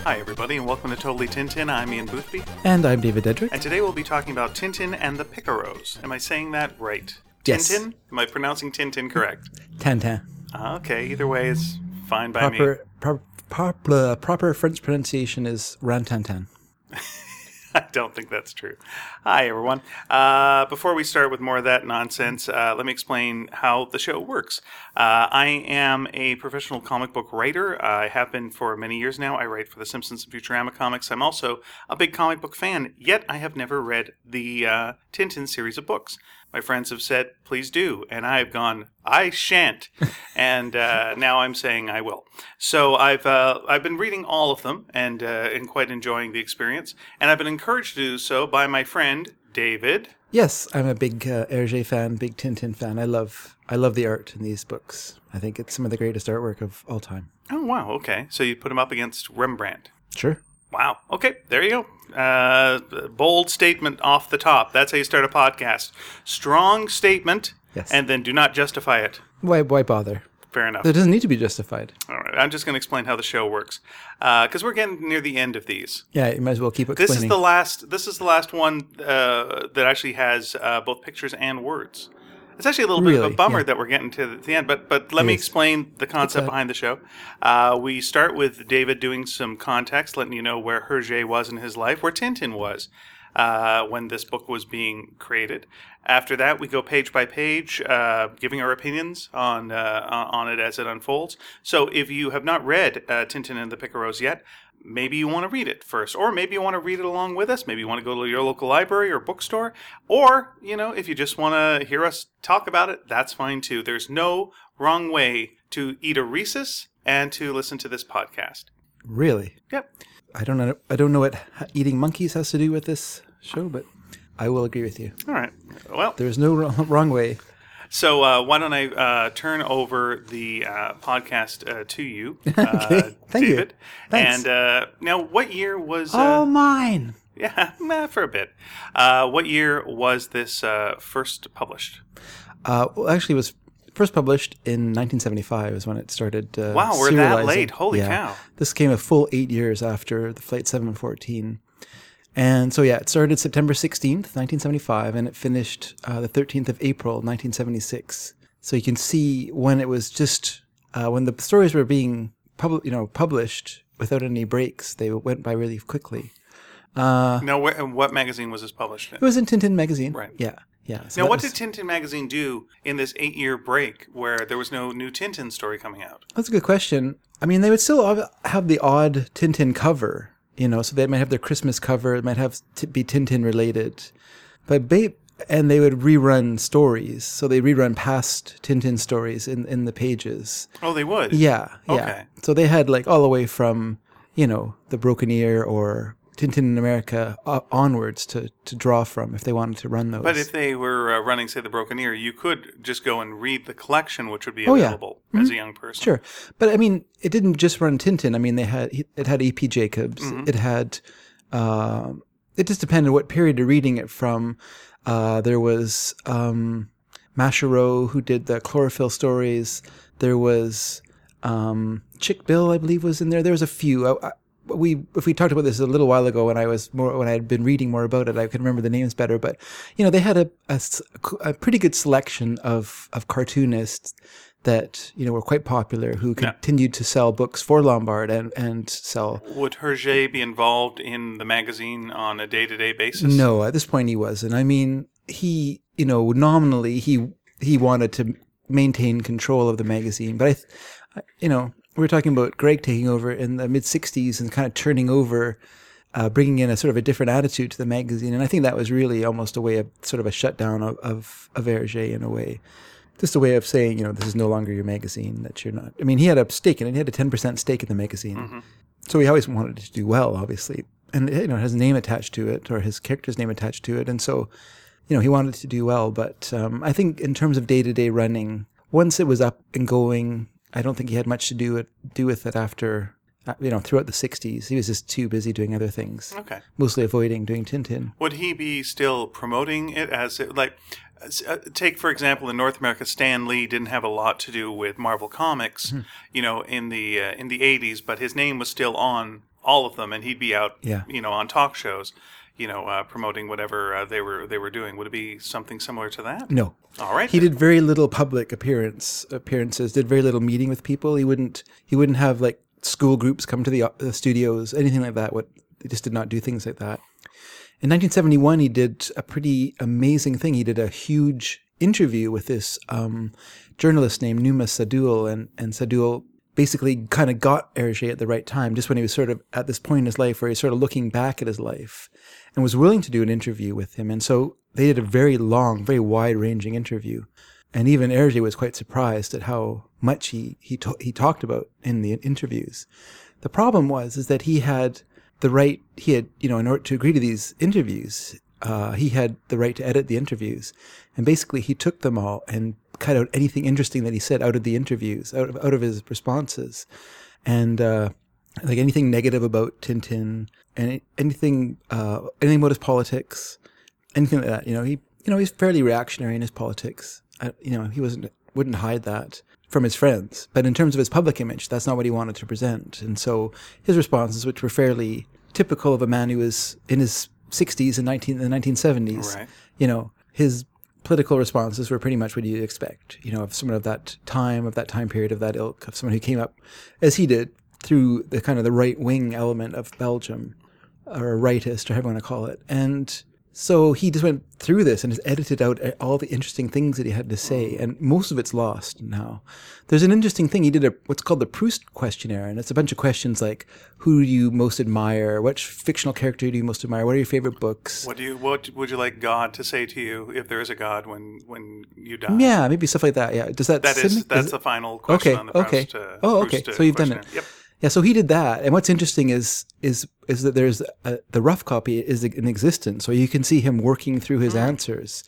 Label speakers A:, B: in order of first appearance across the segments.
A: Hi, everybody, and welcome to Totally Tintin. I'm Ian Boothby,
B: And I'm David Dedrick.
A: and today we'll be talking about Tintin and the Picaros. Am I saying that right?
B: Yes.
A: Tintin? Am I pronouncing Tintin correct?
B: Tintin.
A: Ah, okay, either way is fine by me.
B: Proper, pro- proper, proper French pronunciation is Rantantan.
A: I don't think that's true. Hi, everyone. Uh, before we start with more of that nonsense, uh, let me explain how the show works. Uh, I am a professional comic book writer. I have been for many years now. I write for The Simpsons and Futurama comics. I'm also a big comic book fan, yet I have never read the uh, Tintin series of books. My friends have said, please do. And I've gone, I shan't. and uh, now I'm saying I will. So I've, uh, I've been reading all of them and, uh, and quite enjoying the experience. And I've been encouraged to do so by my friend, David.
B: Yes, I'm a big uh, Hergé fan, big Tintin fan. I love, I love the art in these books. I think it's some of the greatest artwork of all time.
A: Oh, wow. Okay. So you put him up against Rembrandt.
B: Sure.
A: Wow. Okay. There you go. Uh, bold statement off the top. That's how you start a podcast. Strong statement.
B: Yes.
A: And then do not justify it.
B: Why, why bother?
A: Fair enough.
B: It doesn't need to be justified.
A: All right. I'm just going to explain how the show works because we're getting near the end of these.
B: Yeah, you might as well keep
A: This
B: explaining.
A: is the last. This is the last one uh, that actually has uh, both pictures and words. It's actually a little bit of a
B: Really?
A: bummer
B: Yeah.
A: that we're getting to the end, but but let me
B: is.
A: explain the concept
B: Okay.
A: behind the show. Uh, we start with David doing some context, letting you know where Hergé was in his life, where Tintin was uh, when this book was being created. After that, we go page by page, uh, giving our opinions on uh, on it as it unfolds. So if you have not read uh, Tintin and the Picaros yet, maybe you want to read it first or maybe you want to read it along with us maybe you want to go to your local library or bookstore or you know if you just want to hear us talk about it that's fine too there's no wrong way to eat a rhesus and to listen to this podcast
B: really,
A: yep
B: I don't know. I don't know what h- eating monkeys has to do with this show, but I will agree with you.
A: all right well
B: There is no wrong, wrong way.
A: so uh, why don't i uh, turn over the uh, podcast uh, to you uh,
B: Thank you.
A: david
B: Thanks.
A: and
B: Oh.
A: uh, now what year was uh,
B: All mine.
A: yeah meh, for a bit uh, what year was this uh, first published
B: Uh, well, actually, it was first published in 1975 is when it started. Uh,
A: Wow, we're that
B: serializing.
A: late. Holy
B: Yeah.
A: cow.
B: This came a full eight years after the Flight 714. And so, yeah, it started September 16th, 1975, and it finished uh, the 13th of April, 1976. So you can see when it was just, uh, when the stories were being pub- you know, published without any breaks, they went by really quickly.
A: Now, where, and what magazine was this published in?
B: It was in Tintin magazine.
A: Right.
B: Yeah. Yeah. So
A: Now,
B: that
A: what
B: was-
A: did Tintin magazine do in this eight-year break where there was no new Tintin story coming out?
B: That's a good question. I mean, they would still ob- have the odd Tintin cover, you know, so they might have their Christmas cover, it might have t- be Tintin related. But ba- and they would rerun stories, so they rerun past Tintin stories in, in the pages.
A: Oh, they would.
B: Yeah, yeah.
A: Okay.
B: So they had like all the way from, you know, The Broken Ear or Tintin in America uh, onwards to, to draw from if they wanted to run those.
A: But if they were uh, running, say, The Broken Ear, you could just go and read the collection, which would be
B: Oh, yeah. Mm-hmm.
A: available as a young person.
B: Sure, but I mean, it didn't just run Tintin. I mean, they had it had E.P. Jacobs. It had um it just depended what period you're reading it from. Uh, there was um, Mashiro who did the chlorophyll stories. There was um, Chick Bill, I believe, was in there. There was a few. I, I, we if we talked about this a little while ago when I was more when I had been reading more about it, I could remember the names better. But you know, they had a a s- a pretty good selection of of cartoonists that you know were quite popular who continued to sell books for Lombard and and sell
A: Would Hergé be involved in the magazine on a day-to-day basis?
B: No, at this point he wasn't. I mean, he, you know, nominally he he wanted to maintain control of the magazine, but I, th- I you know, we were talking about Greg taking over in the mid '60s and kind of turning over, uh, bringing in a sort of a different attitude to the magazine, and I think that was really almost a way of sort of a shutdown of of, of Hergé in a way. Just a way of saying, you know, this is no longer your magazine. That you're not. I mean, he had a stake in it. He had a ten percent stake in the magazine. So he always wanted it to do well, obviously, and you know his name attached to it or his character's name attached to it, and so you know he wanted it to do well. But um, I think in terms of day to day running, once it was up and going, I don't think he had much to do it do with it after uh, you know throughout the '60s. He was just too busy doing other things,
A: Okay.
B: mostly avoiding doing Tintin.
A: Would he be still promoting it as it, like s- uh, take for example in North America Stan Lee didn't have a lot
B: Hmm.
A: to do with Marvel Comics, you know, in the uh, in the 80s, but his name was still on all of them, and he'd be out,
B: Yeah.
A: you know, on talk shows, you know, uh, promoting whatever uh, they were they were doing. Would it be something similar to that?
B: No.
A: All right.
B: He did very little public appearance appearances. Did very little meeting with people. He wouldn't. He wouldn't have like school groups come to the, the studios, anything like that. What he just did not do things like that. In 1971, he did a pretty amazing thing. He did a huge interview with this um, journalist named Numa Sadul, and and Sadul basically kind of got Hergé at the right time, just when he was sort of at this point in his life where he's sort of looking back at his life and was willing to do an interview with him. And so they did a very long, very wide ranging interview. And even Hergé was quite surprised at how much he, he, ta- he talked about in the interviews. The problem was, is that he had the right, he had, you know, in order to agree to these interviews, uh, he had the right to edit the interviews. And basically he took them all and cut out anything interesting that he said out of the interviews, out of, out of his responses. And, uh, like anything negative about Tintin and anything uh, anything about his politics, anything like that. You know, he you know he's fairly reactionary in his politics. I, you know, he wasn't wouldn't hide that from his friends, but in terms of his public image, that's not what he wanted to present. And so his responses, which were fairly typical of a man who was in his 60s and 19 the 1970s,
A: Right.
B: you know, his political responses were pretty much what you'd expect, you know, of someone of that time, of that time period, of that ilk, of someone who came up, as he did, through the kind of the right wing element of Belgium, or rightist, or however you want to call it. And so he just went through this and has edited out uh, all the interesting things that he had to say, and most of it's lost now. There's an interesting thing he did a what's called the Proust questionnaire, and it's a bunch of questions like who do you most admire, which fictional character do you most admire, what are your favorite books,
A: What do you what would you like God to say to you if there is a God when when you die?
B: Yeah, maybe stuff like that. Yeah, does that?
A: That is
B: Sydney-
A: that's
B: it-
A: the final question
B: Okay,
A: on the
B: okay.
A: Proust, uh,
B: Oh, okay.
A: Proust, uh,
B: So you've done it.
A: questionnaire. Yep.
B: yeah. So he did that, and what's interesting is is is that there's a, the rough copy is in existence, so you can see him working through his answers,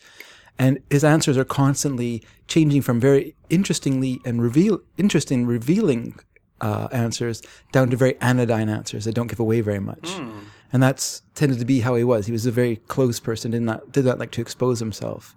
B: and his answers are constantly changing from very interestingly and reveal interesting revealing uh, answers down to very anodyne answers that don't give away very much. And that's tended to be how he was. He was a very close person, did not did not like to expose himself.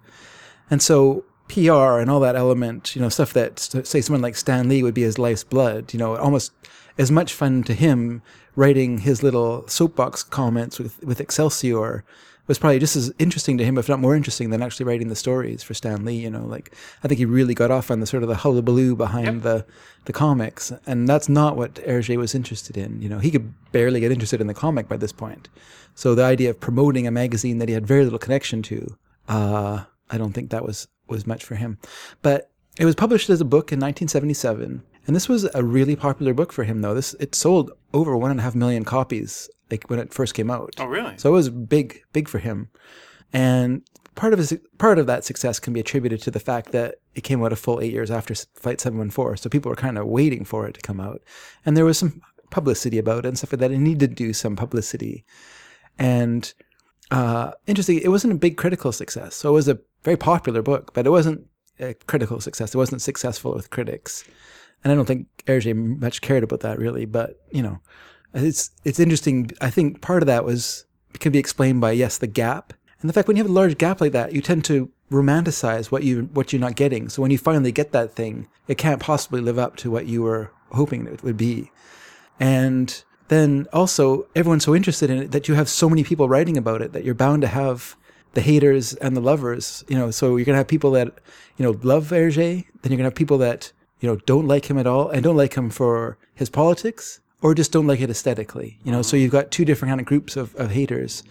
B: And so PR and all that element, you know, stuff that s- say someone like Stan Lee would be his life's blood, you know, almost as much fun to him writing his little soapbox comments with, with Excelsior was probably just as interesting to him, if not more interesting, than actually writing the stories for Stan Lee. You know, like I think he really got off on the sort of the hullabaloo behind the the comics, and that's not what Hergé was interested in. You know, he could barely get interested in the comic by this point. So the idea of promoting a magazine that he had very little connection to uh, I don't think that was was much for him. But it was published as a book in 1977, and this was a really popular book for him. Though this it sold over one and a half million copies, like when it first came out.
A: Oh, really?
B: So it was big, big for him. And part of his part of that success can be attributed to the fact that it came out a full eight years after Flight 714. So people were kind of waiting for it to come out, and there was some publicity about it and stuff like that. It needed to do some publicity, and uh, interesting. It wasn't a big critical success. So it was a very popular book, but it wasn't a critical success. It wasn't successful with critics, and I don't think Hergé much cared about that really. But you know, it's it's interesting. I think part of that was could be explained by yes, the gap, and the fact when you have a large gap like that, you tend to romanticize what you what you're not getting. So when you finally get that thing, it can't possibly live up to what you were hoping it would be. And then also, everyone's so interested in it that you have so many people writing about it that you're bound to have the haters and the lovers. You know, so you're gonna have people that you know love Hergé, then you're gonna have people that you know don't like him at all and don't like him for his politics or just don't like it aesthetically. You know, so you've got two different kind of groups of, of haters.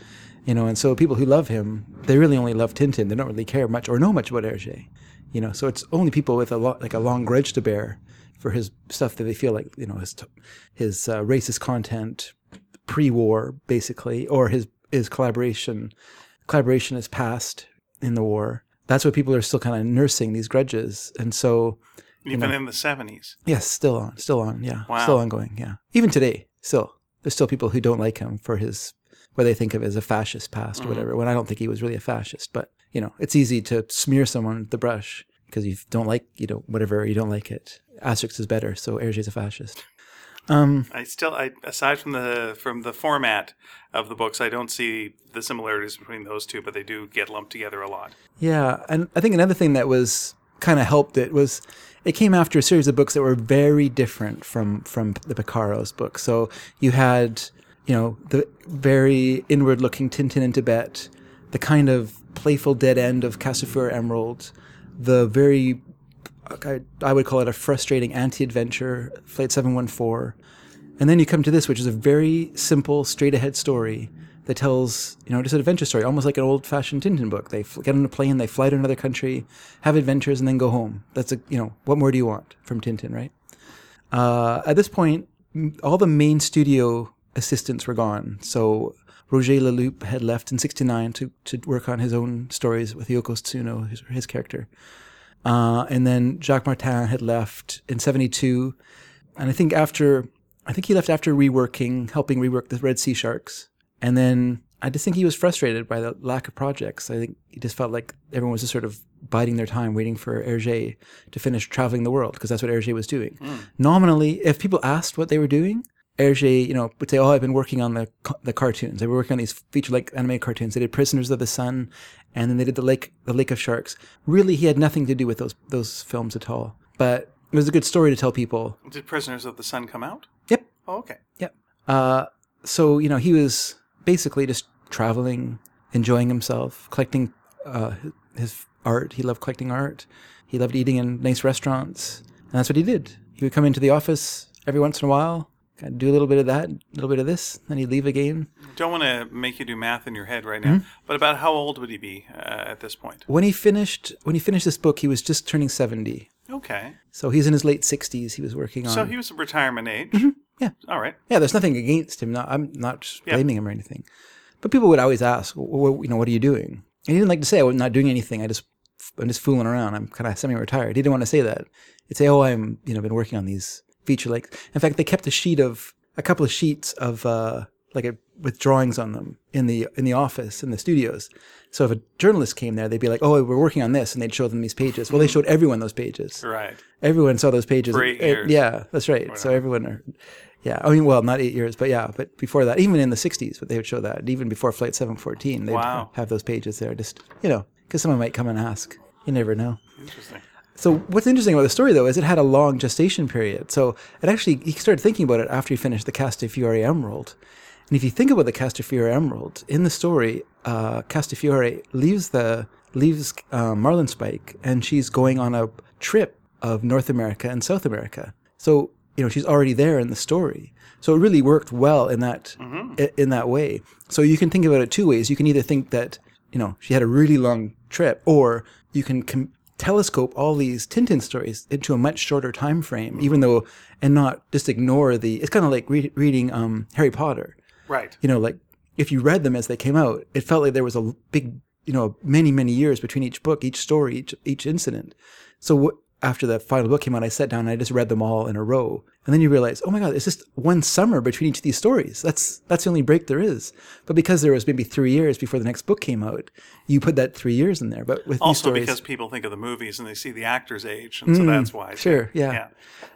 B: You know, and so people who love him, they really only love Tintin. They don't really care much or know much about Hergé. You know, so it's only people with a lot like a long grudge to bear for his stuff that they feel like you know his t- his uh, racist content pre-war basically or his his collaboration collaboration is past in the war that's what people are still kind of nursing these grudges and so
A: Even in the seventies.
B: yes still on still on yeah
A: Wow.
B: still ongoing yeah even today still there's still people who don't like him for his what they think of as a fascist past or whatever when i don't think he was really a fascist but you know it's easy to smear someone with the brush because you don't like you know whatever you don't like it asterix is better so Hergé's a fascist
A: I still, I aside from the from the format of the books, I don't see the similarities between those two, but they do get lumped together a lot.
B: Yeah, and I think another thing that was kind of helped it was it came after a series of books that were very different from from the Picaro's book. So you had you know, the very inward looking Tintin in Tibet, the kind of playful dead end of Cassifur Emerald, the very, I, I would call it a frustrating anti adventure, Flight 714. And then you come to this, which is a very simple, straight ahead story that tells, you know, just an adventure story, almost like an old fashioned Tintin book. They fl- get on a plane, they fly to another country, have adventures, and then go home. That's a, you know, what more do you want from Tintin, right? Uh, at this point, m- all the main studio assistants were gone. So Roger Leloup had left in 69 to, to work on his own stories with Yoko Tsuno, his, his character. Uh, and then Jacques Martin had left in 72. And I think after, I think he left after reworking, helping rework the Red Sea Sharks. And then I just think he was frustrated by the lack of projects. I think he just felt like everyone was just sort of biding their time, waiting for Hergé to finish traveling the world, because that's what Hergé was doing. Nominally, if people asked what they were doing, Hergé, you know, would say, "Oh, I've been working on the ca- the cartoons. They were working on these feature-length animated cartoons. They did Prisoners of the Sun, and then they did the Lake the Lake of Sharks. Really, he had nothing to do with those those films at all. But it was a good story to tell people.
A: Did Prisoners of the Sun come out?
B: Yep,
A: Oh, okay.
B: Yep. Uh, so you know he was basically just traveling, enjoying himself, collecting uh, his art. He loved collecting art. He loved eating in nice restaurants, and that's what he did. He would come into the office every once in a while, kind of do a little bit of that, a little bit of this, then he'd leave again.
A: Don't want to make you do math in your head right now,
B: Mm-hmm.
A: but about how old would he be uh, at this point?
B: When he finished, when he finished this book, he was just turning seventy.
A: Okay.
B: So he's in his late sixties. He was working on.
A: So he was retirement age.
B: Um, mm-hmm. Yeah.
A: All right.
B: Yeah, there's nothing against him. Not, I'm not blaming him or anything. But people would always ask, well, you know, what are you doing? And he didn't like to say, "Oh, I'm not doing anything. I just, I'm just fooling around. I'm kind of semi-retired. He didn't want to say that. He'd say, oh, I'm, you know, been working on these feature length. In fact, they kept a sheet of a couple of sheets of uh, like a, with drawings on them in the in the office in the studios. So if a journalist came there, they'd be like, oh, we're working on this, and they'd show them these pages. Well, they showed everyone those pages
A: Right.
B: everyone saw those pages.
A: For eight
B: Uh,
A: years.
B: Yeah, that's right. So everyone, are, yeah, I mean, well, not eight years, but yeah, but before that, even in the '60s, but they would show that, and even before Flight 714, they'd
A: Wow.
B: have those pages there. Just you know, because someone might come and ask. You never know.
A: Interesting.
B: So what's interesting about the story though is it had a long gestation period. So it actually he started thinking about it after he finished the Castafiore Emerald. And if you think about the Castafiore Emerald in the story, uh, Castafiore leaves the leaves uh, Marlin Spike and she's going on a trip of North America and South America. So you know she's already there in the story. So it really worked well in that i- in that way. So you can think about it two ways. You can either think that you know she had a really long trip, or you can com- telescope all these Tintin stories into a much shorter time frame, even though, and not just ignore the. It's kind of like re- reading um, Harry Potter.
A: Right.
B: You know, like if you read them as they came out, it felt like there was a l- big, you know, many many years between each book, each story, each each incident. So w- after the final book came out, I sat down and I just read them all in a row, and then you realize, oh my god, it's just one summer between each of these stories. That's that's the only break there is. But because there was maybe three years before the next book came out, you put that three years in there. But with these
A: Also
B: stories, Mm,
A: because people think of the movies and they see the actors age, and so that's why.
B: Sure, yeah.
A: Yeah.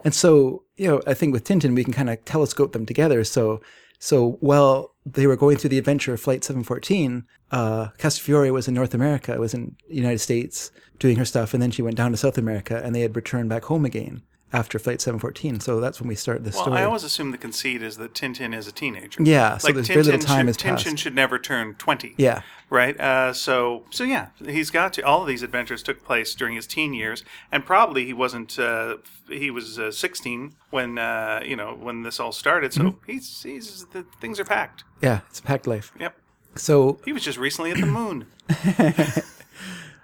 B: And so, you know, I think with Tintin we can kind of telescope them together. So so while they were going through the adventure of Flight 714, uh Castafiore was in North America, was in the United States doing her stuff, and then she went down to South America and they had returned back home again after Flight 714. So that's when we start this
A: Well,
B: story.
A: I always assume the conceit is that Tintin is a teenager.
B: Yeah, so
A: like
B: there's
A: Tintin
B: very little
A: should,
B: time has
A: Tintin
B: passed.
A: should never turn twenty.
B: yeah.
A: Right. Uh, so so yeah, he's got to. All of these adventures took place during his teen years, and probably he wasn't. Uh, he was uh, sixteen when uh, you know when this all started. So he's he's the things are packed.
B: Yeah, it's a packed life.
A: Yep.
B: So
A: He was just recently at the moon.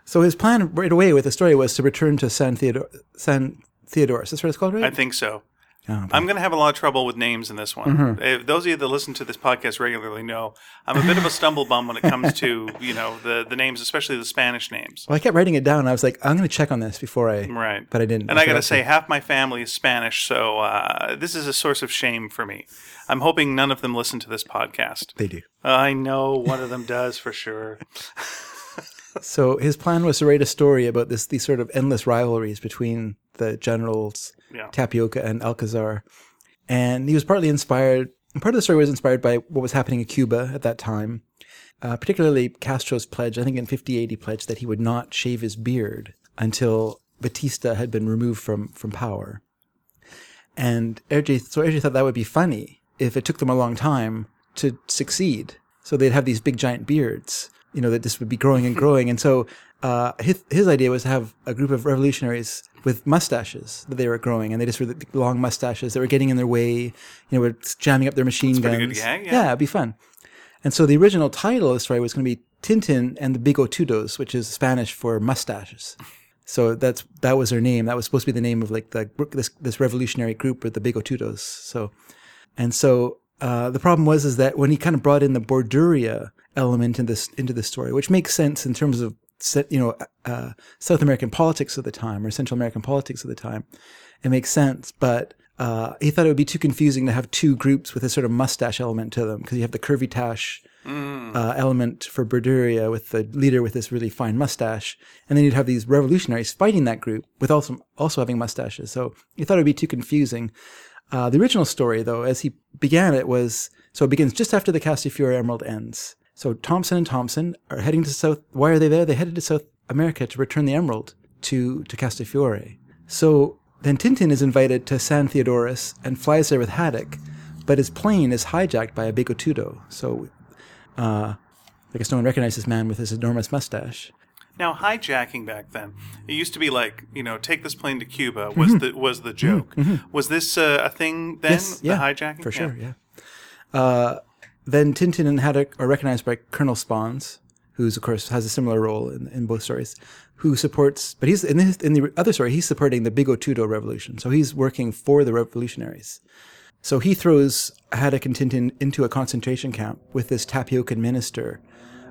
B: so his plan right away with the story was to return to San Theodore San Theodorus. That's what it's called, right?
A: I think so.
B: Yeah,
A: I'm going to have a lot of trouble with names in this one. If those of you that listen to this podcast regularly know I'm a bit of a stumble bum when it comes to you know the the names, especially the Spanish names.
B: Well, I kept writing it down. I was like, I'm going to check on this before I.
A: Right.
B: But I didn't.
A: And I got to
B: forgot
A: say, half my family is Spanish, so uh, this is a source of shame for me. I'm hoping none of them listen to this podcast.
B: They do.
A: I know one of them does for sure.
B: So his plan was to write a story about this these sort of endless rivalries between the generals
A: Yeah.
B: Tapioca and Alcazar, and he was partly inspired. Part of the story was inspired by what was happening in Cuba at that time, uh, particularly Castro's pledge. I think in '58 he pledged that he would not shave his beard until Batista had been removed from from power. And Erje, so Erje thought that would be funny if it took them a long time to succeed. So they'd have these big giant beards, you know, that just would be growing and growing. And so uh, his, his idea was to have a group of revolutionaries with mustaches that they were growing, and they just were the long mustaches that were getting in their way, you know, were jamming up their machine
A: pretty
B: guns.
A: good gag, yeah.
B: it'd be fun. And so the original title of the story was going to be Tintin and the Bigotudos, which is Spanish for mustaches. So that's that was her name. That was supposed to be the name of like the this this revolutionary group with the Bigotudos. So and so uh, the problem was is that when he kind of brought in the Borduria element in this into the story, which makes sense in terms of se- you know uh, South American politics of the time or Central American politics of the time, it makes sense. But uh, he thought it would be too confusing to have two groups with a sort of mustache element to them because you have the curvy tash uh, element for Borduria with the leader with this really fine mustache, and then you'd have these revolutionaries fighting that group with also also having mustaches. So he thought it would be too confusing. Uh, the original story, though, as he began it, was so it begins just after the Castafiore Emerald ends. So Thompson and Thompson are heading to South. Why are they there? They headed to South America to return the emerald to to Castafiore. So then Tintin is invited to San Theodorus and flies there with Haddock, but his plane is hijacked by a bigotudo. So, uh, I guess no one recognized this man with his enormous mustache.
A: Now hijacking back then, it used to be like you know take this plane to Cuba
B: Mm-hmm.
A: was the was the joke. Was this uh, a thing then?
B: Yes,
A: the
B: yeah,
A: hijacking
B: for sure. Yeah. Uh, then Tintin and Haddock are recognized by Colonel Spawns, who's of course has a similar role in, in both stories, who supports. But he's in, this, in the other story, he's supporting the Bigotudo revolution, so he's working for the revolutionaries. So he throws Haddock and Tintin into a concentration camp with this Tapiocan minister,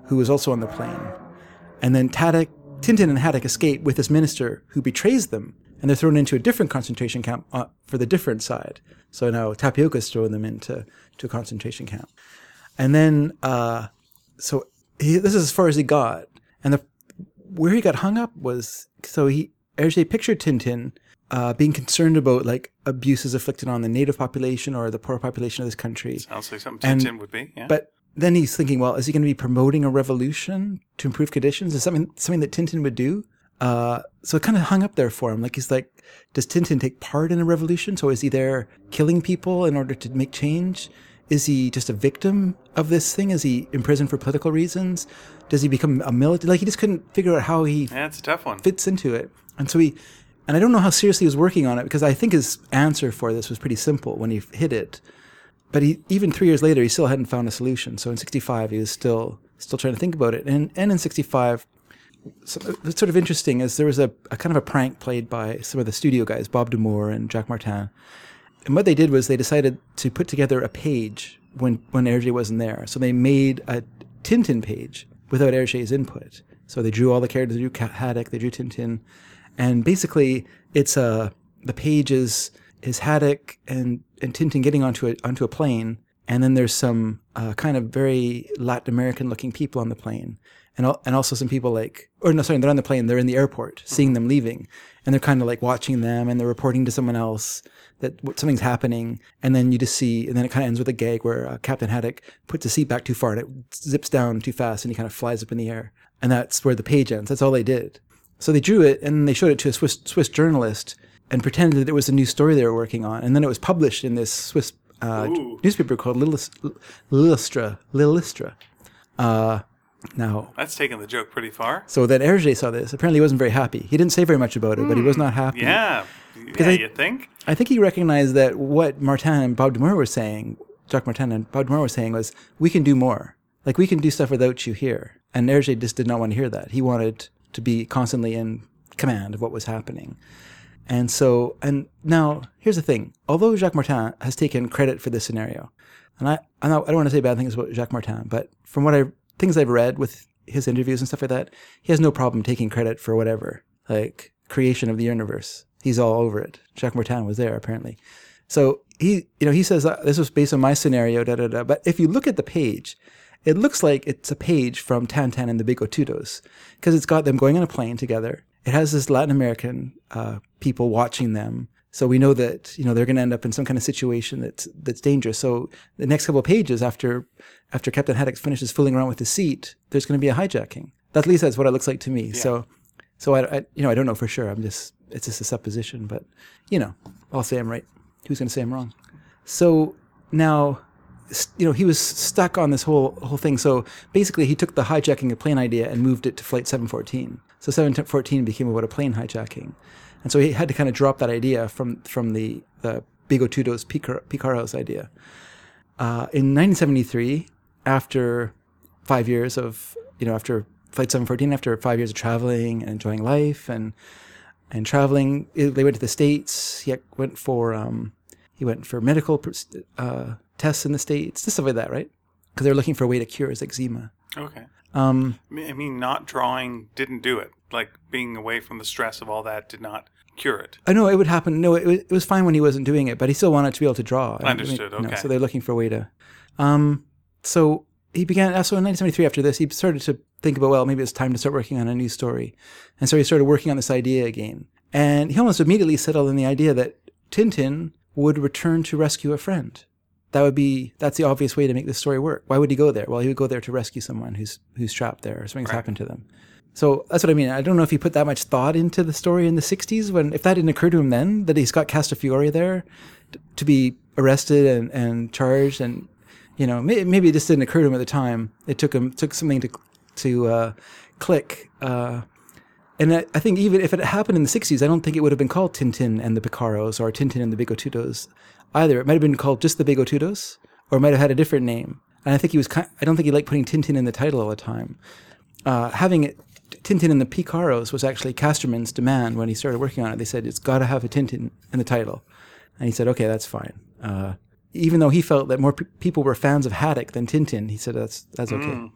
B: who was also on the plane. And then Taddock, Tintin and Haddock escape with this minister who betrays them, and they're thrown into a different concentration camp uh, for the different side. So now Tapioca's throwing them into to a concentration camp. And then, uh, so he, this is as far as he got. And the, where he got hung up was so he, Hergé pictured Tintin uh, being concerned about like abuses afflicted on the native population or the poor population of this country.
A: Sounds like something Tintin would be. Yeah.
B: But then he's thinking, well, is he going to be promoting a revolution to improve conditions? Is something something that Tintin would do? Uh, so it kind of hung up there for him. Like he's like, does Tintin take part in a revolution? So is he there killing people in order to make change? Is he just a victim of this thing? Is he imprisoned for political reasons? Does he become a military? Like he just couldn't figure out how he
A: yeah, it's a tough one.
B: fits into it. And so he, and I don't know how seriously he was working on it because I think his answer for this was pretty simple when he hit it. But he, even three years later, he still hadn't found a solution. So in '65, he was still still trying to think about it. And and in '65, so, uh, what's sort of interesting is there was a, a kind of a prank played by some of the studio guys, Bob Dumour and Jacques Martin. And what they did was they decided to put together a page when when Hergé wasn't there. So they made a Tintin page without Hergé's input. So they drew all the characters, they drew Ca- Haddock, they drew Tintin, and basically it's a the page is is Haddock and and Tintin getting onto a onto a plane, and then there's some uh, kind of very Latin American looking people on the plane, and al- and also some people like or no sorry they're on the plane they're in the airport seeing them leaving, and they're kind of like watching them and they're reporting to someone else that w- something's happening, and then you just see and then it kind of ends with a gag where uh, Captain Haddock puts his seat back too far and it zips down too fast and he kind of flies up in the air, and that's where the page ends. That's all they did. So they drew it and they showed it to a Swiss, Swiss journalist and pretended that it was a new story they were working on. And then it was published in this Swiss uh,
A: Ooh.
B: newspaper called Lilis- Lillistra. Lillistra. Uh, now,
A: That's taking the joke pretty far.
B: so then Hergé saw this. Apparently, he wasn't very happy. He didn't say very much about it, but he was not happy.
A: Yeah. Yeah,
B: I-
A: you think?
B: I think he recognized that what Martin and Bob Dumour were saying, Jacques Martin and Bob Dumour were saying was, we can do more. Like, we can do stuff without you here. And Hergé just did not want to hear that. He wanted to be constantly in command of what was happening. And so, and now here's the thing. Although Jacques Martin has taken credit for this scenario, and I, I don't I don't want to say bad things about Jacques Martin, but from what I things I've read with his interviews and stuff like that, he has no problem taking credit for whatever, like creation of the universe. He's all over it. Jacques Martin was there apparently. So he, you know, he says uh, this was based on my scenario, da da da. But if you look at the page, it looks like it's a page from Tantan and the Big Otudos because it's got them going on a plane together. It has this Latin American uh, people watching them, so we know that you know they're going to end up in some kind of situation that's that's dangerous. So the next couple of pages after after Captain Haddock finishes fooling around with his seat, there's going to be a hijacking. At least that's what it looks like to me. So so I, I- you know I don't know for sure. I'm just it's just a supposition, but you know I'll say I'm right. Who's going to say I'm wrong? So now s- you know, he was stuck on this whole whole thing. So basically, he took the hijacking a plane idea and moved it to flight 714. So 714 became about a plane hijacking, and so he had to kind of drop that idea from from the the Bigotudo's Picar- Picaro's idea. Uh, in 1973, after five years of you know after flight 714, after five years of traveling and enjoying life and and traveling. it- They went to the states. He went for um, he went for medical pers- uh, tests in the states, just stuff like that, right? Because they were looking for a way to cure his eczema.
A: Okay.
B: Um,
A: I mean- I mean, not drawing didn't do it. Like being away from the stress of all that did not cure it.
B: I know it would happen. Oh, No, it, wa- it was fine when he wasn't doing it, but he still wanted to be able to draw. I mean,
A: Understood,
B: you know,
A: okay.
B: so they're looking for a way to. Um, so he began. uh, So in 1973, after this, he started to think about well, maybe it's time to start working on a new story, and so he started working on this idea again. And he almost immediately settled on the idea that Tintin would return to rescue a friend. That would be that's the obvious way to make this story work. Why would he go there? Well, he would go there to rescue someone who's who's trapped there or something's happened to them. So that's what I mean. I don't know if he put that much thought into the story in the 60s when, if that didn't occur to him then, that he's got Castafiore there t- to be arrested and, and charged. And, you know, may, maybe it just didn't occur to him at the time. It took him, took something to, to, uh, click. Uh, and I, I think even if it happened in the 60s, I don't think it would have been called Tintin and the Picaros or Tintin and the Bigotudos either. It might have been called just the Bigotudos or it might have had a different name. And I think he was, ki I don't think he liked putting Tintin in the title all the time uh, having it, Tintin and the Picaros was actually Casterman's demand when he started working on it. They said it's got to have a Tintin in the title, and he said, "Okay, that's fine." Uh, even though he felt that more pe- people were fans of Haddock than Tintin, he said, "That's that's okay." Um,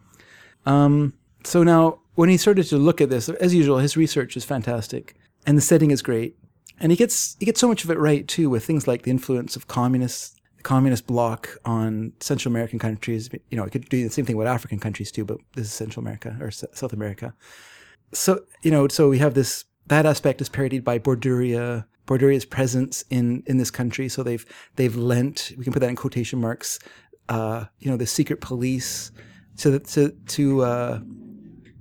B: so now, when he started to look at this, as usual, his research is fantastic, and the setting is great, and he gets he gets so much of it right too with things like the influence of communists. the Communist bloc on Central American countries. You know, it could do the same thing with African countries too, but this is Central America or S- South America so you know so we have this that aspect is parodied by Borduria Borduria's presence in in this country so they've they've lent we can put that in quotation marks uh you know the secret police to the, to to uh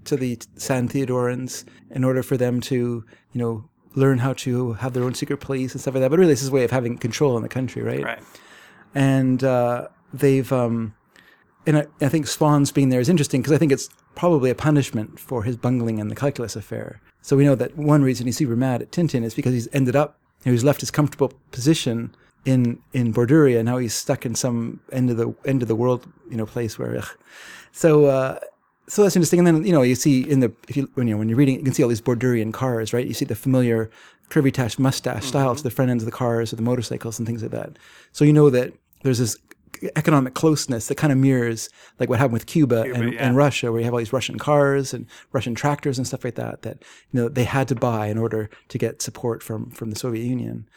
B: to the San Theodorans in order for them to you know learn how to have their own secret police and stuff like that but really this is a way of having control in the country right
A: Right.
B: and uh, they've um, and I, I think Swan's being there is interesting because I think it's probably a punishment for his bungling in the calculus affair. So we know that one reason he's super mad at Tintin is because he's ended up he's left his comfortable position in in Borduria. Now he's stuck in some end of the end of the world you know place where. Ugh. So uh, so that's interesting. And then you know you see in the if you when you when you're reading you can see all these Bordurian cars, right? You see the familiar curvy tash mustache style to the front ends of the cars or the motorcycles and things like that. So you know that there's this economic closeness that kind of mirrors like what happened with Cuba, and,
A: yeah.
B: and Russia, where you have all these Russian cars and Russian tractors and stuff like that that you know they had to buy in order to get support from from the Soviet Union.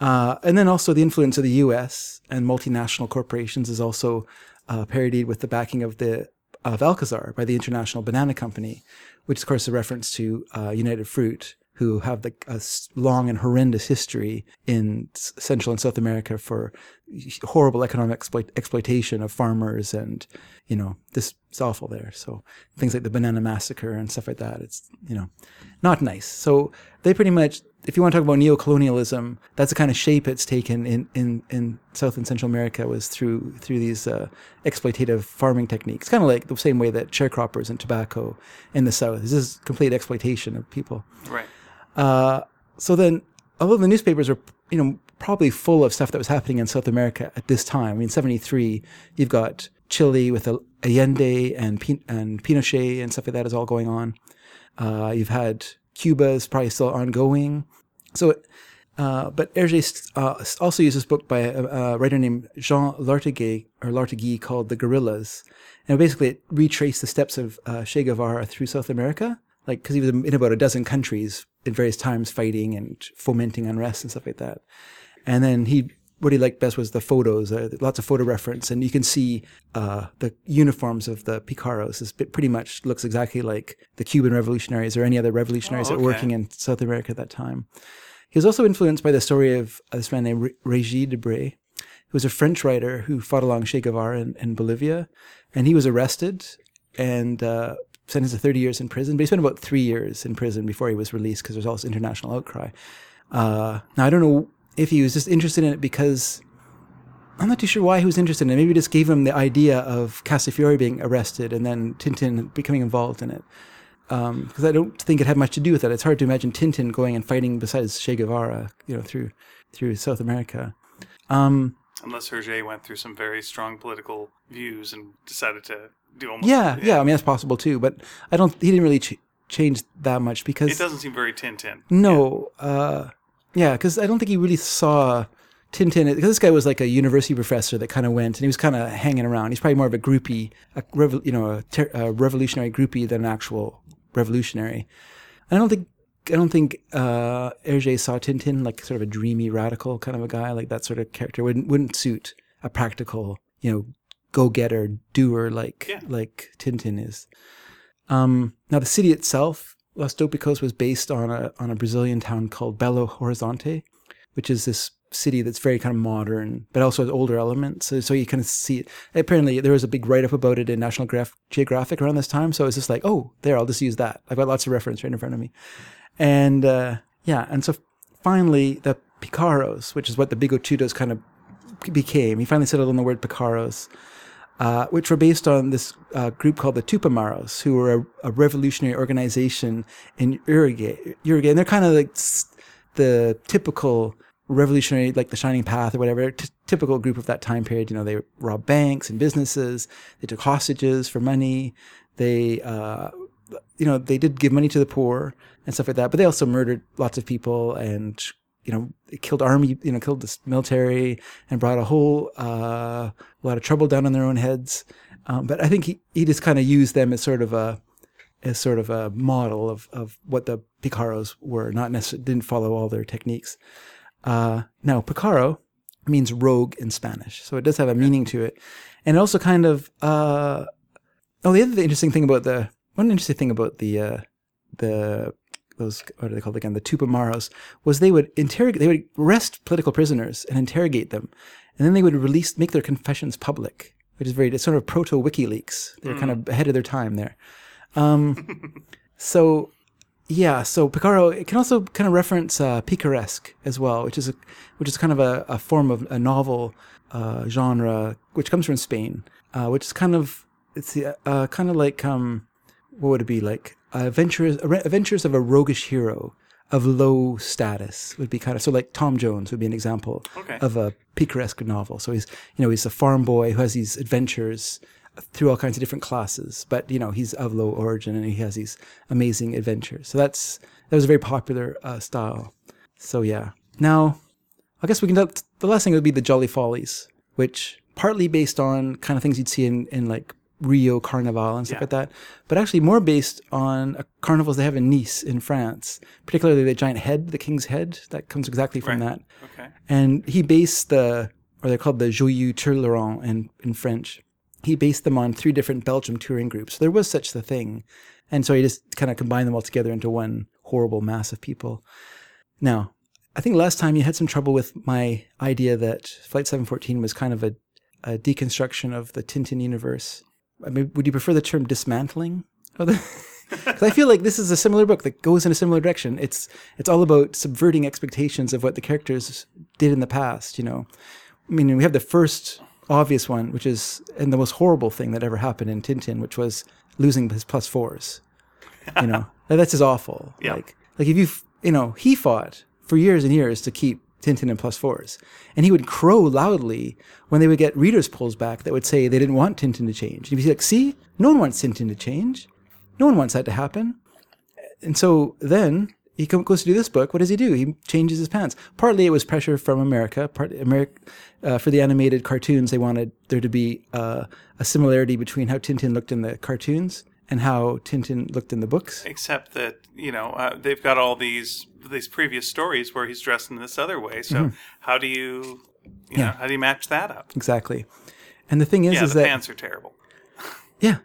B: Uh, and then also the influence of the U.S. and multinational corporations is also uh, parodied with the backing of the of Alcazar by the International Banana Company, which of course is a reference to uh, United Fruit, who have the, a s- long and horrendous history in S- Central and South America for horrible economic exploit, exploitation of farmers, and you know this is awful there. So things like the banana massacre and stuff like that. It's you know not nice. So they pretty much, if you want to talk about neocolonialism, that's the kind of shape it's taken in, in, in South and Central America was through through these uh, exploitative farming techniques, kind of like the same way that sharecroppers and tobacco in the South. This is complete exploitation of people.
A: Right.
B: Uh, so then, although the newspapers are, you know, probably full of stuff that was happening in South America at this time. I mean, '73, you've got Chile with Al- Allende and Pin- and Pinochet and stuff like that is all going on. Uh, you've had Cuba's probably still ongoing. So, uh, but Hergé uh, also used this book by a, a writer named Jean Lartigue or Lartigue called The Gorillas. And basically it retraced the steps of uh, Che Guevara through South America, like, because he was in about a dozen countries at various times fighting and fomenting unrest and stuff like that. And then he, what he liked best was the photos, uh, lots of photo reference, and you can see uh, the uniforms of the Picaros. This bit pretty much looks exactly like the Cuban revolutionaries or any other
A: Oh,
B: revolutionaries that were
A: okay.
B: working in South America at that time. He was also influenced by the story of this man named Re- Régis Debray, who was a French writer who fought along Che Guevara in, in Bolivia, and he was arrested and uh, sentenced to 30 years in prison. But he spent about three years in prison before he was released because there was all this international outcry. Uh, now I don't know if he was just interested in it because I'm not too sure why he was interested in it. Maybe it just gave him the idea of Castafiore being arrested and then Tintin becoming involved in it. Because I don't think it had much to do with that. It's hard to imagine Tintin going and fighting beside Che Guevara, you know, through through South America.
A: Unless Hergé went through some very strong political views and decided to do almost.
B: Yeah, yeah. I mean, that's possible too. But I don't. He didn't really ch- change that much because
A: It doesn't seem very Tintin.
B: No, uh, yeah, because I don't think he really saw Tintin. Because this guy was like a university professor that kind of went and he was kind of hanging around. He's probably more of a groupie, a revo- you know, a, ter- a revolutionary groupie than an actual revolutionary. And I don't think I don't think uh, Hergé saw Tintin like sort of a dreamy radical kind of a guy. Like that sort of character wouldn't wouldn't suit a practical, you know, go getter doer like
A: Yeah.
B: like Tintin is. Now, the city itself, Los Topicos, was based on a on a Brazilian town called Belo Horizonte, which is this city that's very kind of modern, but also has older elements. So, so you kind of see it. Apparently, there was a big write up about it in National Graph- Geographic around this time. So it's just like, oh, there, I'll just use that. I've got lots of reference right in front of me. And uh, yeah, and so finally, the Picaros, which is what the Bigotudos kind of became, he finally settled on the word Picaros uh, which were based on this uh, group called the Tupamaros, who were a, a revolutionary organization in Uruguay. Uruguay, and they're kind of like s- the typical revolutionary, like the Shining Path or whatever, t- typical group of that time period. You know, they robbed banks and businesses, they took hostages for money, they, uh, you know, they did give money to the poor and stuff like that, but they also murdered lots of people and you know, it killed army, you know, killed this military and brought a whole uh, lot of trouble down on their own heads. Um, but I think he, he just kind of used them as sort of a as sort of a model of, of what the Picaros were, not necessarily didn't follow all their techniques. Uh, now, Picaro means rogue in Spanish, so it does have a meaning to it, and it also kind of uh, oh, the other interesting thing about the one interesting thing about the uh, the those what are they called again the tupamaros was they would interrogate they would arrest political prisoners and interrogate them and then they would release make their confessions public which is very it's sort of proto wikileaks they're kind of ahead of their time there um, so yeah so picaro it can also kind of reference uh, picaresque as well which is a which is kind of a, a form of a novel uh, genre which comes from spain uh, which is kind of it's the, uh, kind of like um, what would it be like? Uh, adventures, adventures of a roguish hero of low status would be kind of so like Tom Jones would be an example
A: Okay.
B: of a picaresque novel. So he's you know he's a farm boy who has these adventures through all kinds of different classes, but you know he's of low origin and he has these amazing adventures. So that's that was a very popular uh, style. So yeah, now I guess we can. The last thing would be the Jolly Follies, which partly based on kind of things you'd see in, in like Rio Carnival and stuff
A: Yeah.
B: like that, but actually more based on uh, carnivals they have in Nice in France, particularly the giant head, the king's head, that comes exactly from
A: Right.
B: that.
A: Okay.
B: And he based the, or they're called the Joyeux Tourleurant in, in French. He based them on three different Belgium touring groups. There was such the thing. And so he just kind of combined them all together into one horrible mass of people. Now, I think last time you had some trouble with my idea that Flight 714 was kind of a, a deconstruction of the Tintin universe. I mean, would you prefer the term dismantling? Because I feel like this is a similar book that goes in a similar direction. It's it's all about subverting expectations of what the characters did in the past. You know, I mean, we have the first obvious one, which is and the most horrible thing that ever happened in Tintin, which was losing his plus fours. You know, Like, that's just awful.
A: Yeah.
B: Like like if you f- you know he fought for years and years to keep Tintin and plus fours, and he would crow loudly when they would get readers polls back that would say they didn't want Tintin to change. And he'd be like, "See, no one wants Tintin to change." No one wants that to happen. And so then he co- goes to do this book. What does he do? He changes his pants. Partly it was pressure from America. Part America uh, for the animated cartoons, they wanted there to be uh, a similarity between how Tintin looked in the cartoons and how Tintin looked in the books.
A: Except that you know uh, they've got all these these previous stories where he's dressed in this other way. So
B: Mm-hmm.
A: how do you, you know, how do you match that up?
B: Exactly. And the thing is,
A: Yeah,
B: is
A: the
B: that
A: pants are terrible.
B: yeah.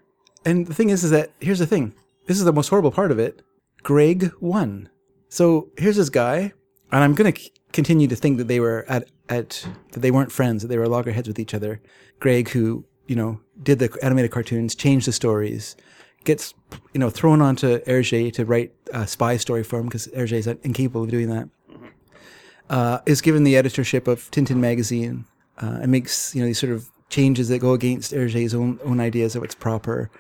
B: And the thing is, is that here's the thing. This is the most horrible part of it. Greg won. So here's this guy, and I'm gonna c- continue to think that they were at at that they weren't friends, that they were loggerheads with each other. Greg, who you know did the animated cartoons, changed the stories, gets you know thrown onto Hergé to write a spy story for him because Hergé is incapable of doing that. Uh, is given the editorship of Tintin magazine, uh, and makes you know these sort of changes that go against Hergé's own own ideas of what's proper.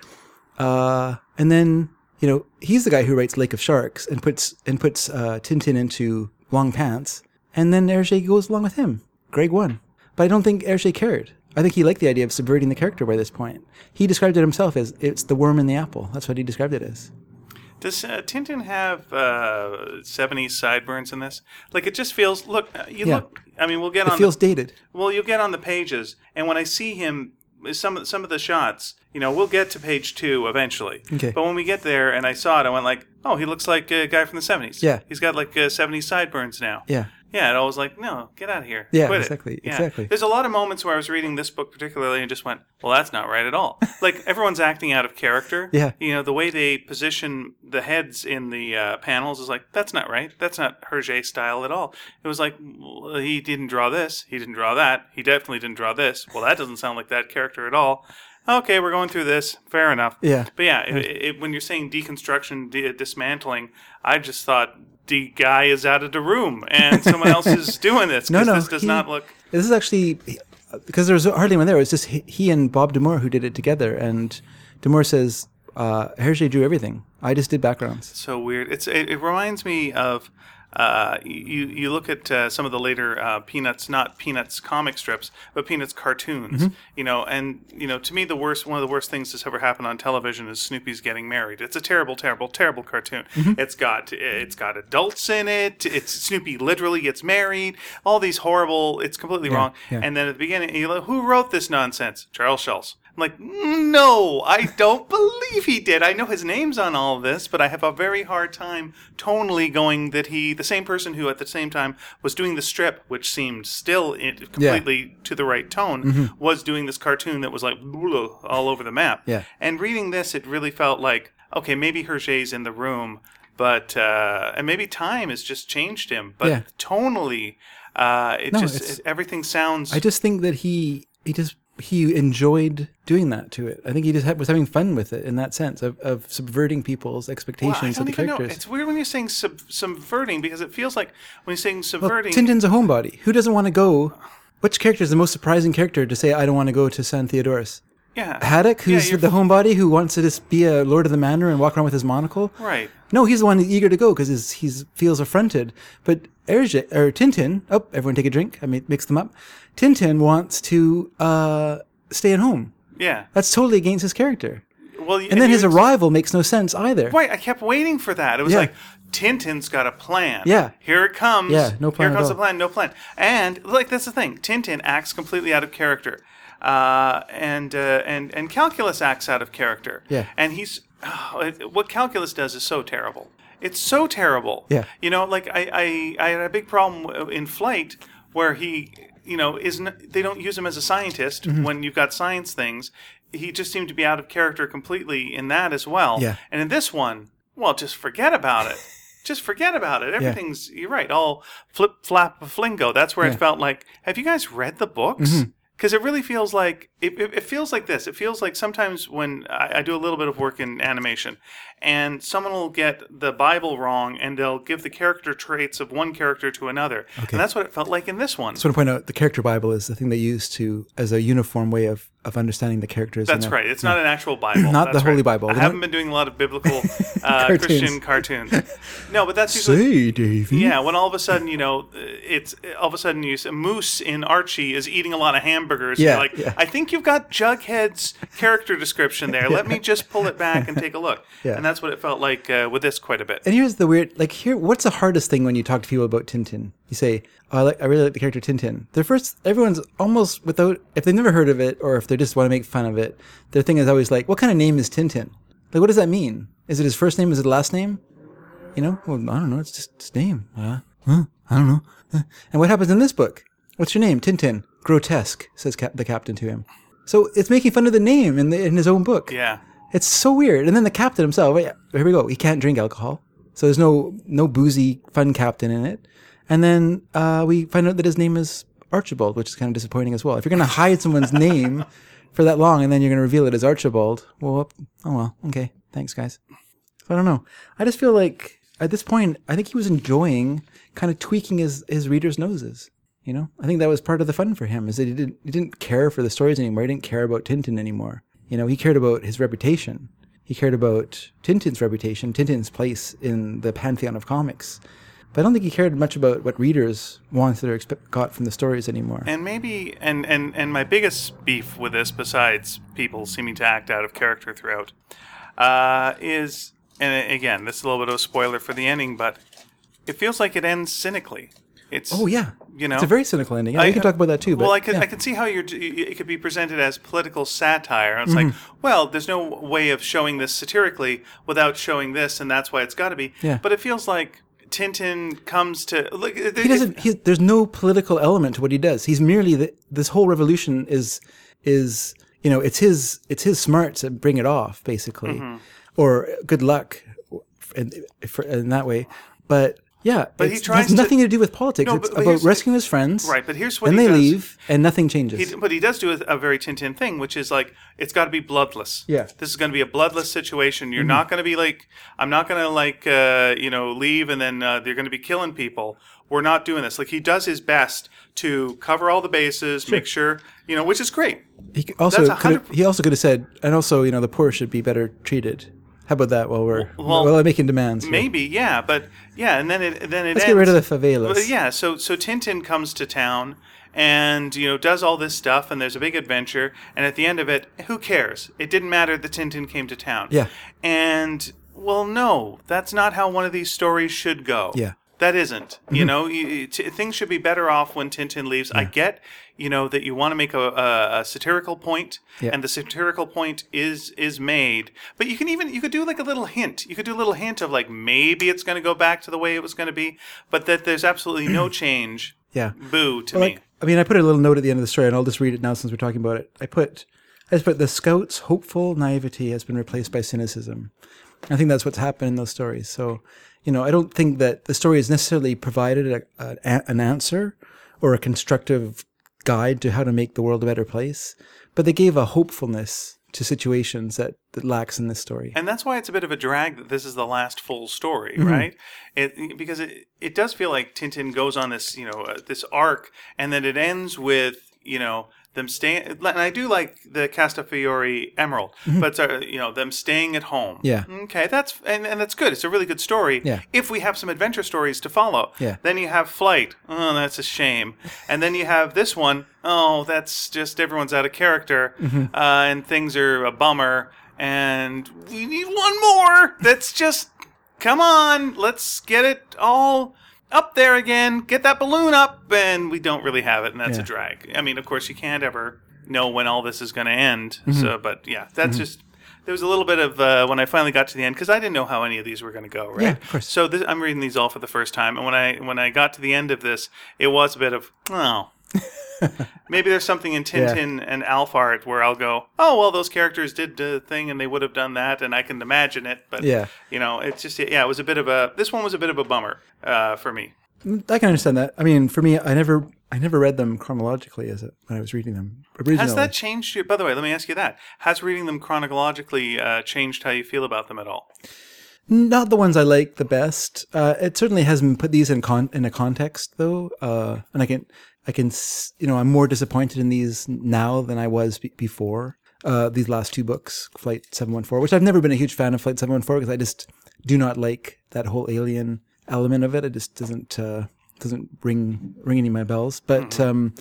B: Uh, and then you know he's the guy who writes Lake of Sharks and puts and puts uh, Tintin into long pants, and then Hergé goes along with him. Greg won, but I don't think Hergé cared. I think he liked the idea of subverting the character by this point. He described it himself as it's the worm in the apple. That's what he described it as.
A: Does uh, Tintin have uh, 70s sideburns in this? Like it just feels. Look, uh, you
B: Yeah.
A: look. I mean, we'll get
B: It
A: on.
B: feels
A: the,
B: dated.
A: well, you'll get on the pages, and when I see him, some of some of the shots. You know, we'll get to page two eventually.
B: Okay.
A: But when we get there, and I saw it, I went like, "Oh, he looks like a guy from the 70s.
B: Yeah.
A: He's got like uh, 70s sideburns now.
B: Yeah.
A: Yeah, and I was like, no, get out of here.
B: Yeah,
A: Quit it.
B: exactly,
A: Yeah.
B: exactly.
A: There's a lot of moments where I was reading this book particularly and just went, well, that's not right at all. like everyone's acting out of character.
B: Yeah.
A: You know, the way they position the heads in the uh, panels is like, that's not right. That's not Hergé style at all. It was like, well, he didn't draw this. He didn't draw that. He definitely didn't draw this. Well, that doesn't sound like that character at all. Okay, we're going through this. Fair enough.
B: Yeah.
A: But yeah, it, it, when you're saying deconstruction, d- dismantling, I just thought the guy is out of the room and someone else is doing this. 'cause
B: No, no,
A: this does
B: he-
A: not look.
B: This is actually because there was hardly anyone there. It was just he, he and Bob Demore who did it together. And Demore says, uh, "Hergé drew everything. I just did backgrounds."
A: so weird. It's it, it reminds me of uh, you you look at uh, some of the later uh, Peanuts, not Peanuts comic strips, but Peanuts cartoons.
B: Mm-hmm.
A: You know, and you know, to me, the worst one of the worst things that's ever happened on television is Snoopy's getting married. It's a terrible, terrible, terrible cartoon.
B: Mm-hmm.
A: It's got it's got adults in it. It's Snoopy literally gets married. All these horrible. It's completely wrong.
B: yeah.
A: And then at the beginning, you know, who wrote this nonsense? Charles Schulz. I'm like, no, I don't believe he did. I know his name's on all this, but I have a very hard time tonally going that he, the same person who at the same time was doing the strip, which seemed still in, completely to the right tone,
B: Mm-hmm.
A: was doing this cartoon that was like blah, all over the map.
B: Yeah.
A: And reading this, it really felt like, okay, maybe Hergé's in the room, but uh, and maybe time has just changed him, but
B: Yeah.
A: tonally, uh, it
B: No,
A: just
B: it's-
A: it, everything sounds.
B: I just think that he he just he enjoyed doing that to it. I think he just had, was having fun with it in that sense of, of subverting people's
A: Well, I
B: expectations
A: don't
B: of the
A: even know.
B: characters.
A: It's weird when you're saying sub- subverting because it feels like when you're saying
B: Well,
A: subverting.
B: Tintin's a homebody. Who doesn't want to go? Which character is the most surprising character to say I don't want to go to San Theodorus?
A: yeah,
B: Haddock, who's
A: you're-
B: the homebody who wants to just be a lord of the manor and walk around with his monocle.
A: right.
B: No, he's the one who's eager to go because he's, he's feels affronted. But Hergé, or Tintin, oh, everyone take a drink. I mean, mix them up. Tintin wants to uh, stay at home.
A: Yeah.
B: That's totally against his character.
A: Well,
B: And then his
A: you-
B: arrival makes no sense either.
A: Right, I kept waiting for that. It was
B: Yeah.
A: like Tintin's got a plan.
B: Yeah.
A: Here it comes.
B: Yeah, no plan
A: Here
B: at
A: comes the
B: all.
A: plan, no plan. And like that's the thing. Tintin acts completely out of character. Uh, and uh, and and calculus acts out of character.
B: Yeah.
A: And he's oh, it- what calculus does is so terrible. It's so terrible.
B: Yeah.
A: You know, like I I, I had a big problem w- in flight where he you know isn't they don't use him as a scientist
B: Mm-hmm.
A: when you've got science things. He just seemed to be out of character completely in that as well.
B: Yeah.
A: And in this one, well, just forget about it. just forget about it. Everything's you're right. All flip flap flingo. That's where it
B: Yeah. Mm-hmm.
A: felt like. Have you guys read the books? Because it really feels like it, it, it feels like this. It feels like sometimes when I, I do a little bit of work in animation, and someone will get the Bible wrong, and they'll give the character traits of one character to another, and that's what it felt like in this one.
B: So I want to point out the character Bible is the thing they use to as a uniform way of, of understanding the characters. in
A: That's
B: a-
A: right. It's not an actual Bible.
B: Not the
A: That's
B: Holy
A: right.
B: Bible.
A: I
B: The
A: haven't
B: one-
A: been doing a lot of biblical uh,
B: Cartoons.
A: Christian cartoons. No, but that's usually
B: Say, Davy.
A: Yeah, when all of a sudden you know it's all of a sudden you see Moose in Archie is eating a lot of hamburgers. and
B: Yeah,
A: you're like
B: yeah.
A: I think you've got Jughead's character description there. Let me just pull it back and take a look.
B: Yeah.
A: And that's what it felt like uh, with this quite a bit.
B: And here's the weird, like here, what's the hardest thing when you talk to people about Tintin? You say, oh, I, like, I really like the character Tintin. Their first, everyone's almost without, if they've never heard of it or if they just want to make fun of it, their thing is always like, what kind of name is Tintin? Like, what does that mean? Is it his first name? Is it last name? You know, well, I don't know. It's just his name. Uh, huh, I don't know. Uh, And what happens in this book? What's your name? Tintin. Grotesque, says cap- the captain to him. So it's making fun of the name in, the, in his own book.
A: Yeah.
B: It's so weird. And then the captain himself, yeah, here we go. He can't drink alcohol. So there's no no boozy fun captain in it. And then uh, we find out that his name is Archibald, which is kind of disappointing as well. If you're going to hide someone's name for that long and then you're going to reveal it as Archibald, well, oh well. Okay. Thanks, guys. So I don't know. I just feel like at this point, I think he was enjoying kind of tweaking his, his readers' noses. You know, I think that was part of the fun for him is that he didn't he didn't care for the stories anymore. He didn't care about Tintin anymore. You know, he cared about his reputation. He cared about Tintin's reputation, Tintin's place in the pantheon of comics. But I don't think he cared much about what readers wanted or expe- got from the stories anymore.
A: And maybe, and, and, and my biggest beef with this, besides people seeming to act out of character throughout, uh, is, and again, this is a little bit of a spoiler for the ending, but it feels like it ends cynically. It's
B: oh yeah,
A: you know,
B: it's a very cynical ending. Yeah, we can talk about that too. But
A: well, I could
B: yeah.
A: I could see how you're it could be presented as political satire. It's like,
B: Mm-hmm.
A: well, there's no way of showing this satirically without showing this, and that's why it's got to be.
B: Yeah.
A: But it feels like Tintin comes to look.
B: he doesn't. He, there's no political element to what he does. He's merely the, this whole revolution is is you know it's his it's his smarts that bring it off basically,
A: Mm-hmm.
B: or good luck, and for, in that way. But yeah, but
A: he
B: he
A: tries
B: tries
A: to-
B: has nothing to do with politics.
A: No,
B: it's
A: but- but
B: about
A: here's-
B: rescuing his friends.
A: Right, but here's what
B: then
A: he
B: they
A: does.
B: leave and nothing changes.
A: He- but he does do a, a very Tintin thing, which is like it's got to be bloodless.
B: Yeah. Mm-hmm.
A: this is going to be a bloodless situation. You're not going to be like I'm not going to like uh, you know leave and then uh, they're going to be killing people. We're not doing this. Like he does his best to cover all the bases, make sure you know, which is great.
B: He c- also
A: That's a
B: could
A: hundred-
B: he also could have said, and also you know the poor should be better treated. How about that? While we're
A: Well,
B: well, I'm making demands. here.
A: Maybe yeah, but yeah, and then it then it ends.
B: Let's get rid of the favelas.
A: Well, yeah, so so Tintin comes to town and you know does all this stuff and there's a big adventure and at the end of it who cares it didn't matter that tintin came to town
B: Yeah.
A: and well no that's not how one of these stories should go
B: Yeah.
A: that isn't.
B: Mm-hmm.
A: You know, you- you, t- things should be better off when Tintin leaves. I get, you know, that you want to make a, a, a satirical point,
B: Yeah.
A: and the satirical point is is made. But you can even you could do like a little hint. You could do a little hint of like maybe it's going to go back to the way it was going to be, but that there's absolutely no change.
B: Yeah.
A: Boo to me.
B: like I mean, I put a little note at the end of the story, and I'll just read it now since we're talking about it. I put, I just put the scouts' hopeful naivety has been replaced by cynicism. I think that's what's happened in those stories. So, you know, I don't think that the story has necessarily provided a, a, an answer or a constructive guide to how to make the world a better place, but they gave a hopefulness to situations that, that lacks in this story.
A: And that's why it's a bit of a drag that this is the last full story,
B: Mm-hmm.
A: right? It, because it, it does feel like Tintin goes on this, you know, uh, this arc, and then it ends with, you know, them staying. And I do like the Castafiore Emerald, but uh, you know, them staying at home.
B: Mm-hmm. Yeah.
A: Okay, that's and, and that's good. It's a really good story.
B: Yeah.
A: If we have some adventure stories to follow.
B: Yeah.
A: Then you have Flight. Oh, that's a shame. And then you have this one. Oh, that's just everyone's out of character,
B: Mm-hmm.
A: uh, and things are a bummer. And we need one more. That's just come on. Let's get it all up there again. Get that balloon up, and we don't really have it, and that's a
B: Yeah.
A: drag. I mean, of course, you can't ever know when all this is going to end.
B: Mm-hmm.
A: So, but yeah, that's just. There was a little bit of uh, when I finally got to the end because I didn't know how any of these were going to go, right?
B: Yeah, of course.
A: So this, I'm reading these all for the first time, and when I when I got to the end of this, it was a bit of oh, maybe there's something in Tintin and Alphard where I'll go, oh well, those characters did the thing and they would have done that, and I can imagine it, but
B: Yeah.
A: you know, it's just yeah, it was a bit of a this one was a bit of a bummer uh, for me.
B: I can understand that. I mean, for me, I never, I never read them chronologically as it, when I was reading them originally.
A: Has that changed you? By the way, let me ask you that: Has reading them chronologically uh, changed how you feel about them at all?
B: not the ones I like the best. Uh, it certainly has been put these in con- in a context though, uh, and I can I can s- you know I'm more disappointed in these now than I was be- before. Uh, these last two books, Flight Seven One Four, which I've never been a huge fan of Flight Seven One Four because I just do not like that whole alien element of it. It just doesn't uh, doesn't ring ring any of my bells. But um,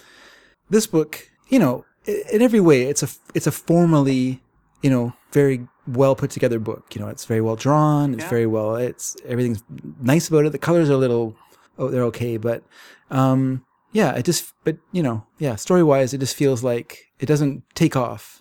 B: this book, you know, i- in every way, it's a it's a formally, you know, very well put together book. You know, it's very well drawn. It's very well. It's everything's nice about it. The colors are a little, oh, they're okay, but um, yeah, it just, but you know, yeah, story wise, it just feels like it doesn't take off.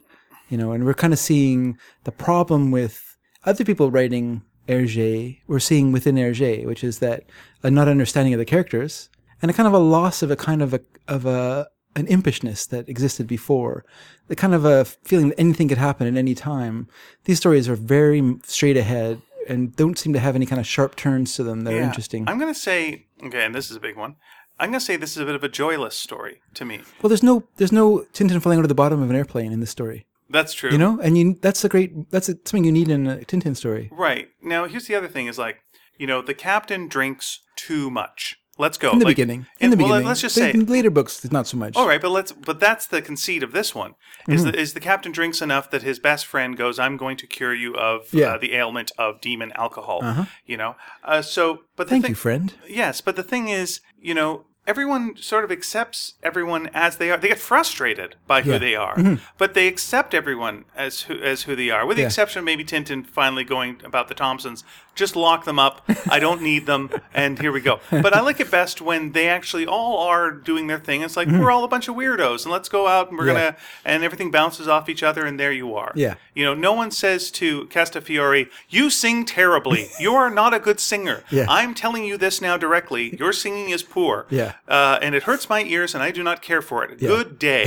B: You know, and we're kind of seeing the problem with other people writing Hergé, we're seeing within Hergé, which is that a not understanding of the characters and a kind of a loss of a kind of a of a an impishness that existed before, the kind of a feeling that anything could happen at any time. These stories are very m- straight ahead and don't seem to have any kind of sharp turns to them that are
A: Yeah.
B: interesting.
A: I'm going to say, okay, and this is a big one. I'm going to say this is a bit of a joyless story to me.
B: well, there's no there's no Tintin falling out of the bottom of an airplane in this story,
A: That's true.
B: you know, and you that's a great that's a, something you need in a Tintin story.
A: Right. Now, here's the other thing is like, you know, the captain drinks too much. Let's go
B: in the
A: Like-
B: beginning. In
A: and-
B: the
A: well,
B: beginning.
A: let's just
B: The-
A: say
B: in later books, it's not so much.
A: All right, but let's. But that's the conceit of this one. Is
B: Mm-hmm.
A: the, is the captain drinks enough that his best friend goes, "I'm going to cure you of
B: Yeah. Uh-huh.
A: uh, the ailment of demon alcohol." You know. Uh, so, but the
B: Thank
A: thing,
B: you, friend.
A: Yes, but the thing is, you know, everyone sort of accepts everyone as they are. They get frustrated by who
B: Yeah. Mm-hmm.
A: they are, but they accept everyone as who as who they are, with the exception of maybe Tintin finally going about the Thompsons. Just lock them up. I don't need them, and here we go. But I like it best when they actually all are doing their thing. It's like we're all a bunch of weirdos, and let's go out and we're
B: Mm-hmm. Yeah.
A: gonna and everything bounces off each other, and there you are.
B: Yeah.
A: You know, no one says to Castafiore, "You sing terribly. You are not a good singer.
B: Yeah.
A: I'm telling you this now directly. Your singing is poor.
B: Yeah.
A: Uh, and it hurts my ears, and I do not care for it. Good day.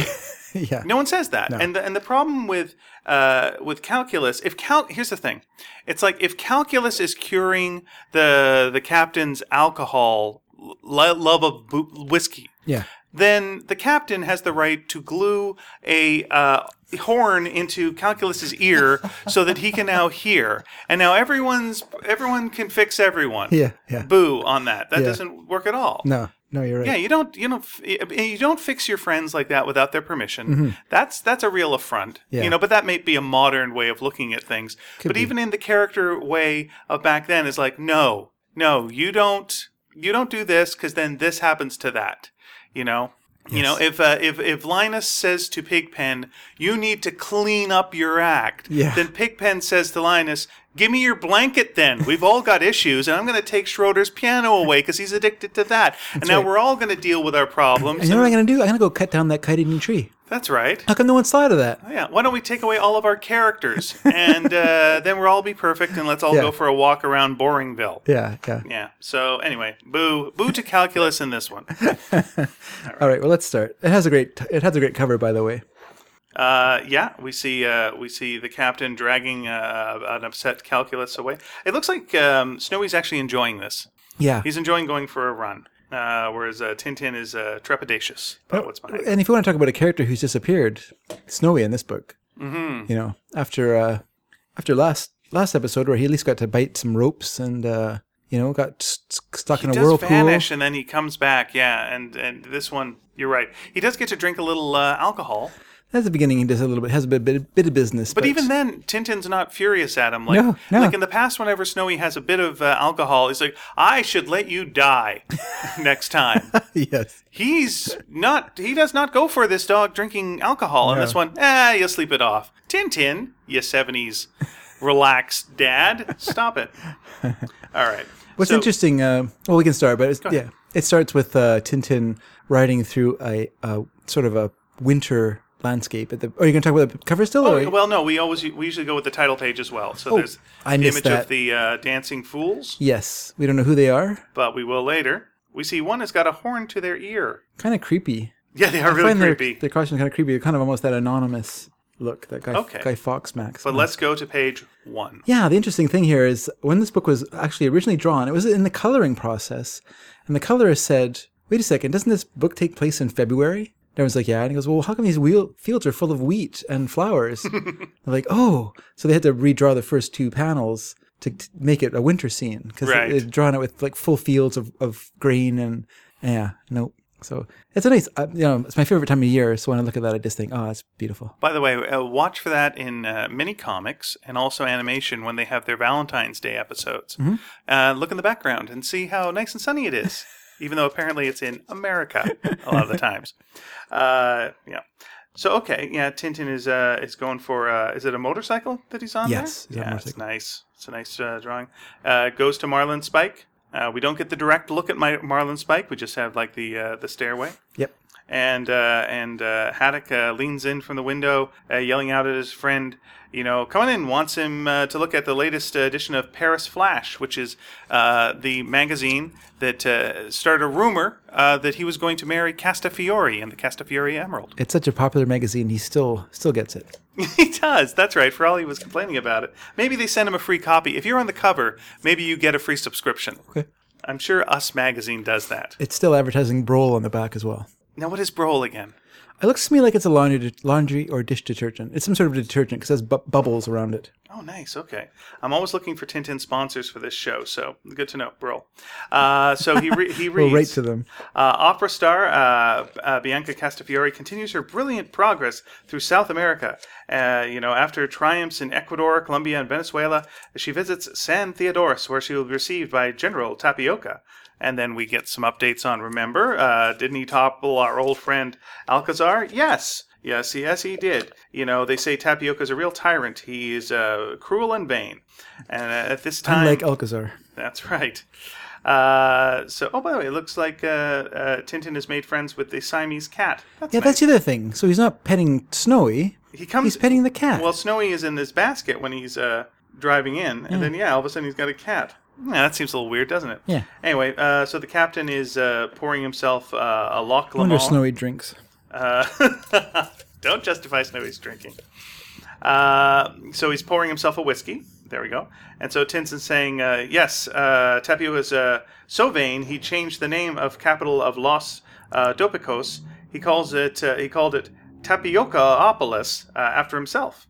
B: yeah.
A: No one says that. And the, and the problem with uh, with calculus, if cal- here's the thing, it's like if calculus is curing the the captain's alcohol lo- love of bo- whiskey,
B: Yeah.
A: then the captain has the right to glue a uh, horn into Calculus's ear so that he can now hear. And now everyone's everyone can fix everyone.
B: Yeah. Yeah.
A: Boo on that. That
B: Yeah.
A: doesn't work at all.
B: No. No, you're right.
A: Yeah, you don't you don't f- eh, you don't fix your friends like that without their permission. That's that's a real affront.
B: Mm-hmm. Yeah.
A: You know, but that may be a modern way of looking at things. but
B: be.
A: even in the character way of back then is like, no, no, you don't you don't do this because then this happens to that. You know. You know, if uh, if if Linus says to Pigpen, "You need to clean up your act,"
B: Yeah.
A: then Pigpen says to Linus, "Give me your blanket, then. We've all got issues, and I'm going to take Schroeder's piano away because he's addicted to that. and now
B: right.
A: we're all going to deal with our problems.
B: And you know what I'm
A: and-
B: gonna do? I'm gonna go cut down that kite eating tree.
A: That's right.
B: How come no one's thought of that?
A: Yeah. Why don't we take away all of our characters, and uh, then we'll all be perfect, and let's all
B: Yeah.
A: go for a walk around Boringville.
B: Yeah, yeah.
A: Yeah. So anyway, boo, boo to calculus in this one.
B: All right, well let's start. It has a great it has a great cover by the way.
A: Uh, yeah, we see uh, we see the captain dragging uh, an upset calculus away. It looks like um, Snowy's actually enjoying this.
B: Yeah.
A: He's enjoying going for a run, uh, whereas uh, Tintin is uh, trepidatious about what's behind.
B: And if you want to talk about a character who's disappeared, Snowy in this book. Mm-hmm. You know, after uh, after last last episode where he at least got to bite some ropes and uh, you know got s- s- stuck in a
A: He does
B: whirlpool.
A: vanish and then he comes back. Yeah, and and this one, you're right. He does get to drink a little uh, alcohol,
B: At the beginning, he does a little bit has a bit bit, bit of business,
A: but even then, Tintin's not furious at him. Like
B: No, no.
A: like in the past, whenever Snowy has a bit of uh, alcohol, he's like, "I should let you die next time."
B: yes,
A: He's not. He does not go for this dog drinking alcohol. And this one, ah, you sleep it off. Tintin, you seventies, relaxed dad. Stop it. All right.
B: What's
A: So-
B: interesting? Uh, well, we can start, but it's, yeah, it starts with uh, Tintin riding through a, a sort of a winter landscape. At the are you going to talk about the cover still? or-
A: Oh, well, no, we always we usually go with the title page as well. So there's
B: Oh, I
A: the
B: missed
A: image of
B: that.
A: the uh, dancing fools,
B: yes, we don't know who they are.
A: but we will later. We see one has got a horn to their ear.
B: Kind of creepy.
A: Yeah, they are really
B: find their-
A: creepy.
B: Their, costumes kind of creepy. They're kind of almost that anonymous look that guy,
A: Okay.
B: guy Fox Max.
A: but let's go to page one.
B: yeah, the interesting thing here is when this book was actually originally drawn, it was in the coloring process, and the colorist said, "Wait a second, doesn't this book take place in February?" And Everyone's like, "Yeah," and he goes, "Well, how come these wheel- fields are full of wheat and flowers?" They're like, "Oh," so they had to redraw the first two panels to, to make it a winter scene because
A: Right.
B: they'd drawn it with like full fields of, of grain and yeah, nope. So it's a nice, uh, you know, it's my favorite time of year. So when I look at that, I just think, oh, that's beautiful.
A: By the way, uh, watch for that in uh, mini comics and also animation when they have their Valentine's Day episodes.
B: Mm-hmm.
A: Uh, look in the background and see how nice and sunny it is, even though apparently it's in America a lot of the times. Uh, yeah. So okay, yeah. Tintin is uh, is going for uh, is it a motorcycle that he's on?
B: Yes, he's
A: there?
B: on a
A: yeah, it's
B: motorcycle.
A: nice. It's a nice uh, drawing. Uh, goes to Marlin Spike. Uh, we don't get the direct look at my Marlin Spike. We just have like the uh, the stairway
B: Yep.
A: and uh, and uh, Haddock uh, leans in from the window, uh, yelling out at his friend. You know, come on in. Wants him uh, to look at the latest uh, edition of Paris Flash, which is uh, the magazine that uh, started a rumor uh, that he was going to marry Castafiore and the Castafiore Emerald.
B: It's such a popular magazine. He still still gets it.
A: he does. That's right. For all he was complaining about it, maybe they sent him a free copy. If you're on the cover, maybe you get a free subscription.
B: Okay.
A: I'm sure Us Magazine does that.
B: It's still advertising Broll on the back as well.
A: Now, what is Brohl again?
B: It looks to me like it's a laundry, de- laundry or dish detergent. It's some sort of detergent because it has bu- bubbles around it.
A: Oh, nice. Okay. I'm always looking for Tintin sponsors for this show, so good to know, Brohl. Uh, so he, re- he reads.
B: We'll write to them.
A: Uh, opera star uh, uh, Bianca Castafiore continues her brilliant progress through South America. Uh, you know, after triumphs in Ecuador, Colombia, and Venezuela, she visits San Theodorus, where she will be received by General Tapioca. And then we get some updates on Remember. Uh, didn't he topple our old friend Alcazar? Yes. Yes, yes, he did. You know, they say Tapioca's a real tyrant. He is uh, cruel and vain. And uh, at this time.
B: Like Alcazar.
A: That's right. Uh, so, oh, by the way, it looks like uh, uh, Tintin has made friends with the Siamese cat. That's
B: Yeah,
A: nice.
B: that's the other thing. So he's not petting Snowy.
A: he comes.
B: He's petting the cat.
A: Well, Snowy is in this basket when he's uh, driving in, and then yeah, all of a sudden he's got a cat. Yeah, that seems a little weird, doesn't it?
B: Yeah.
A: Anyway, uh, so the captain is uh, pouring himself uh, a Loch
B: I wonder
A: Lomond.
B: if Snowy drinks.
A: Uh, don't justify Snowy's drinking. Uh, so he's pouring himself a whiskey. There we go. And so Tinsin's saying, uh, yes, uh, Tapio is uh, so vain he changed the name of capital of Los uh, Dopicos. He calls it uh, he called it Tapiocaopolis uh, after himself.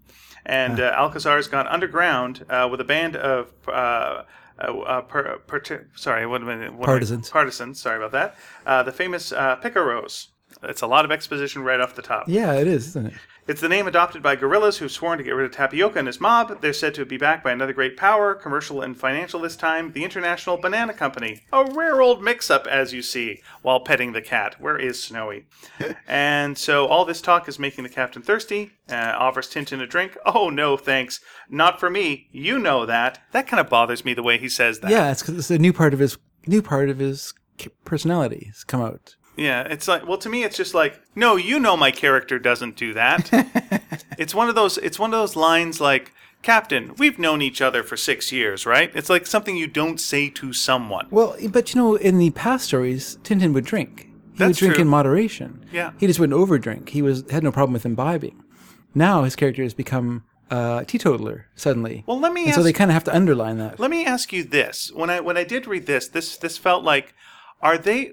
A: And uh, Alcazar's gone underground uh, with a band of uh, uh, uh, per, per, sorry, what, what, what
B: Partisans.
A: Partisans. Sorry about that. Uh, the famous uh, Picaros. It's a lot of exposition right off the top.
B: Yeah, it is, isn't it?
A: It's the name adopted by guerrillas who've sworn to get rid of Tapioca and his mob. They're said to be backed by another great power, commercial and financial this time, the International Banana Company. A rare old mix up, as you see, while petting the cat. Where is Snowy? and so all this talk is making the captain thirsty, uh, offers Tintin a drink. Oh, no, thanks. Not for me. You know that. That kind of bothers me the way he says that.
B: Yeah, it's 'cause it's a new part of his new part of his ca- personality has come out.
A: Yeah, it's like well to me it's just like no, you know my character doesn't do that. it's one of those it's one of those lines like Captain, we've known each other for 6 years, right? It's like something you don't say to someone.
B: Well, but you know, in the past stories, Tintin would drink. He would
A: That's
B: drink
A: true.
B: in moderation.
A: Yeah.
B: He just wouldn't overdrink. He was had no problem with imbibing. Now his character has become a teetotaler suddenly.
A: Well, let me
B: and
A: ask
B: so they kind of have to underline that.
A: Let me ask you this: when I when I did read this, this this felt like, are they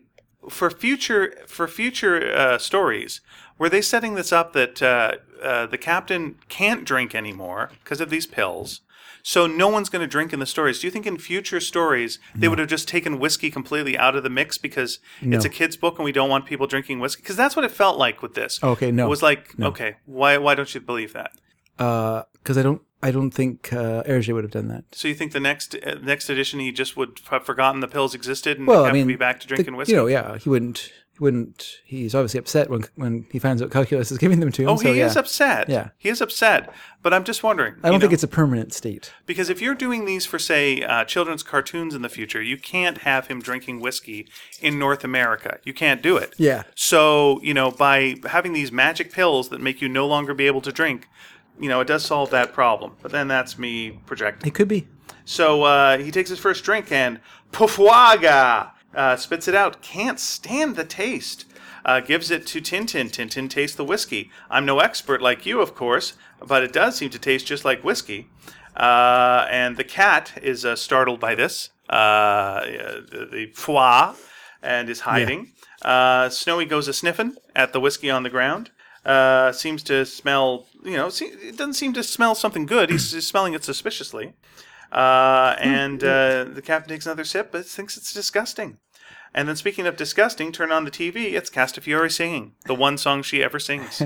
A: for future for future uh, stories? Were they setting this up that uh, uh, the captain can't drink anymore because of these pills? So no one's going to drink in the stories. Do you think in future stories they would have just taken whiskey completely out of the mix because it's a kids' book and we don't want people drinking whiskey? Because that's what it felt like with this.
B: Okay, no.
A: it was like okay, why why don't you believe that?
B: because uh, I don't I don't think uh, Hergé would have done that.
A: So you think the next uh, next edition he just would have forgotten the pills existed and
B: Well,
A: have
B: I mean,
A: to be back to
B: the-
A: drinking whiskey?
B: You know, yeah, he wouldn't. He wouldn't. He's obviously upset when when he finds out calculus is giving them to him.
A: oh,
B: so,
A: he
B: yeah.
A: is upset.
B: Yeah.
A: he is upset. But I'm just wondering.
B: I don't think it's a permanent state.
A: because if you're doing these for say uh, children's cartoons in the future, you can't have him drinking whiskey in North America. You can't do it.
B: Yeah.
A: So you know, by having these magic pills that make you no longer be able to drink, you know, it does solve that problem. But then that's me projecting.
B: It could be.
A: So uh, he takes his first drink and pufwaga uh, spits it out. Can't stand the taste. Uh, gives it to Tintin. Tintin tastes the whiskey. I'm no expert like you, of course, but it does seem to taste just like whiskey. Uh, and the cat is uh, startled by this. Uh, Uh, the, the foie and is hiding. Uh, Snowy goes a sniffing at the whiskey on the ground. Uh, seems to smell, you know, se- it doesn't seem to smell something good. He's, he's smelling it suspiciously. Uh, and uh, the captain takes another sip, but thinks it's disgusting. And then, speaking of disgusting, turn on the TV. It's Castafiore singing the one song she ever sings.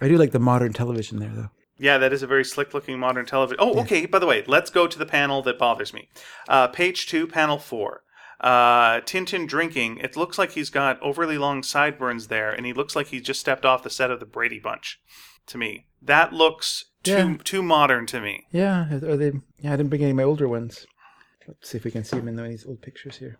B: I do like the modern television there, though.
A: Yeah, that is a very slick looking modern television. Oh, okay. By the way, let's go to the panel that bothers me. Uh, page two, panel four. Uh, Tintin drinking. It looks like he's got overly long sideburns there, and he looks like he just stepped off the set of the Brady Bunch. To me, that looks too
B: Yeah.
A: too modern to me.
B: Yeah, are they? Yeah, I didn't bring any of my older ones. Let's see if we can see them in these old pictures here.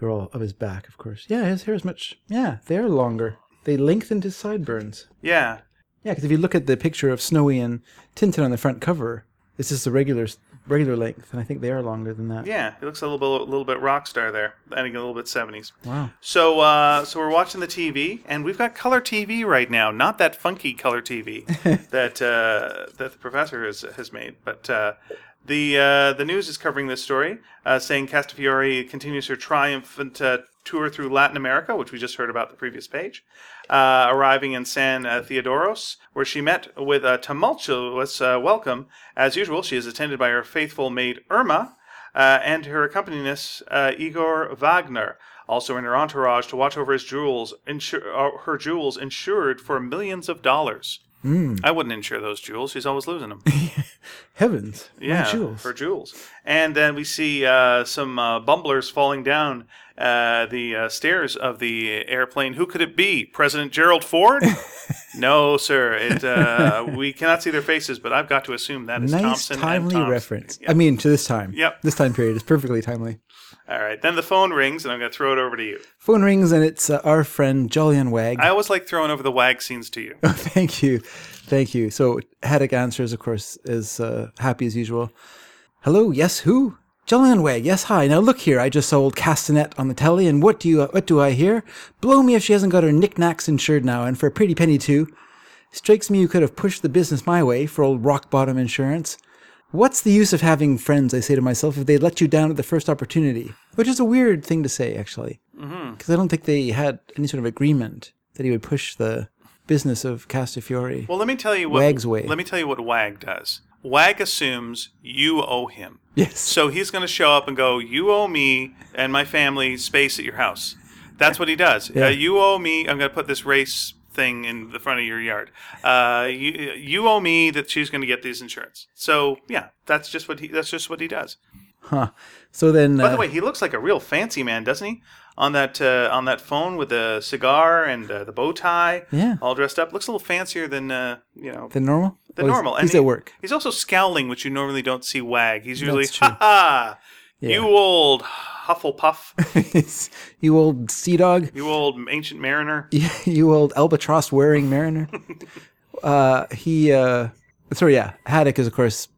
B: They're all of his back, of course. Yeah, his hair is much. Yeah, they're longer. They lengthened his sideburns.
A: Yeah,
B: Yeah, because if you look at the picture of Snowy and Tintin on the front cover, it's just the regular regular length, and I think they are longer than that.
A: yeah. He looks a little bit, a little bit rock star there, and a little bit seventies.
B: Wow.
A: So, uh, so we're watching the TV, and we've got color TV right now. Not that funky color TV that uh, that the professor has has made, but uh, the uh, the news is covering this story, uh, saying Castafiore continues her triumphant uh, tour through Latin America, which we just heard about the previous page, uh, arriving in San uh, Theodoros, where she met with a tumultuous uh, welcome. As usual, she is attended by her faithful maid Irma uh, and her accompanist uh, Igor Wagner, also in her entourage to watch over his jewels, insur- uh, her jewels insured for millions of dollars.
B: Hmm.
A: I wouldn't insure those jewels. She's always losing them.
B: Heavens. my
A: Yeah,
B: jewels.
A: for jewels. And then we see uh, some uh, bumblers falling down uh, the uh, stairs of the airplane. Who could it be? President Gerald Ford? no, sir. It, uh, we cannot see their faces, but I've got to assume that is
B: nice
A: Thompson. and
B: timely
A: Thompson.
B: reference. I mean, to this time.
A: Yep.
B: This time period is perfectly timely.
A: All right. Then the phone rings, and I'm going to throw it over to you.
B: Phone rings and it's uh, our friend Jolyon Wag.
A: I always like throwing over the wag scenes to you.
B: Thank you. Thank you. So Haddock answers, of course, is uh, happy as usual. Hello, yes, who? Jolyon Wag, yes, hi. Now look here, I just saw old Castanet on the telly, and what do you what do I hear? Blow me if she hasn't got her knickknacks insured now, and for a pretty penny too. Strikes me you could have pushed the business my way for old rock bottom insurance. What's the use of having friends, I say to myself, if they let you down at the first opportunity? Which is a weird thing to say, actually. Because I don't think they had any sort of agreement that he would push the business of Castafiore.
A: Well, let me tell you what
B: Wag's way.
A: Let me tell you what wag does. Wag assumes you owe him.
B: yes.
A: So he's going to show up and go, "You owe me and my family space at your house." That's what he does. Uh, you owe me. I'm going to put this race thing in the front of your yard. Uh, you you owe me that she's going to get these insurance. So yeah, that's just what he that's just what he does.
B: Huh. So then. uh,
A: By the way, he looks like a real fancy man, doesn't he? On that uh, on that phone with the cigar and uh, the bow tie,
B: Yeah.
A: all dressed up, looks a little fancier than uh, you know
B: the normal?
A: the
B: Oh, he's-
A: normal. And
B: He's
A: he-
B: at work.
A: He's also scowling, which you normally don't see wag. He's usually,
B: That's true.
A: ha ha,
B: Yeah.
A: you old Hufflepuff,
B: you old sea dog.
A: you old ancient mariner.
B: you old albatross wearing mariner. uh, he, uh, sorry, yeah. Haddock is, of course,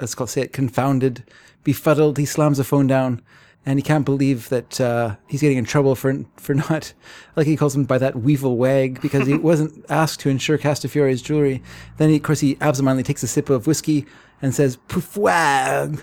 B: let's call, say it, confounded, befuddled. He slams the phone down and he can't believe that uh, he's getting in trouble for for not, like he calls him by that weevil wag because he wasn't asked to insure Castafiore's jewelry. Then, he, of course, he absentmindedly takes a sip of whiskey and says, poof wag.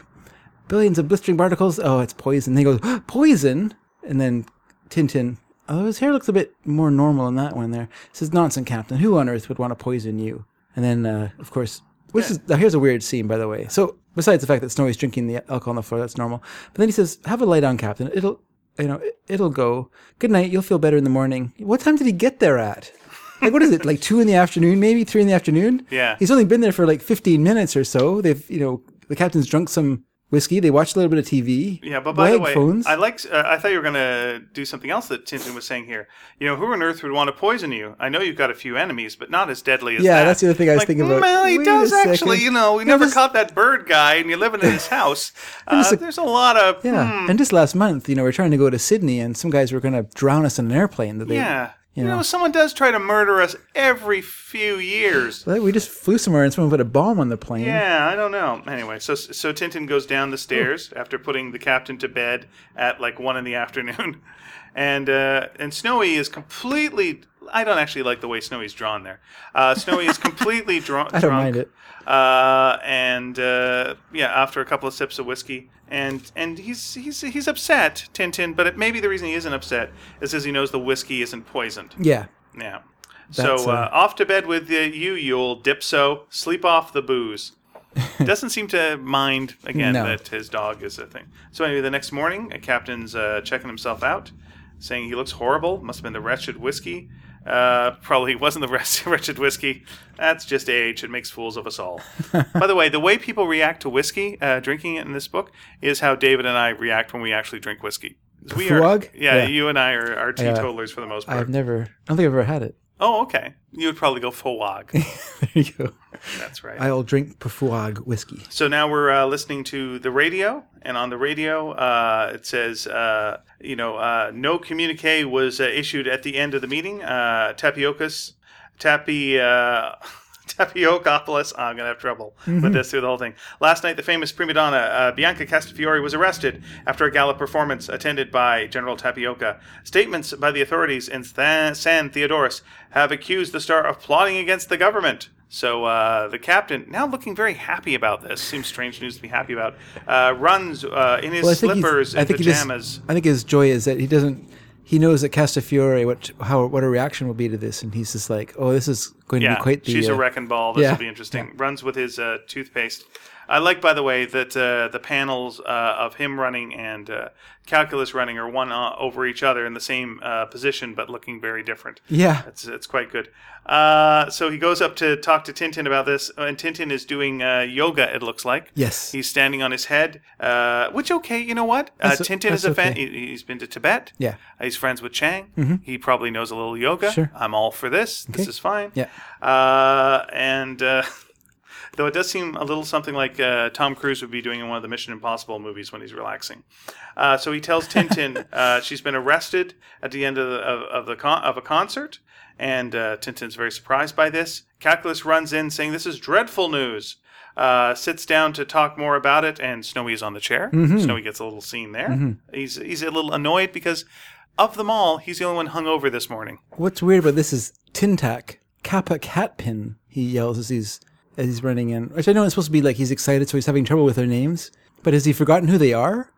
B: Billions of blistering particles. Oh, it's poison. Then he goes, poison? And then Tintin, although his hair looks a bit more normal in that one there, says, nonsense, Captain. Who on earth would want to poison you? And then, uh, of course, which is, now here's a weird scene, by the way. So, besides the fact that Snowy's drinking the alcohol on the floor, that's normal. But then he says, have a lie down, Captain. It'll, you know, it- it'll go. Good night. You'll feel better in the morning. What time did he get there at? Like, what is it? Like two in the afternoon, maybe three in the afternoon?
A: Yeah.
B: He's only been there for like 15 minutes or so. They've, you know, the captain's drunk some whiskey. They watched a little bit of TV.
A: Yeah, but by the
B: Wag
A: way,
B: phones.
A: I like. Uh, I thought you were going to do something else that Tintin was saying here. You know, who on earth would want to poison you? I know you've got a few enemies, but not as deadly as
B: Yeah,
A: that.
B: that's the other thing I was
A: Like,
B: thinking about.
A: Well, he
B: Wait a
A: does
B: second.
A: actually. You know, we
B: No,
A: never
B: this-
A: caught that bird guy, and you're living in his house. Uh,
B: just a-
A: there's a lot of hmm,
B: yeah. And just last month, you know, we are trying to go to Sydney and some guys were going to drown us in an airplane that they.
A: yeah.
B: you
A: You know,
B: know.
A: someone does try to murder us every few years.
B: Like, We just flew somewhere and someone put a bomb on the plane.
A: Yeah, I don't know. Anyway, so so Tintin goes
B: Hmm.
A: down the stairs after putting the captain to bed at like one in the afternoon, and uh, and Snowy is completely. I don't actually like the way Snowy's drawn there. Uh, Snowy is completely drawn.
B: I don't mind it.
A: Uh, and uh, yeah, after a couple of sips of whiskey, and and he's he's he's upset, Tintin. But it, maybe the reason he isn't upset is because he knows the whiskey isn't poisoned.
B: Yeah.
A: Yeah.
B: That's,
A: so uh, off to bed with uh, you, you old dipso. Sleep off the booze. Doesn't seem to mind again
B: No.
A: that his dog is a thing. So anyway, the next morning, a captain's uh, checking himself out, saying he looks horrible. Must have been the wretched whiskey. Uh, probably wasn't the rest- wretched whiskey. That's just age. It makes fools of us all. By the way, the way people react to whiskey, uh, drinking it in this book, is how David and I react when we actually drink whiskey. We are,
B: Thwag?
A: yeah,
B: Yeah.
A: you and I are, are teetotalers for the most part.
B: I've never, I don't think I've ever had it.
A: Oh, okay. You would probably go Fowag.
B: there you go.
A: That's right.
B: I'll drink Pafuag whiskey.
A: so now we're uh, listening to the radio, and on the radio, uh, it says, uh, you know, uh, no communique was uh, issued at the end of the meeting. Uh, Tapioca's, Tapi, uh, Tapiocopolis, I'm going to have trouble with this through the whole thing. Last night, the famous prima donna uh, Bianca Castafiore was arrested after a gala performance attended by General Tapioca. Statements by the authorities in Tha- San Theodorus have accused the star of plotting against the government. So uh, the captain, now looking very happy about this, seems strange news to be happy about, uh, runs uh, in his
B: Well, I think he's-
A: slippers
B: I
A: and
B: think he just-
A: pajamas.
B: I think his joy is that he doesn't he knows that Castafiore what how what her reaction will be to this, and he's just like, oh, this is going to
A: Yeah,
B: be quite the
A: she's
B: uh,
A: a wrecking ball. This
B: yeah,
A: will be interesting. Runs with his uh, toothpaste. I like, by the way, that uh, the panels uh, of him running and uh, calculus running are one uh, over each other in the same uh, position, but looking very different.
B: yeah.
A: It's, it's quite good. Uh, so he goes up to talk to Tintin about this, uh, and Tintin is doing uh, yoga. It looks like.
B: Yes.
A: He's standing on his head, uh, which okay, you know what? Uh,
B: That's o-
A: Tintin is
B: that's
A: a fan.
B: okay.
A: He, he's been to Tibet.
B: Yeah. Mm-hmm.
A: He's friends with Chang. He probably knows a little yoga.
B: Sure.
A: I'm all for this. This
B: Okay.
A: is fine.
B: Yeah.
A: Uh, and uh, though it does seem a little something like uh, Tom Cruise would be doing in one of the Mission Impossible movies when he's relaxing. Uh, so he tells Tintin uh, she's been arrested at the end of the, of, of the con- of a concert, and uh, Tintin's very surprised by this. Calculus runs in saying this is dreadful news. Uh, sits down to talk more about it, and Snowy is on the chair.
B: Mm-hmm.
A: Snowy gets a little scene there. He's he's a little annoyed because of them all, he's the only one hung over this morning.
B: What's weird about this is Tintac, Kappa Catpin, he yells as he's as he's running in. Which I know it's supposed to be like he's excited, so he's having trouble with their names. But has he forgotten who they are?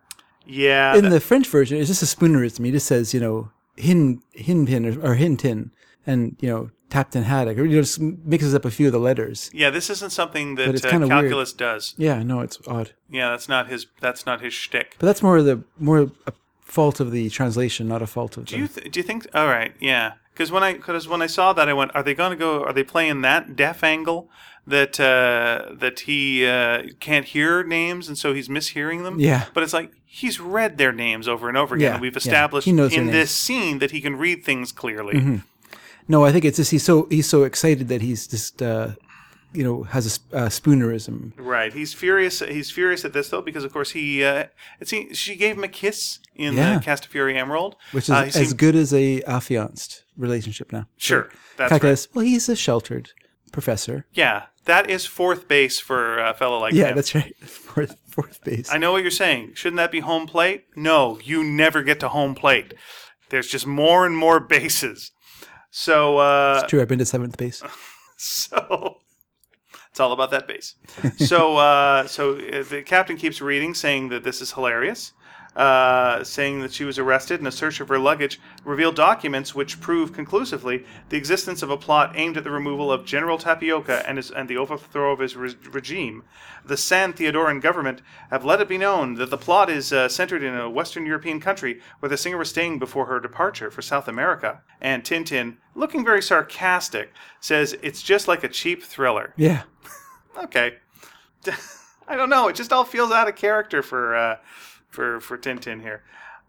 A: Yeah,
B: In the French version, it's just a spoonerism. He just says, you know, hin hinpin or, or hintin, and you know, tapton haddock, or you know, just mixes up a few of the letters.
A: Yeah, this isn't something that
B: it's
A: uh,
B: kinda weird.
A: calculus does.
B: Yeah, I know it's odd,
A: Yeah, that's not his. That's not his shtick.
B: but that's more the more a fault of the translation, not a fault of
A: Do you
B: the.
A: th- do you think? All right, yeah. Because when I because when I saw that, I went, are they going to go? Are they playing that deaf angle that uh, that he uh, can't hear names and so he's mishearing them?
B: Yeah.
A: But it's like he's read their names over and over again.
B: Yeah,
A: and we've
B: yeah.
A: established
B: He knows their
A: in
B: names. Mm-hmm.
A: this scene that he can read things clearly.
B: No, I think it's just he's so he's so excited that he's just uh, you know has a sp- uh, spoonerism.
A: Right. He's furious. He's furious at this though, because of course he. Uh, it seems she gave him a kiss in
B: Yeah.
A: the Castafiore Emerald,
B: which is
A: Uh, he
B: as
A: seemed-
B: good as a affianced relationship now.
A: Sure, that's right.
B: Calculus, well, he's a sheltered professor.
A: Yeah, that is fourth base for a fellow like
B: Yeah,
A: him.
B: that's right. Fourth, fourth base.
A: I know what you're saying. Shouldn't that be home plate? No, you never get to home plate. There's just more and more bases. So, uh,
B: True, I've been to seventh base.
A: so it's all about that base. so, uh, so uh, the captain keeps reading, saying that this is hilarious. Uh, saying that she was arrested and a search of her luggage revealed documents which prove conclusively the existence of a plot aimed at the removal of General Tapioca and, his, and the overthrow of his re- regime. The San Theodoran government have let it be known that the plot is uh, centered in a Western European country where the singer was staying before her departure for South America. And Tintin, looking very sarcastic, says it's just like a cheap thriller
B: Yeah,
A: okay. I don't know. It just all feels out of character for uh, for for Tintin here.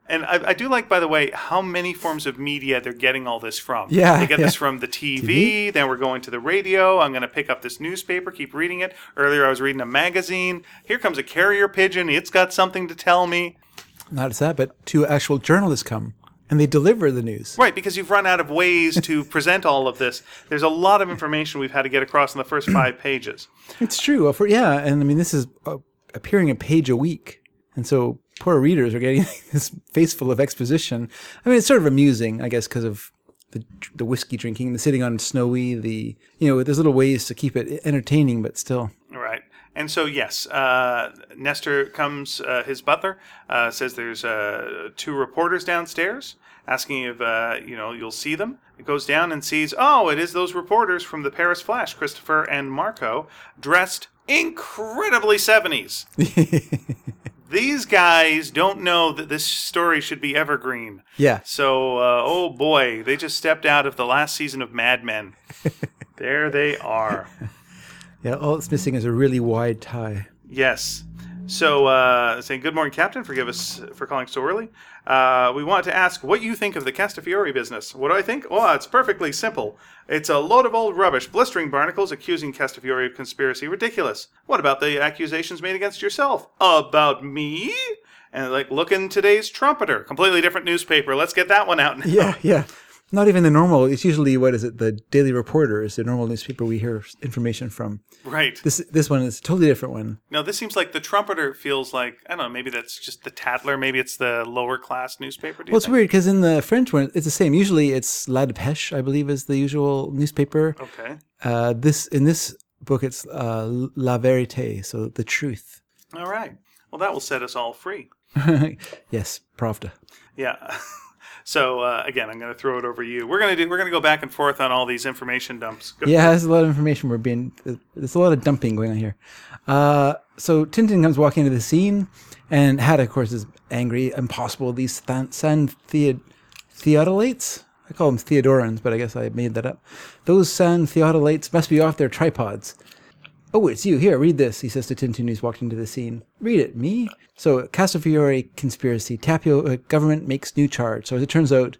A: And I, I do like, by the way, how many forms of media they're getting all this from.
B: Yeah,
A: they get
B: yeah.
A: this from the TV, Then we're going to the radio. I'm going to pick up this newspaper, keep reading it. Earlier, I was reading a magazine. Here comes a carrier pigeon. It's got something to tell me.
B: not as that, but two actual journalists come and they deliver the news.
A: Right, because you've run out of ways to present all of this. There's a lot of information we've had to get across in the first five pages.
B: It's true. uh, For yeah, and I mean this is uh, appearing a page a week, and so poor readers are getting this face full of exposition. I mean, it's sort of amusing, I guess, because of the, the whiskey drinking, the sitting on snowy, the you know, there's little ways to keep it entertaining, but still.
A: Right. And so, yes, uh, Nestor comes, uh, his butler uh, says there's uh, two reporters downstairs asking if, uh, you know, you'll see them. It goes down and sees, oh, it is those reporters from the Paris Flash, Christopher and Marco, dressed incredibly 70s. These guys don't know that this story should be evergreen.
B: Yeah.
A: So, uh, oh boy, they just stepped out of the last season of Mad Men. there they are.
B: Yeah, all it's missing is a really wide tie.
A: Yes. So, uh, saying good morning, Captain. Forgive us for calling so early. Uh, we want to ask what you think of the Castafiore business. What do I think? Oh, it's perfectly simple. It's a load of old rubbish, blistering barnacles, accusing Castafiore of conspiracy. Ridiculous. What about the accusations made against yourself? About me? And like, look in today's Trumpeter, completely different newspaper. Let's get that one out. now.
B: Yeah, yeah. Not even the normal. It's usually what is it? The Daily Reporter is the normal newspaper we hear information from.
A: Right.
B: This this one is a totally different one.
A: Now, this seems like the Trumpeter feels like I don't know. Maybe that's just the Tatler. Maybe it's the lower class newspaper. Do you
B: Well, it's
A: think?
B: weird because in the French one, it's the same. Usually, it's La Depeche, I believe, is the usual newspaper.
A: Okay.
B: Uh, this in this book, it's uh, La Vérité, so the truth.
A: All right. Well, that will set us all free.
B: yes, Pravda.
A: Yeah. So uh, again, I'm going to throw it over you. We're going to do. We're going to go back and forth on all these information dumps. Go-
B: Yeah, there's a lot of information we're being. There's a lot of dumping going on here. Uh, so Tintin comes walking into the scene, and Haddock, of course, is angry. Impossible. These San, San Theod- Theodolites. I call them Theodorans, but I guess I made that up. Those San Theodolites must be off their tripods. Oh, it's you. Here, read this, he says to Tintin, who's walked into the scene. Read it, me? So, Castafiore conspiracy. Tapio uh, government makes new charge. So, as it turns out,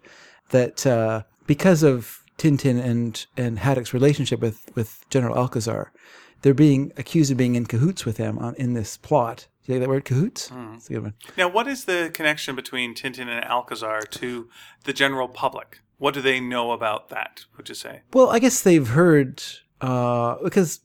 B: that uh, because of Tintin and, and Haddock's relationship with, with General Alcazar, they're being accused of being in cahoots with him on, in this plot. Do you like that word, cahoots? It's a good one.
A: Now, what is the connection between Tintin and Alcazar to the general public? What do they know about that? Would you say?
B: Well, I guess they've heard, uh, because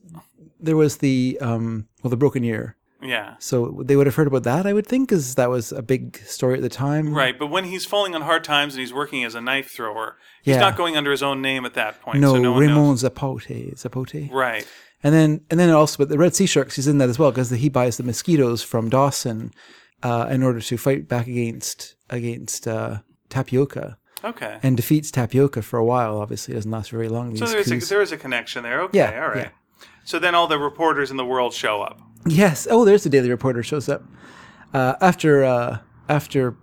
B: there was the, um, well, the broken year.
A: Yeah.
B: So they would have heard about that, I would think, because that was a big story at the time.
A: Right, but when he's falling on hard times and he's working as a knife thrower, he's
B: Yeah.
A: not going under his own name at that point.
B: No,
A: so no one knows.
B: Raymond Zapote, Zapote,
A: Right.
B: and then and then also, but the Red Sea Sharks he's in that as well because he buys the mosquitoes from Dawson uh, in order to fight back against against uh, Tapioca
A: Okay.
B: and defeats Tapioca for a while. Obviously, it doesn't last very long. These
A: so there's a,
B: coups.
A: there is a connection there. Okay.
B: Yeah,
A: all right.
B: yeah.
A: So then all the reporters in the world show up.
B: Yes. Oh, there's the Daily Reporter shows up uh, after uh, after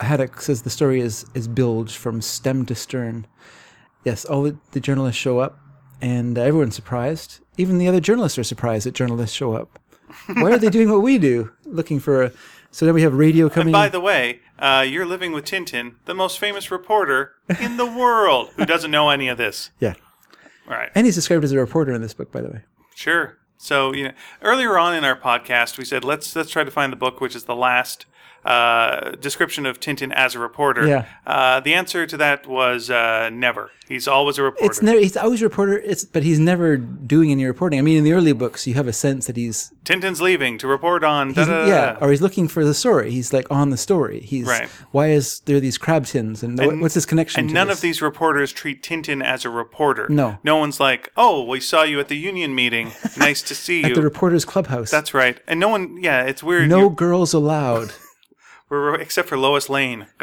B: Haddock says the story is is bilged from stem to stern. Yes, all the, the journalists show up, and uh, everyone's surprised. Even the other journalists are surprised that journalists show up. Why are they doing what we do? Looking for a. So then we have radio coming.
A: By the way, uh, you're living with Tintin, the most famous reporter in the world, who doesn't know any of this.
B: yeah,
A: All right.
B: and he's described as a reporter in this book, by the way.
A: Sure. So you know, earlier on in our podcast, we said let's let's try to find the book which is the last uh, description of Tintin as a reporter.
B: Yeah.
A: Uh, the answer to that was uh, never. He's always a reporter.
B: It's never. He's always a reporter. It's but he's never doing any reporting. I mean, in the early books, you have a sense that he's
A: Tintin's leaving to report on.
B: He's-
A: da-da-da-da.
B: yeah, or he's looking for the story. He's like on the story. He's
A: Right.
B: why is there these crab tins and, wha- what's his connection?
A: And
B: to
A: none
B: this?
A: of these reporters treat Tintin as a reporter.
B: No.
A: No one's like, oh, we saw you at the union meeting. Nice to see you.
B: the reporters' clubhouse.
A: That's right. And no one, yeah, it's weird. You-
B: no girls allowed.
A: we're- except for Lois Lane.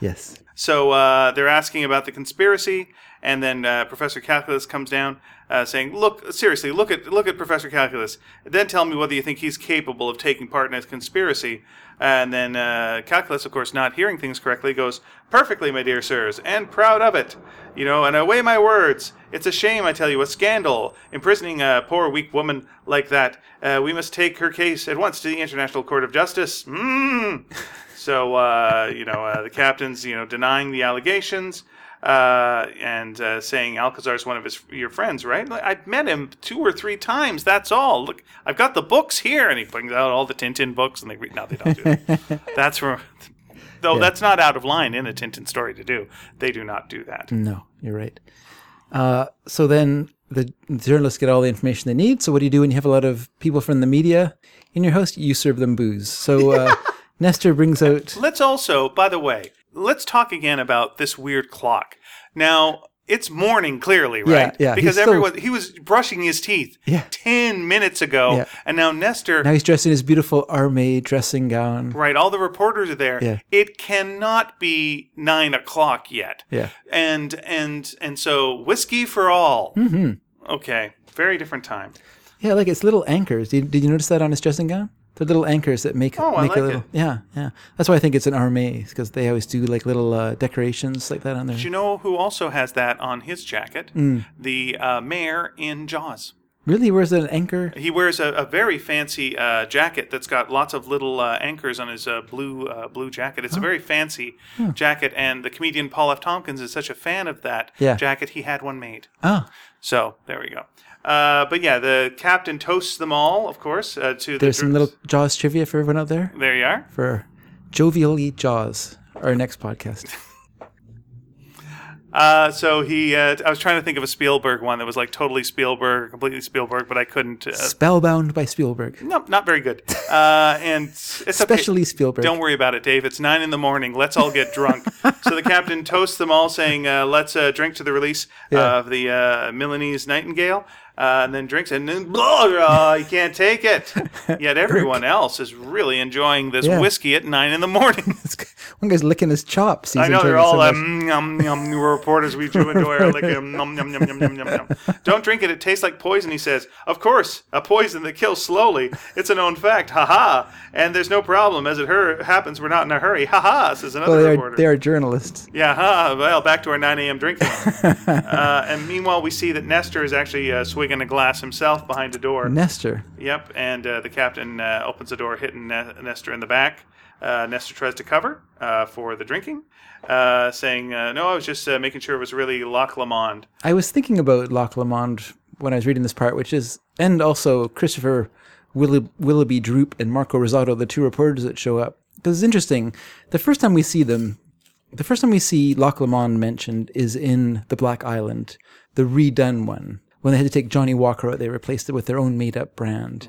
B: yes.
A: So uh, they're asking about the conspiracy, and then uh, Professor Calculus comes down, uh, saying, "Look, seriously, look at look at Professor Calculus. Then tell me whether you think he's capable of taking part in a conspiracy." And then uh, Calculus, of course, not hearing things correctly, goes, "Perfectly, my dear sirs, and proud of it. You know, and I weigh my words. It's a shame, I tell you, a scandal, imprisoning a poor weak woman like that. Uh, we must take her case at once to the International Court of Justice." Mm. So uh, you know uh, the captain's you know denying the allegations uh, and uh, saying Alcazar's one of his your friends, right? Like, I've met him two or three times. That's all. Look, I've got the books here, and he brings out all the Tintin books, and they read. No, they don't do that. that's where, though. That's not out of line in a Tintin story to do. They do not do that.
B: No, you're right. Uh, so then the journalists get all the information they need. So what do you do when you have a lot of people from the media in your house? You serve them booze. So uh, Nestor brings out.
A: Let's also, by the way, let's talk again about this weird clock. Now, it's morning clearly, right?
B: yeah,
A: Because
B: he's still-
A: everyone he was brushing his teeth
B: Yeah.
A: 10 minutes ago
B: Yeah.
A: and now Nestor
B: Now he's dressed in his beautiful army dressing gown.
A: Right, all the reporters are there.
B: Yeah.
A: It cannot be nine o'clock yet.
B: Yeah.
A: And and and so whiskey for all. Mm-hmm. Okay, very different time.
B: Yeah, like it's little anchors. Did, did you notice that on his dressing gown? They're little anchors that make
A: Oh, I
B: make
A: like
B: a little.
A: it.
B: Yeah, yeah. That's why I think it's an armée because they always do like little uh, decorations like that on there.
A: Do you know who also has that on his jacket?
B: Mm.
A: The uh, mayor in Jaws.
B: Really, where's that an anchor?
A: He wears a, a very fancy uh, jacket that's got lots of little uh, anchors on his uh, blue uh, blue jacket.
B: Oh.
A: It's a very fancy
B: Hmm.
A: jacket, and the comedian Paul F. Tompkins is such a fan of that
B: Yeah.
A: jacket, he had one made.
B: Ah,
A: So there we go. Uh, but yeah, the captain toasts them all, of course. Uh, to
B: there's
A: the troops.
B: some little Jaws trivia for everyone out there
A: There you are.
B: for jovially Jaws. Our next podcast.
A: Uh, so he, uh, I was trying to think of a Spielberg one that was like totally Spielberg, completely Spielberg, but I couldn't. Uh,
B: Spellbound by Spielberg,
A: no, not very good. Uh, and it's okay.
B: especially Spielberg.
A: Don't worry about it, Dave. It's nine in the morning. Let's all get drunk. so the captain toasts them all, saying, uh, "Let's uh, drink to the release
B: Yeah.
A: of the uh, Milanese Nightingale." Uh, and then drinks, and then blah, blah, you can't take it. Yet everyone else is really enjoying this
B: Yeah.
A: whiskey at nine in the morning.
B: It's g- One guy's licking his chops. He's
A: I know they're
B: enjoying it so
A: all
B: much.
A: um, yum, yum, new reporters. We do enjoy our liquor. Um, nom, nom, nom, nom, nom, nom, nom. Don't drink it. It tastes like poison, he says. Of course, a poison that kills slowly. It's a known fact. Ha ha. And there's no problem. As it hur- happens, we're not in a hurry. Ha ha, says another
B: Well, they are,
A: reporter.
B: they are journalists.
A: Yeah, huh? Well, back to our 9 a.m. drinking. uh, and meanwhile, we see that Nestor is actually uh, swigging a glass himself behind a door.
B: Nestor.
A: Yep, and uh, the captain uh, opens the door, hitting ne- Nestor in the back. Uh, Nestor tries to cover uh, for the drinking, uh, saying, uh, "No, I was just uh, making sure it was really Loch Lomond."
B: I was thinking about Loch Lomond when I was reading this part, which is, and also Christopher Willi- Willoughby Droop and Marco Rosado, the two reporters that show up. Because it's interesting. The first time we see them, the first time we see Loch Lomond mentioned is in The Black Island, the redone one. When they had to take Johnny Walker out, they replaced it with their own made up brand.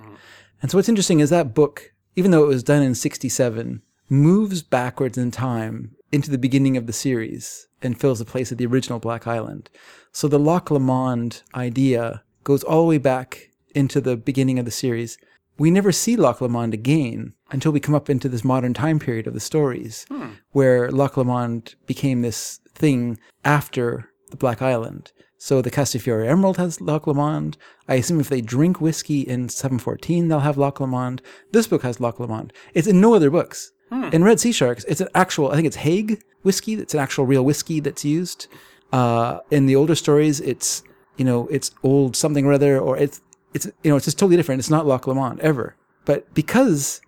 B: And so what's interesting is that book, even though it was done in 67, moves backwards in time into the beginning of the series and fills the place of the original Black Island. So the Loch Lomond idea goes all the way back into the beginning of the series. We never see Loch Lomond again until we come up into this modern time period of the stories where Loch Lomond became this thing after the Black Island. So the Castafiore Emerald has Loch Lomond. I assume if they drink whiskey in 714, they'll have Loch Lomond. This book has Loch Lomond. It's in no other books. In Red Sea Sharks, it's an actual, I think it's Hague whiskey. It's an actual real whiskey that's used. Uh, in the older stories, it's, you know, it's old something or other, or it's, it's, you know, it's just totally different. It's not Loch Lomond ever. But because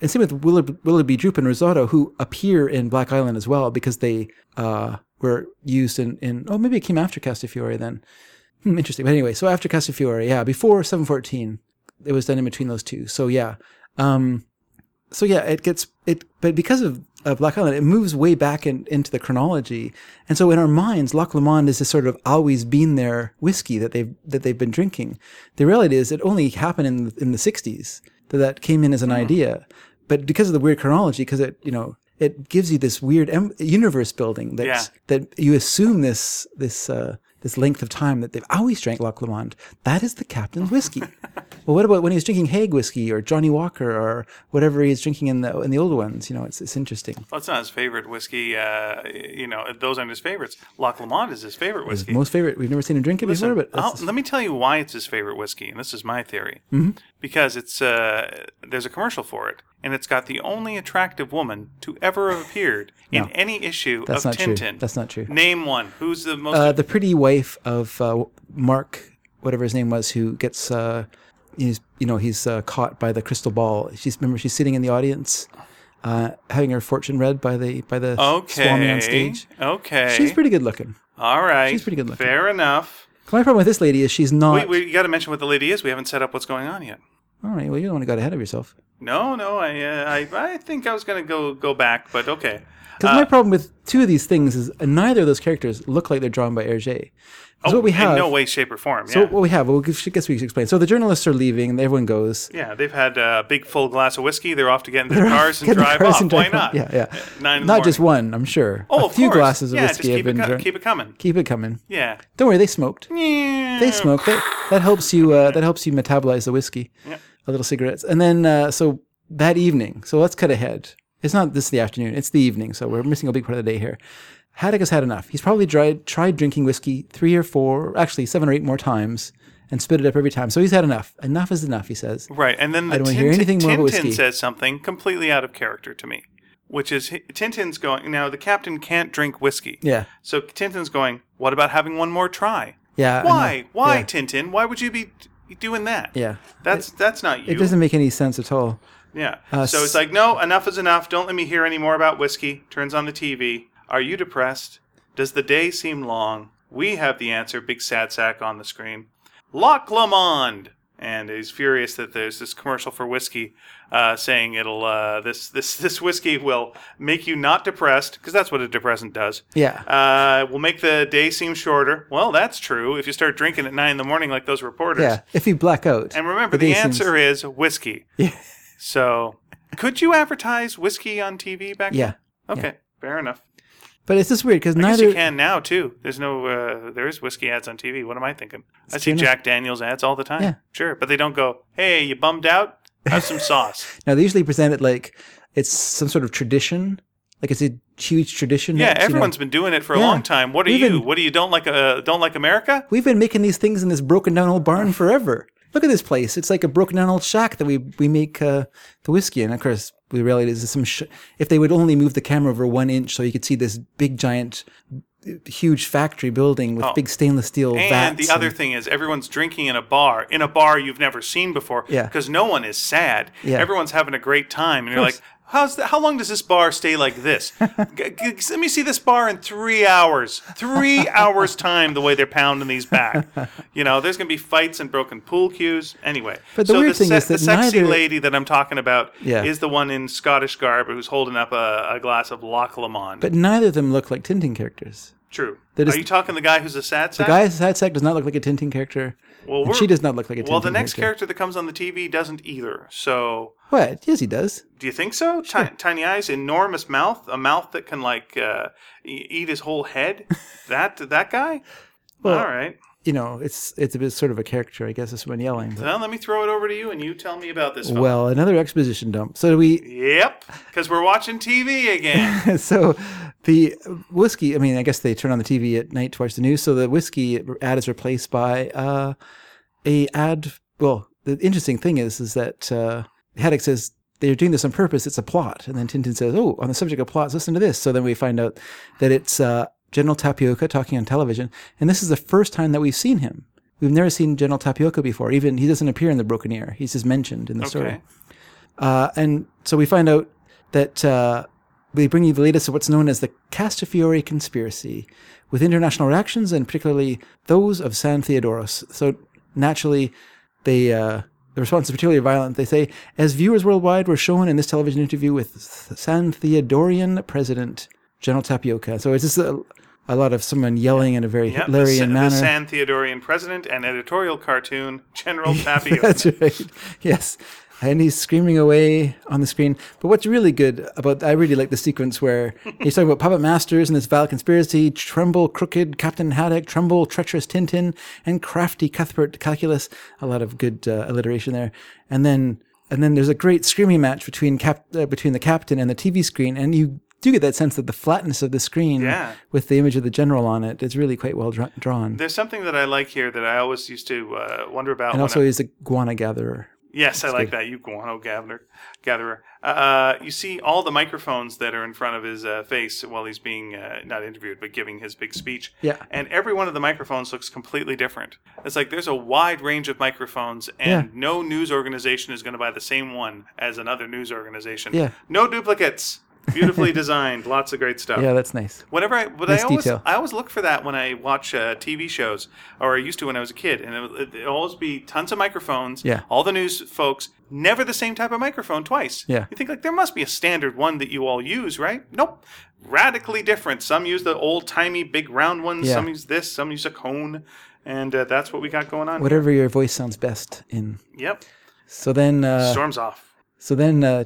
B: and same with Willough- Willoughby Droop and Risotto, who appear in Black Island as well because they uh, were used in, in. Oh, maybe it came after Castafiore then. Hmm, interesting. But anyway, so after Castafiore, yeah, before 714, it was done in between those two. So yeah. Um, so yeah, it gets it, but because of uh, Black Island, it moves way back in, into the chronology, and so in our minds, Loch Lomond is this sort of always been there whiskey that they've that they've been drinking. The reality is, it only happened in in the '60s that that came in as an idea, but because of the weird chronology, because it you know it gives you this weird em- universe building that's
A: Yeah.
B: that you assume this this uh, this length of time that they've always drank Loch Lomond. That is the captain's whiskey. well, what about when he's drinking Hague whiskey or Johnny Walker or whatever he's drinking in the in the old ones? You know, it's it's interesting.
A: Well, it's not his favorite whiskey. Uh, you know, those aren't his favorites. Loch Lomond is his favorite whiskey.
B: Most favorite. We've never seen him drink it before, but
A: I'll-
B: that's-
A: let me tell you why it's his favorite whiskey, and this is my theory.
B: Mm-hmm.
A: Because it's uh, there's a commercial for it, and it's got the only attractive woman to ever have appeared in any issue
B: That's
A: of
B: not true.
A: Tintin.
B: That's not true.
A: Name one. Who's the most?
B: uh, the pretty wife of uh, Mark, whatever his name was, who gets uh, he's you know he's uh, caught by the crystal ball. She's remember she's sitting in the audience, uh, having her fortune read by the by the
A: okay.
B: swami on stage.
A: Okay.
B: She's pretty good looking.
A: All right.
B: she's pretty good looking.
A: Fair enough.
B: My problem with this lady is she's not.
A: Wait, wait, you got to mention what the lady is. We haven't set up what's going on yet.
B: All right, well, you're the one who got ahead of yourself.
A: No, no. I uh, I, I think I was gonna go go back, but okay.
B: Because my problem with two of these things is neither of those characters look like they're drawn by Hergé. Because what we have,
A: Oh, in no way, shape, or form.
B: so
A: yeah.
B: what we have, well, I guess we should explain. So the journalists are leaving, and everyone goes.
A: Yeah, they've had a big full glass of whiskey. They're off to get in their cars and
B: Get the
A: drive
B: cars
A: off.
B: and
A: Why
B: drive off.
A: not?
B: Yeah, yeah.
A: Nine in the
B: Not just
A: morning.
B: one, I'm sure.
A: Oh,
B: a
A: of
B: few
A: course.
B: glasses of
A: yeah,
B: whiskey
A: just keep
B: have been
A: it, co-
B: drunk.
A: Keep it coming.
B: Keep it coming.
A: Yeah.
B: Don't worry, they smoked. They
A: Mm.
B: smoked. That, that helps you. Uh, that helps you metabolize the whiskey.
A: Yep.
B: A little cigarettes, and then uh, so that evening. So let's cut ahead. It's not this is the afternoon. It's the evening. So we're missing a big part of the day here. Haddock has had enough. He's probably tried tried drinking whiskey three or four, actually seven or eight more times, and spit it up every time. So he's had enough. Enough is enough. He says.
A: Right, and then the
B: I don't
A: Tintin,
B: wanna hear anything more about whiskey.
A: Tintin says something completely out of character to me, which is he- Tintin's going. Now the captain can't drink whiskey.
B: Yeah.
A: So Tintin's going. What about having one more try?
B: Yeah. I know.
A: Why? Why
B: Uh, Yeah.
A: Tintin? Why would you be d- doing that?
B: Yeah.
A: That's that's not you.
B: It doesn't make any sense at all.
A: Yeah.
B: Uh,
A: so
B: s-
A: it's like, no, enough is enough. Don't let me hear any more about whiskey. Turns on the TV. Are you depressed? Does the day seem long? We have the answer. Big sad sack on the screen. Loch Lomond. and he's furious that there's this commercial for whiskey uh, saying it'll uh, this this this whiskey will make you not depressed because that's what a depressant does.
B: Yeah.
A: Uh, will make the day seem shorter. Well, that's true if you start drinking at nine in the morning like those reporters.
B: Yeah, if you black out.
A: And remember, the,
B: day seems-
A: answer is whiskey.
B: Yeah.
A: So, could you advertise whiskey on TV back?
B: Yeah,
A: Then? Okay. Fair enough.
B: but it's just weird because
A: I guess you
B: neither.
A: can now too. There's no, uh, there is whiskey ads on TV. What am I thinking? I see
B: true enough.
A: Jack Daniels ads all the time.
B: Yeah.
A: Sure, but they don't go, "Hey, you bummed out? Have some sauce."
B: Now they usually present it like it's some sort of tradition, like it's a huge tradition.
A: yeah,
B: that's, you know-
A: everyone's been doing it for a
B: Yeah.
A: long time. What are
B: Even-
A: you? What do you don't like? Uh, don't like America?
B: We've been making these things in this broken down old barn forever. Look at this place. It's like a broken down old shack that we we make uh, the whiskey in. Of course, we realize it's some. Sh- if they would only move the camera over one inch, so you could see this big giant, huge factory building with big stainless steel
A: Oh. And
B: vats.
A: the other
B: and-
A: thing is, everyone's drinking in a bar, in a bar you've never seen before.
B: Yeah.
A: Because no one is sad.
B: Yeah.
A: Everyone's having a great time, and you're like, "How's the, how long does this bar stay like this? G- g- let me see this bar in three hours. Three hours time. The way they're pounding these back. You know, there's gonna be fights and broken pool cues. Anyway,
B: But the
A: so
B: weird
A: the
B: thing is
A: the
B: that
A: sexy
B: neither-
A: lady that I'm talking about
B: Yeah.
A: is the one in Scottish garb who's holding up a, a glass of Loch Lomond.
B: but neither of them look like Tintin characters.
A: True.
B: that is-
A: Are you talking the guy who's a sad
B: The
A: sack?
B: guy side sack does not look like a Tintin character.
A: Well,
B: and
A: we're-
B: she does not look like a Tintin.
A: Well, the next
B: character.
A: character that comes on the TV doesn't either. So,
B: What? Yes, he does.
A: do you think so? Ti- tiny eyes, enormous mouth, a mouth that can like uh, e- eat his whole head. that that guy.
B: Well-
A: All right.
B: You know, it's it's a bit sort of a caricature, I guess. This one yelling. but-
A: Well, let me throw it over to you, and you tell me about this. Well,
B: well, another exposition dump. So we
A: yep, because we're watching TV again.
B: so the whiskey i mean i guess they turn on the tv at night to watch the news so the whiskey ad is replaced by uh, a ad well the interesting thing is is that uh, haddock says they're doing this on purpose it's a plot and then tintin says oh on the subject of plots listen to this so then we find out that it's uh, general tapioca talking on television and this is the first time that we've seen him we've never seen general tapioca before even he doesn't appear in the broken ear he's just mentioned in the story
A: Okay.
B: uh, and so we find out that uh, they bring you the latest of what's known as the Castafiore conspiracy, with international reactions and particularly those of San Theodoros. So naturally, they uh, the response is particularly violent. They say, as viewers worldwide were shown in this television interview with San Theodorian President General Tapioca. So it's just a, a lot of someone yelling in a very
A: Yep, the,
B: Hitlerian
A: Sa- the
B: manner.
A: San Theodorian president and editorial cartoon General Tapio.
B: That's right. Yes. And he's screaming away on the screen. But what's really good about I really like the sequence where he's talking about puppet masters and this vile conspiracy, tremble, crooked Captain Haddock, tremble, treacherous Tintin, and crafty Cuthbert Calculus. A lot of good uh, alliteration there. And then and then there's a great screaming match between cap, uh, between the captain and the TV screen, and you do get that sense that the flatness of the screen
A: Yeah.
B: with the image of the general on it is really quite well dra- drawn.
A: There's something that I like here that I always used to uh, wonder about.
B: and
A: when
B: also, he's a guana gatherer.
A: Yes, I like that. You guano gatherer. Gatherer. Uh, you see all the microphones that are in front of his uh, face while he's being uh, not interviewed, but giving his big speech.
B: Yeah.
A: And every one of the microphones looks completely different. It's like there's a wide range of microphones, and
B: Yeah.
A: no news organization is going to buy the same one as another news organization.
B: Yeah.
A: No duplicates. Beautifully designed. Lots of great stuff.
B: Yeah, that's nice.
A: Whenever I, but
B: Nice
A: I always,
B: detail.
A: I always look for that when I watch uh, TV shows, or I used to when I was a kid, and it would it'd always be tons of microphones.
B: Yeah.
A: All the news folks, never the same type of microphone twice.
B: Yeah.
A: You think like there must be a standard one that you all use, right? Nope. Radically different. Some use the old timey big round ones.
B: Yeah.
A: Some use this. Some use a cone, and uh, that's what we got going on.
B: whatever your voice sounds best in.
A: Yep.
B: So then, uh,
A: Storms off.
B: so then, uh,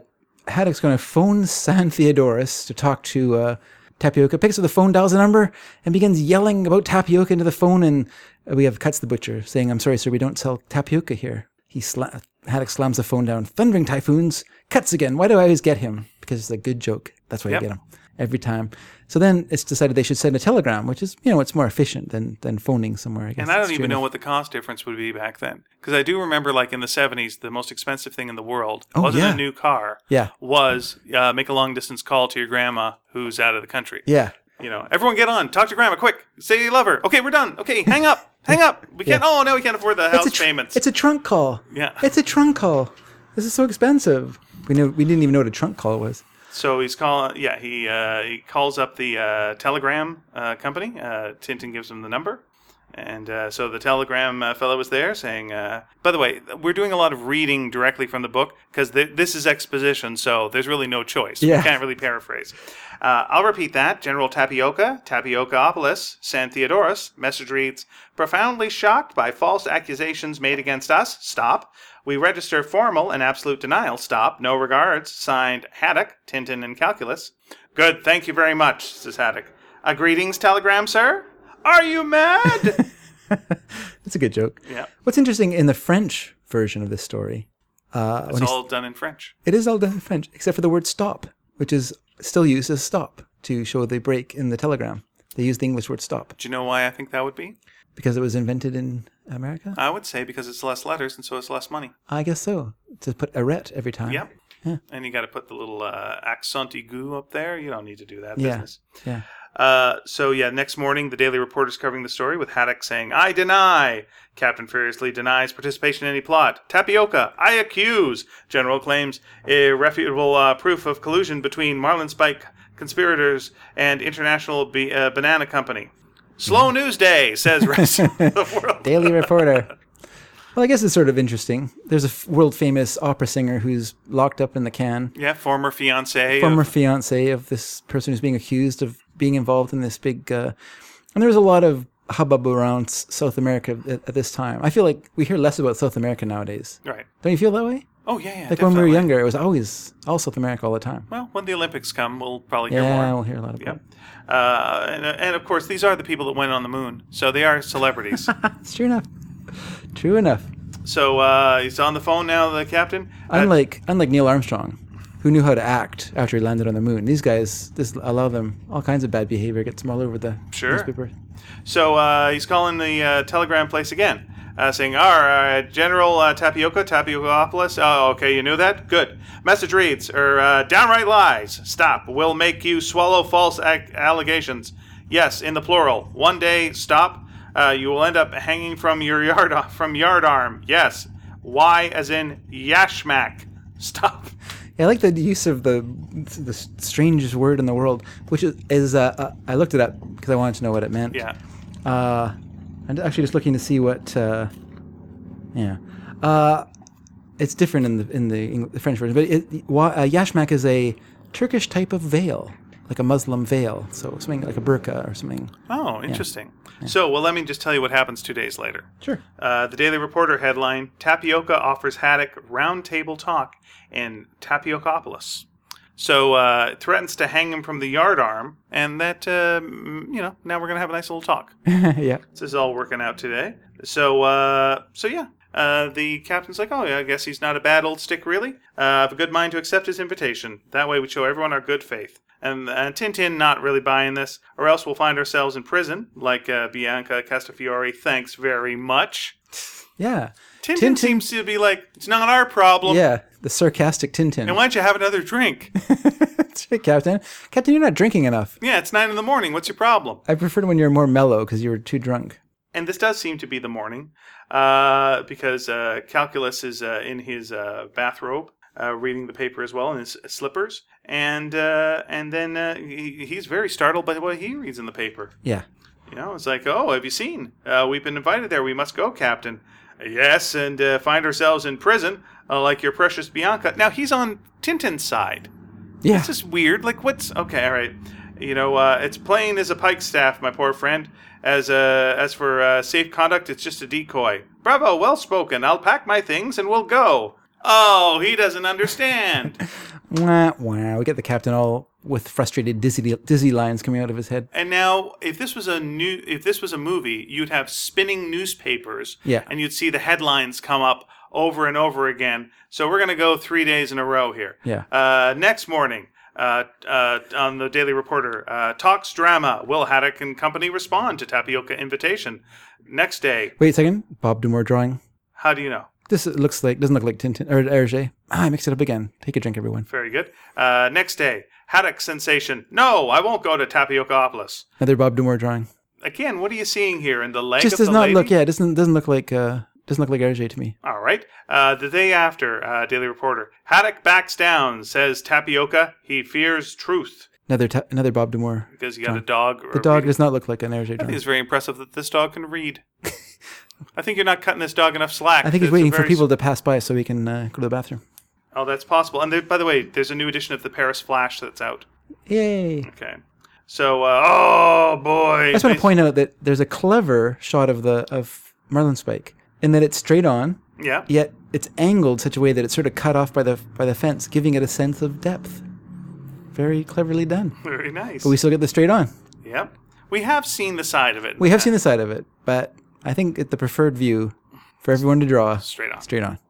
B: Haddock's going to phone San Theodorus to talk to uh, Tapioca. Picks up the phone, dials the number, and begins yelling about Tapioca into the phone. And uh, we have cuts the butcher saying, "I'm sorry, sir, we don't sell Tapioca here." He sla- Haddock slams the phone down. Thundering typhoons cuts again. Why do I always get him? Because it's a good joke. That's why
A: Yep.
B: you get him every time. So then it's decided they should send a telegram, which is you know it's more efficient than than phoning somewhere. I guess.
A: And I don't
B: It's
A: even
B: true.
A: know what the cost difference would be back then. Because I do remember, like, in the 70s, the most expensive thing in the world wasn't
B: Oh, yeah.
A: a new car.
B: Yeah.
A: Was uh, make a long distance call to your grandma who's out of the country.
B: Yeah.
A: You know, everyone get on, talk to grandma quick, say you love her. Okay, we're done. Okay, hang up, hang up. We can't, oh, no, we can't afford the house
B: it's a tr-
A: payments.
B: It's a trunk call.
A: Yeah.
B: It's a trunk call. This is so expensive. We know we didn't even know what a trunk call was.
A: So he's calling. Yeah, he uh, he calls up the uh, telegram uh, company. Uh, Tintin gives him the number, And uh, so the Telegram uh, fellow was there saying, uh, by the way, we're doing a lot of reading directly from the book because th- this is exposition, so there's really no choice.
B: Yeah.
A: We can't really paraphrase. Uh, I'll repeat that. General Tapioca, Tapiocaopoulos, San Theodorus, message reads, profoundly shocked by false accusations made against us, stop. We register formal and absolute denial, stop. No regards, signed Haddock, Tintin and Calculus. Good, thank you very much, says Haddock. A greetings telegram, sir? Are you mad?
B: That's a good joke.
A: Yeah.
B: What's interesting in the French version of this story, uh, when
A: It's
B: he's-
A: all done in French.
B: it is all done in French, except for the word stop, which is still used as stop to show the break in the telegram. They use the English word stop
A: Do you know why I think that would be?
B: because it was invented in America.
A: I would say because it's less letters and so it's less money.
B: I guess so. To put arete every time.
A: Yep. And you got to put the little uh, accent aigu up there. You don't need to do that
B: Yeah.
A: business.
B: Yeah.
A: Uh, so yeah, next morning the Daily Reporter's covering the story with Haddock saying, "I deny." Captain furiously denies participation in any plot. Tapioca, I accuse. General claims irrefutable uh, proof of collusion between Marlin Spike conspirators and International B- uh, Banana Company.
B: Mm-hmm.
A: Slow news day, says rest of the world.
B: Daily Reporter. Well, I guess it's sort of interesting. There's a f- world famous opera singer who's locked up in the can,
A: Yeah, former fiance.
B: former fiance of this person who's being accused of being involved in this big. Uh, and there's a lot of hubbub around S- South America at, at this time. I feel like we hear less about South America nowadays.
A: right.
B: Don't you feel that way?
A: Oh yeah, yeah.
B: Like when we were
A: definitely.
B: younger, it was always all South America all the time.
A: Well, when the Olympics come, we'll probably hear
B: Yeah,
A: more.
B: we'll hear a lot about
A: Yeah.
B: it.
A: Uh, and, and of course, these are the people that went on the moon, so they are celebrities.
B: It's true enough. True enough.
A: so uh, he's on the phone now, the captain. Uh,
B: Unlike unlike Neil Armstrong, who knew how to act after he landed on the moon, these guys this allow them all kinds of bad behavior. Gets them all over the
A: Sure.
B: newspaper.
A: so uh, he's calling the uh, telegram place again, uh, saying, "All right, General uh, Tapioca, Tapiocaopoulos. Oh, okay, you knew that. Good. Message reads: or uh, downright lies. Stop. We'll make you swallow false ac- allegations. Yes, in the plural. One day, stop. Uh, you will end up hanging from your yard from yard arm. Yes. Y as in yashmak. Stop.
B: Yeah, I like the use of the the strangest word in the world, which is, is uh, uh, I looked it up because I wanted to know what it meant.
A: Yeah.
B: Uh, I'm actually just looking to see what. Uh, yeah. Uh, it's different in the in the, Eng- the French version, but it, wa- uh, yashmak is a Turkish type of veil, like a Muslim veil, so something like a burqa or something.
A: Oh, interesting. So, well, let me just tell you what happens two days later.
B: Sure.
A: Uh, the Daily Reporter headline Tapioca offers Haddock roundtable talk in Tapiocapolis. So, uh, threatens to hang him from the yardarm, and that, uh, mm, you know, now we're going to have a nice little talk.
B: yeah.
A: this is all working out today. So, uh, so yeah. Uh, the captain's like, oh, yeah, I guess he's not a bad old stick, really. Uh, I've a good mind to accept his invitation. That way we show everyone our good faith. And uh, Tintin not really buying this, or else we'll find ourselves in prison, like uh, Bianca Castafiore, thanks very much.
B: Yeah.
A: Tintin,
B: Tintin-
A: seems to be like, it's not our problem.
B: Yeah. The sarcastic
A: And
B: Tintin.
A: why don't you have another drink?
B: That's right, Captain. Captain, you're not drinking enough.
A: yeah, it's nine in the morning. What's your problem?
B: I preferred when you were more mellow because you were too drunk.
A: and this does seem to be the morning uh, because uh, calculus is uh, in his uh, bathrobe uh, reading the paper as well in his slippers and uh, and then uh, he, he's very startled by what he reads in the paper
B: Yeah.
A: you know it's like oh have you seen uh, we've been invited there we must go captain yes and uh, find ourselves in prison uh, like your precious bianca now he's on tintin's side
B: Yeah.
A: this is weird. Like, what's okay? All right, you know, uh, it's plain as a pike staff, my poor friend. As uh, as for uh, safe conduct, it's just a decoy. Bravo, well spoken. I'll pack my things and we'll go. Oh, he doesn't understand.
B: Wah, wah. We get the captain all with frustrated dizzy dizzy lines coming out of his head.
A: and now, if this was a new, if this was a movie, you'd have spinning newspapers,
B: Yeah.
A: and you'd see the headlines come up over and over again. So we're gonna go three days in a row here.
B: Yeah.
A: Uh, next morning, uh, uh, on the Daily Reporter, uh, talks drama. Will Haddock and company respond to tapioca invitation. Next day,
B: Wait a second. Bob Dumore drawing.
A: how do you know?
B: This looks like doesn't look like Tintin or Hergé. Ah, I mixed it up again. Take a drink, everyone.
A: Very good. Uh, next day, Haddock sensation. No, I won't go to Tapiocaopolis.
B: Another Bob Dumore drawing.
A: Again, what are you seeing here in the leg
B: Just
A: of
B: does
A: the
B: not
A: lady?
B: look. Yeah, it doesn't doesn't look like uh doesn't look like Hergé to me.
A: All right. Uh, the day after, uh, Daily Reporter. Haddock backs down, says Tapioca. He fears truth.
B: Another t- another Bob Demore.
A: Because you got a dog. Or
B: The dog
A: reading-
B: does not look like an Ayrshire
A: I think
B: dog.
A: it's very impressive that this dog can read. I think you're not cutting this dog enough slack.
B: I think he's
A: It's a
B: waiting for
A: very
B: people to pass by so he can uh, go to the bathroom.
A: Oh, that's possible. And there, by the way, there's a new edition of the Paris Flash that's out.
B: Yay!
A: Okay. So, uh, oh boy.
B: I just want to point out that there's a clever shot of the of Marlin Spike, in that it's straight on,
A: Yeah.
B: yet it's angled such a way that it's sort of cut off by the by the fence, giving it a sense of depth. Very cleverly done.
A: Very nice.
B: But we still get the straight on.
A: yep. We have seen the side of it.
B: We have seen the side of it, but I think it, the preferred view for everyone to draw
A: Straight on.
B: straight on.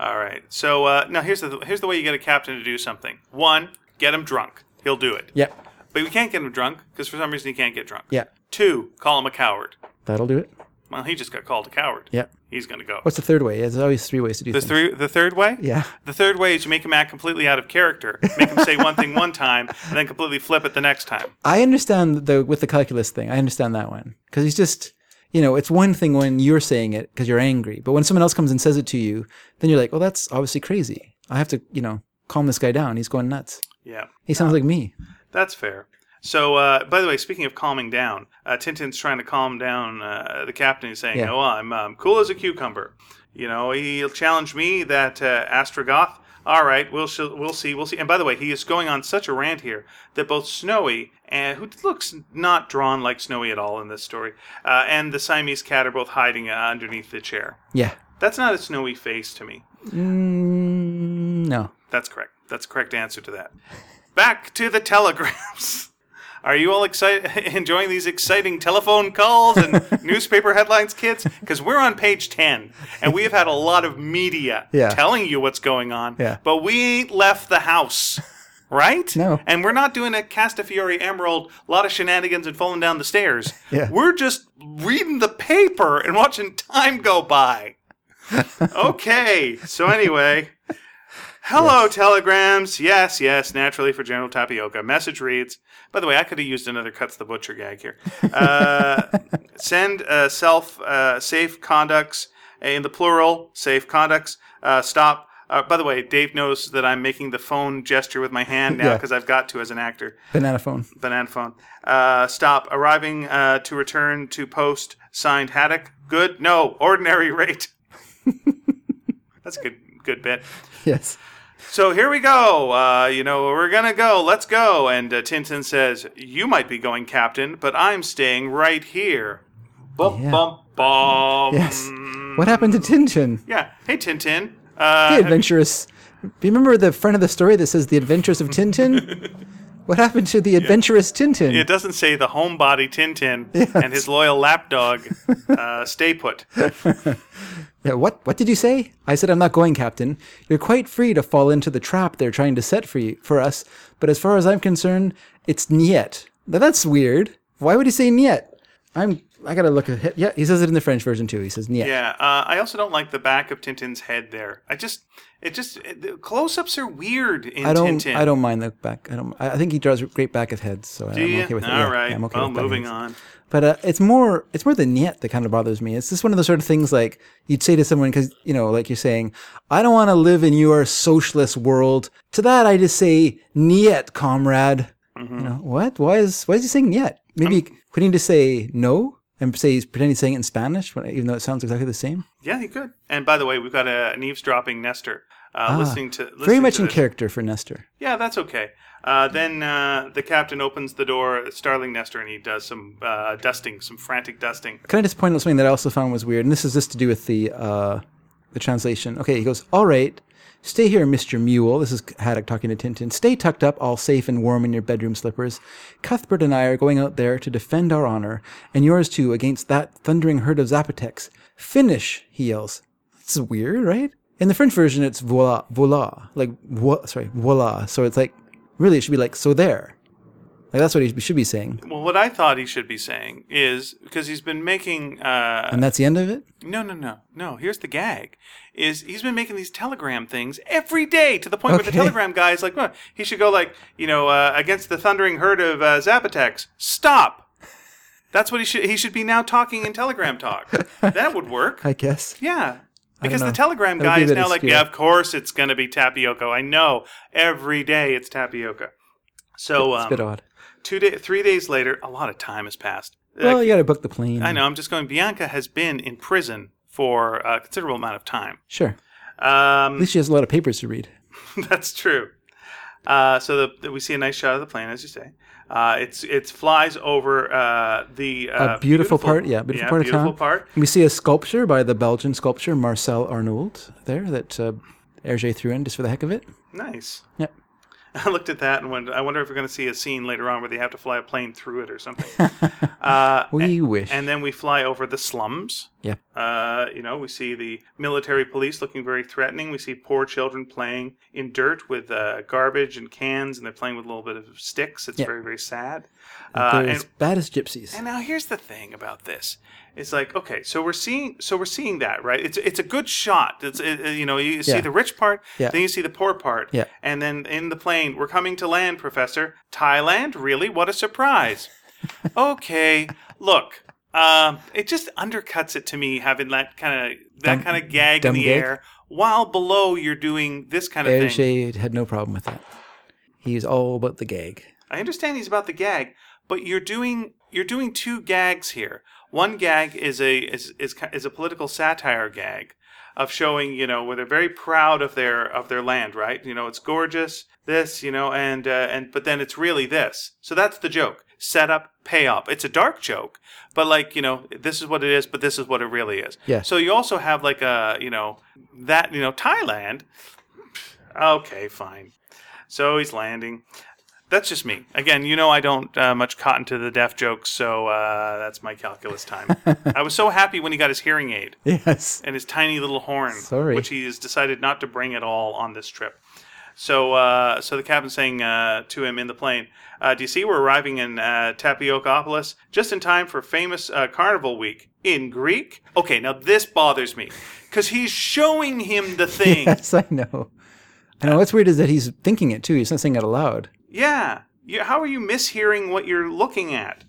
A: All right. So uh, now here's the here's the way you get a captain to do something. One, get him drunk. He'll do it.
B: Yep.
A: But we can't get him drunk because for some reason he can't get drunk.
B: Yeah.
A: Two, call him a coward.
B: That'll do it.
A: Well, he just got called a coward.
B: Yep.
A: He's gonna go.
B: What's the third way? There's always three ways to do
A: the
B: things.
A: three the third way?
B: Yeah.
A: The third way is you make him act completely out of character. Make him say one thing one time and then completely flip it the next time.
B: I understand the with the calculus thing. I understand that one because he's just you know it's one thing when you're saying it because you're angry, but when someone else comes and says it to you, then you're like, well, that's obviously crazy. I have to you know calm this guy down. He's going nuts.
A: Yeah.
B: He sounds like me.
A: That's fair. So, uh, by the way, speaking of calming down, uh, Tintin's trying to calm down uh, the captain. He's saying,
B: Yeah.
A: "Oh, I'm um, cool as a cucumber." You know, he'll challenge me that uh, Astrogoth. All right, we'll sh- we'll see, we'll see. And by the way, he is going on such a rant here that both Snowy and who looks not drawn like Snowy at all in this story, uh, and the Siamese cat are both hiding uh, underneath the chair.
B: Yeah.
A: That's not a snowy face to me.
B: Mm, no.
A: That's correct. That's the correct answer to that. Back to the telegrams. Are you all excited, enjoying these exciting telephone calls and newspaper headlines, kids? Because we're on page 10, and we have had a lot of media
B: Yeah.
A: telling you what's going on,
B: Yeah.
A: but we ain't left the house, right?
B: No.
A: And we're not doing a Castafiore Emerald, lot of shenanigans and falling down the stairs.
B: Yeah.
A: We're just reading the paper and watching time go by. okay, so anyway. Hello, telegrams. Yes, yes, naturally for General Tapioca. Message reads. By the way, I could have used another cuts the butcher gag here. Uh, send uh, self uh, safe conducts uh, in the plural. Safe conducts. Uh, stop. Uh, by the way, Dave knows that I'm making the phone gesture with my hand now
B: Yeah.
A: because I've got to as an actor
B: Banana phone.
A: banana phone. Uh, stop. Arriving uh, to return to post. Signed Haddock. Good. No. Ordinary rate. That's a good good bit.
B: Yes.
A: So here we go. Uh, you know we're gonna go. Let's go. And uh, Tintin says, "You might be going, Captain, but I'm staying right here." Bum
B: Yeah.
A: bum bum.
B: Yes. What happened to Tintin?
A: Yeah. Hey Tintin. Mm. Uh,
B: The adventurous. Do you remember the front of the story that says the adventures of Tintin? what happened to the adventurous Tintin?
A: It doesn't say the homebody Tintin and his loyal lapdog, uh, Stay Put.
B: Yeah, what what did you say? I said I'm not going, Captain. You're quite free to fall into the trap they're trying to set for you for us, but as far as I'm concerned, it's niet. Now that's weird. Why would he say niet? I'm I gotta look at yeah, he says it in the French version too. He says niet.
A: Yeah, uh, I also don't like the back of Tintin's head there. I just, it just, it, the close-ups are weird in
B: I don't
A: Tintin.
B: I don't mind the back. I don't I I think he draws great back of heads, so I'm
A: Do you?
B: okay with it.
A: All
B: Yeah,
A: right.
B: yeah, I'm okay
A: well,
B: with back of
A: moving
B: heads.
A: on.
B: But uh, it's more it's more the niet that kind of bothers me. It's just one of the sort of things like you'd say to someone because you know, like you're saying, I don't want to live in your socialist world. To that, I just say niet, comrade.
A: Mm-hmm.
B: You know what? Why is why is he saying niet? Maybe couldn't he just say no and say he's pretending he's saying it in Spanish, when, even though it sounds exactly the same?
A: Yeah, he could. And by the way, we've got a, an eavesdropping Nestor uh, listening to listening
B: Ah, Very much
A: to
B: in
A: this.
B: character for Nestor.
A: Yeah, that's okay. Uh, then uh, the captain opens the door, Starling Nestor, and he does some uh, dusting, some frantic dusting.
B: Can I just point out something that I also found was weird? And this is just to do with the uh, the translation. Okay, he goes, "All right, stay here, Mister Mule." This is Haddock talking to Tintin. Stay tucked up, all safe and warm in your bedroom slippers. Cuthbert and I are going out there to defend our honor and yours too against that thundering herd of Zapotecs. Finish, he yells. This is weird, right? In the French version, it's voila, voila, like what? Sorry, voila. So it's like really, it should be like so there. Like that's what he should be saying.
A: Well, what I thought he should be saying is because he's been making uh,
B: And that's the end of it.
A: No, no, no, no. Here's the gag: is he's been making these telegram things every day to the point where the
B: Okay.
A: telegram guy is like, "Huh, he should go like, you know, uh, against the thundering herd of uh, Zapotecs. Stop. That's what he should. He should be now talking in telegram talk. that would work.
B: I guess.
A: Yeah. Because the
B: know.
A: telegram
B: That would
A: guy
B: be a
A: is
B: bit
A: now like,
B: obscure.
A: yeah, of course it's going to be tapioca. I know. Every day it's tapioca. So
B: It's a bit
A: um,
B: odd.
A: two day, three days later, a lot of time has passed.
B: Well, you got to book the plane.
A: I know. I'm just going. Bianca has been in prison for a considerable amount of time.
B: Sure. At
A: Um,
B: least she has a lot of papers to read.
A: that's true. Uh, so the, we see a nice shot of the plane, as you say. Uh, it's it flies over uh, the uh,
B: A beautiful part, yeah, beautiful part of
A: beautiful
B: town.
A: part.
B: We see a sculpture by the Belgian sculptor Marcel Arnault there that uh, Hergé threw in just for the heck of it.
A: Nice.
B: Yep.
A: I looked at that and went, I wonder if we're going to see a scene later on where they have to fly a plane through it or something. uh,
B: We wish.
A: and then we fly over the slums.
B: Yep.
A: Uh, you know, we see the military police looking very threatening. We see poor children playing in dirt with uh, garbage and cans, and they're playing with a little bit of sticks. It's
B: Yeah.
A: very, very sad. Uh,
B: They're as
A: and,
B: bad as gypsies.
A: and now here's the thing about this: it's like, okay, so we're seeing, so we're seeing that, right? It's it's a good shot. It's it, you know, you see
B: Yeah.
A: the rich part,
B: Yeah.
A: then you see the poor part,
B: Yeah.
A: and then in the plane, we're coming to land, Professor Thailand. Really, what a surprise! okay, look. Um, it just undercuts it to me having that kind of that
B: Dumb-
A: kind of gag in
B: dumb
A: the
B: gag?
A: air while below you're doing this kind of thing.
B: Hergé had no problem with that. He's all about the gag.
A: I understand he's about the gag, but you're doing you're doing two gags here. One gag is a is is ki- is a political satire gag of showing you know where they're very proud of their of their land, right? You know it's gorgeous, this you know, and uh, and but then it's really this. So that's the joke. Set up, pay up. It's a dark joke, but like you know this is what it is, but this is what it really is.
B: Yeah.
A: So you also have like a you know that you know Thailand. Okay, fine. So he's landing. That's just me. Again, you know I don't uh, much cotton to the deaf jokes, so uh, that's my calculus time. I was so happy when he got his hearing aid
B: Yes.
A: and his tiny little horn,
B: Sorry.
A: which he has decided not to bring at all on this trip. So, uh, so the captain's saying uh, to him in the plane, uh, "Do you see we're arriving in uh, Tapiocapolis just in time for famous uh, Carnival Week in Greek?" Okay, now this bothers me because he's showing him the thing.
B: Yes, I know. I know. What's weird is that he's thinking it too. He's not saying it aloud.
A: Yeah. You, how are you mishearing what you're looking at?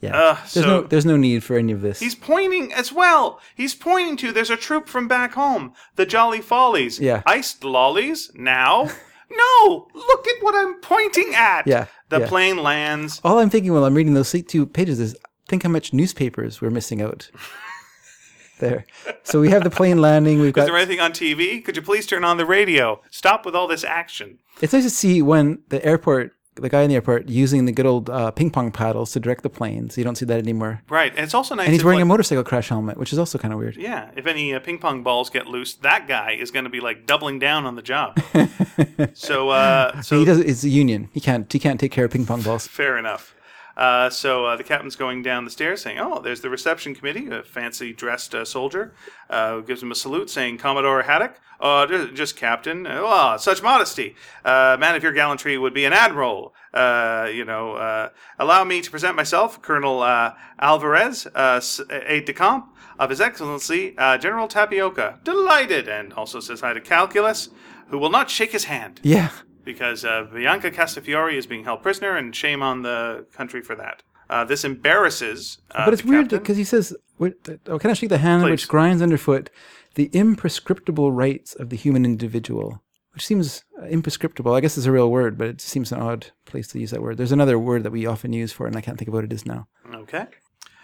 B: Yeah.
A: Uh,
B: there's
A: so-
B: no. There's no need for any of this.
A: He's pointing as well. He's pointing to there's a troop from back home, the Jolly Follies.
B: Yeah.
A: Iced lollies now? no! Look at what I'm pointing at.
B: Yeah,
A: The
B: yeah. Oh,
A: plane lands.
B: All I'm thinking while I'm reading those two pages is think how much newspapers we're missing out. there. So we have the plane landing. We've
A: Is
B: got.
A: there anything on TV? Could you please turn on the radio? Stop with all this action.
B: It's nice to see when the airport, the guy in the airport, using the good old uh, ping pong paddles to direct the planes. You don't see that anymore.
A: Right. And it's also nice.
B: And he's
A: if,
B: wearing a
A: like,
B: motorcycle crash helmet, which is also kind of weird.
A: yeah, if any uh, ping pong balls get loose, that guy is going to be like doubling down on the job. so, uh, so
B: He does. It's a union. He can't. He can't take care of ping pong balls.
A: Fair enough. Uh, so uh, the captain's going down the stairs saying, Oh, there's the reception committee, a fancy dressed uh, soldier uh, who gives him a salute saying, Commodore Haddock, uh, ju- just captain. Oh, such modesty. Uh, man of your gallantry would be an admiral. Uh, you know, uh, allow me to present myself, Colonel uh, Alvarez, uh, s- aide de camp of His Excellency uh, General Tapioca. Delighted. And also says hi to Calculus, who will not shake his hand
B: Yeah.
A: because uh, Bianca Castafiore is being held prisoner, and shame on the country for that. Uh, this embarrasses. Uh,
B: But it's
A: the
B: weird
A: captain.
B: because he says, "Wait, th- "Oh, can I shake the hand
A: Please.
B: which grinds underfoot the imprescriptible rights of the human individual?" Which seems uh, imprescriptible. I guess it's a real word, but it seems an odd place to use that word. There's another word that we often use for it, and I can't think of what it is now
A: okay.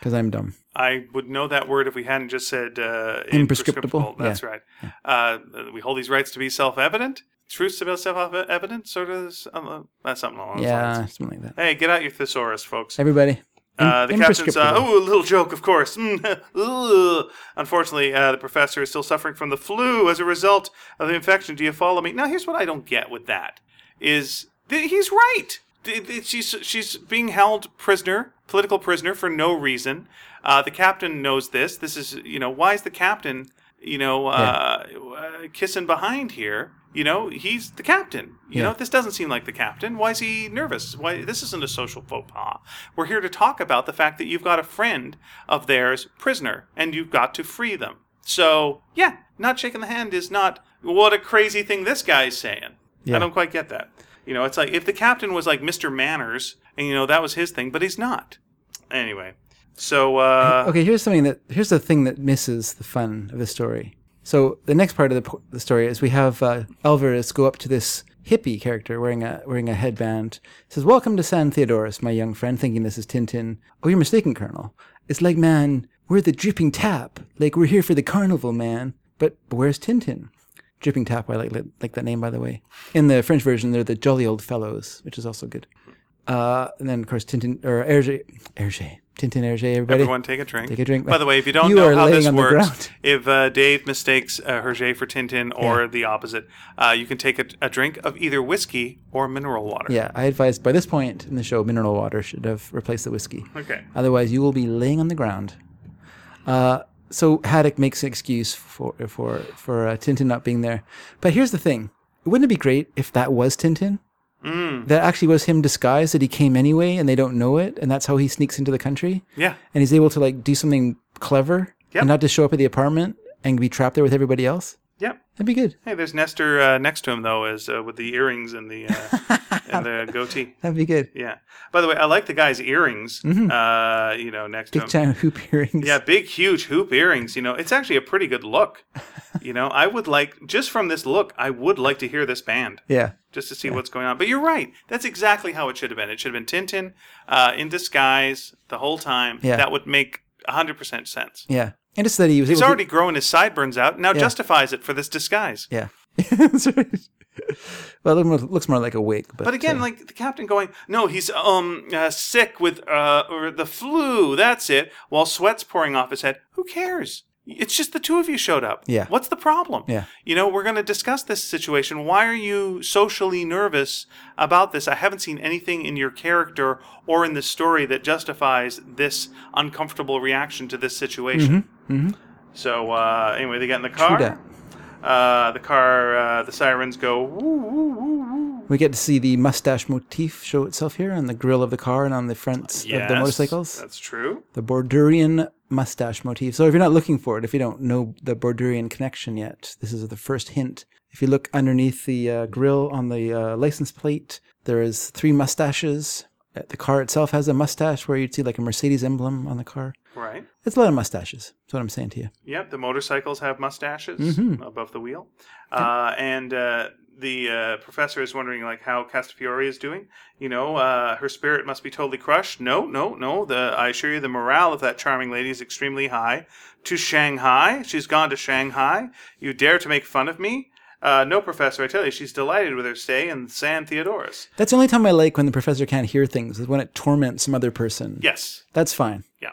B: because I'm dumb.
A: I would know that word if we hadn't just said uh,
B: Imprescriptible,
A: That's right. Uh, we hold these rights to be self-evident. Truths about self-evident, sort of uh, that's something along those
B: yeah,
A: lines.
B: something like that.
A: Hey, get out your thesaurus, folks.
B: Everybody. im-
A: Uh, the captain's, uh,
B: imprescriptible.
A: oh, a little joke, of course. Ugh. Unfortunately, uh, the professor is still suffering from the flu as a result of the infection. Do you follow me? Now, here's what I don't get with that: is th- he's right. Th- th- She's she's being held prisoner, political prisoner, for no reason. Uh, the captain knows this. This is you know why is the captain you know uh, uh, kissing behind here? You know he's the captain. You
B: Yeah.
A: know this doesn't seem like the captain. Why is he nervous? Why this isn't a social faux pas. We're here to talk about the fact that you've got a friend of theirs prisoner and you've got to free them. So yeah, not shaking the hand is not what a crazy thing this guy's saying. I
B: Yeah.
A: don't quite get that. You know, it's like if the captain was like Mr. Manners, and you know that was his thing, but he's not. Anyway, so uh,
B: okay, here's something that here's the thing that misses the fun of the story. So the next part of the, po- the story is we have uh, Alvarez go up to this hippie character wearing a wearing a headband says, "Welcome to San Theodorus, my young friend." Thinking this is Tintin. Oh, you're mistaken, Colonel. It's like man, we're the dripping tap. Like we're here for the carnival, man. But, but where's Tintin? Dripping tap. I like like that name, by the way. In the French version, they're the jolly old fellows, which is also good. Uh, and then of course Tintin or Hergé, Hergé, Tintin Hergé. Everybody,
A: Everyone take a drink.
B: Take a drink.
A: By the way, if you don't
B: You
A: know
B: are
A: how
B: laying
A: this
B: on the
A: works,
B: ground.
A: if uh, Dave mistakes uh, Hergé for Tintin or the opposite, uh, you can take a, a drink of either whiskey or mineral water.
B: Yeah, I advise by this point in the show, mineral water should have replaced the whiskey.
A: Okay.
B: Otherwise, you will be laying on the ground. Uh, so Haddock makes an excuse for for for uh, Tintin not being there. But here's the thing: wouldn't it be great if that was Tintin?
A: Mm.
B: That actually was him disguised. That he came anyway, and they don't know it, and that's how he sneaks into the country.
A: Yeah.
B: And he's able to like do something clever
A: Yep.
B: and not just show up at the apartment and be trapped there with everybody else.
A: Yep.
B: That'd be good.
A: Hey, there's Nestor uh, next to him though, is uh, with the earrings and the uh, and the goatee.
B: That'd be good.
A: Yeah. By the way, I like the guy's earrings. Uh, you know, next to
B: Mm-hmm. Big
A: him.
B: giant hoop earrings.
A: Yeah, big, huge hoop earrings. You know, it's actually a pretty good look. You know, I would like just from this look, I would like to hear this band.
B: Yeah.
A: just to see what's going on. But you're right. That's exactly how it should have been. It should have been Tintin uh, in disguise the whole time.
B: Yeah.
A: That would make 100% sense.
B: Yeah. And just that he was
A: He's
B: able to-
A: already growing his sideburns out, now justifies it for this disguise.
B: Yeah. That's right. Well, it looks- looks more like a wig, but,
A: But again,
B: uh,
A: like the captain going, no, he's um uh, sick with uh or the flu. That's it. While sweat's pouring off his head. Who cares? It's just the two of you showed up.
B: Yeah.
A: What's the problem?
B: Yeah.
A: You know, we're going to discuss this situation. Why are you socially nervous about this? I haven't seen anything in your character or in the story that justifies this uncomfortable reaction to this situation.
B: Mm-hmm.
A: So uh, anyway, they get in the
B: dat.
A: car. Uh, the car, uh, the sirens go. Woo, woo, woo, woo.
B: we get to see the mustache motif show itself here on the grill of the car and on the fronts of the
A: Yes,
B: motorcycles.
A: That's true.
B: The Bordurian mustache motif. So if you're not looking for it, if you don't know the Bordurian connection yet, this is the first hint. If you look underneath the uh, grill on the uh, license plate, there is three mustaches. Uh, The car itself has a mustache where you'd see like a Mercedes emblem on the car.
A: Right.
B: It's a lot of mustaches. That's what I'm saying to you.
A: Yep. The motorcycles have mustaches above the wheel, uh, and uh, the uh, professor is wondering like how Castafiore is doing. You know, uh, her spirit must be totally crushed. No, no, no. The I assure you, the morale of that charming lady is extremely high. To Shanghai, she's gone to Shanghai. You dare to make fun of me? Uh, no, professor. I tell you, she's delighted with her stay in San Theodorus.
B: That's the only time I like when the professor can't hear things is when it torments some other person.
A: Yes.
B: That's fine.
A: Yeah.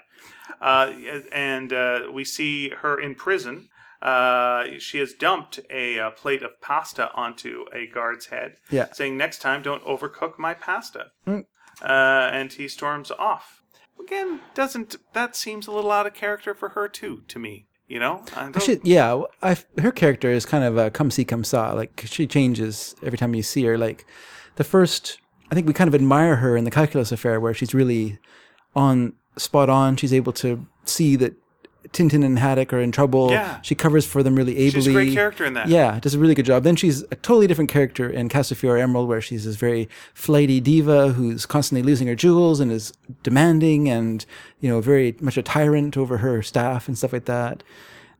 A: Uh, and uh, we see her in prison. Uh, she has dumped a, uh plate of pasta onto a guard's head,
B: Yeah.
A: saying, Next time, don't overcook my pasta. Uh, and he storms off. Again, doesn't that seems a little out of character for her too? To me, you know, I don't-
B: She, yeah, I, her character is kind of a come see, come saw. Like, she changes every time you see her. Like, the first, I think we kind of admire her in the calculus affair where she's really on, spot on. She's able to see that Tintin and Haddock are in trouble.
A: Yeah.
B: She covers for them really ably.
A: she's a great character in that.
B: Yeah, does a really good job. Then she's a totally different character in Castafiore Emerald, where she's this very flighty diva who's constantly losing her jewels and is demanding and, you know, very much a tyrant over her staff and stuff like that.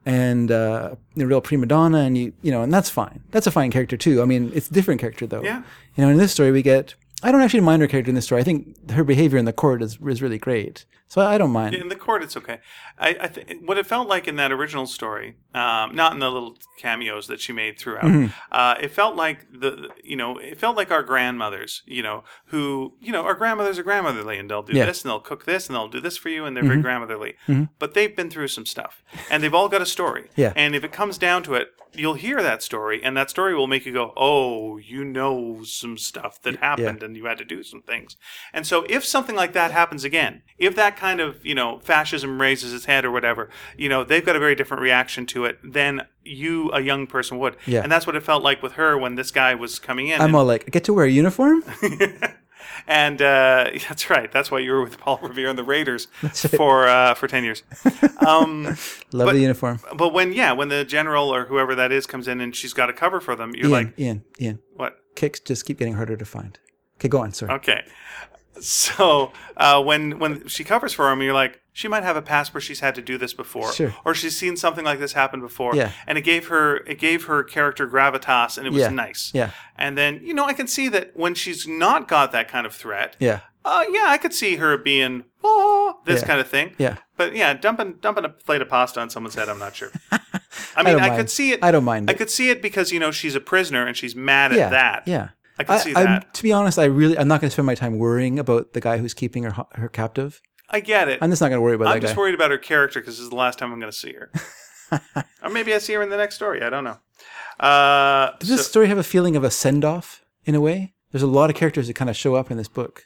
B: And uh, a real prima donna, and you, you know, and that's fine. That's a fine character too. I mean, it's a different character though.
A: Yeah.
B: You know, in this story we get. I don't actually mind her character in this story. I think her behavior in the court is is really great, so I don't mind.
A: in the court it's okay i, I th- what it felt like in that original story um, not in the little cameos that she made throughout uh, it felt like the you know it felt like our grandmothers you know who you know our grandmothers are grandmotherly and they'll do
B: Yeah.
A: this and they'll cook this and they'll do this for you and they're very grandmotherly but they've been through some stuff and they've all got a story
B: Yeah.
A: and if it comes down to it you'll hear that story and that story will make you go oh you know some stuff that happened and you had to do some things. And so if something like that happens again, if that kind of, you know, fascism raises its head or whatever, you know, they've got a very different reaction to it than you, a young person, would.
B: Yeah.
A: And that's what it felt like with her when this guy was coming in.
B: I'm all like, I get to wear a uniform.
A: and uh, that's right. That's why you were with Paul Revere and the Raiders for uh, for 10 years. Um,
B: Love
A: But-
B: the uniform.
A: but when, yeah, when the general or whoever that is comes in and she's got a cover for them, you're
B: Ian,
A: like,
B: Ian, Ian.
A: what?
B: kicks just keep getting harder to find. Okay, go on. Sorry.
A: Okay. So uh, when when she covers for him, you're like, she might have a past where she's had to do this before,
B: Sure.
A: or she's seen something like this happen before,
B: Yeah.
A: and it gave her it gave her character gravitas, and it was
B: Yeah.
A: nice.
B: Yeah.
A: And then you know I can see that when she's not got that kind of threat,
B: Yeah.
A: uh, yeah, I could see her being oh, this
B: Yeah.
A: kind of thing.
B: Yeah.
A: But yeah, dumping dumping a plate of pasta on someone's head, I'm not sure. I mean,
B: don't
A: I,
B: mind.
A: could see it.
B: I don't mind
A: I
B: it.
A: could see it because you know she's a prisoner and she's mad at
B: yeah.
A: that.
B: Yeah.
A: I could see
B: I'm-
A: that.
B: to be honest, I really I'm not going to spend my time worrying about the guy who's keeping her ho- her captive.
A: I get it.
B: I'm just not going to worry about
A: I'm
B: that
A: just
B: guy.
A: worried about her character because this is the last time I'm going to see her. or maybe I see her in the next story. I don't know. Uh,
B: Does
A: so-
B: this story have a feeling of a send off in a way? There's a lot of characters that kind of show up in this book.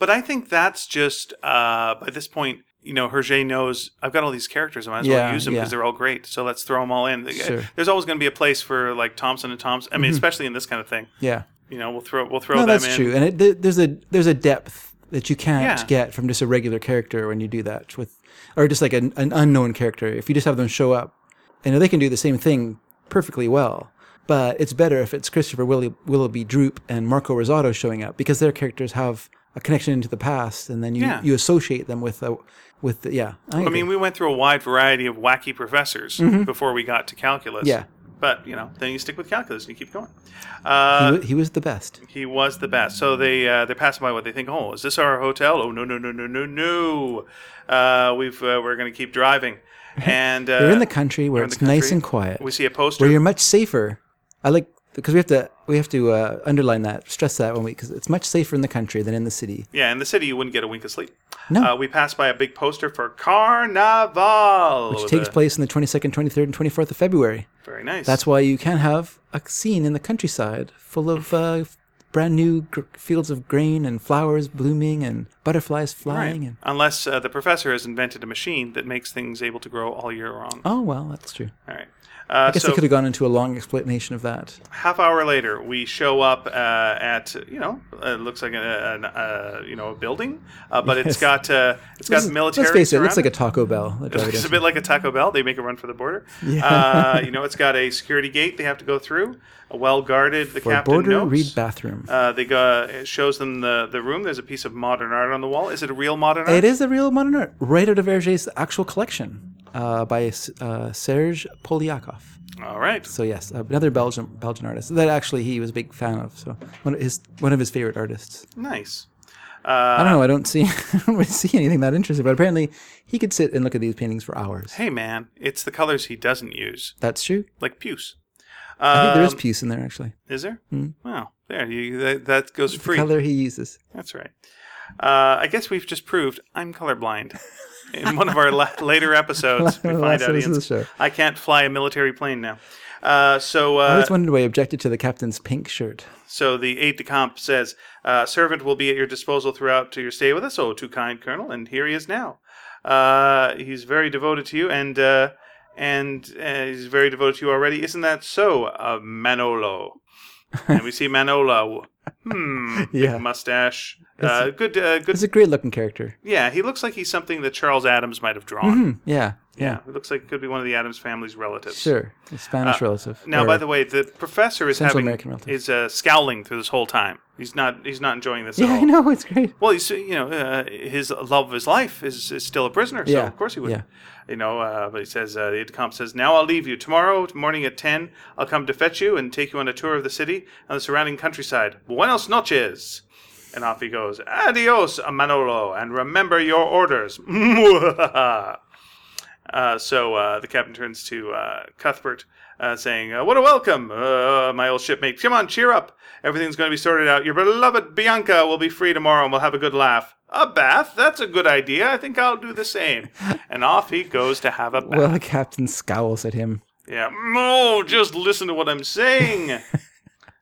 A: but I think that's just uh, by this point, you know, Hergé knows I've got all these characters. I might as
B: Yeah,
A: well use them because
B: yeah.
A: they're all great. So let's throw them all in.
B: Sure.
A: There's always going to be a place for like Thompson and Thompson. I mean, especially in this kind of thing.
B: Yeah.
A: You know, we'll throw we'll throw
B: No,
A: them
B: that's
A: in.
B: true. And it, th- there's a there's a depth that you can't
A: Yeah.
B: get from just a regular character when you do that with, or just like an, an unknown character. If you just have them show up, and they can do the same thing perfectly well. But it's better if it's Christopher Willi- Willoughby Droop and Marco Rosato showing up because their characters have a connection into the past, and then you,
A: Yeah.
B: you associate them with a with the, yeah.
A: I mean, we went through a wide variety of wacky professors before we got to calculus.
B: Mm-hmm. Yeah.
A: But you know, then you stick with calculus and you keep going. Uh,
B: he, wa- he was the best.
A: He was the best. So they uh, they're passing by what they think. Oh, is this our hotel? Oh no no no no no no. Uh, we've uh, we're gonna keep driving, and uh,
B: They're in the country where
A: in the
B: it's nice
A: country.
B: and quiet.
A: we see a
B: where
A: poster.
B: you're much safer. I like because we have to we have to uh, underline that, stress that when we because it's much safer in the country than in the city.
A: Yeah, in the city you wouldn't get a wink of sleep.
B: No.
A: Uh, we passed by a big poster for Carnival,
B: Which
A: with
B: takes
A: a-
B: place on the 22nd, 23rd, and 24th of February.
A: Very nice.
B: That's why you can have a scene in the countryside full of uh, f- brand new gr- fields of grain and flowers blooming and butterflies flying. And
A: Unless uh, the professor has invented a machine that makes things able to grow all year round.
B: oh well, that's true.
A: All right. Uh,
B: I guess
A: so
B: they could have gone into a long explanation of that.
A: half hour later, we show up uh, at you know uh, it looks like a, an uh you know a building, uh, but it's
B: Yes.
A: got uh, it's got military.
B: Let's face it, it looks like
A: surround-
B: a Taco Bell. that drive it
A: It's a
B: into.
A: bit like a Taco Bell. They make a run for the border. Uh, you know, it's got a security gate they have to go through. Well guarded. The
B: For
A: captain
B: border,
A: knows.
B: read bathroom.
A: uh, they go, it shows them the, the room. There's a piece of modern art on the wall. Is it a real modern art?
B: It is a real modern art, right out of Hergé's actual collection uh, by uh, Serge Polyakov.
A: All right.
B: So yes, another Belgian Belgian artist that actually he was a big fan of. So one of his one of his favorite artists.
A: Nice. Uh,
B: I don't know. I don't see I don't really see anything that interesting, but apparently he could sit and look at these paintings for hours.
A: Hey, man, it's the colors he doesn't use,
B: That's true.
A: like puce.
B: I think there
A: Um,
B: is peace in there actually.
A: Is there? Wow. There, you, that, that goes free.
B: Hmm. Color he uses.
A: That's right. Uh, I guess we've just proved I'm colorblind. In one of our la- later episodes, we
B: One of the
A: find
B: last
A: out
B: episodes of
A: Ian's,
B: the show.
A: I can't fly a military plane now. Uh, so,
B: I
A: uh,
B: always wondered why he objected to the captain's pink shirt.
A: so the aide de camp says, uh, "Servant will be at your disposal throughout to your stay with us." Oh, too kind, Colonel, and here he is now. Uh, he's very devoted to you, and uh, and uh, he's very devoted to you already. Isn't that so, uh, Manolo? and we see Manolo. Hmm.
B: Yeah.
A: Mustache. Uh, good. Uh, good
B: It's a great looking character.
A: Yeah, he looks like he's something that Charles Adams might have drawn.
B: Hmm, yeah.
A: Yeah, it looks like it could be one of the Adams family's relatives.
B: Sure. A Spanish relative.
A: Uh, Now,
B: Or-
A: by the way, the professor is
B: Central
A: having
B: American relative.
A: is uh, scowling through this whole time. He's not he's not enjoying this
B: Yeah,
A: at all.
B: I know, it's great.
A: Well, he's you know uh, his love of his life is, is still a prisoner, so
B: Yeah,
A: of course he would.
B: yeah.
A: You know, uh, but he says uh, the comp says now I'll leave you tomorrow morning at ten. I'll come to fetch you and take you on a tour of the city and the surrounding countryside. Buenos noches. And off he goes. Adios, Manolo, and remember your orders. uh, so uh, the captain turns to uh, Cuthbert, uh, saying, uh, "What a welcome, uh, my old shipmate! Come on, cheer up. Everything's going to be sorted out. Your beloved Bianca will be free tomorrow, and we'll have a good laugh. A bath? That's a good idea. I think I'll do the same." and off he goes to have a bath.
B: Well, the captain scowls at him.
A: yeah. No, just listen to what I'm saying.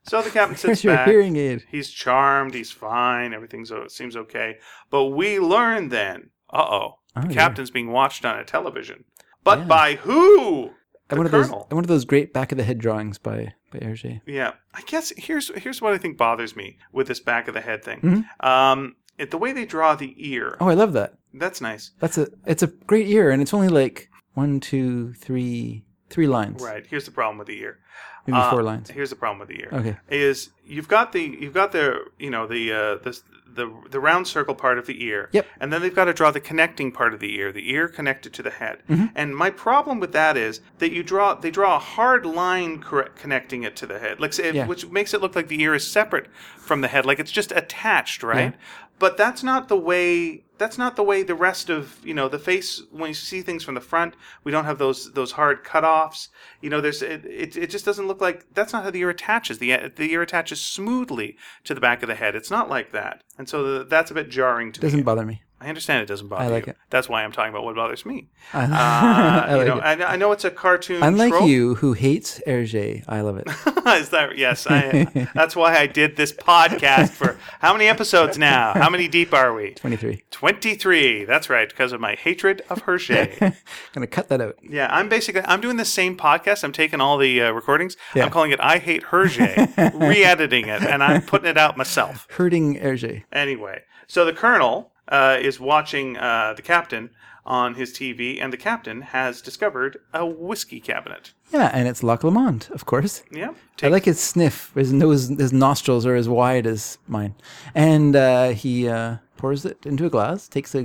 A: so the captain sits
B: Where's your
A: back.
B: hearing aid?
A: He's charmed. He's fine. Everything's o- seems okay. But we learn then. Uh oh. The
B: yeah.
A: captain's being watched on a television. But
B: Yeah.
A: by who? The
B: And one of those,
A: colonel.
B: and one of those great back of the head drawings by by Hergé.
A: Yeah, I guess here's here's what I think bothers me with this back of the head thing. Um, it, the way they draw the ear,
B: Mm-hmm. Oh, I love that.
A: that's nice.
B: That's a it's a great ear, and it's only like one, two, three, three lines,
A: Right. Here's the problem with the ear.
B: maybe
A: Uh,
B: four lines.
A: Here's the problem with the ear.
B: Okay.
A: Is you've got the you've got the you know the uh, the the the round circle part of the ear.
B: Yep.
A: And then they've got to draw the connecting part of the ear, the ear connected to the head.
B: Mm-hmm.
A: And my problem with that is that you draw they draw a hard line correct, connecting it to the head, like say,
B: Yeah.
A: which makes it look like the ear is separate from the head, like it's just attached, right? But that's not the way. That's not the way the rest of you know the face. When you see things from the front, we don't have those those hard cutoffs. You know, there's it. It, it just doesn't look like that's not how the ear attaches. The the ear attaches smoothly to the back of the head. It's not like that, and so the, that's a bit jarring to
B: Doesn't
A: me.
B: bother me.
A: I understand it doesn't bother
B: I like
A: you.
B: it.
A: That's why I'm talking about what bothers me.
B: I,
A: Uh,
B: I
A: you
B: like
A: know,
B: it.
A: I, know- I know it's a cartoon.
B: Unlike
A: trope.
B: you, who hates Hergé, I love it.
A: Is that yes? I, uh, that's why I did this podcast for how many episodes now? How many deep are we?
B: 23.
A: Twenty-three. That's right, because of my hatred of Hershey.
B: Gonna cut that out.
A: yeah, I'm basically I'm doing the same podcast. I'm taking all the uh, recordings.
B: Yeah.
A: I'm calling it "I Hate Hershey," re-editing it, and I'm putting it out myself.
B: Hurting Hergé.
A: Anyway, so the colonel uh, is watching uh, the captain on his TV, and the captain has discovered a whiskey cabinet.
B: Yeah, and it's Lac Lamont, of course.
A: Yeah,
B: I
A: take
B: like his sniff. His nose, his nostrils are as wide as mine. And uh, he uh, pours it into a glass, takes a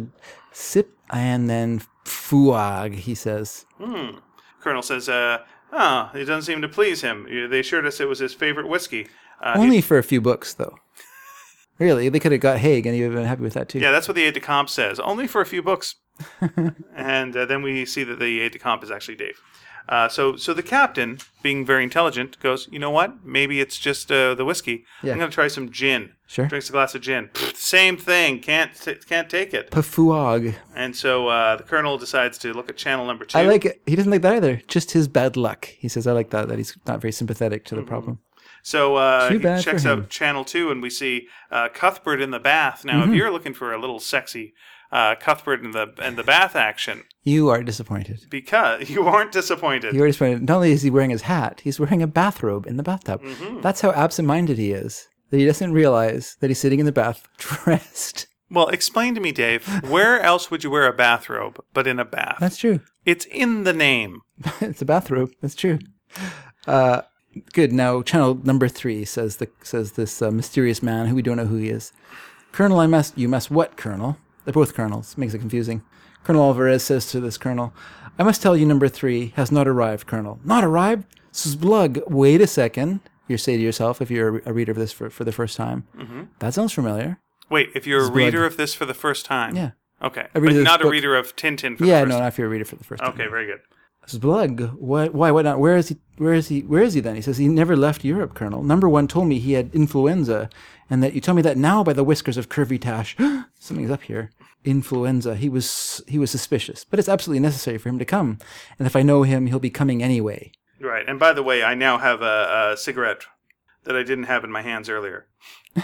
B: sip, and then fouag, he says.
A: Colonel says, uh, oh, it doesn't seem to please him. They assured us it was his favorite whiskey. Uh,
B: Only for a few books, though. Really, they could have got Haig, and he would have been happy with that, too.
A: yeah, that's what the aide de camp says. Only for a few books. and uh, then we see that the aide de camp is actually Dave. Uh, so, so the captain, being very intelligent, goes, you know what? Maybe it's just uh, the whiskey.
B: Yeah.
A: I'm going to try some gin.
B: Sure.
A: Drinks a glass of gin. Pfft, Same thing. Can't t- can't take it.
B: Pafouag.
A: And so uh, the colonel decides to look at channel number two.
B: I like it. He doesn't like that either. Just his bad luck. He says, I like that, that he's not very sympathetic to the
A: Mm.
B: problem.
A: So uh,
B: Too
A: he
B: bad for
A: checks
B: him.
A: out Channel 2, and we see uh, Cuthbert in the bath. Now,
B: Mm-hmm.
A: if you're looking for a little sexy uh, Cuthbert in the in the bath action,
B: You are disappointed.
A: because you aren't disappointed.
B: You are disappointed. Not only is he wearing his hat, he's wearing a bathrobe in the bathtub. That's how absent minded he is. That he doesn't realize that he's sitting in the bath dressed.
A: well, explain to me, Dave, where else would you wear a bathrobe but in a bath?
B: That's true.
A: it's in the name.
B: it's a bathrobe. That's true. Uh, good. Now, channel number three says the says this uh, mysterious man who we don't know who he is. Colonel, I must. You must what, Colonel? They're both colonels. Makes it confusing. Colonel Alvarez says to this colonel, "I must tell you, number three has not arrived, Colonel. Not arrived? Sblug. Wait a second. You say to yourself, if you're a a reader of this for, for the first time,
A: Mm-hmm.
B: that sounds familiar.
A: Wait, if you're a reader of this for the first time.
B: Yeah.
A: Okay.
B: read
A: But
B: this
A: not a
B: book.
A: reader of Tintin for
B: Yeah,
A: the
B: no,
A: first
B: not if you're a reader for the first time.
A: Okay, very good.
B: Zblug, why, why, why not? Where is he? Where is he? Where is he then? He says he never left Europe, Colonel. Number one told me he had influenza, and that you tell me that now by the whiskers of Curvy Tash. Something's up here. Influenza. He was he was suspicious, but it's absolutely necessary for him to come. And if I know him, he'll be coming anyway.
A: Right. And by the way, I now have a, a cigarette that I didn't have in my hands earlier.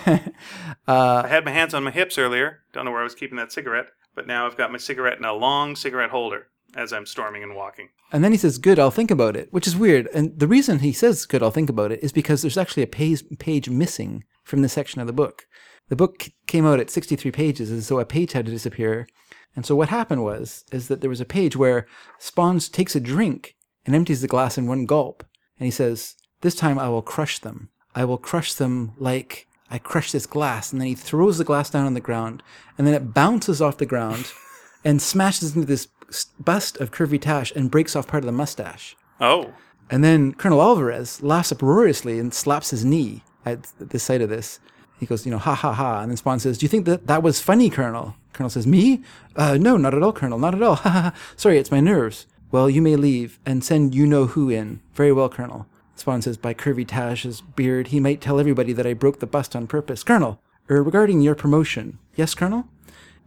B: Uh,
A: I had my hands on my hips earlier. Don't know where I was keeping that cigarette, but now I've got my cigarette in a long cigarette holder as I'm storming and walking.
B: And then he says, "Good, I'll think about it," which is weird. And the reason he says, "Good, I'll think about it," is because there's actually a page, page missing from this section of the book. The book c- came out at 63 pages, and so a page had to disappear. And so what happened was, is that there was a page where Spons takes a drink and empties the glass in one gulp, and he says, "This time I will crush them. I will crush them like." I crush this glass, and then he throws the glass down on the ground, and then it bounces off the ground, and smashes into this bust of Curvy Tash and breaks off part of the mustache.
A: Oh,
B: And then Colonel Alvarez laughs uproariously and slaps his knee at the sight of this. He goes, you know, ha ha ha. And then Spawn says, Do you think that that was funny, Colonel? Colonel says, Me? Uh, no, not at all, Colonel, not at all. Ha ha ha. Sorry, it's my nerves. Well, you may leave and send you know who in. Very well, Colonel. Spawn says, By Curvy Tash's beard, he might tell everybody that I broke the bust on purpose. Colonel, er, regarding your promotion. Yes, Colonel?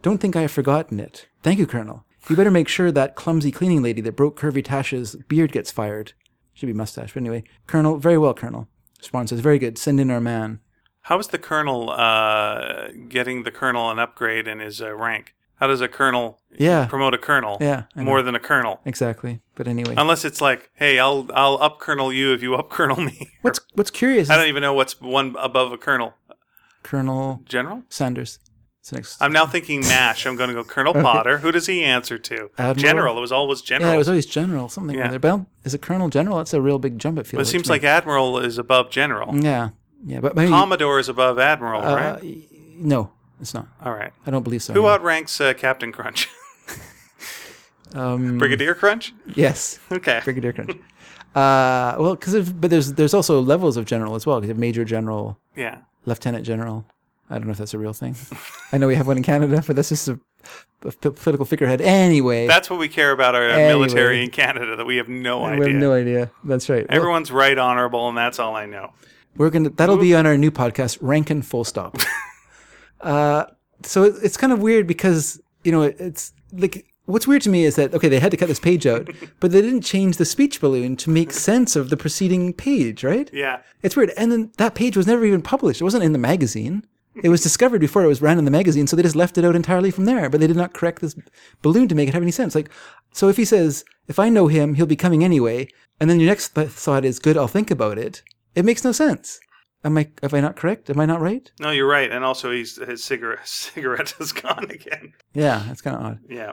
B: Don't think I have forgotten it. Thank you, Colonel. You better make sure that clumsy cleaning lady that broke Curvy Tash's beard gets fired. Should be mustache, but anyway. Colonel, very well, Colonel. Spawn says, very good. Send in our man.
A: how is the colonel uh, getting the colonel an upgrade in his uh, rank? How does a colonel
B: Yeah.
A: promote a colonel
B: Yeah, I know.
A: more than a colonel?
B: Exactly. But anyway.
A: Unless it's like, hey, I'll I'll up colonel you if you up colonel me.
B: what's what's curious
A: I
B: is
A: don't even know what's one above a colonel.
B: Colonel
A: General?
B: Sanders. It's the next.
A: I'm now thinking Nash. I'm going to go Colonel Potter. Who does he answer to?
B: Admiral?
A: General. It was always General.
B: yeah, it was always General, something
A: Yeah.
B: yeah. there. But I don't- is it Colonel General? That's a real big jump, it feels
A: it
B: to
A: seems
B: me.
A: like Admiral is above General.
B: Yeah. Yeah, but maybe.
A: Commodore is above Admiral,
B: Mm-hmm. uh,
A: right?
B: No. It's not.
A: All right.
B: I don't believe so.
A: Who
B: no.
A: outranks uh, Captain Crunch?
B: Um,
A: Brigadier Crunch?
B: yes.
A: Okay.
B: Brigadier Crunch. uh, well, because but there's there's also levels of general as well. 'cause you have major general,
A: Yeah.
B: lieutenant general. I don't know if that's a real thing. I know we have one in Canada, but that's just a, a p- political figurehead. Anyway,
A: That's what we care about our
B: Anyway.
A: military in Canada that we have no
B: we
A: idea.
B: have no idea. That's right. Well,
A: Everyone's right honorable, and that's all I know.
B: We're gonna that'll be on our new podcast, Rankin Full Stop. uh, so it, it's kind of weird because you know it, it's like what's weird to me is that okay they had to cut this page out, but they didn't change the speech balloon to make sense of the preceding page, right?
A: Yeah.
B: It's weird. And then that page was never even published. It wasn't in the magazine. It was discovered before it was ran in the magazine, so they just left it out entirely from there. But they did not correct this balloon to make it have any sense. Like, so if he says, "If I know him, he'll be coming anyway," and then your next th- thought is, "Good, I'll think about it," it makes no sense. Am I? Am I not correct? Am I not right?
A: No, you're right. And also, he's, his cigarette cigarette is gone again.
B: Yeah, that's kind of odd.
A: Yeah.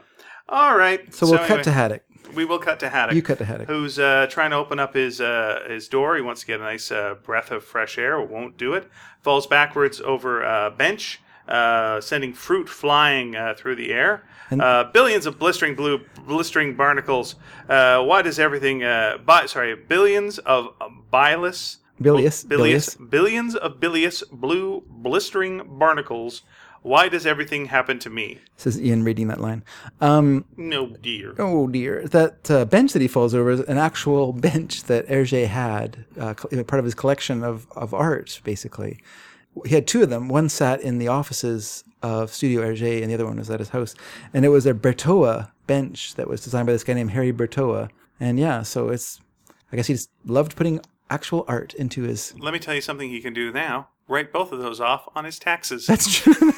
A: All right.
B: So we'll
A: anyway,
B: cut to Haddock.
A: we will cut to Haddock.
B: You cut to Haddock.
A: who's uh, trying to open up his uh, his door. He wants to get a nice uh, breath of fresh air. Won't do it. Falls backwards over a bench, uh, sending fruit flying uh, through the air. uh, billions of blistering blue, blistering barnacles. Uh, why does everything? Uh, bi- sorry, billions of bilious.
B: Bilious, bilious.
A: bilious, billions of bilious blue blistering barnacles. Why does everything happen to me?
B: Says Ian, reading that line. Um,
A: No dear.
B: Oh dear! That uh, bench that he falls over is an actual bench that Hergé had, uh, cl- part of his collection of of art, basically. He had two of them. One sat in the offices of Studio Hergé, and the other one was at his house. And it was a Bertoa bench that was designed by this guy named Harry Bertoa. And yeah, so it's, I guess he just loved putting actual art into his.
A: Let me tell you something he can do now. Write both of those off on his taxes.
B: That's true.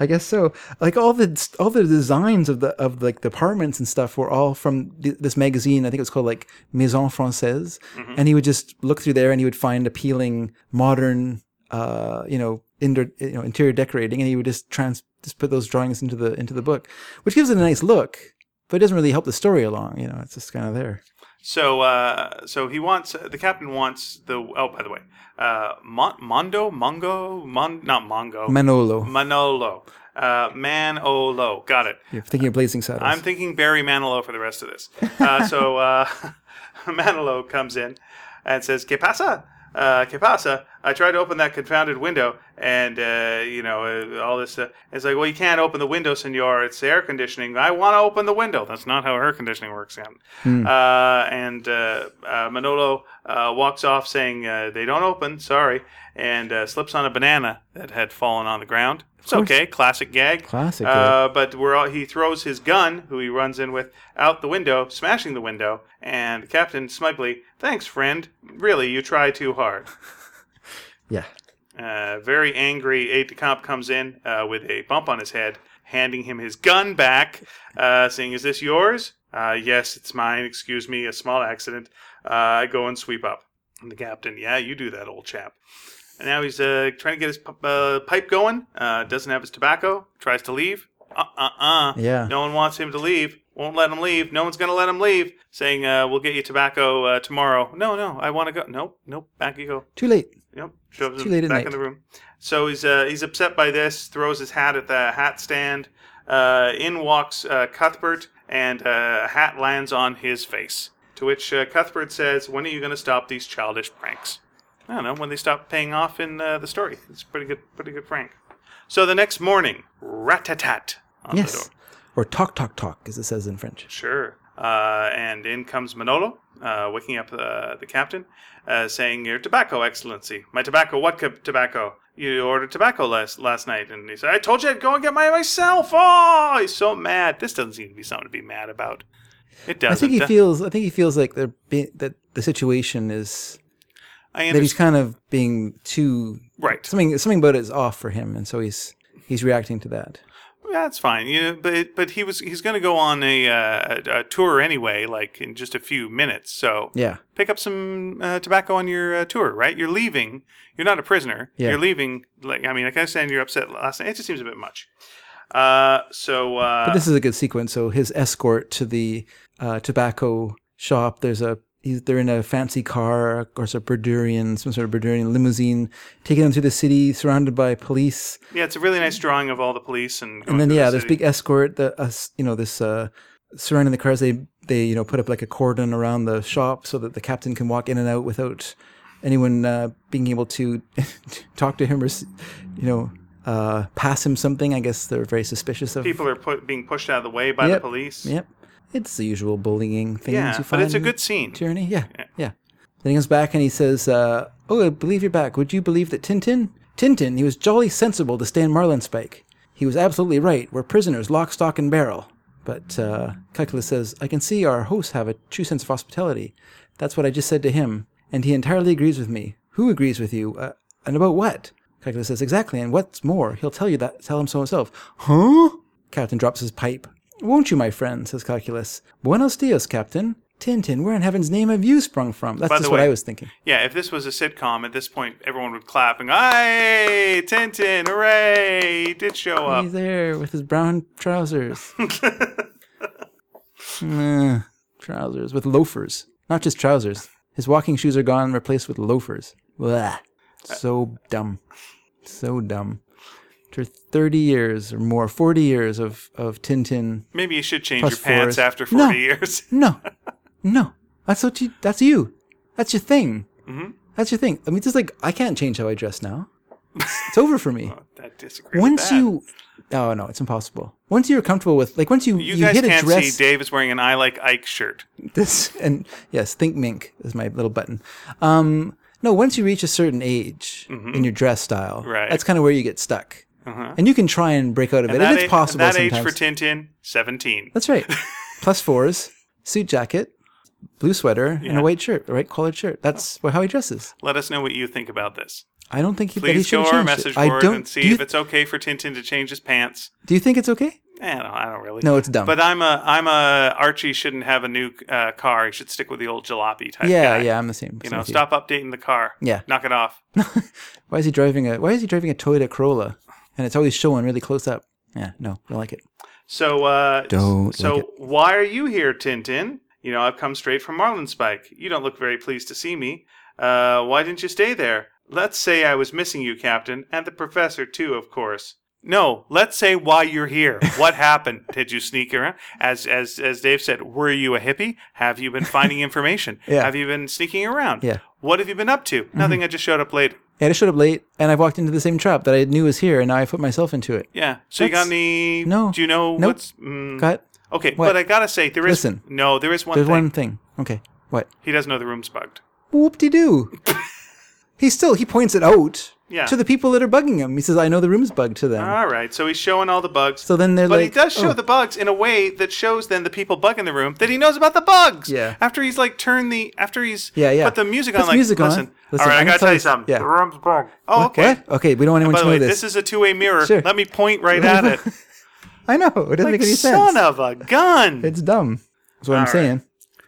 B: I guess so. Like all the all the designs of the of like the apartments and stuff were all from th- this magazine. I think it was called like Maison Française, and he would just look through there and he would find appealing modern, uh, you know, inter- you know, interior decorating, and he would just trans just put those drawings into the into the book, which gives it a nice look, but it doesn't really help the story along. You know, it's just kind of there.
A: So, uh, so he wants the captain wants the. Oh, by the way, uh, Mon- Mondo, Mongo, Mon, not Mongo,
B: Manolo,
A: Manolo, uh, Manolo. Got it.
B: you're thinking of Blazing Saddles.
A: I'm thinking Barry Manilow for the rest of this. Uh, so uh, Manilow comes in and says, "Que pasa? Uh, que pasa? I tried to open that confounded window, and uh, you know uh, all this. Uh, it's like, well, you can't open the window, Senor. It's air conditioning. I want to open the window. That's not how air conditioning works, Sam. Uh, and uh, uh, Manolo uh, walks off, saying uh, they don't open. Sorry, and uh, slips on a banana that had fallen on the ground. It's
B: course.
A: okay, classic gag.
B: Classic gag.
A: Uh, but we're all, he throws his gun, who he runs in with, out the window, smashing the window. And Captain Smugly, thanks, friend. Really, you try too hard.
B: yeah,
A: Uh, very angry, aide de camp comes in uh, with a bump on his head, handing him his gun back, uh, saying, Is this yours? Uh, yes, it's mine. Excuse me, a small accident. Uh, go and sweep up. And the captain, Yeah, you do that, old chap. And now he's uh, trying to get his p- uh, pipe going, uh, doesn't have his tobacco, tries to leave. Uh uh uh.
B: Yeah.
A: No one wants him to leave. Won't let him leave. No one's going to let him leave. Saying, uh, We'll get you tobacco uh, tomorrow. No, no, I want to go. Nope, nope, back you go.
B: too late.
A: Yep, shoves
B: too
A: him
B: late at
A: back
B: night.
A: in the room. So he's uh, he's upset by this. Throws his hat at the hat stand. Uh, in walks uh, Cuthbert, and uh, a hat lands on his face. To which uh, Cuthbert says, "When are you going to stop these childish pranks?" I don't know. When they stop paying off in uh, the story, it's a pretty good, pretty good prank. So the next morning, rat-a-tat on the door.
B: Yes, or talk, talk, talk, as it says in French.
A: Sure. Uh, and in comes Manolo, uh, waking up uh, the captain, uh, saying, Your tobacco, Excellency. My tobacco, what co- tobacco? You ordered tobacco last, last night. And he said, I told you I'd go and get mine myself. Oh, he's so mad. This doesn't seem to be something to be mad about. It
B: I
A: doesn't.
B: think he
A: Uh,
B: feels. I think he feels like they're be, that the situation is
A: I
B: that he's
A: understand.
B: kind of being too
A: Right.
B: Something something about it is off for him, and so he's he's reacting to that.
A: That's fine. You know, but but he was he's going to go on a, uh, a, a tour anyway, like in just a few minutes. So
B: Yeah,
A: pick up some uh, tobacco on your uh, tour, right? You're leaving. You're not a prisoner.
B: Yeah.
A: You're leaving. Like I mean, I can understand you're upset last night. It just seems a bit much. Uh, so uh,
B: but this is a good sequence. So his escort to the uh, tobacco shop. There's a he's, they're in a fancy car or some Berdurian, some sort of Berdurian limousine, taking them through the city, surrounded by police.
A: Yeah, it's a really nice drawing of all the police and.
B: And
A: going
B: then
A: through
B: yeah,
A: the
B: this
A: city.
B: big escort that us, you know, this uh, surrounding the cars. They they you know put up like a cordon around the shop so that the captain can walk in and out without anyone uh, being able to talk to him or s- you know uh, pass him something. I guess they're very suspicious of.
A: People are pu- being pushed out of the way by the
B: Yep.
A: police.
B: Yep, it's the usual bullying things
A: Yeah,
B: you
A: but
B: find.
A: it's a good scene.
B: tyranny. Yeah, yeah. Then he comes back and he says, uh, "Oh, I believe you're back. Would you believe that Tintin? Tintin, he was jolly sensible to stand Marlinspike. He was absolutely right. We're prisoners, lock, stock, and barrel." But uh, Calculus says, "I can see our hosts have a true sense of hospitality. That's what I just said to him, and he entirely agrees with me. Who agrees with you? Uh, and about what?" Calculus says, "Exactly. And what's more, he'll tell you that. Tell him so himself." Huh? Captain drops his pipe. Won't you, my friend? says Calculus. Buenos dias, Captain. Tintin, where in heaven's name have you sprung from? That's
A: By the
B: just what
A: way-
B: I was thinking.
A: Yeah, if this was a sitcom, at this point, everyone would clap and go, Hey, Tintin, hooray, he did show up.
B: He's there with his brown trousers. Eh, trousers with loafers, not just trousers. His walking shoes are gone, replaced with loafers. Blah. So dumb. So dumb. After 30 years or more, 40 years of, of Tintin.
A: Maybe you should change
B: Plus
A: your pants
B: Forrest.
A: after
B: No.
A: 40 years.
B: No, no. That's what you, that's you. That's your thing.
A: Mm-hmm.
B: That's your thing. I mean, just like, I can't change how I dress now. It's, it's over for me.
A: I disagree with
B: once
A: that.
B: you oh no it's impossible once you're comfortable with like once you
A: You
B: you,
A: guys
B: hit a
A: can't
B: dress
A: see Dave is wearing an I Like Ike shirt.
B: this and yes think mink is my little button um no once you reach a certain age in your dress style
A: Mm-hmm. Right. Uh-huh.
B: that's kind of where you get stuck and you can try and break out of it and
A: that
B: it's
A: a-
B: possible
A: That
B: sometimes
A: age for Tintin, 17.
B: that's right plus fours suit jacket blue sweater and a white shirt a white collared shirt that's wh- how he dresses
A: Let us know what you think about this.
B: i don't think he, that he
A: Please
B: should
A: go
B: have
A: our
B: changed
A: message
B: it. i
A: board
B: don't
A: and see
B: do, you,
A: if it's okay for Tintin to change his pants.
B: do you think it's okay
A: Eh, no, I don't really.
B: No, it's dumb.
A: But I'm a I'm a Archie shouldn't have a new uh, car. He should stick with the old jalopy type.
B: yeah
A: guy.
B: yeah i'm the same
A: You
B: same
A: know,
B: with
A: stop updating the car.
B: Yeah.
A: knock it off.
B: Why is he driving a Why is he driving a Toyota Corolla? And it's always showing really close up. Yeah, no, don't like it.
A: So, uh,
B: Don't
A: so
B: like
A: why are you here, Tintin? You know, I've come straight from Marlin Spike. You don't look very pleased to see me. Uh, why didn't you stay there? Let's say I was missing you, Captain, and the professor too, of course. No, let's say why you're here. What happened? Did you sneak around? As as as Dave said, were you a hippie? Have you been finding information?
B: Yeah.
A: Have you been sneaking around?
B: Yeah. Mm-hmm.
A: What have you been up to? Nothing. I just showed up late.
B: And I showed up late, and I've walked into the same trap that I knew was here, and now I put myself into it.
A: Yeah. So you got
B: That's-
A: any?
B: No.
A: Do you know
B: Nope.
A: what's? Mm,
B: Got
A: Okay,
B: What?
A: but I gotta say there is
B: Listen.
A: no, there is one
B: there's
A: thing.
B: one thing. Okay, what?
A: He doesn't know the room's bugged.
B: Whoop de doo. he still he points it out
A: Yeah.
B: to the people that are bugging him. He says, "I know the room's bugged to them."
A: All right, so he's showing all the bugs.
B: so then they're
A: but
B: like,
A: he does show
B: "Oh,
A: the bugs in a way that shows then the people bugging the room that he knows about the bugs.
B: Yeah.
A: After he's like turned the after he's
B: Yeah, yeah.
A: put the music
B: Puts
A: on like
B: music on.
A: listen.
B: Listen,
A: all right, I
B: I'm
A: gotta
B: gonna tell
A: tell you
B: you-
A: something.
B: yeah.
A: The room's bugged. Oh, okay.
B: What? Okay, we don't want anyone
A: By
B: to
A: the way,
B: know
A: this.
B: this.
A: is a two-way mirror.
B: Sure.
A: Let me point right
B: Sure.
A: at it.
B: I know it doesn't
A: Like,
B: make any
A: son
B: sense.
A: of a gun.
B: it's dumb. That's what I'm
A: right.
B: saying.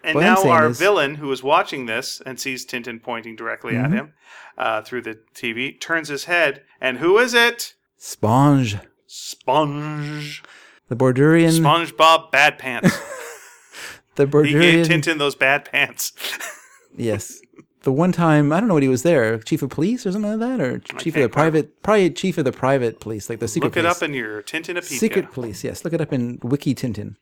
A: And
B: What I'm
A: now
B: saying
A: our
B: is-
A: villain, who is watching this and sees Tintin pointing directly
B: Mm-hmm.
A: at him uh, through the TV, turns his head, and who is it?
B: Sponge,
A: Sponge.
B: the Bordurian,
A: SpongeBob Bad Pants.
B: the
A: he gave
B: Bordurian.
A: Tintin those bad pants.
B: Yes. The one time, I don't know what he was there, chief of police or something like that, or chief of the
A: can't
B: private, probably chief of the private police, like the secret
A: Look it
B: police.
A: up in your Tintinopedia.
B: secret police, yes. Look it up in Wiki Tintin.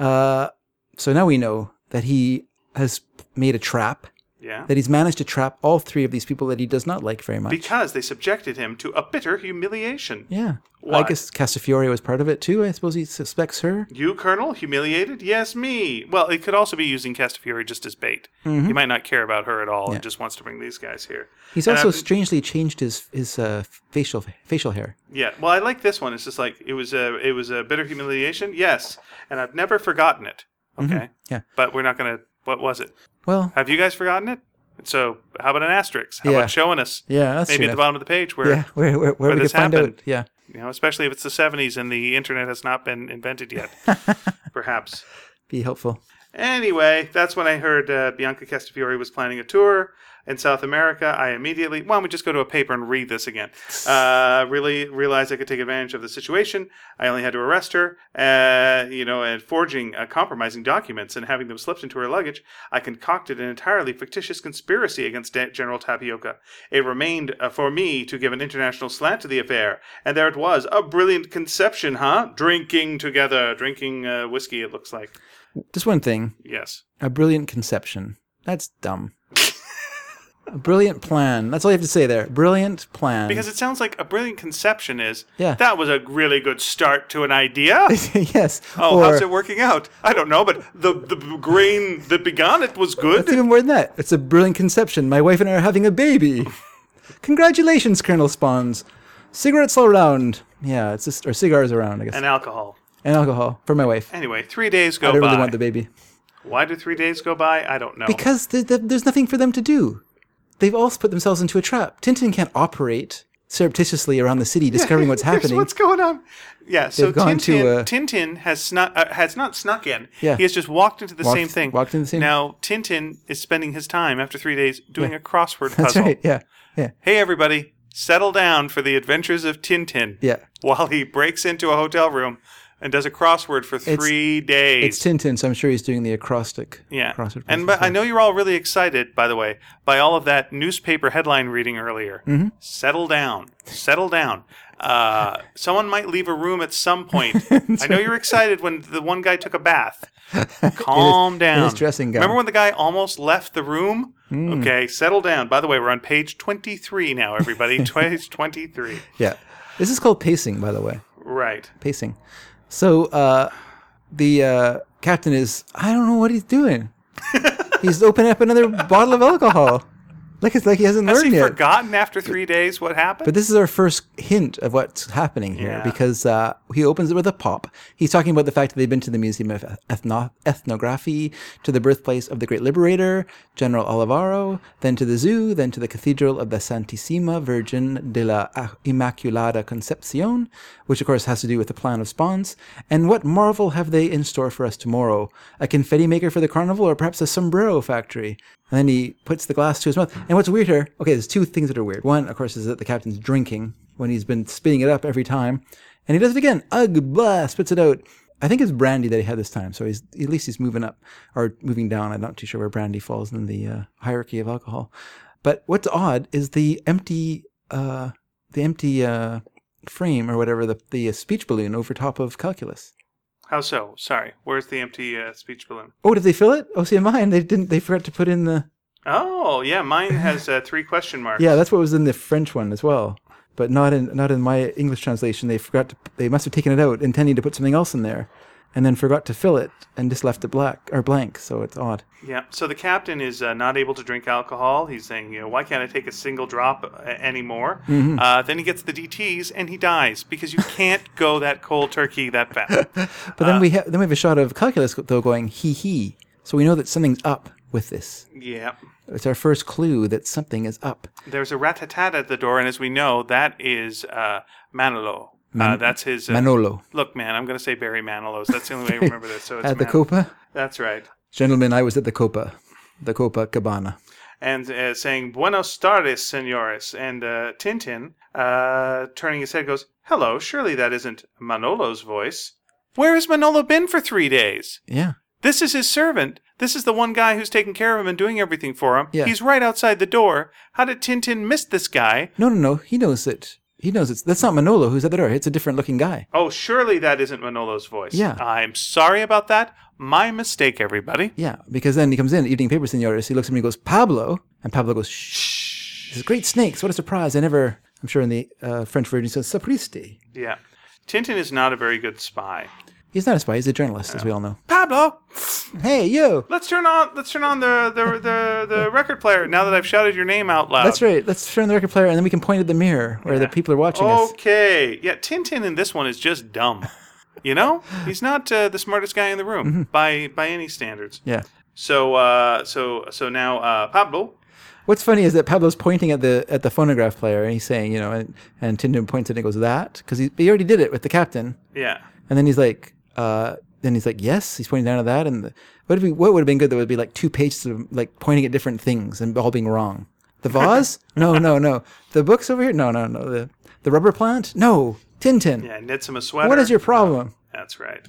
B: Uh, so now we know that he has made a trap,
A: Yeah.
B: that he's managed to trap all three of these people that he does not like very much.
A: Because they subjected him to a bitter humiliation.
B: yeah.
A: Why?
B: I guess Castafiore was part of it too. I suppose he suspects her.
A: You, Colonel, humiliated? Yes, me. Well, it could also be using Castafiore just as bait.
B: Mm-hmm.
A: He might not care about her at all and just wants to bring these guys here.
B: He's
A: And
B: also
A: I'm-
B: strangely changed his his uh, facial facial hair.
A: Yeah. Well, I like this one. It's just like it was a it was a bitter humiliation. Yes, and I've never forgotten it. Okay.
B: Mm-hmm. Yeah.
A: But we're not gonna. What was it?
B: Well,
A: Have you guys forgotten it? So how about an asterisk? How
B: Yeah.
A: about showing us?
B: yeah, that's
A: Maybe
B: true
A: at the
B: enough.
A: bottom of the page where
B: Yeah, where where, where, we can
A: this
B: find
A: happened.
B: out. Yeah.
A: you know, especially if it's the 70s and the internet has not been invented yet, perhaps.
B: be helpful.
A: Anyway, that's when I heard uh, Bianca Castafiore was planning a tour. In South America, I immediately, why don't we just go to a paper and read this again? Uh, really realized I could take advantage of the situation. I only had to arrest her, uh, you know, and forging uh, compromising documents and having them slipped into her luggage. I concocted an entirely fictitious conspiracy against De- General Tapioca. It remained uh, for me to give an international slant to the affair, and there it was. A brilliant conception, huh? Drinking together, drinking uh, whiskey, it looks like.
B: Just one thing.
A: Yes.
B: A brilliant conception. That's dumb. a brilliant plan. That's all you have to say there. Brilliant plan.
A: Because it sounds like a brilliant conception is
B: Yeah.
A: that was a really good start to an idea.
B: yes.
A: Oh,
B: or,
A: how's it working out? I don't know, but the the grain that began it was
B: It's
A: good.
B: even more than that. It's a brilliant conception. My wife and I are having a baby. Congratulations, Colonel Spawns. Cigarettes all around. Yeah, it's just or cigars around, I guess.
A: And Oh, alcohol.
B: and alcohol for my wife.
A: Anyway, three days go
B: I don't
A: by.
B: really want the baby
A: Why do three days go by? I don't know.
B: because th- th- there's nothing for them to do. They've all put themselves into a trap. Tintin can't operate surreptitiously around the city, discovering what's
A: Here's
B: happening.
A: What's going on? Yeah. So
B: They've gone
A: Tintin,
B: to, uh,
A: Tintin has snuck, uh, has not snuck in.
B: Yeah.
A: He has just walked into the
B: Walked-
A: same thing.
B: walked into the same-
A: Now Tintin is spending his time after three days doing a crossword puzzle.
B: That's right. Yeah, yeah.
A: Hey everybody, settle down for the adventures of Tintin.
B: Yeah.
A: While he breaks into a hotel room and does a crossword for three days.
B: It's Tintin, so I'm sure he's doing the acrostic.
A: Yeah.
B: Crossword
A: and
B: puzzle.
A: but I know you're all really excited, by the way, by all of that newspaper headline reading earlier.
B: Mm-hmm.
A: Settle down. Settle down. Uh, someone might leave a room at some point. I know you're excited when the one guy took a bath. Calm down.
B: dressing gown.
A: Remember when the guy almost left the room?
B: Mm.
A: Okay, settle down. By the way, we're on page 23 now, everybody. page 23.
B: yeah. This is called pacing, by the way.
A: Right.
B: pacing. So uh, the uh, captain is, I don't know what he's doing. he's opening up another bottle of alcohol. Like it's like he hasn't
A: Has
B: learned
A: he
B: yet.
A: forgotten after three days what happened?
B: But this is our first hint of what's happening here
A: Yeah.
B: because uh, he opens it with a pop. He's talking about the fact that they've been to the Museum of Ethno- Ethnography, to the birthplace of the great liberator, General Olivaro, then to the zoo, then to the Cathedral of the Santissima Virgin de la Immaculada Concepcion, which of course has to do with the plan of Spawns. And what marvel have they in store for us tomorrow? A confetti maker for the carnival or perhaps a sombrero factory? And then he puts the glass to his mouth. And what's weird here, okay, there's two things that are weird. One, of course, is that the captain's drinking when he's been spitting it up every time. And he does it again. Ugh, blah, spits it out. I think it's brandy that he had this time. So he's at least he's moving up or moving down. I'm not too sure where brandy falls in the uh, hierarchy of alcohol. But what's odd is the empty, uh, the empty uh, frame or whatever the the uh, speech balloon over top of calculus.
A: How so? Sorry. Where's the empty uh, speech balloon?
B: Oh, did they fill it? Oh, see, mine they didn't. They forgot to put in the
A: Oh, yeah. Mine has uh, three question marks.
B: Yeah, that's what was in the French one as well, but not in not in my English translation. They forgot to they must have taken it out, intending to put something else in there, and then forgot to fill it and just left it black or blank. So it's odd.
A: Yeah. So the captain is uh, not able to drink alcohol. He's saying, you know, why can't I take a single drop uh, anymore?
B: Mm-hmm.
A: Uh, then he gets the DTS and he dies because you can't go that cold turkey that fast.
B: But then we ha- then we have a shot of calculus though going hee hee. So we know that something's up with this.
A: yeah.
B: It's our first clue that something is up.
A: There's a rat-a-tat at the door, and as we know, that is uh, Manolo. uh, that's his. Uh,
B: Manolo
A: Look, man, I'm going to say Barry Manilow's. That's the only way I remember this. So it's
B: at the
A: Man-
B: Copa,
A: That's right.
B: gentlemen. I was at the Copa, the Copa Cabana.
A: and uh, saying "Buenos tardes, senores." And uh, Tintin, uh, turning his head, goes, "Hello, surely that isn't Manolo's voice." Where has Manolo been for three days?
B: Yeah,
A: This is his servant. This is the one guy who's taking care of him and doing everything for him.
B: Yeah.
A: He's right outside the door. How did Tintin miss this guy?
B: no, no, no. He knows it. He knows it's that's not Manolo who's at the door. It's a different looking guy.
A: Oh, surely that isn't Manolo's voice.
B: Yeah.
A: I'm sorry about that. My mistake, everybody.
B: Yeah, because then he comes in, evening paper senores. He looks at me and goes, Pablo. And Pablo goes, shh. He says, Great snakes. What a surprise. I never, I'm sure in the uh, French version, he says, Sapristi.
A: Yeah. Tintin is not a very good spy.
B: He's not a spy. He's a journalist, as we all know.
A: Pablo,
B: Hey, yo.
A: Let's turn on. Let's turn on the the, the the record player. Now that I've shouted your name out loud.
B: That's right. Let's turn the record player and then we can point at the mirror where the people are watching
A: Oh.
B: us.
A: Okay. Yeah, Tintin in this one is just dumb. You know, he's not uh, the smartest guy in the room
B: Mm-hmm.
A: by by any standards.
B: Yeah.
A: So uh, so so now uh, Pablo.
B: What's funny is that Pablo's pointing at the at the phonograph player and he's saying, you know, and, and Tintin points at it and goes, that? Because he, he already did it with the captain.
A: Yeah.
B: And then he's like, uh, then he's like, yes. He's pointing down at that. And the, what would be what would have been good? That would be like two pages of like pointing at different things and all being wrong. The vase? No, no, no. The books over here? No, no, no. The the rubber plant? No. Tintin.
A: Yeah, knits him a sweater.
B: what is your problem?
A: That's right.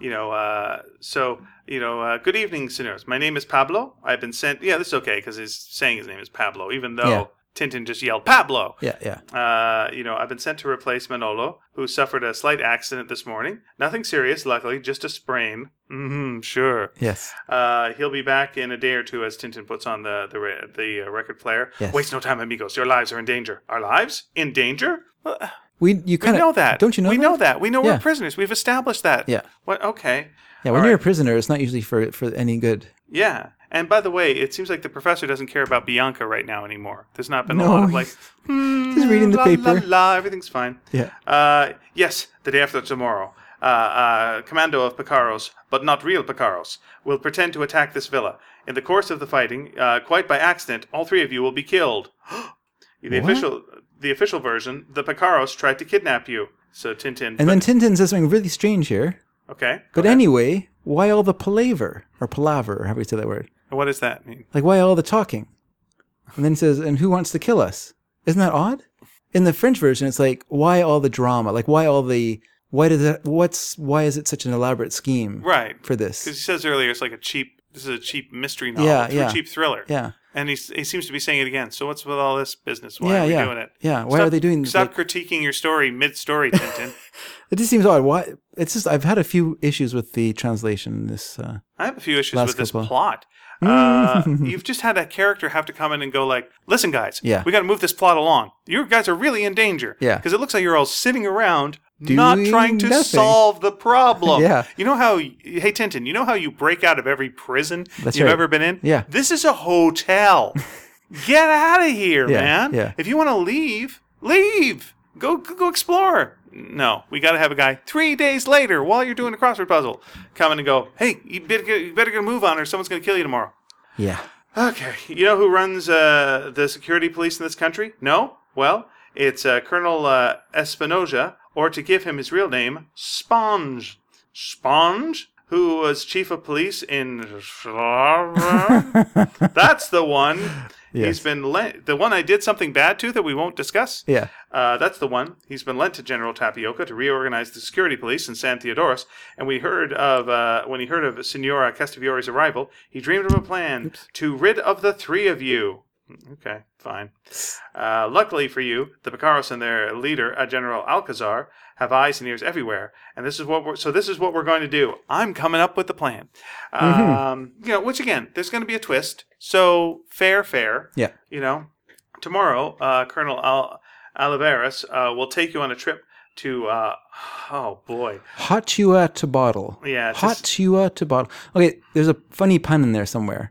A: You know, uh, so you know. Uh, good evening, senors. My name is Pablo. I've been sent. Yeah, this is okay because he's saying his name is Pablo, even though
B: Yeah.
A: Tintin just yelled Pablo.
B: Yeah, yeah.
A: Uh, you know, I've been sent to replace Manolo, who suffered a slight accident this morning. Nothing serious, luckily, just a sprain. Mm-hmm, sure.
B: Yes.
A: Uh, he'll be back in a day or two as Tintin puts on the the, re- the uh, record player.
B: Yes.
A: Waste no time, amigos. Your lives are in danger. Our lives in danger? Well, uh,
B: We you
A: we
B: kind
A: know
B: of
A: that.
B: Don't you know
A: We
B: that?
A: know that. We know
B: Yeah.
A: we're prisoners. We've established that.
B: Yeah.
A: What? Okay.
B: Yeah, when
A: All
B: you're a prisoner, it's not usually for for any good.
A: Yeah. And by the way, it seems like the professor doesn't care about Bianca right now anymore. There's not been a
B: No.
A: lot of like, hmm,
B: Just reading the
A: la, La,
B: paper.
A: la, everything's fine.
B: Yeah.
A: Uh, yes, the day after tomorrow. Uh, uh, commando of Picaros, but not real Picaros, will pretend to attack this villa. In the course of the fighting, uh, quite by accident, all three of you will be killed. the
B: What?
A: official, the official version, the Picaros tried to kidnap you. So Tintin.
B: And then Tintin says something really strange here.
A: okay.
B: But anyway, why all the palaver or palaver, or however you say that word?
A: What does that mean?
B: Like why all the talking? And then it says, and who wants to kill us? Isn't that odd? In the French version, it's like why all the drama? Like why all the why does that? What's why is it such an elaborate scheme
A: Right.
B: for
A: Because he
B: this?
A: says earlier, it's like a cheap. This is a cheap mystery novel.
B: Yeah,
A: it's
B: yeah.
A: a cheap thriller.
B: Yeah,
A: And he's, he seems to be saying it again. So what's with all this business? Why
B: yeah,
A: are we
B: yeah,
A: doing it?
B: yeah. Why
A: Stop-
B: are they doing? this?
A: Stop critiquing your story mid-story, Tintin.
B: it just seems odd. Why? It's just I've had a few issues with the translation. in This uh,
A: I have a few issues
B: Last
A: with this
B: couple.
A: plot. Uh, you've just had a character have to come in and go like, "Listen, guys,
B: Yeah.
A: we got to move this plot along. You guys are really in danger.
B: Yeah.
A: because it looks like you're all sitting around." not
B: Doing
A: trying to
B: nothing.
A: solve the problem.
B: Yeah.
A: You know how, hey, Tintin, you know how you break out of every prison
B: That's
A: you've
B: right.
A: ever been in?
B: Yeah.
A: This is a hotel. Get out of here,
B: Yeah,
A: man.
B: yeah.
A: If you want to leave, leave. Go go explore. No, we got to have a guy three days later while you're doing a crossword puzzle come in and go, hey, you better get, you better get a move on or someone's going to kill you tomorrow.
B: yeah,
A: Okay. You know who runs uh, the security police in this country? No? Well, it's uh, Colonel uh, Espinosa, or to give him his real name, Sponge. Sponge, who was chief of police in. That's the one. He's been lent. The one I did something bad to that we won't discuss?
B: yeah.
A: Uh, that's the one. He's been lent to General Tapioca to reorganize the security police in San Theodorus. And we heard of uh, when he heard of Senora Castaviore's arrival, he dreamed of a plan to rid of the three of you. Okay, fine. Uh, luckily for you, the Picaros and their leader, uh, General Alcazar, have eyes and ears everywhere, and this is what we're so this is what we're going to do. I'm coming up with the plan. Um, you know, which again, there's going to be a twist. So fair, fair.
B: Yeah.
A: You know, tomorrow, uh, Colonel Al- Olivares uh, will take you on a trip to. Uh, oh boy,
B: Hotua to bottle.
A: Yeah, it's just-
B: Hotua to bottle. Okay, there's a funny pun in there somewhere.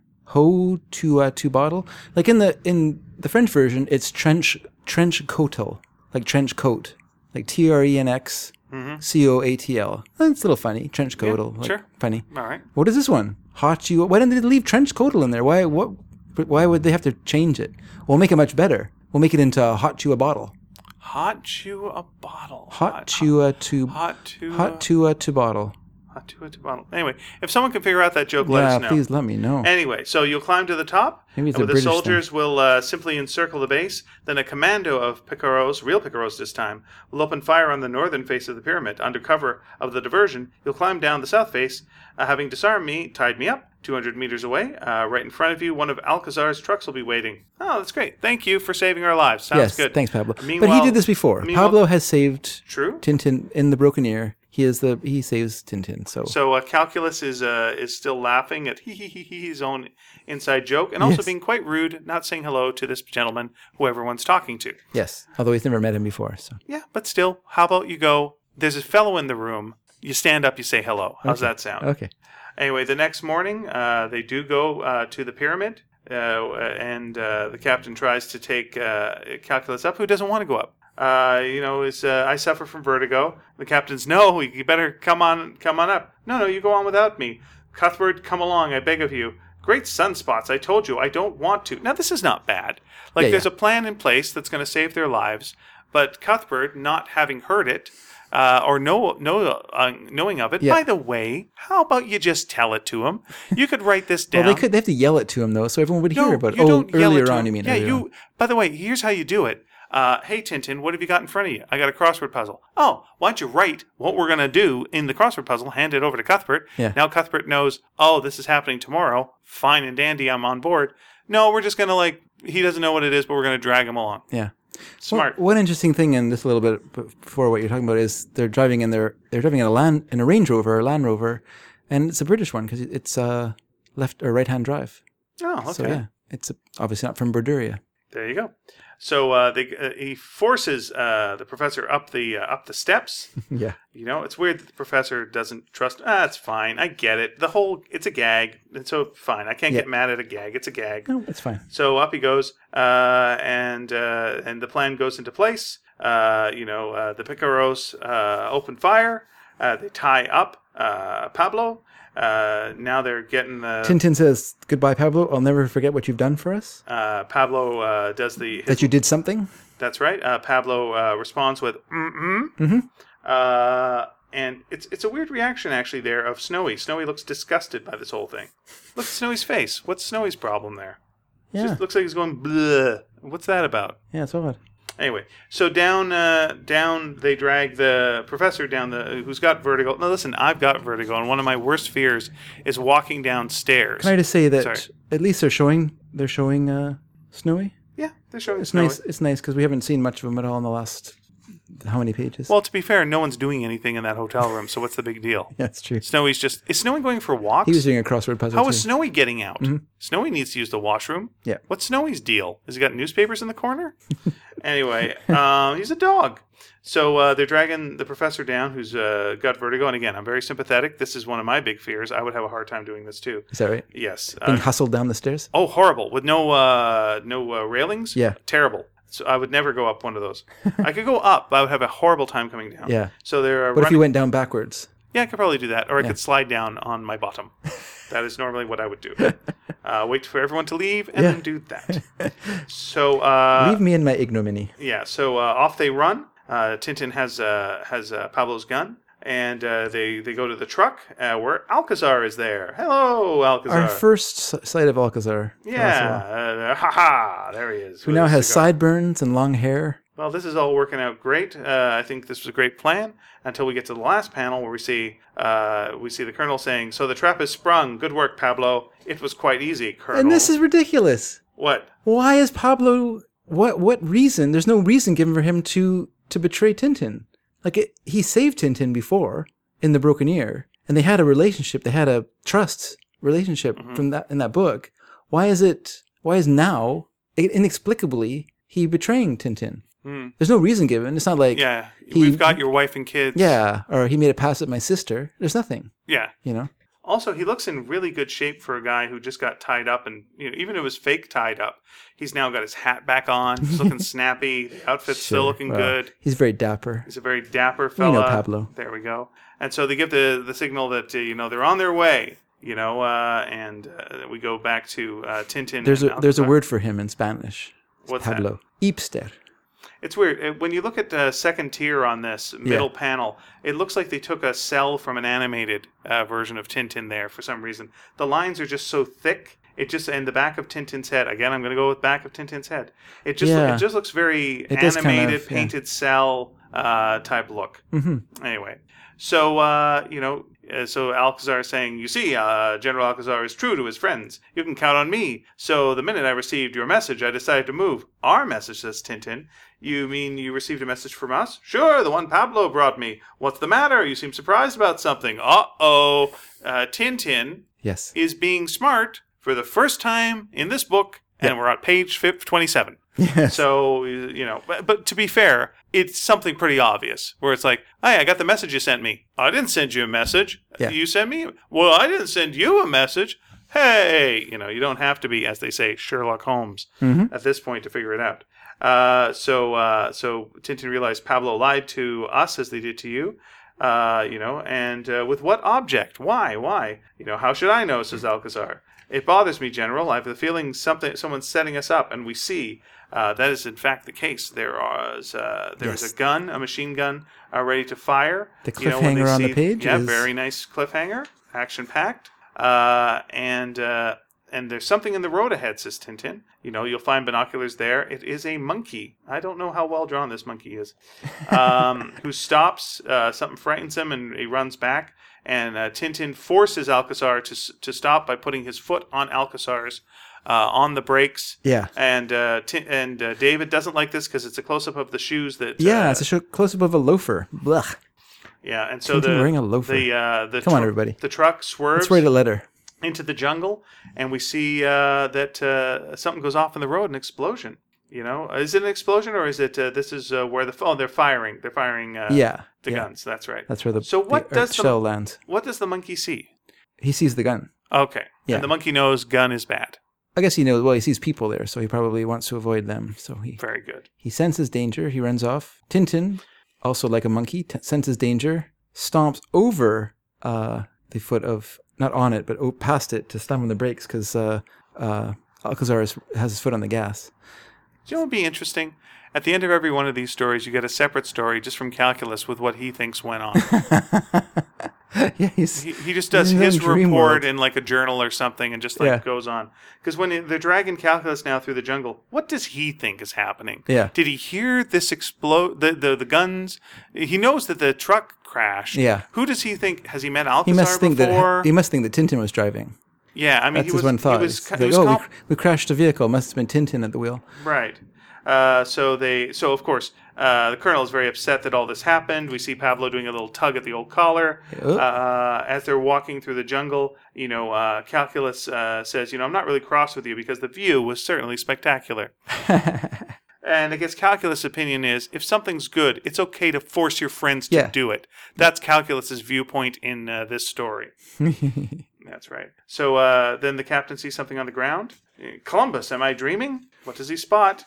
B: Hotua to bottle. Like in the in the French version, it's trench trench coatal, like trench coat, like T R E N X C O A T L. That's a little funny. Trench coatal. like,
A: Mm-hmm. sure.
B: Funny.
A: all right.
B: What is this one? Hotua. Why didn't they leave trench coatal in there? Why what? Why would they have to change it? We'll make it much better. We'll make it into Hotua bottle.
A: Hot chew a bottle.
B: Hotua to
A: Hot to hot,
B: Hotua to bottle.
A: to a bottle. Anyway, if someone can figure out that joke, let
B: yeah,
A: us know.
B: please let me know.
A: Anyway, so you'll climb to the top.
B: Maybe it's
A: and
B: a
A: the
B: British thing.
A: soldiers will uh, simply encircle the base. Then a commando of Picaros, real Picaros this time, will open fire on the northern face of the pyramid. Under cover of the diversion, you'll climb down the south face, uh, having disarmed me, tied me up. 200 meters away, uh, right in front of you, one of Alcazar's trucks will be waiting. Oh, that's great. Thank you for saving our lives. Sounds
B: yes,
A: good.
B: thanks, Pablo. but he
A: Meanwhile-
B: did this before.
A: meanwhile-
B: Pablo has saved
A: True.
B: Tintin in the Broken Ear. He is the he saves Tintin. So,
A: So uh, Calculus is uh, is still laughing at hee hee hee hee his own inside joke, and also
B: Yes.
A: being quite rude, not saying hello to this gentleman who everyone's talking to.
B: yes, although he's never met him before. So
A: Yeah, but still, how about you go? There's a fellow in the room. You stand up, you say hello. How's that sound?
B: okay,
A: Anyway, the next morning, uh, they do go uh, to the pyramid, uh, and uh, the captain tries to take uh, Calculus up, who doesn't want to go up. Uh, you know, is uh, I suffer from vertigo. The captain's no, you better come on, come on up. No, no, you go on without me. Cuthbert, come along, I beg of you. Great sunspots, I told you, I don't want to. Now this is not bad. Like
B: Yeah,
A: there's
B: yeah.
A: a plan in place that's going to save their lives, but Cuthbert, not having heard it, uh, or know, know uh, knowing of it.
B: Yeah.
A: By the way, how about you just tell it to him? You could write this down.
B: Well, they could. They have to yell it to him though, so everyone would hear about. it.
A: you
B: oh,
A: don't yell it
B: earlier
A: to
B: on,
A: him.
B: you mean?
A: Yeah,
B: earlier
A: you.
B: on.
A: By the way, here's how you do it. Uh, hey Tintin, what have you got in front of you? I got a crossword puzzle. Oh, why don't you write what we're gonna do in the crossword puzzle? Hand it over to Cuthbert.
B: Yeah.
A: Now Cuthbert knows. Oh, this is happening tomorrow. Fine and dandy. I'm on board. No, we're just gonna like. He doesn't know what it is, but we're gonna drag him along.
B: Yeah.
A: Smart.
B: One, one interesting thing, and this a little bit b- before what you're talking about, is they're driving in their they're driving in a land in a Range Rover or Land Rover, and it's a British one because it's uh, left or right hand drive.
A: Oh, okay.
B: So yeah, it's uh obviously not from Borduria.
A: There you go. So uh, they, uh, he forces uh, the professor up the uh, up the steps.
B: Yeah.
A: You know, it's weird that the professor doesn't trust. Ah, it's fine. I get it. The whole it's a gag. And so fine. I can't
B: Yeah.
A: get mad at a gag. It's a gag.
B: No, it's fine.
A: So up he goes, uh, and uh, and the plan goes into place. Uh, you know, uh, the Picaros uh, open fire. Uh, they tie up uh, Pablo. Uh, now they're getting the
B: Tintin says goodbye, Pablo. I'll never forget what you've done for us.
A: uh, Pablo uh, does the
B: That you did something.
A: That's right. Uh, Pablo uh, responds with "mm
B: Mm-hmm.
A: mm," uh, and it's it's a weird reaction actually there of Snowy. Snowy looks disgusted by this whole thing. Look at Snowy's face. What's Snowy's problem there?
B: Yeah.
A: Just looks like he's going bleh. What's that about?
B: yeah, it's odd.
A: Anyway, so down, uh, down they drag the professor down the uh, who's got vertigo. Now listen, I've got vertigo, and one of my worst fears is walking downstairs.
B: Can I just say that
A: Sorry.
B: at least they're showing they're showing uh, Snowy.
A: yeah, they're showing
B: It's
A: Snowy.
B: nice. It's nice because we haven't seen much of him at all in the last how many pages?
A: Well, to be fair, no one's doing anything in that hotel room, so what's the big deal?
B: yeah, it's true.
A: Snowy's just is Snowy going for walks?
B: He was doing a crossword puzzle.
A: How
B: too.
A: is Snowy getting out? Snowy needs to use the washroom.
B: Mm-hmm. Yeah.
A: What's Snowy's deal? Has he got newspapers in the corner? anyway, um, he's a dog. So uh, they're dragging the professor down, who's uh, got vertigo. And again, I'm very sympathetic. This is one of my big fears. I would have a hard time doing this too.
B: Is that right?
A: Yes.
B: Being
A: Uh,
B: hustled down the stairs.
A: oh, horrible! With no uh, no uh, railings.
B: Yeah.
A: Terrible. So I would never go up one of those. I could go up, but I would have a horrible time coming down.
B: Yeah.
A: So they're uh,
B: What if
A: running.
B: you went down backwards?
A: Yeah, I could probably do that, or I could slide down on my bottom. that is normally what I would do. Uh, wait for everyone to leave and
B: Yeah.
A: then do that. so uh,
B: Leave me in my ignominy.
A: yeah, so uh, off they run. Uh, Tintin has uh, has uh, Pablo's gun, and uh, they they go to the truck uh, where Alcazar is there. Hello, Alcazar.
B: Our first s- sight of Alcazar.
A: yeah, uh, ha ha! There he is.
B: Who now has
A: cigar.
B: sideburns and long hair.
A: Well, this is all working out great. Uh, I think this was a great plan until we get to the last panel where we see uh, we see the colonel saying, "So the trap is sprung. Good work, Pablo. It was quite easy, Colonel."
B: And this is ridiculous.
A: what?
B: Why is Pablo? What? What reason? There's no reason given for him to to betray Tintin. Like it, he saved Tintin before in the Broken Ear, and they had a relationship. They had a trust relationship
A: Mm-hmm.
B: from that in that book. Why is it? Why is now inexplicably he betraying Tintin?
A: Hmm.
B: There's no reason given. It's not like
A: Yeah,
B: He-
A: we've got your wife and kids.
B: Yeah, or he made a pass at my sister. There's nothing,
A: yeah.
B: you know.
A: Also, he looks in really good shape for a guy who just got tied up, and you know, even if it was fake tied up, he's now got his hat back on. He's looking snappy. The outfit's still
B: Sure,
A: looking
B: well,
A: good.
B: He's very dapper.
A: He's a very dapper
B: We know
A: fella.
B: Pablo.
A: There we go. And so they give the the signal that uh, you know they're on their way. You know, uh, and uh, we go back to uh, Tintin.
B: There's
A: and
B: a there's a
A: Alcazar.
B: word for him in Spanish. It's
A: What's that?
B: Pablo. Ipster.
A: It's weird Uh, when you look at the second tier on this middle panel. It looks like they took a cell from an animated uh, version of Tintin there for some reason. The lines are just so thick. It just and the back of Tintin's head again. I'm going to go with back of Tintin's head. It just
B: Yeah.
A: it just looks very
B: does kind of,
A: animated,
B: yeah.
A: painted cell uh, type look.
B: hmm
A: Anyway, so uh, you know, uh, so Alcazar is saying, "You see, uh, General Alcazar is true to his friends. You can count on me." So the minute I received your message, I decided to move. Our message, says Tintin. You mean you received a message from us? Sure, the one Pablo brought me. What's the matter? You seem surprised about something. Uh-oh. Uh Tintin
B: Yes.
A: is being smart for the first time in this book, and we're on page fif- twenty-seven.
B: Yes.
A: So you know, but, but to be fair, it's something pretty obvious where it's like, "Hey, I got the message you sent me. I didn't send you a message.
B: Yeah.
A: You sent me. Well, I didn't send you a message. Hey, you know, you don't have to be, as they say, Sherlock Holmes
B: Mm-hmm.
A: at this point to figure it out. Uh, so uh, so Tintin realized Pablo lied to us as they did to you. Uh, you know, and uh, with what object? Why? Why? You know, how should I know? Says Alcazar. It bothers me, General. I have the feeling something someone's setting us up, and we see uh, that is in fact the case. There is uh, there is
B: Yes.
A: a gun, a machine gun, uh, ready to fire.
B: The
A: when they
B: cliffhanger on the
A: see-
B: page
A: Yeah,
B: is-
A: very nice cliffhanger, action packed. Uh, and uh, and there's something in the road ahead, says Tintin. You know, you'll find binoculars there. It is a monkey. I don't know how well drawn this monkey is. Um, who stops? Uh, something frightens him, and he runs back. And uh, Tintin forces Alcazar to s- to stop by putting his foot on Alcazar's uh, on the brakes.
B: Yeah.
A: And uh, Tin and uh, David doesn't like this because it's a close up of the shoes that.
B: Yeah,
A: uh,
B: it's a show close up of a loafer. Blech.
A: yeah. And so
B: Tintin
A: the
B: wearing a loafer.
A: the uh, the
B: Come on,
A: tru-
B: everybody.
A: The truck swerves
B: Let's write a letter.
A: into the jungle, and we see uh, that uh, something goes off in the road, an explosion. You know, is it an explosion or is it uh, this is uh, where the oh they're firing they're firing uh,
B: yeah.
A: the
B: yeah.
A: guns that's right.
B: That's where the,
A: So what
B: the
A: does
B: Earth
A: the-
B: shell lands.
A: What does the monkey see?
B: He sees the gun.
A: Okay,
B: Yeah.
A: and the monkey knows gun is bad.
B: I guess he knows. Well, he sees people there, so he probably wants to avoid them. So he
A: Very good.
B: he senses danger. He runs off. Tintin, also like a monkey, t- senses danger. Stomps over uh, the foot of not on it, but o- past it to stomp on the brakes because uh, uh, Alcazar is, has his foot on the gas.
A: Do you know what would be interesting? At the end of every one of these stories, you get a separate story just from calculus with what he thinks went on.
B: yeah, he's
A: He, he just does
B: In his
A: his
B: own dream
A: report
B: world.
A: in like a journal or something and just like
B: Yeah.
A: goes on. Because when they're dragging Calculus now through the jungle, what does he think is happening?
B: Yeah.
A: Did he hear this explode? The, the the guns. He knows that the truck crashed.
B: Yeah.
A: Who does he think has he met Alcazar
B: he must think
A: before?
B: that he must think that Tintin was driving.
A: yeah, I mean
B: That's
A: he
B: his
A: was
B: one thought.
A: he was,
B: He's
A: ca- he
B: like,
A: was
B: oh, we,
A: comp-
B: cr- we crashed a vehicle. Must have been Tintin at the wheel.
A: Right. Uh, so they. So of course, uh, the colonel is very upset that all this happened. We see Pablo doing a little tug at the old collar
B: Oop.
A: uh, as they're walking through the jungle. You know, uh, Calculus uh, says, "You know, I'm not really cross with you because the view was certainly spectacular." And I guess Calculus' opinion is if something's good, it's okay to force your friends to
B: Yeah.
A: do it. That's Calculus' viewpoint in uh, this story. That's right. So uh, then the captain sees something on the ground. Uh, Columbus, am I dreaming? What does he spot?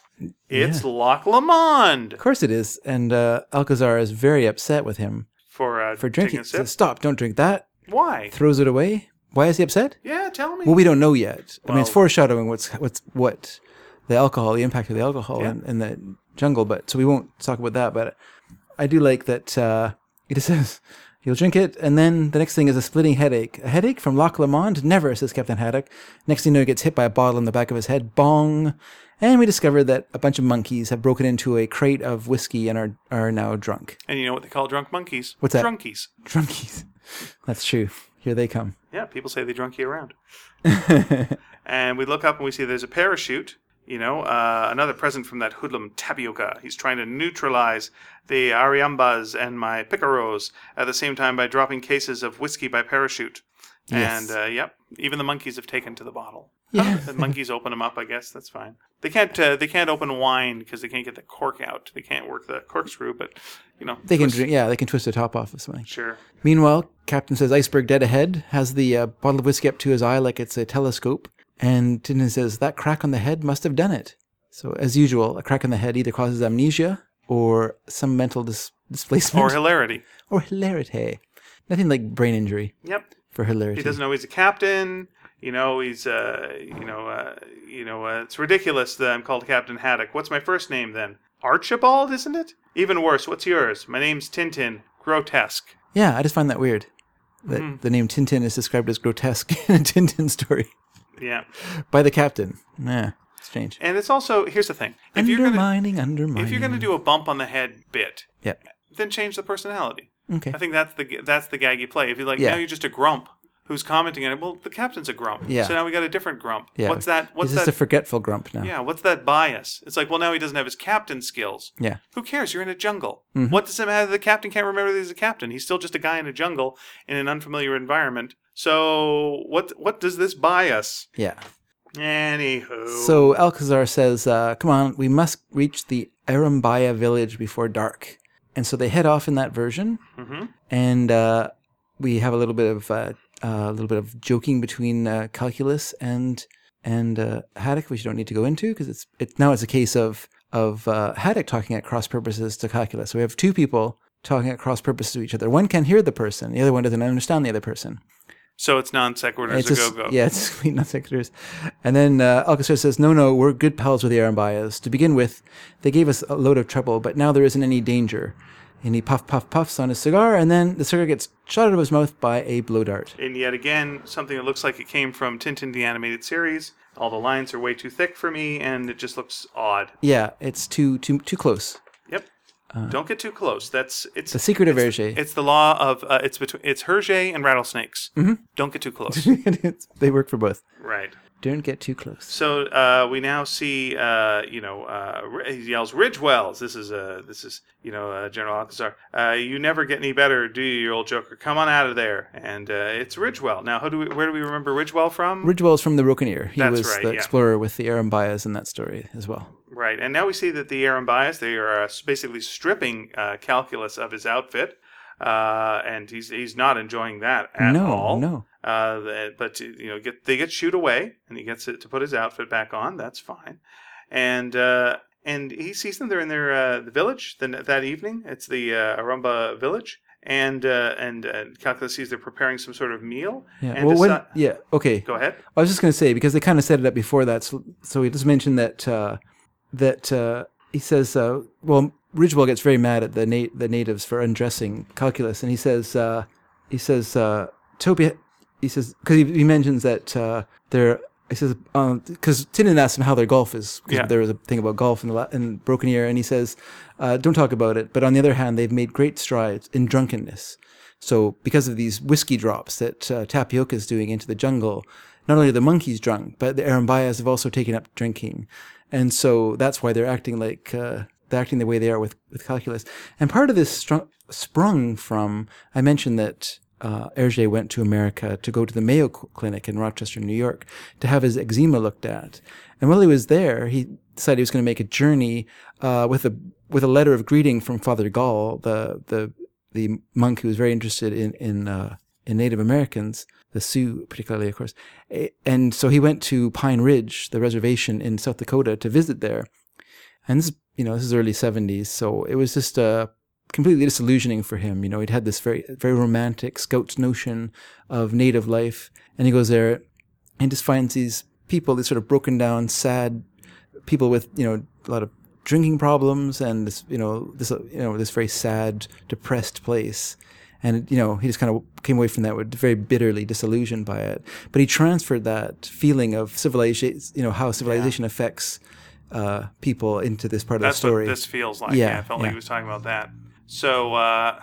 A: It's Loch Lomond
B: Of course it is. And uh, Alcazar is very upset with him
A: for uh,
B: for drinking.
A: Taking a sip.
B: Says, Stop! Don't drink that.
A: Why?
B: Throws it away. Why is he upset?
A: Yeah, tell me.
B: Well, we don't know yet. I mean, it's
A: Well-
B: foreshadowing what's what's what the alcohol, the impact of the alcohol
A: Yeah.
B: in, in the jungle. But so we won't talk about that. But I do like that uh, it says you'll drink it, and then the next thing is a splitting headache. A headache from Loch Lomond? Never, says Captain Haddock. Next thing you know, he gets hit by a bottle in the back of his head. Bong. And we discover that a bunch of monkeys have broken into a crate of whiskey and are are now drunk.
A: and you know what they call drunk monkeys?
B: What's that?
A: Drunkies.
B: Drunkies. That's true. Here they come.
A: Yeah, people say they drunk you around. and we look up and we see there's a parachute. You know, uh, another present from that hoodlum Tapioca. He's trying to neutralize the Ariambas and my Picaros at the same time by dropping cases of whiskey by parachute.
B: Yes.
A: And uh, yep, even the monkeys have taken to the bottle.
B: Yeah.
A: the monkeys open them up. I guess that's fine. They can't. Uh, they can't open wine because they can't get the cork out. They can't work the corkscrew. But you know,
B: They can drink. Yeah, they can twist the top off of something.
A: sure.
B: Meanwhile, Captain says iceberg dead ahead, has the uh, bottle of whiskey up to his eye like it's a telescope, and Tintin says that crack on the head must have done it. So, as usual, a crack on the head either causes amnesia or some mental dis- displacement
A: Or
B: or,
A: hilarity.
B: hilarity. Nothing like brain injury
A: Yep.
B: for hilarity.
A: He doesn't know he's a captain. You know, he's uh, you know, uh, you know, uh, it's ridiculous that I'm called Captain Haddock. What's my first name then? Archibald, isn't it? Even worse. What's yours? My name's Tintin. Grotesque.
B: yeah, I just find that weird. That
A: Hmm.
B: the name Tintin is described as grotesque in a Tintin story
A: Yeah.
B: by the captain. Yeah, strange.
A: And it's also here's the thing. If you're gonna
B: undermining, undermining.
A: if you're gonna do a bump on the head bit,
B: yeah,
A: then change the personality.
B: okay.
A: I think that's the that's the gag you play. If you're like,
B: Yeah.
A: now you're just a grump who's commenting on it. Well, the captain's a grump.
B: Yeah.
A: So now we got a different grump.
B: Yeah,
A: What's that? What's
B: He's just
A: that?
B: a forgetful grump now.
A: yeah. What's that bias? It's like, well, now he doesn't have his captain skills.
B: yeah.
A: Who cares? You're in a jungle.
B: Mm-hmm.
A: What does it matter? that The captain can't remember that he's a captain. He's still just a guy in a jungle in an unfamiliar environment. So what? What does this buy us?
B: yeah.
A: Anywho.
B: So Alcazar says, uh, "Come on, we must reach the Arambaya village before dark." And so they head off in that version,
A: Mhm.
B: and uh, we have a little bit of uh, uh, a little bit of joking between uh, Calculus and and uh, Haddock, which you don't need to go into because it's it's now it's a case of of uh, Haddock talking at cross purposes to Calculus. So we have two people talking at cross purposes to each other. One can hear the person, the other one doesn't understand the other person.
A: So it's non sequiturs
B: It's
A: a
B: just-
A: go go.
B: yeah, it's complete non secretors. And then uh, Alcacer says, "No, no, we're good pals with the Arambayas. To begin with, they gave us a load of trouble, but now there isn't any danger." And he puff puff puffs on his cigar, and then the cigar gets shot out of his mouth by a blow dart.
A: And yet again, something that looks like it came from Tintin the Animated Series. All the lines are way too thick for me, and it just looks odd.
B: Yeah, it's too too too close.
A: Yep. Don't get too close. That's it's
B: Uh, The secret of Hergé.
A: It's the law of uh, it's between it's Hergé and rattlesnakes.
B: Mm-hmm.
A: Don't get too close.
B: It's- they work for both.
A: right.
B: Don't get too close.
A: So uh, we now see uh, you know uh, R- he yells Ridgewells. This is uh, this is you know uh, General Alcazar. Uh, you never get any better, do you, you old joker? Come on out of there. And uh, it's Ridgewell. Now, who do we where do we remember Ridgewell from?
B: Ridgewell's from the Rokaneer. He
A: That's
B: was
A: right,
B: the
A: yeah.
B: explorer with the Arambayas in that story as well.
A: Right, and now we see that the Aaron Bias, they are uh, basically stripping uh, Calculus of his outfit, uh, and he's he's not enjoying that at
B: no,
A: all.
B: no.
A: Uh, the- but you know, get they get shooed away, and he gets it to put his outfit back on. That's fine, and uh, and he sees them. They're in their uh, the village the, that evening. It's the uh, Arumba village, and uh, and uh, Calculus sees they're preparing some sort of meal.
B: Yeah.
A: and
B: Well, when,
A: deci-
B: yeah. Okay.
A: go ahead.
B: I was just going to say because they kind of set it up before that. So, so he just mentioned that uh, that uh, he says, uh, well, Ridgewell gets very mad at the na- the natives for undressing Calculus, and he says uh, he says uh, Toby, he says because he, he mentions that uh, they're. He says, because Tynan asks him how their golf is. 'cause
A: Yeah.
B: There was a thing about golf in, the la- in Broken Ear, and he says, uh, don't talk about it. But on the other hand, they've made great strides in drunkenness. So, because of these whiskey drops that uh, tapioca is doing into the jungle, not only are the monkeys drunk, but the Arambayas have also taken up drinking. And so that's why they're acting like uh, they're acting the way they are with, with calculus. And part of this str- sprung from I mentioned that uh, Hergé went to America to go to the Mayo Cl- Clinic in Rochester, New York, to have his eczema looked at. And while he was there, he decided he was going to make a journey uh, with a with a letter of greeting from Father Gall, the the the monk who was very interested in in uh, in Native Americans, the Sioux particularly, of course. Eh, And so he went to Pine Ridge, the reservation in South Dakota, to visit there. And this, you know, this is early '70s, so it was just uh, completely disillusioning for him. You know, he'd had this very very romantic scout's notion of Native life, and he goes there and just finds these people, these sort of broken down, sad people with you know a lot of drinking problems and this you know this uh, you know this very sad depressed place and you know he just kind of came away from that with very bitterly disillusioned by it but he transferred that feeling of civilization you know how civilization affects uh, people into this part
A: That's
B: of the story
A: what this feels like. Yeah,
B: Yeah,
A: I felt like
B: yeah.
A: he was talking about that. So, uh,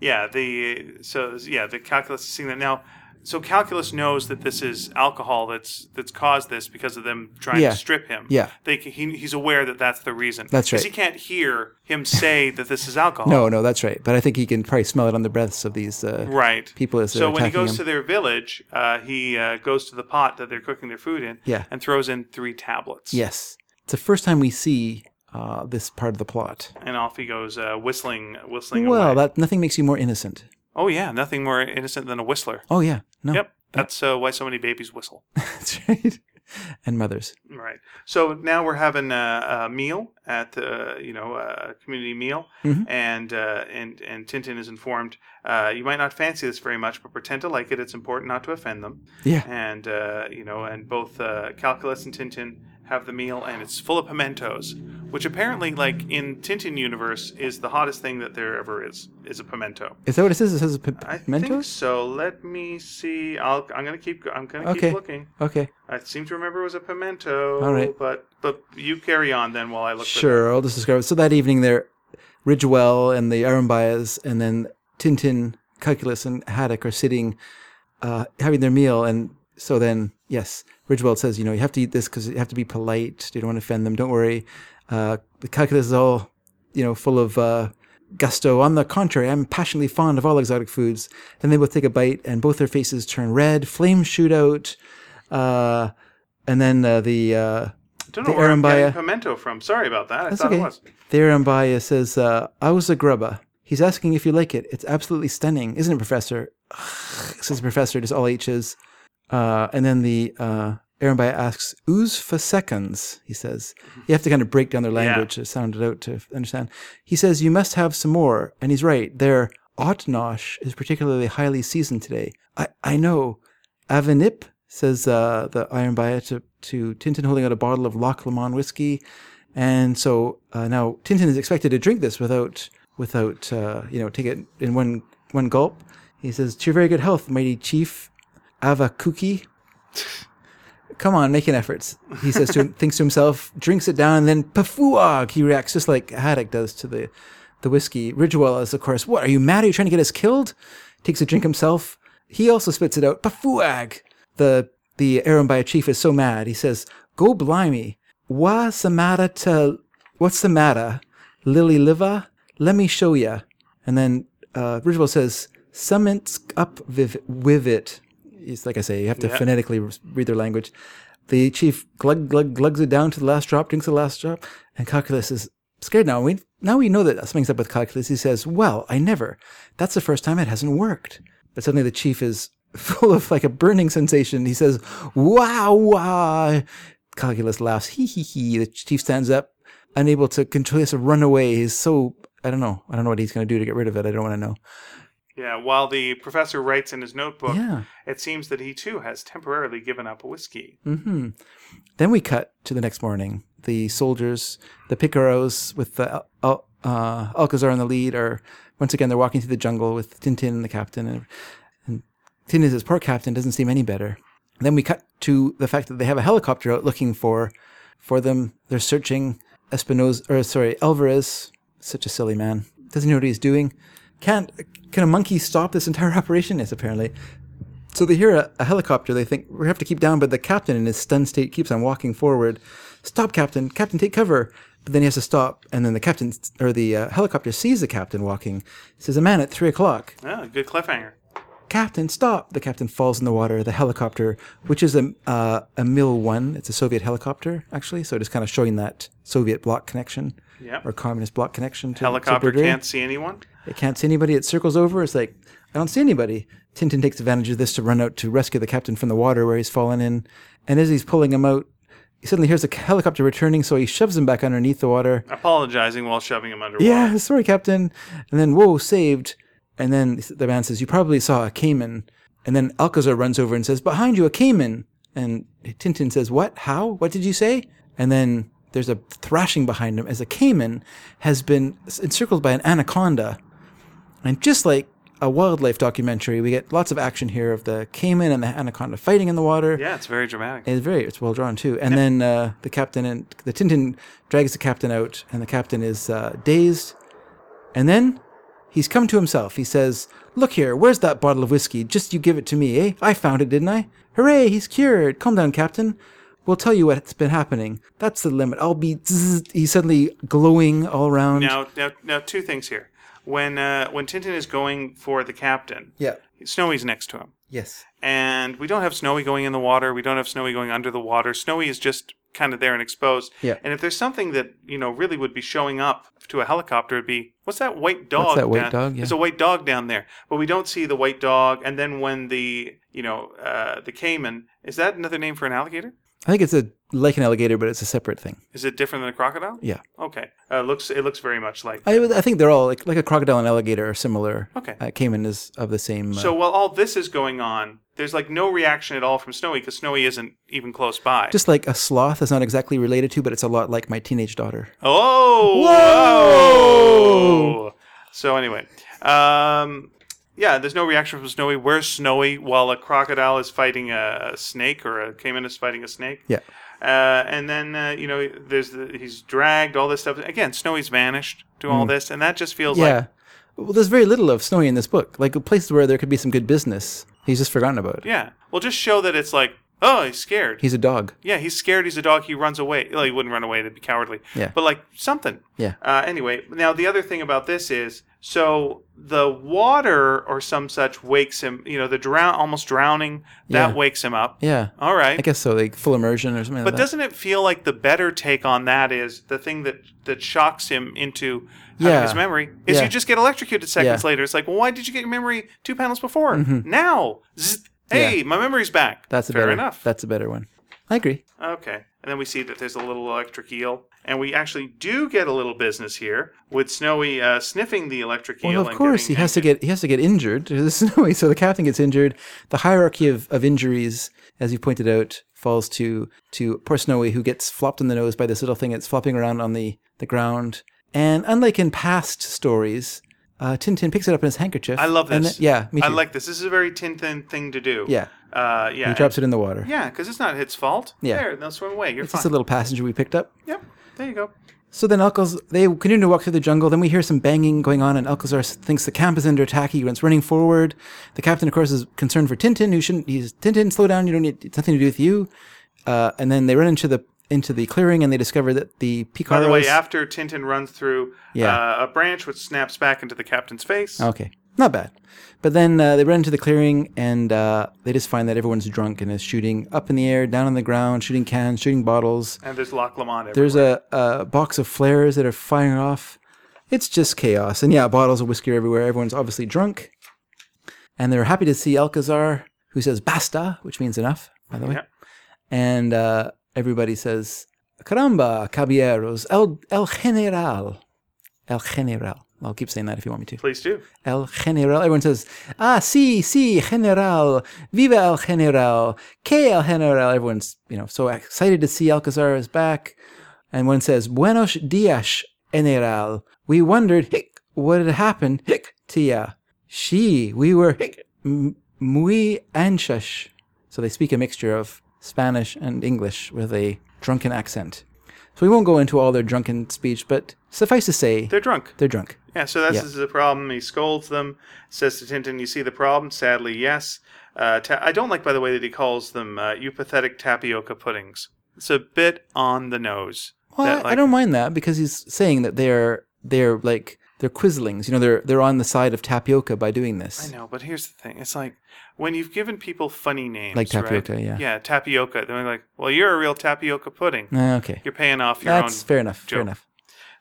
A: yeah, the so yeah, the calculus is seeing that now. So calculus knows that this is alcohol that's that's caused this because of them trying
B: Yeah.
A: to strip him.
B: Yeah.
A: they, c- he, he's aware that that's the reason.
B: That's
A: Because
B: right.
A: he can't hear him say that this is alcohol.
B: no no that's right but i think he can probably smell it on the breaths of these uh,
A: Right.
B: people as they're
A: so when he
B: attacking
A: goes
B: him.
A: to their village, uh, he uh, goes to the pot that they're cooking their food in.
B: Yeah.
A: And throws in three tablets.
B: yes it's the first time we see uh, this part of the plot
A: And off he goes uh, whistling, whistling
B: well
A: away.
B: that nothing makes you more innocent
A: oh yeah, nothing more innocent than a whistler.
B: oh yeah no
A: Yep. That's uh, why so many babies whistle.
B: that's right and mothers
A: right. So now we're having a, a meal at uh, you know a community meal, and uh, and and Tintin is informed. Uh, you might not fancy this very much, but pretend to like it. It's important not to offend them.
B: yeah
A: And uh, you know, and both uh, Calculus and Tintin have the meal, and it's full of pimentos, which apparently, like in Tintin universe, is the hottest thing that there ever is. Is a pimento.
B: Is that what it says? It says p-
A: I think
B: Mentos?
A: so. Let me see. I'll, I'm gonna keep. I'm gonna
B: Okay.
A: keep looking.
B: Okay.
A: I seem to remember it was a pimento.
B: All right.
A: But but you carry on then while I look. For
B: Sure, I'll just describe it. So that evening there, Ridgewell and the Arambayas and then Tintin, Calculus, and Haddock are sitting uh, having their meal. And so then, yes, Ridgewell says, you know, you have to eat this because you have to be polite. You don't want to offend them. Don't worry. Uh, the Calculus is all, you know, full of uh, gusto. On the contrary, I'm passionately fond of all exotic foods. Then they both take a bite and both their faces turn red. Flames shoot out. Uh, and then uh, the. Uh,
A: I don't know
B: The
A: where I'm getting
B: Arambaya-
A: pimento from. Sorry about that. I
B: that's
A: thought
B: okay.
A: it was.
B: There on by it says, uh, I was a grubba. He's asking if you like it. It's absolutely stunning, isn't it, Professor? Ugh, says Professor, just all H's. Uh, and then the uh, Ehrenby asks, ooze for seconds, he says. You have to kind of break down their language to sound it out to f- understand. He says, you must have some more. And he's right. Their Otnosh is particularly highly seasoned today. I, I know. Avenip, says uh, the Iron Buyer to, to Tintin, holding out a bottle of Loch Lomond whiskey. And so uh, now Tintin is expected to drink this without, without uh, you know, take it in one, one gulp. He says, to your very good health, mighty chief Avakuki come on, make an effort. He says to him, thinks to himself, drinks it down, and then pafuag, he reacts just like Haddock does to the, the whiskey. Ridgewell is, of course, what, are you mad? Are you trying to get us killed? Takes a drink himself. He also spits it out, pafuag. The, the Arambaya chief is so mad. He says, go blimey. What's the matter to, what's the matter? Lily Liva? Let me show ya. And then uh, Ridgewell says, summons up viv- with it. It's like I say, you have to phonetically read their language. The chief glug glug glugs it down to the last drop, drinks the last drop, and Calculus is scared now. We now we know that something's up with Calculus. He says, "Well, I never. That's the first time it hasn't worked." But suddenly the chief is full of like a burning sensation. He says, "Wow, wow!" Calculus laughs, hee hee hee. The chief stands up, unable to control. He has to run away. He's so I don't know. I don't know what he's going to do to get rid of it. I don't want to know.
A: Yeah, while the professor writes in his notebook,
B: Yeah.
A: it seems that he too has temporarily given up whiskey.
B: Mm. Then we cut to the next morning. The soldiers, the picaros with the Al- Al- uh, Alcazar in the lead, are once again they're walking through the jungle with Tintin and the captain. And, and Tintin, says, poor captain, doesn't seem any better. Then we cut to the fact that they have a helicopter out looking for for them. They're searching Espinosa, or sorry, Alvarez. Such a silly man. Doesn't know what he's doing. Can't can a monkey stop this entire operation? Yes, apparently. So they hear a, a helicopter. They think we have to keep down, but the captain in his stunned state keeps on walking forward. Stop, captain! Captain, take cover! But then he has to stop, and then the captain or the uh, helicopter sees the captain walking. Says, "A man at three o'clock."
A: Ah, good cliffhanger.
B: Captain, stop! The captain falls in the water. The helicopter, which is a uh, a Mil One, it's a Soviet helicopter actually. So just kind of showing that Soviet bloc connection
A: Yep.
B: or communist bloc connection. To,
A: Helicopter
B: to Bulgaria.
A: can't see anyone.
B: It can't see anybody. It circles over. It's like, I don't see anybody. Tintin takes advantage of this to run out to rescue the captain from the water where he's fallen in. And as he's pulling him out, he suddenly hears a helicopter returning, so he shoves him back underneath the water.
A: Apologizing while shoving him underwater.
B: Yeah, sorry, captain. And then, whoa, saved. And then the man says, You probably saw a caiman. And then Alcazar runs over and says, Behind you, a caiman. And Tintin says, What? How? What did you say? And then there's a thrashing behind him as a caiman has been encircled by an anaconda. And just like a wildlife documentary, we get lots of action here of the caiman and the anaconda fighting in the water.
A: Yeah, it's very dramatic.
B: It's very it's well drawn too. And then uh, the captain and the Tintin drags the captain out, and the captain is uh, dazed. And then he's come to himself. He says, "Look here, where's that bottle of whiskey? Just you give it to me, eh? I found it, didn't I? Hooray! He's cured. Calm down, captain. We'll tell you what's been happening. That's the limit. I'll be." Zzz. He's suddenly glowing all round.
A: Now, now, now, two things here. When uh, when Tintin is going for the captain,
B: Yeah.
A: Snowy's next to him,
B: Yes.
A: and we don't have Snowy going in the water. We don't have Snowy going under the water. Snowy is just kind of there and exposed.
B: Yeah.
A: And if there's something that you know really would be showing up to a helicopter, it'd be what's that white dog?
B: that white
A: down-
B: dog? Yeah.
A: There's a white dog down there, but we don't see the white dog. And then when the you know uh, the caiman is that another name for an alligator?
B: I think it's a like an alligator, but it's a separate thing.
A: Is it different than a crocodile?
B: Yeah.
A: Okay. Uh, looks it looks very much like.
B: I, I think they're all like like a crocodile and alligator are similar.
A: Okay.
B: Uh, caiman is of the same. uh,
A: So while all this is going on, there's like no reaction at all from Snowy because Snowy isn't even close by.
B: just like a sloth is not exactly related to, but it's a lot like my teenage daughter.
A: oh,
B: Whoa!
A: whoa! So anyway, um, yeah, there's no reaction from Snowy. Where's Snowy while a crocodile is fighting a snake or a caiman is fighting a snake?
B: Yeah.
A: Uh, and then uh, you know there's the, he's dragged all this stuff again. Snowy's vanished to all this, and that just feels like
B: Mm. yeah. Well, there's very little of Snowy in this book. Like places where there could be some good business, he's just forgotten about.
A: yeah. Well, just show that it's like oh he's scared.
B: He's a dog.
A: Yeah, he's scared. He's a dog. He runs away. Well, he wouldn't run away. That'd be cowardly.
B: Yeah.
A: But like something.
B: Yeah.
A: Uh, anyway, now the other thing about this is so the water or some such wakes him. You know, the drown, almost drowning that
B: Yeah.
A: wakes him up.
B: Yeah.
A: All right.
B: I guess so. Like full immersion or something.
A: but
B: like that.
A: doesn't it feel like the better take on that is the thing that that shocks him into having
B: Yeah.
A: his memory is
B: Yeah.
A: you just get electrocuted seconds
B: Yeah. Mm-hmm.
A: later. It's like, well, why did you get your memory two panels before? Now, zzz, hey, my memory's back.
B: that's a
A: fair
B: better.
A: enough.
B: That's a better one. I agree.
A: Okay. And then we see that there's a little electric eel. And we actually do get a little business here with Snowy uh, sniffing the electric eel.
B: Well, of
A: and
B: course, he
A: getting
B: has to get he has to get injured. This is no way. So the captain gets injured. The hierarchy of, of injuries, as you pointed out, falls to to poor Snowy, who gets flopped in the nose by this little thing that's flopping around on the the ground. And unlike in past stories, uh, Tintin picks it up in his handkerchief.
A: I love
B: and
A: this.
B: then- yeah, me too.
A: I like this. This is a very tin thin thing to do.
B: Yeah.
A: Uh, yeah.
B: he drops it in the water.
A: Yeah, because it's not its fault.
B: Yeah.
A: There, they'll swim away. You're
B: It's just a
A: fine.
B: little passenger we picked up.
A: Yep. There you go.
B: So then Alcaz, they continue to walk through the jungle. Then we hear some banging going on, and Alcazar thinks the camp is under attack. He runs running forward. The captain, of course, is concerned for Tintin, who shouldn't. He's Tintin, slow down. You don't need. It's nothing to do with you. Uh, and then they run into the into the clearing, and they discover that the Picaros.
A: By the way, after Tintin runs through
B: Yeah. Oh.
A: uh, a branch, which snaps back into the captain's face.
B: Okay, not bad. But then uh, they run into the clearing, and uh, they just find that everyone's drunk and is shooting up in the air, down on the ground, shooting cans, shooting bottles.
A: And there's Loch Lamont everywhere.
B: There's a, a box of flares that are firing off. It's just chaos. And yeah, bottles of whiskey are everywhere. Everyone's obviously drunk. And they're happy to see Alcazar, who says basta, which means enough, by the way.
A: Yeah.
B: And uh, everybody says, caramba, caballeros, el, el general. El general. I'll keep saying that if you want me to.
A: Please do.
B: El General. Everyone says, ah, si, si, General. Viva El General. Que El General. Everyone's, you know, so excited to see Alcazar is back. And one says, Buenos dias, General. We wondered, hic, what had happened, hic, tia. She, we were, hic, m- muy anxious. So they speak a mixture of Spanish and English with a drunken accent. So we won't go into all their drunken speech, but suffice to say,
A: They're drunk.
B: they're drunk.
A: Yeah, so this
B: Yeah.
A: is the problem. He scolds them, says to Tintin, "You see the problem? Sadly, yes." Uh, ta- I don't like, by the way, that he calls them uh, "you pathetic tapioca puddings." It's a bit on the nose.
B: Well,
A: That,
B: I- I
A: like-
B: don't mind that because he's saying that they're they're like they're quislings. You know, they're they're on the side of tapioca by doing
A: I
B: this.
A: know, but here's the thing: it's like when you've given people funny names,
B: Like tapioca,
A: right?
B: yeah.
A: yeah, tapioca. They're like, "Well, you're a real tapioca pudding.
B: Ah, okay,
A: You're paying off your
B: that's
A: own."
B: fair enough. Fair
A: joke.
B: enough.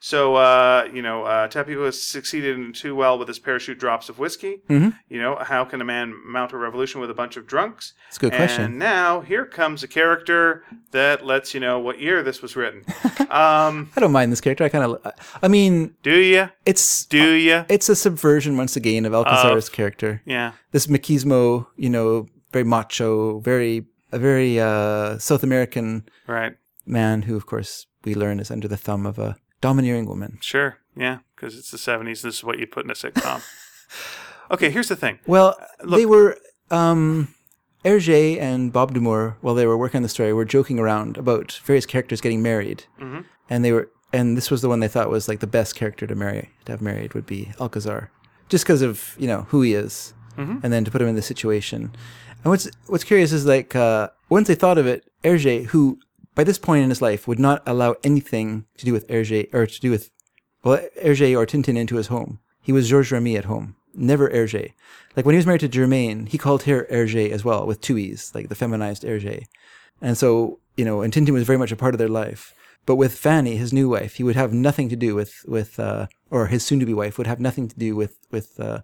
A: So, uh, you know, uh, Tapioca succeeded in too well with his parachute drops of whiskey.
B: Mhm.
A: You know, how can a man mount a revolution with a bunch of drunks?
B: It's a good
A: And
B: question.
A: now here comes a character that lets you know what year this was written. um,
B: I don't mind this character. I kind of. I mean,
A: do you?
B: it's
A: Do you?
B: it's a subversion once again of Alcazar's character.
A: Yeah.
B: This machismo, you know, very macho, very a very uh, South American
A: Right.
B: man who, of course, we learn is under the thumb of a domineering woman.
A: Sure. Yeah. Because it's the '70s. This is what you put in a sitcom. okay. Here's the thing.
B: Well,
A: look-
B: they were um, Hergé and Bob Dumour, while they were working on the story, were joking around about various characters getting married,
A: Mhm.
B: and they were, and this was the one they thought was like the best character to marry, to have married would be Alcazar, just because of you know who he is,
A: Mhm.
B: and then to put him in this situation. And what's what's curious is like uh, once they thought of it, Hergé, who by this point in his life would not allow anything to do with Hergé or to do with well, Hergé or Tintin into his home. He was Georges Remy at home, never Hergé. Like when he was married to Germaine, he called her Hergé as well, with two E's, like the feminized Hergé. And so, you know, and Tintin was very much a part of their life. But with Fanny, his new wife, he would have nothing to do with, with uh, or his soon to be wife would have nothing to do with, with, uh,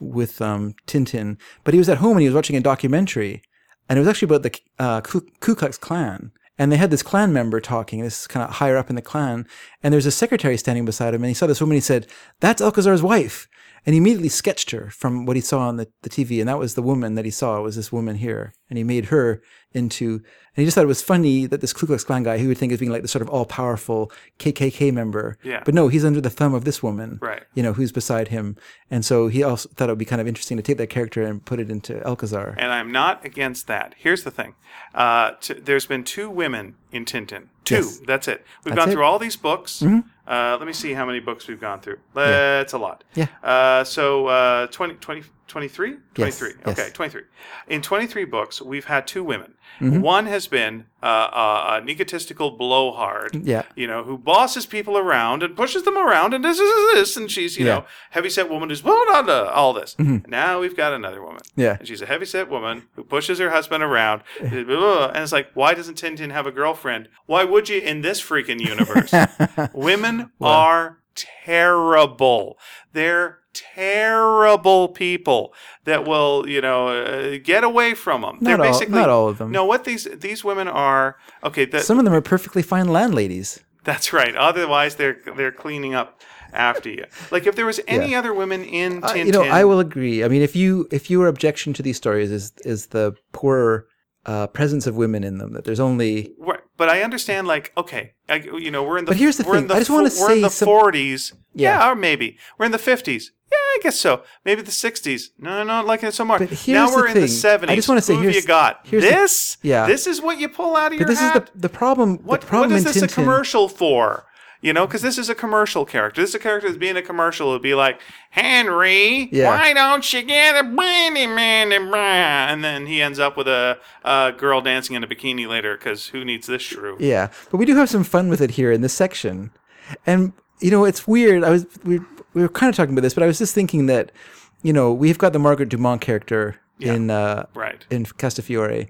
B: with um, Tintin. But he was at home and he was watching a documentary, and it was actually about the uh, Ku-, Ku Klux Klan. And they had this Klan member talking, this kind of higher up in the Klan, and there's a secretary standing beside him, and he saw this woman. He said, "That's Alcazar's wife," and he immediately sketched her from what he saw on the, the TV, and that was the woman that he saw was this woman here, and he made her into. And he just thought it was funny that this Ku Klux Klan guy, who would think is being like the sort of all powerful KKK member,
A: Yeah.
B: but no, he's under the thumb of this woman,
A: Right.
B: you know, who's beside him. And so he also thought it would be kind of interesting to take that character and put it into Alcazar.
A: And I'm not against that. Here's the thing: uh, t- there's been two women in Tintin. Two.
B: Yes.
A: That's it. We've
B: That's
A: gone
B: it. Mm-hmm.
A: through all these books. Uh, let me see how many books we've gone through. That's a lot.
B: Yeah.
A: Uh, so uh, 20, 20, 23?
B: Yes,
A: 23.
B: yes.
A: Okay, 23. In 23 books, we've had two women.
B: Mm-hmm.
A: One has been uh, uh, an egotistical blowhard,
B: Yeah.
A: you know, who bosses people around and pushes them around and this is this, and she's, you
B: Yeah. Mm-hmm.
A: know, heavyset woman who's blah, blah, blah, all this. Now we've got another woman.
B: Yeah.
A: And she's a heavyset woman who pushes her husband around. blah, blah, blah. And it's like, why doesn't Tintin have a girlfriend? Why would you in this freaking universe? Women are terrible. They're terrible people that will, you know, uh, get away from them.
B: Not
A: They're
B: all-
A: basically
B: not all of them.
A: No, what these these women are. Okay, that,
B: Some of them are perfectly fine landladies.
A: that's right. Otherwise, they're they're cleaning up after you. Like if there was any other women in
B: I-
A: Tintin,
B: Uh, you know, I will agree. I mean, if you if your objection to these stories is is the poor uh, presence of women in them, that there's only
A: Right, But I understand, like, okay, I, you know, we're in the.
B: But here's the
A: we're in
B: thing, I just wanna
A: fo- We're in
B: say
A: the
B: some-
A: forties. Yeah.
B: Yeah.
A: or maybe we're in the fifties. Yeah, I guess so. Maybe the sixties. No, no, not like it so much.
B: But here's
A: now
B: the
A: we're in the
B: thing,
A: seventies.
B: I just wanna say
A: Who have
B: here's-
A: you got
B: here's the-
A: this.
B: yeah.
A: this is what you pull out of your
B: but this is
A: hat.
B: the the problem.
A: what,
B: the problem
A: what is
B: in
A: this a
B: Tintin.
A: commercial for? You know, because this is a commercial character. This is a character that's being a commercial. It'd be like, Henry,
B: Yeah.
A: why don't you get a brandy man? And then he ends up with a, a girl dancing in a bikini later because who needs this shrew?
B: Yeah, but we do have some fun with it here in this section, and you know it's weird. I was we we were kind of talking about this, but I was just thinking that you know we've got the Margaret Dumont character in uh,
A: Right.
B: in Castafiore,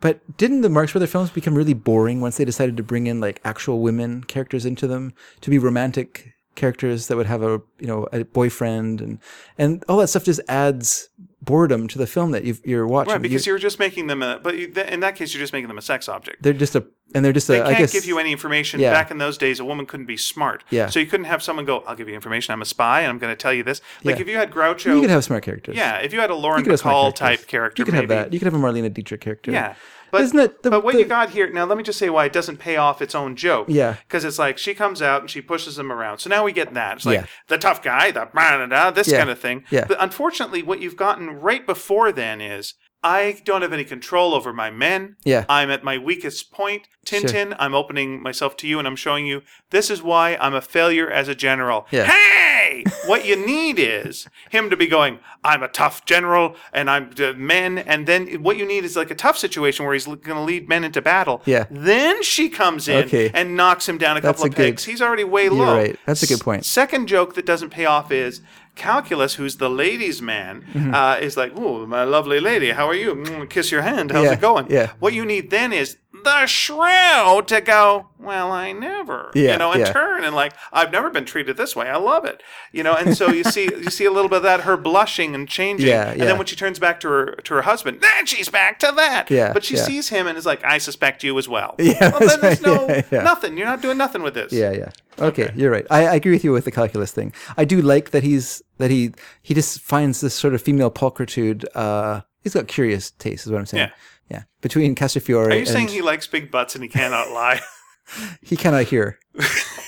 B: but didn't the Marx Brothers films become really boring once they decided to bring in like actual women characters into them to be romantic characters that would have a you know a boyfriend and and all that stuff just adds boredom to the film that you've, you're watching.
A: Right, because
B: you,
A: you're just making them a. But you, th- in that case, you're just making them a sex object.
B: they're just a and they're just
A: They
B: a, I
A: can't
B: guess,
A: give you any information.
B: Yeah.
A: Back in those days, a woman couldn't be smart.
B: Yeah.
A: So you couldn't have someone go, "I'll give you information. I'm a spy, and I'm going to tell you this." Like
B: Yeah.
A: if you had Groucho,
B: you could have smart characters.
A: yeah, if you had a Lauren
B: could have smart
A: Bacall
B: characters.
A: type character,
B: You could
A: maybe.
B: have that. You could have a Marlena Dietrich character.
A: Yeah. But,
B: Isn't it the-
A: but what
B: the-
A: you got here now let me just say why it doesn't pay off its own joke
B: Yeah.
A: because it's like she comes out and she pushes them around so now we get that it's like
B: Yeah.
A: the tough guy the blah, blah, blah, this
B: Yeah.
A: kind of thing
B: Yeah.
A: but unfortunately what you've gotten right before then is I don't have any control over my men.
B: Yeah.
A: I'm at my weakest point. Tintin, I'm opening myself to you and I'm showing you this is why I'm a failure as a general.
B: Yeah.
A: Hey! what you need is him to be going, I'm a tough general and I'm uh, men. And then what you need is like a tough situation where he's going to lead men into battle.
B: Yeah.
A: Then she comes in
B: Okay.
A: and knocks him down a couple
B: a
A: of pegs.
B: good-
A: he's already way low.
B: right. That's a good
A: S-
B: point.
A: second joke that doesn't pay off is Calculus, who's the ladies' man,
B: Mm-hmm.
A: uh, is like, "Ooh, my lovely lady, how are you? Mm, kiss your hand. How's
B: Yeah,
A: it going?"
B: yeah.
A: What you need then is the shrew to go. Well, I never.
B: Yeah,
A: You know, and
B: yeah.
A: turn and like, I've never been treated this way. I love it. You know, and so you see, you see a little bit of that her blushing and changing,
B: Yeah,
A: and
B: yeah.
A: then when she turns back to her to her husband, then she's back to that.
B: Yeah,
A: But she
B: yeah.
A: sees him and is like, "I suspect you as well."
B: Yeah,
A: Well, then there's
B: that's
A: no
B: right. Yeah, yeah.
A: nothing. You're not doing nothing with this.
B: Yeah, yeah. Okay, you're right. I, I agree with you with the calculus thing. I do like that he's that he he just finds this sort of female pulchritude. Uh, he's got curious taste, is what I'm saying.
A: Yeah.
B: yeah. Between Castafiore
A: Are you
B: and
A: saying he likes big butts and he cannot lie
B: he cannot hear.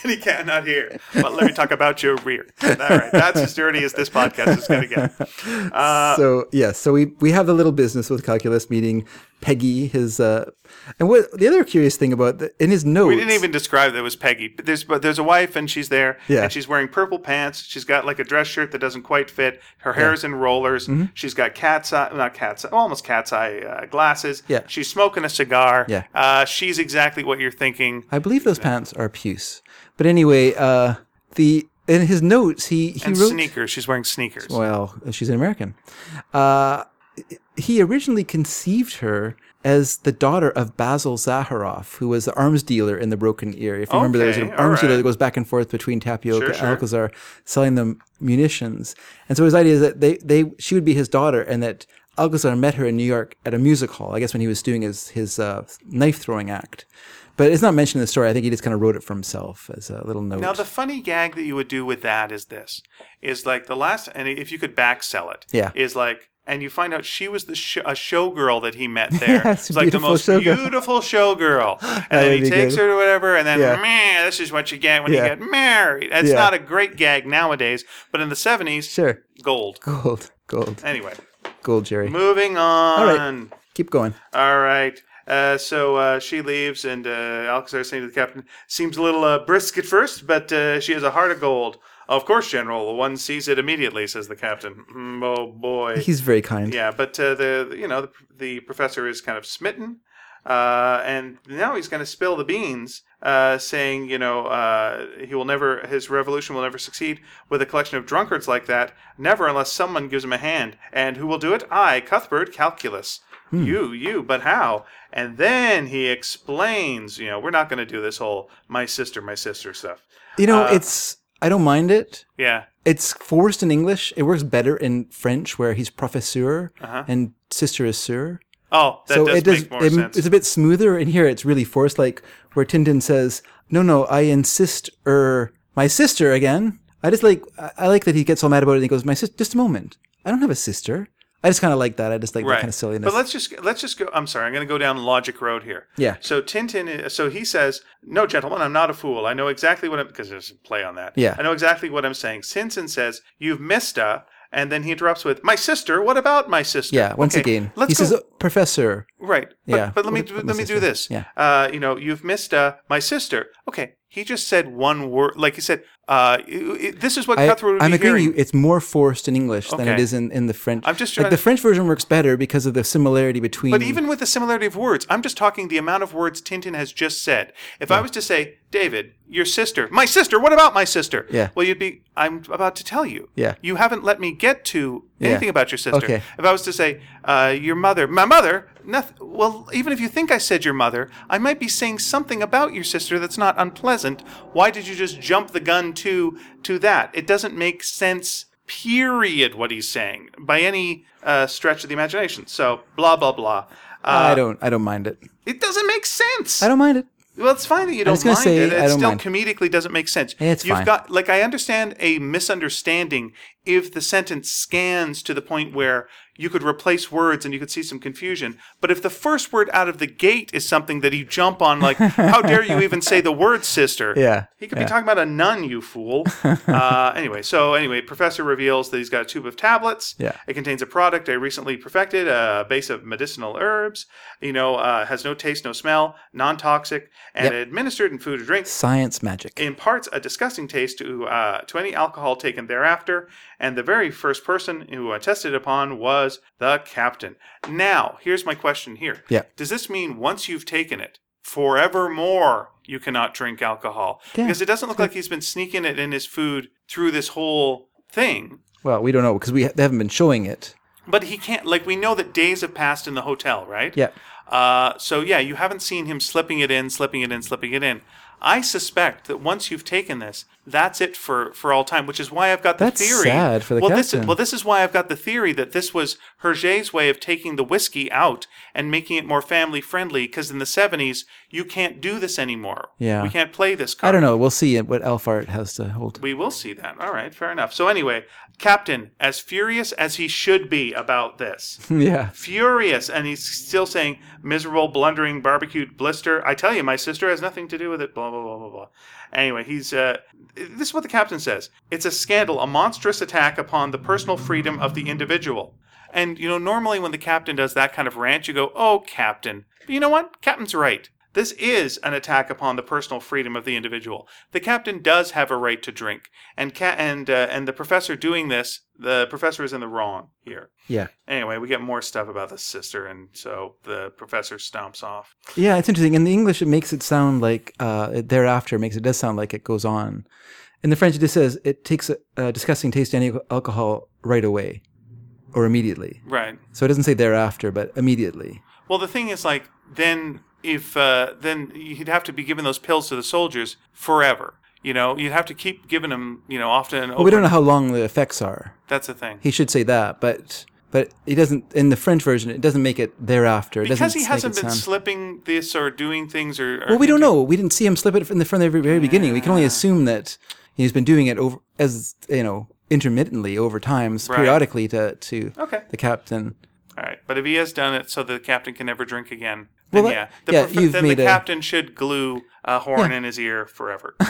A: and he cannot hear? But let me talk about your rear. All right, that's as dirty as this podcast is going to get. Uh,
B: so yeah, so we we have the little business with calculus meeting Peggy. His uh, and what the other curious thing about the, in his notes.
A: We didn't even describe that it was Peggy. But there's but there's a wife and she's there
B: Yeah.
A: and she's wearing purple pants. She's got like a dress shirt that doesn't quite fit. Her hair is in rollers.
B: Mm-hmm.
A: She's got cat's eye, not cat's eye, almost cat's eye uh, glasses.
B: Yeah.
A: She's smoking a cigar.
B: Yeah.
A: Uh, she's exactly what you're thinking.
B: I believe those pants are puce. But anyway, uh, the in his notes he he
A: And
B: wrote
A: sneakers. She's wearing sneakers.
B: Well, she's an American. Uh, he originally conceived her as the daughter of Basil Zaharoff, who was the arms dealer in the Broken Ear. If you remember, there was an
A: Okay,
B: arms
A: alright.
B: dealer that goes back and forth between Tapioca
A: Sure,
B: and
A: sure.
B: Alcazar, selling them munitions. And so his idea is that they, they she would be his daughter, and that Alcazar met her in New York at a music hall. I guess when he was doing his his uh, knife throwing act. But it's not mentioned in the story. I think he just kind of wrote it for himself as a little note.
A: Now the funny gag that you would do with that is this: is like the last, and if you could back sell it,
B: Yeah.
A: is like, and you find out she was the sh- a showgirl that he met there.
B: Yes,
A: it's like the
B: beautiful
A: most
B: showgirl.
A: beautiful showgirl, and then
B: would
A: he
B: be
A: takes
B: good.
A: her to whatever, and then
B: Yeah.
A: meh, this is what you get when
B: Yeah.
A: you get married. It's
B: Yeah.
A: not a great gag nowadays, but in the seventies,
B: sure,
A: gold.
B: gold, gold,
A: Anyway,
B: gold, Jerry.
A: moving on.
B: Keep going.
A: All right. Uh, so uh, she leaves, and uh, Alcazar saying to the captain, "Seems a little uh, brisk at first, but uh, she has a heart of gold." Of course, General. One sees it immediately, says the captain. Mm, oh boy.
B: He's very kind.
A: yeah, but uh, the you know the, the professor is kind of smitten, uh, and now he's going to spill the beans, uh, saying you know uh, he will never his revolution will never succeed with a collection of drunkards like that. Never unless someone gives him a hand. And who will do it? I, Cuthbert Calculus.
B: Hmm.
A: You, you, but how? And then he explains, you know, we're not going to do this whole my sister, my sister stuff.
B: You know, it's I don't mind it.
A: Yeah.
B: It's forced in English. It works better in French, where he's professeur and sister is sir.
A: Oh, Uh-huh. that does, make more
B: it-
A: sense.
B: It's a bit smoother in here. It's really forced, like where Tintin says, "No, no, I insist, er, my sister again." I just like, I I like that he gets all mad about it. and He goes, "My sister, just a moment. I don't have a sister." I just kind of like that. I just like that kind of silliness.
A: But let's just let's just go. I'm sorry. I'm going to go down logic road here.
B: Yeah.
A: So Tintin. is- So he says, "No, gentlemen, I'm not a fool. I know exactly what I'm because there's a play on that.
B: Yeah.
A: I know exactly what I'm saying." Tintin says, "You've missed a," and then he interrupts with, "My sister. What about my sister?"
B: yeah. Once
A: Okay,
B: again,
A: Let's
B: he
A: go.
B: says, "Oh, "Professor."
A: Right. But,
B: Yeah.
A: But let me
B: What about
A: do,
B: my
A: let me do
B: sister?
A: this.
B: Yeah.
A: Uh, you know, you've missed uh, my sister. Okay. He just said one word. Like he said, uh, i- i- this is what
B: I,
A: Cuthbert would
B: am
A: be
B: agreeing.
A: hearing.
B: You, it's more forced in English than it
A: Okay.
B: is in, in the French.
A: I'm just
B: like
A: trying
B: the
A: to-
B: French version works better because of the similarity between.
A: But even with the similarity of words, I'm just talking the amount of words Tintin has just said. If I was to say, David, your sister, my sister, what about my sister?
B: Yeah.
A: Well, you'd be, I'm about to tell you.
B: Yeah.
A: You haven't let me get to anything about your sister.
B: Okay.
A: If I was to say, uh, your mother, my mother, nothing. Well, even if you think I said your mother, I might be saying something about your sister that's not unpleasant. Why did you just jump the gun to to that? It doesn't make sense. Period. What he's saying by any uh, stretch of the imagination. So blah blah blah. Uh,
B: I don't. I don't mind it.
A: it doesn't make sense.
B: I don't mind it.
A: Well, it's fine that you don't
B: was gonna
A: mind
B: say,
A: it. It
B: I don't
A: still
B: mind.
A: comedically doesn't make sense.
B: It's
A: You've
B: fine.
A: got like I understand a misunderstanding if the sentence scans to the point where you could replace words and you could see some confusion. But if the first word out of the gate is something that you jump on, like how dare you even say the word sister?
B: Yeah,
A: He could be talking about a nun, you fool. uh, anyway, so anyway, Professor reveals that he's got a tube of tablets.
B: Yeah.
A: It contains a product I recently perfected, a base of medicinal herbs. You know, uh, has no taste, no smell, non-toxic, and administered in food or drink.
B: Science magic.
A: Imparts a disgusting taste to uh, to any alcohol taken thereafter, and the very first person who I tested upon was the captain. Now, here's my question here.
B: Yeah.
A: Does this mean once you've taken it, forevermore you cannot drink alcohol?
B: Yeah.
A: Because it doesn't look like he's been sneaking it in his food through this whole thing.
B: Well, we don't know because we ha- they haven't been showing it.
A: But he can't. Like we know that days have passed in the hotel, right?
B: Yeah.
A: Uh, so yeah, you haven't seen him slipping it in, slipping it in, slipping it in. I suspect that once you've taken this, that's it for for all time. Which is why I've got the
B: That's
A: theory.
B: sad for the
A: well, This is,
B: captain.
A: well, this is why I've got the theory that this was Hergé's way of taking the whiskey out and making it more family friendly. Because in the seventies, you can't do this anymore.
B: Yeah.
A: We can't play this card.
B: I don't know. We'll see what Alfart has to hold.
A: We will see that. All right, fair enough. So anyway, Captain, as furious as he should be about this,
B: yeah.
A: furious and he's still saying miserable blundering barbecued blister i tell you my sister has nothing to do with it blah blah blah blah blah anyway he's uh this is what the captain says it's a scandal a monstrous attack upon the personal freedom of the individual and you know normally when the captain does that kind of rant you go oh captain but you know what captain's right this is an attack upon the personal freedom of the individual. The captain does have a right to drink, and ca- and uh, and the professor doing this, the professor is in the wrong here.
B: Yeah.
A: Anyway, we get more stuff about the sister, and so the professor stomps off.
B: Yeah, it's interesting. In the English, it makes it sound like uh, it thereafter makes it does sound like it goes on. In the French, it just says it takes a, a disgusting taste to any alcohol right away, or immediately.
A: Right.
B: So it doesn't say thereafter, but immediately.
A: Well, the thing is, like, then if uh, then he'd have to be giving those pills to the soldiers forever. You know, you'd have to keep giving them. You know, often. and
B: But we
A: over-
B: don't know how long the effects are.
A: That's the thing.
B: He should say that, but but it doesn't in the French version. It doesn't make it thereafter. It
A: Because
B: doesn't
A: he
B: make
A: hasn't
B: it
A: been
B: sound-
A: slipping this or doing things or. or
B: Well, we don't know. We didn't see him slip it in the front of the very beginning. We can only assume that he's been doing it over as you know intermittently over times, periodically to to
A: Okay.
B: the captain.
A: All right, but if he has done it so the captain can never drink again, then
B: Well,
A: yeah,
B: that-
A: the
B: yeah,
A: prof-
B: you've
A: then
B: made
A: the
B: a-
A: captain should glue a horn in his ear forever.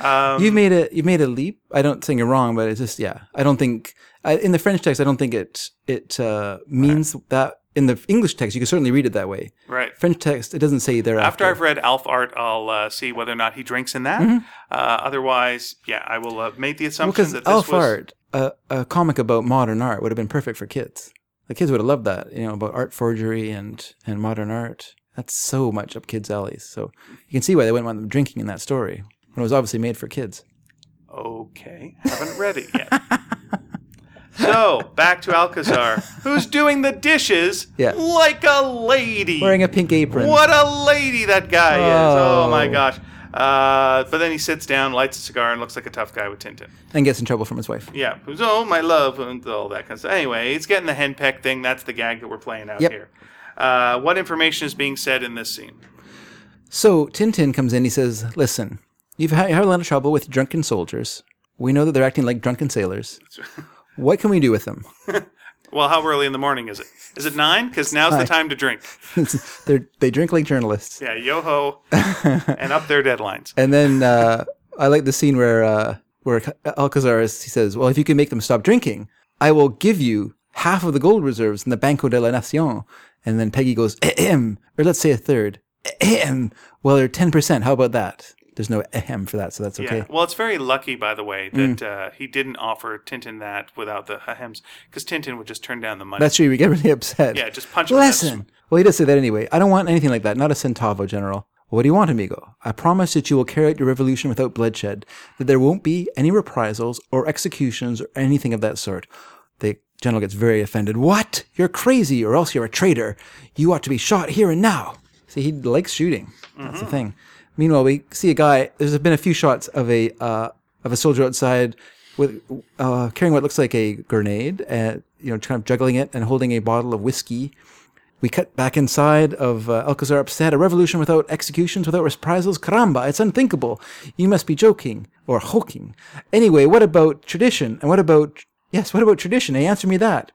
A: um,
B: You've made a you have made a leap. I don't think you're wrong, but it's just yeah. I don't think I, in the French text I don't think it it uh, means that. In the English text, you can certainly read it that way.
A: right.
B: French text, it doesn't say
A: After
B: thereafter.
A: I've read Alf Art, I'll uh, see whether or not he drinks in that.
B: Mm-hmm.
A: Uh, otherwise, yeah, I will uh, make the assumption
B: because
A: that this was.
B: Alfard, a, a comic about modern art, would have been perfect for kids. The kids would have loved that, you know, about art forgery and, and modern art. That's so much up kids' alleys. So you can see why they wouldn't want them drinking in that story when it was obviously made for kids.
A: Okay, haven't read it yet. so back to Alcazar, who's doing the dishes
B: Yeah.
A: like a lady.
B: Wearing a pink apron.
A: What a lady that guy is! Oh
B: Oh.
A: my gosh. Uh, but then he sits down, lights a cigar, and looks like a tough guy with Tintin.
B: and gets in trouble from his wife.
A: Yeah, who's oh my love and all that kind of stuff. Anyway, it's getting the henpeck thing. That's the gag that we're playing out
B: Yep.
A: here. Uh, what information is being said in this scene?
B: So Tintin comes in. He says, "Listen, you've had, you had a lot of trouble with drunken soldiers. We know that they're acting like drunken sailors. What can we do with them?
A: Well, how early in the morning is it? Is it nine? Because now's the time to drink.
B: they're, they drink like journalists."
A: Yeah, yo ho, and up their deadlines.
B: And then uh, I like the scene where uh, where Alcazar is, he says, "Well, if you can make them stop drinking, I will give you half of the gold reserves in the Banco de la Nación." And then Peggy goes, "Ahem," or let's say a third. Ahem. Well, they're ten percent. How about that? There's no ahem for that, so that's okay. Mm.
A: Yeah. Well, it's very lucky, by the way, that uh, he didn't offer Tintin that without the hems, because Tintin would just turn down the money.
B: That's true. We get really upset.
A: yeah, just punch him. in the-
B: Listen. Well, he does say that anyway. I don't want anything like that. Not a centavo, General. What do you want, amigo? I promise that you will carry out your revolution without bloodshed, that there won't be any reprisals or executions or anything of that sort. The general gets very offended. What? You're crazy, or else you're a traitor. You ought to be shot here and now. See, he likes shooting. That's the thing. Meanwhile, we see a guy. There's been a few shots of a uh, of a soldier outside with uh, carrying what looks like a grenade, and you know, kind of juggling it and holding a bottle of whiskey. We cut back inside of uh, Alcazar upset. A revolution without executions, without reprisals? Caramba, it's unthinkable. You must be joking or hulking. Anyway, what about tradition? And what about, yes, what about tradition? Hey, answer me that.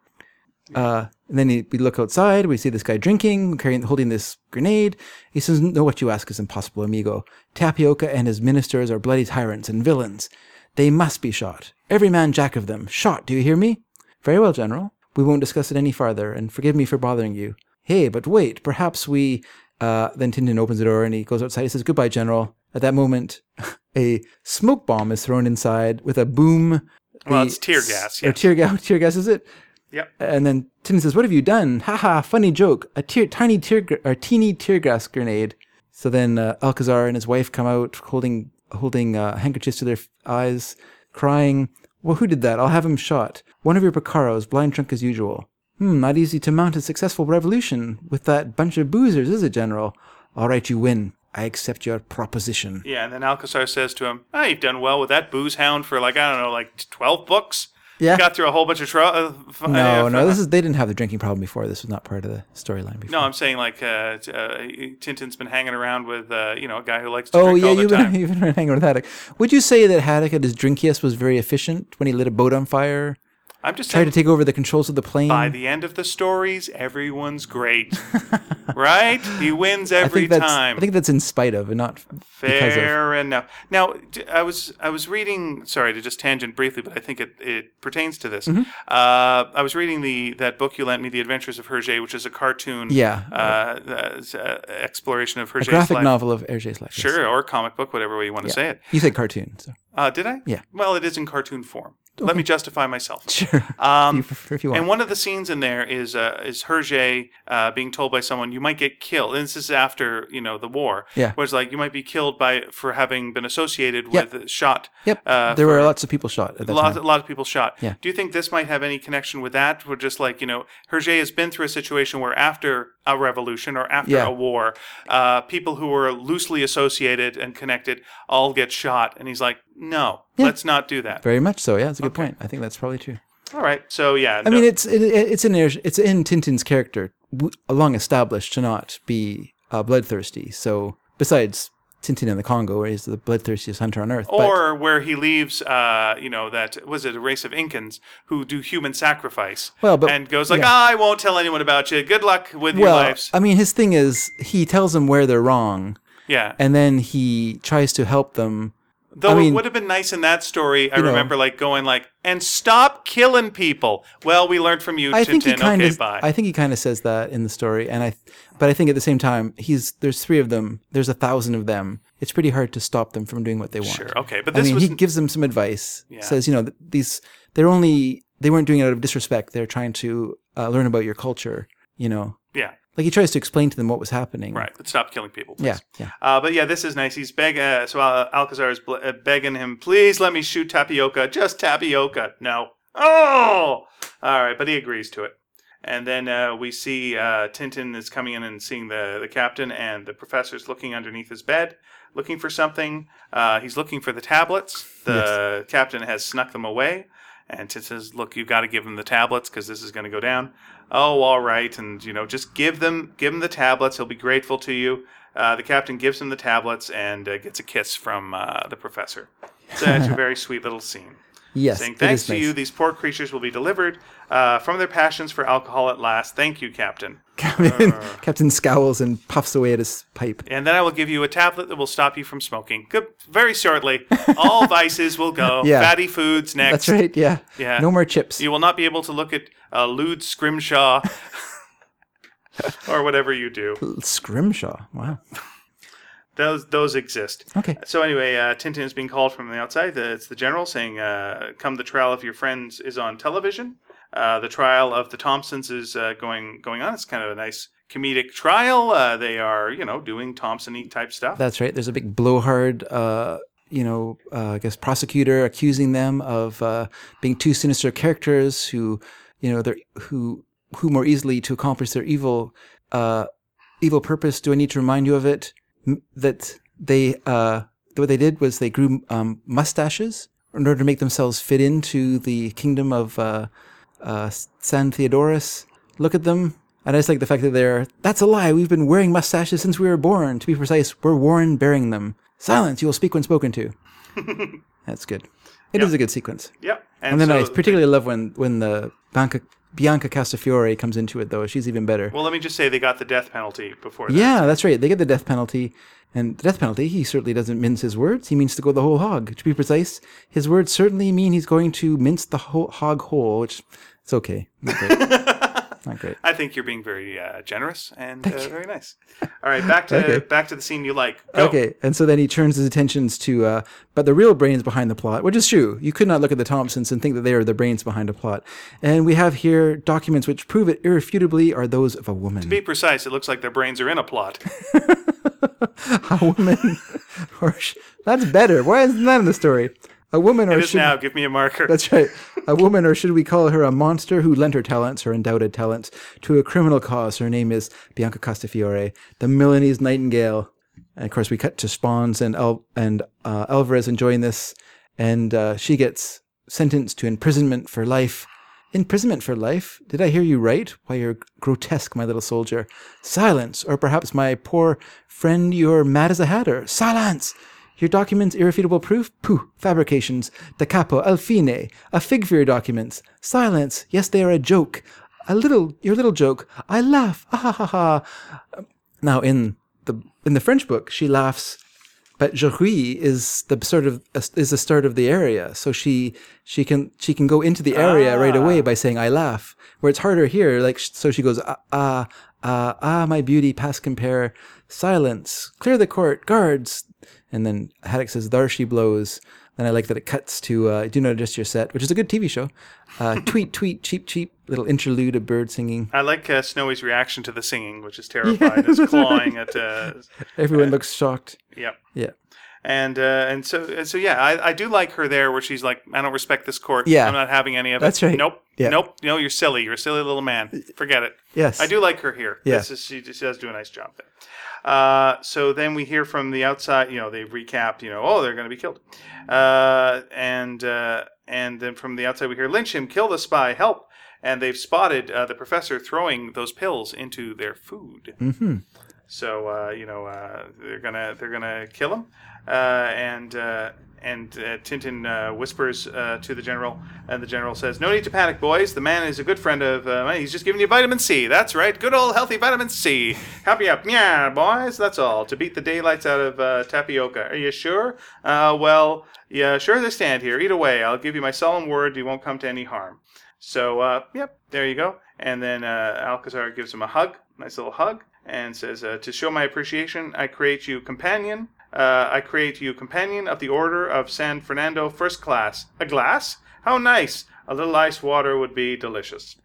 B: Uh, and then he, we look outside. We see this guy drinking, carrying, holding this grenade. He says, "No, what you ask is impossible, amigo. Tapioca and his ministers are bloody tyrants and villains. They must be shot. Every man jack of them. Shot. Do you hear me? Very well, general. We won't discuss it any farther, and forgive me for bothering you. Hey, but wait. Perhaps we." Uh, then Tintin opens the door and he goes outside. He says, "Goodbye, general." At that moment, a smoke bomb is thrown inside with a boom.
A: Well,
B: The-
A: it's tear gas,
B: Or
A: yes.
B: tear gas. Tear gas is it?
A: Yep.
B: And then Tim says, "What have you done? Ha ha! Funny joke. A tear, tiny tear, gr- or teeny tear gas grenade." So then uh, Alcazar and his wife come out holding holding uh, handkerchiefs to their f- eyes, crying, "Well, who did that? I'll have him shot. One of your Picaros, blind drunk as usual. Hmm, not easy to mount a successful revolution with that bunch of boozers, is it, General? All right, you win. I accept your proposition."
A: Yeah, and then Alcazar says to him, "Ah, you've done well with that booze hound for like I don't know, like twelve books.
B: Yeah.
A: got through a whole bunch of trouble. Uh, f-
B: No,
A: uh,
B: no, this is they didn't have the drinking problem before. This was not part of the storyline before.
A: No, I'm saying like uh, t- uh, Tintin's been hanging around with uh, you know a guy who likes to
B: Oh
A: drink
B: yeah,
A: all the
B: you've
A: time.
B: been, you've been hanging with Haddock. Would you say that Haddock at his drinkiest was very efficient when he lit a boat on fire,
A: I'm just
B: tried
A: saying.
B: to take over the controls of the plane?
A: by the end of the stories, everyone's great, right? He wins
B: I
A: every
B: think that's
A: time.
B: I think that's in spite of and not because of.
A: Fair enough. Now, d- I was I was reading. Sorry to just tangent briefly, but I think it, it pertains to
B: Mm-hmm.
A: this. Uh, I was reading the that book you lent me, The Adventures of Hergé, which is a cartoon.
B: Yeah.
A: Uh, uh, s- uh, exploration of Hergé's
B: Graphic
A: life.
B: novel of Hergé's life. yes.
A: Sure, or comic book, whatever way you want to say it.
B: You said cartoon, so
A: Uh, did I?
B: Yeah.
A: Well, it is in cartoon form. Let me justify myself.
B: sure.
A: Um,
B: if, you, prefer- if you want.
A: and one of the scenes in there is uh, is Hergé uh, being told by someone you might get killed. And this is after you know the war.
B: Yeah.
A: Where it's like you might be killed by for having been associated
B: Yep.
A: with shot.
B: yep.
A: Uh,
B: there were lots of people shot at that
A: Lots,
B: time.
A: a lot of people shot.
B: Yeah.
A: Do you think this might have any connection with that? We're just like you know, Hergé has been through a situation where after a revolution or after
B: Yeah.
A: a war, uh, people who were loosely associated and connected all get shot, and he's like, no, let's not do that.
B: Very much so. Yeah, that's a good point. I think that's probably true.
A: All right. So yeah.
B: I mean, it's it, it- it's in Hergé- it's in Tintin's character, w- long established to not be uh, bloodthirsty. So besides Tintin in the Congo, where he's the bloodthirstiest hunter on earth, but-
A: or where he leaves, uh, you know, that was it a race of Incans who do human sacrifice.
B: Well, but-
A: and goes like,
B: yeah.
A: "Ah, I won't tell anyone about you. Good luck with your
B: well, uh,
A: lives.
B: I mean, his thing is he tells them where they're wrong,
A: yeah.
B: and then he tries to help them.
A: Though
B: mean-
A: it would have been nice in that story. I
B: know.
A: remember like going like, and stop killing people. Well, we learned from you,
B: I
A: Tintin.
B: think he kind
A: okay,
B: of,
A: bye.
B: I think he kind of says that in the story, and I, th- but I think at the same time, he's there's three of them, there's a thousand of them. It's pretty hard to stop them from doing what they want.
A: sure. Okay. But
B: I
A: this
B: mean,
A: was
B: he gives them some advice. Says, you know, th- these they're only they weren't doing it out of disrespect. They're trying to uh, learn about your culture. You know,
A: yeah,
B: like he tries to explain to them what was happening.
A: right. But stop killing people. please.
B: Yeah. Yeah.
A: Uh, but yeah, this is nice. He's beg uh, so uh, Alcazar is ble- uh, begging him, please let me shoot tapioca, just tapioca. No. Oh, all right, but he agrees to it. And then uh, we see uh, Tintin is coming in and seeing the, the captain, and the professor's looking underneath his bed, looking for something. Uh, he's looking for the tablets. The captain has snuck them away. And Tintin says, "Look, you've got to give him the tablets because this is going to go down." Oh, all right, and you know, just give them, give him the tablets. He'll be grateful to you. Uh, the captain gives him the tablets and uh, gets a kiss from uh, the professor. So it's a very sweet little scene.
B: Yes.
A: Saying,
B: it
A: "Thanks
B: is
A: to
B: nice.
A: you, these poor creatures will be delivered uh, from their passions for alcohol at last. Thank you, Captain."
B: Captain,
A: Uh.
B: Captain scowls and puffs away at his pipe.
A: And then I will give you a tablet that will stop you from smoking. Good. Very shortly, all vices will go.
B: Yeah.
A: Fatty foods next.
B: That's right. Yeah.
A: Yeah.
B: No more chips.
A: You will not be able to look at uh, lewd scrimshaw or whatever you do.
B: Scrimshaw. Wow.
A: Those those exist.
B: Okay.
A: So anyway, uh, Tintin is being called from the outside. The, it's the general saying, uh, "Come, the trial of your friends is on television. Uh, the trial of the Thompsons is uh, going going on. It's kind of a nice comedic trial. Uh, they are, you know, doing Thompson-y type stuff.
B: That's right. There's a big blowhard, uh, you know, uh, I guess prosecutor accusing them of uh, being two sinister characters who, you know, they're who who more easily to accomplish their evil uh, evil purpose. Do I need to remind you of it? M- that they uh, what they did was they grew um, mustaches in order to make themselves fit into the kingdom of uh, uh, San Theodorus. Look at them. And I just like the fact that they're, that's a lie. We've been wearing mustaches since we were born. To be precise, we're worn bearing them. Silence, you will speak when spoken to. that's good. It is a good sequence.
A: Yep.
B: And then I
A: so-
B: particularly love when, when the Bianca, Bianca Castafiore comes into it, though. She's even better.
A: well, let me just say they got the death penalty before. that.
B: yeah, that's right. They get the death penalty. And the death penalty, he certainly doesn't mince his words. He means to go the whole hog. To be precise, his words certainly mean he's going to mince the whole hog whole, which it's okay. Not great. Not great.
A: I think you're being very uh, generous and uh, very nice. All right, back to
B: Okay.
A: back to the scene you like. Go.
B: Okay, and so then he turns his attentions to, uh, but the real brains behind the plot, which is true. You could not look at the Thompsons and think that they are the brains behind a plot. And we have here documents which prove it irrefutably are those of a woman.
A: Be precise. It looks like their brains are in a plot.
B: a woman, or sh- that's better. Why isn't that in the story? A woman, or
A: Just
B: should
A: now, give me a marker.
B: That's right. A woman, or should we call her a monster who lent her talents, her undoubted talents, to a criminal cause? Her name is Bianca Castafiore, the Milanese Nightingale. And of course, we cut to Spawns and El- and uh, Alvarez enjoying this, and uh, she gets sentenced to imprisonment for life. Imprisonment for life? Did I hear you right? Why, you're grotesque, my little soldier. Silence, or perhaps my poor friend, you're mad as a hatter. Silence! Your documents irrefutable proof? Pooh, fabrications. Da capo, al fine. A fig for your documents. Silence. Yes, they are a joke. A little, your little joke. I laugh. Ah ha ha ha. Now in the in the French book, she laughs, but Jeruy is the sort of is the start of the area, so she she can she can go into the
A: Ah.
B: area right away by saying I laugh. Where it's harder here, like sh- so she goes ah ah ah ah my beauty past compare silence clear the court guards, and then Haddock says there she blows. Then I like that it cuts to uh, do not adjust your set, which is a good TV show. Uh, tweet tweet cheep cheep little interlude of bird singing.
A: I like uh, Snowy's reaction to the singing, which is terrified. It's clawing at. Uh,
B: Everyone looks shocked.
A: yep.
B: Yeah.
A: And uh, and so and so yeah, I, I do like her there where she's like, I don't respect this court.
B: Yeah.
A: I'm not having any of
B: That's
A: it.
B: right.
A: Nope.
B: Yeah.
A: Nope. No, you're silly. You're a silly little man. Forget it.
B: Yes.
A: I do like her here.
B: Yeah.
A: This is, she, she does do a nice job there. Uh, so then we hear from the outside, you know, they recap, you know, oh, they're going to be killed. Uh, and, uh, and then from the outside, we hear lynch him, kill the spy, help. And they've spotted uh, the professor throwing those pills into their food. So uh, you know uh, they're gonna they're gonna kill him, uh, and uh, and uh, Tintin uh, whispers uh, to the general, and the general says, "No need to panic, boys. The man is a good friend of uh, mine. He's just giving you vitamin C. That's right, good old healthy vitamin C. Happy up, yeah, boys. That's all to beat the daylights out of uh, tapioca. Are you sure? Uh, well, yeah, sure as I stand here. Eat away. I'll give you my solemn word. You won't come to any harm." So, uh, yep, there you go. And then uh, Alcazar gives him a hug, nice little hug, and says, uh, "To show my appreciation, I create you companion. Uh, I create you companion of the Order of San Fernando, first class. A glass? How nice! A little ice water would be delicious."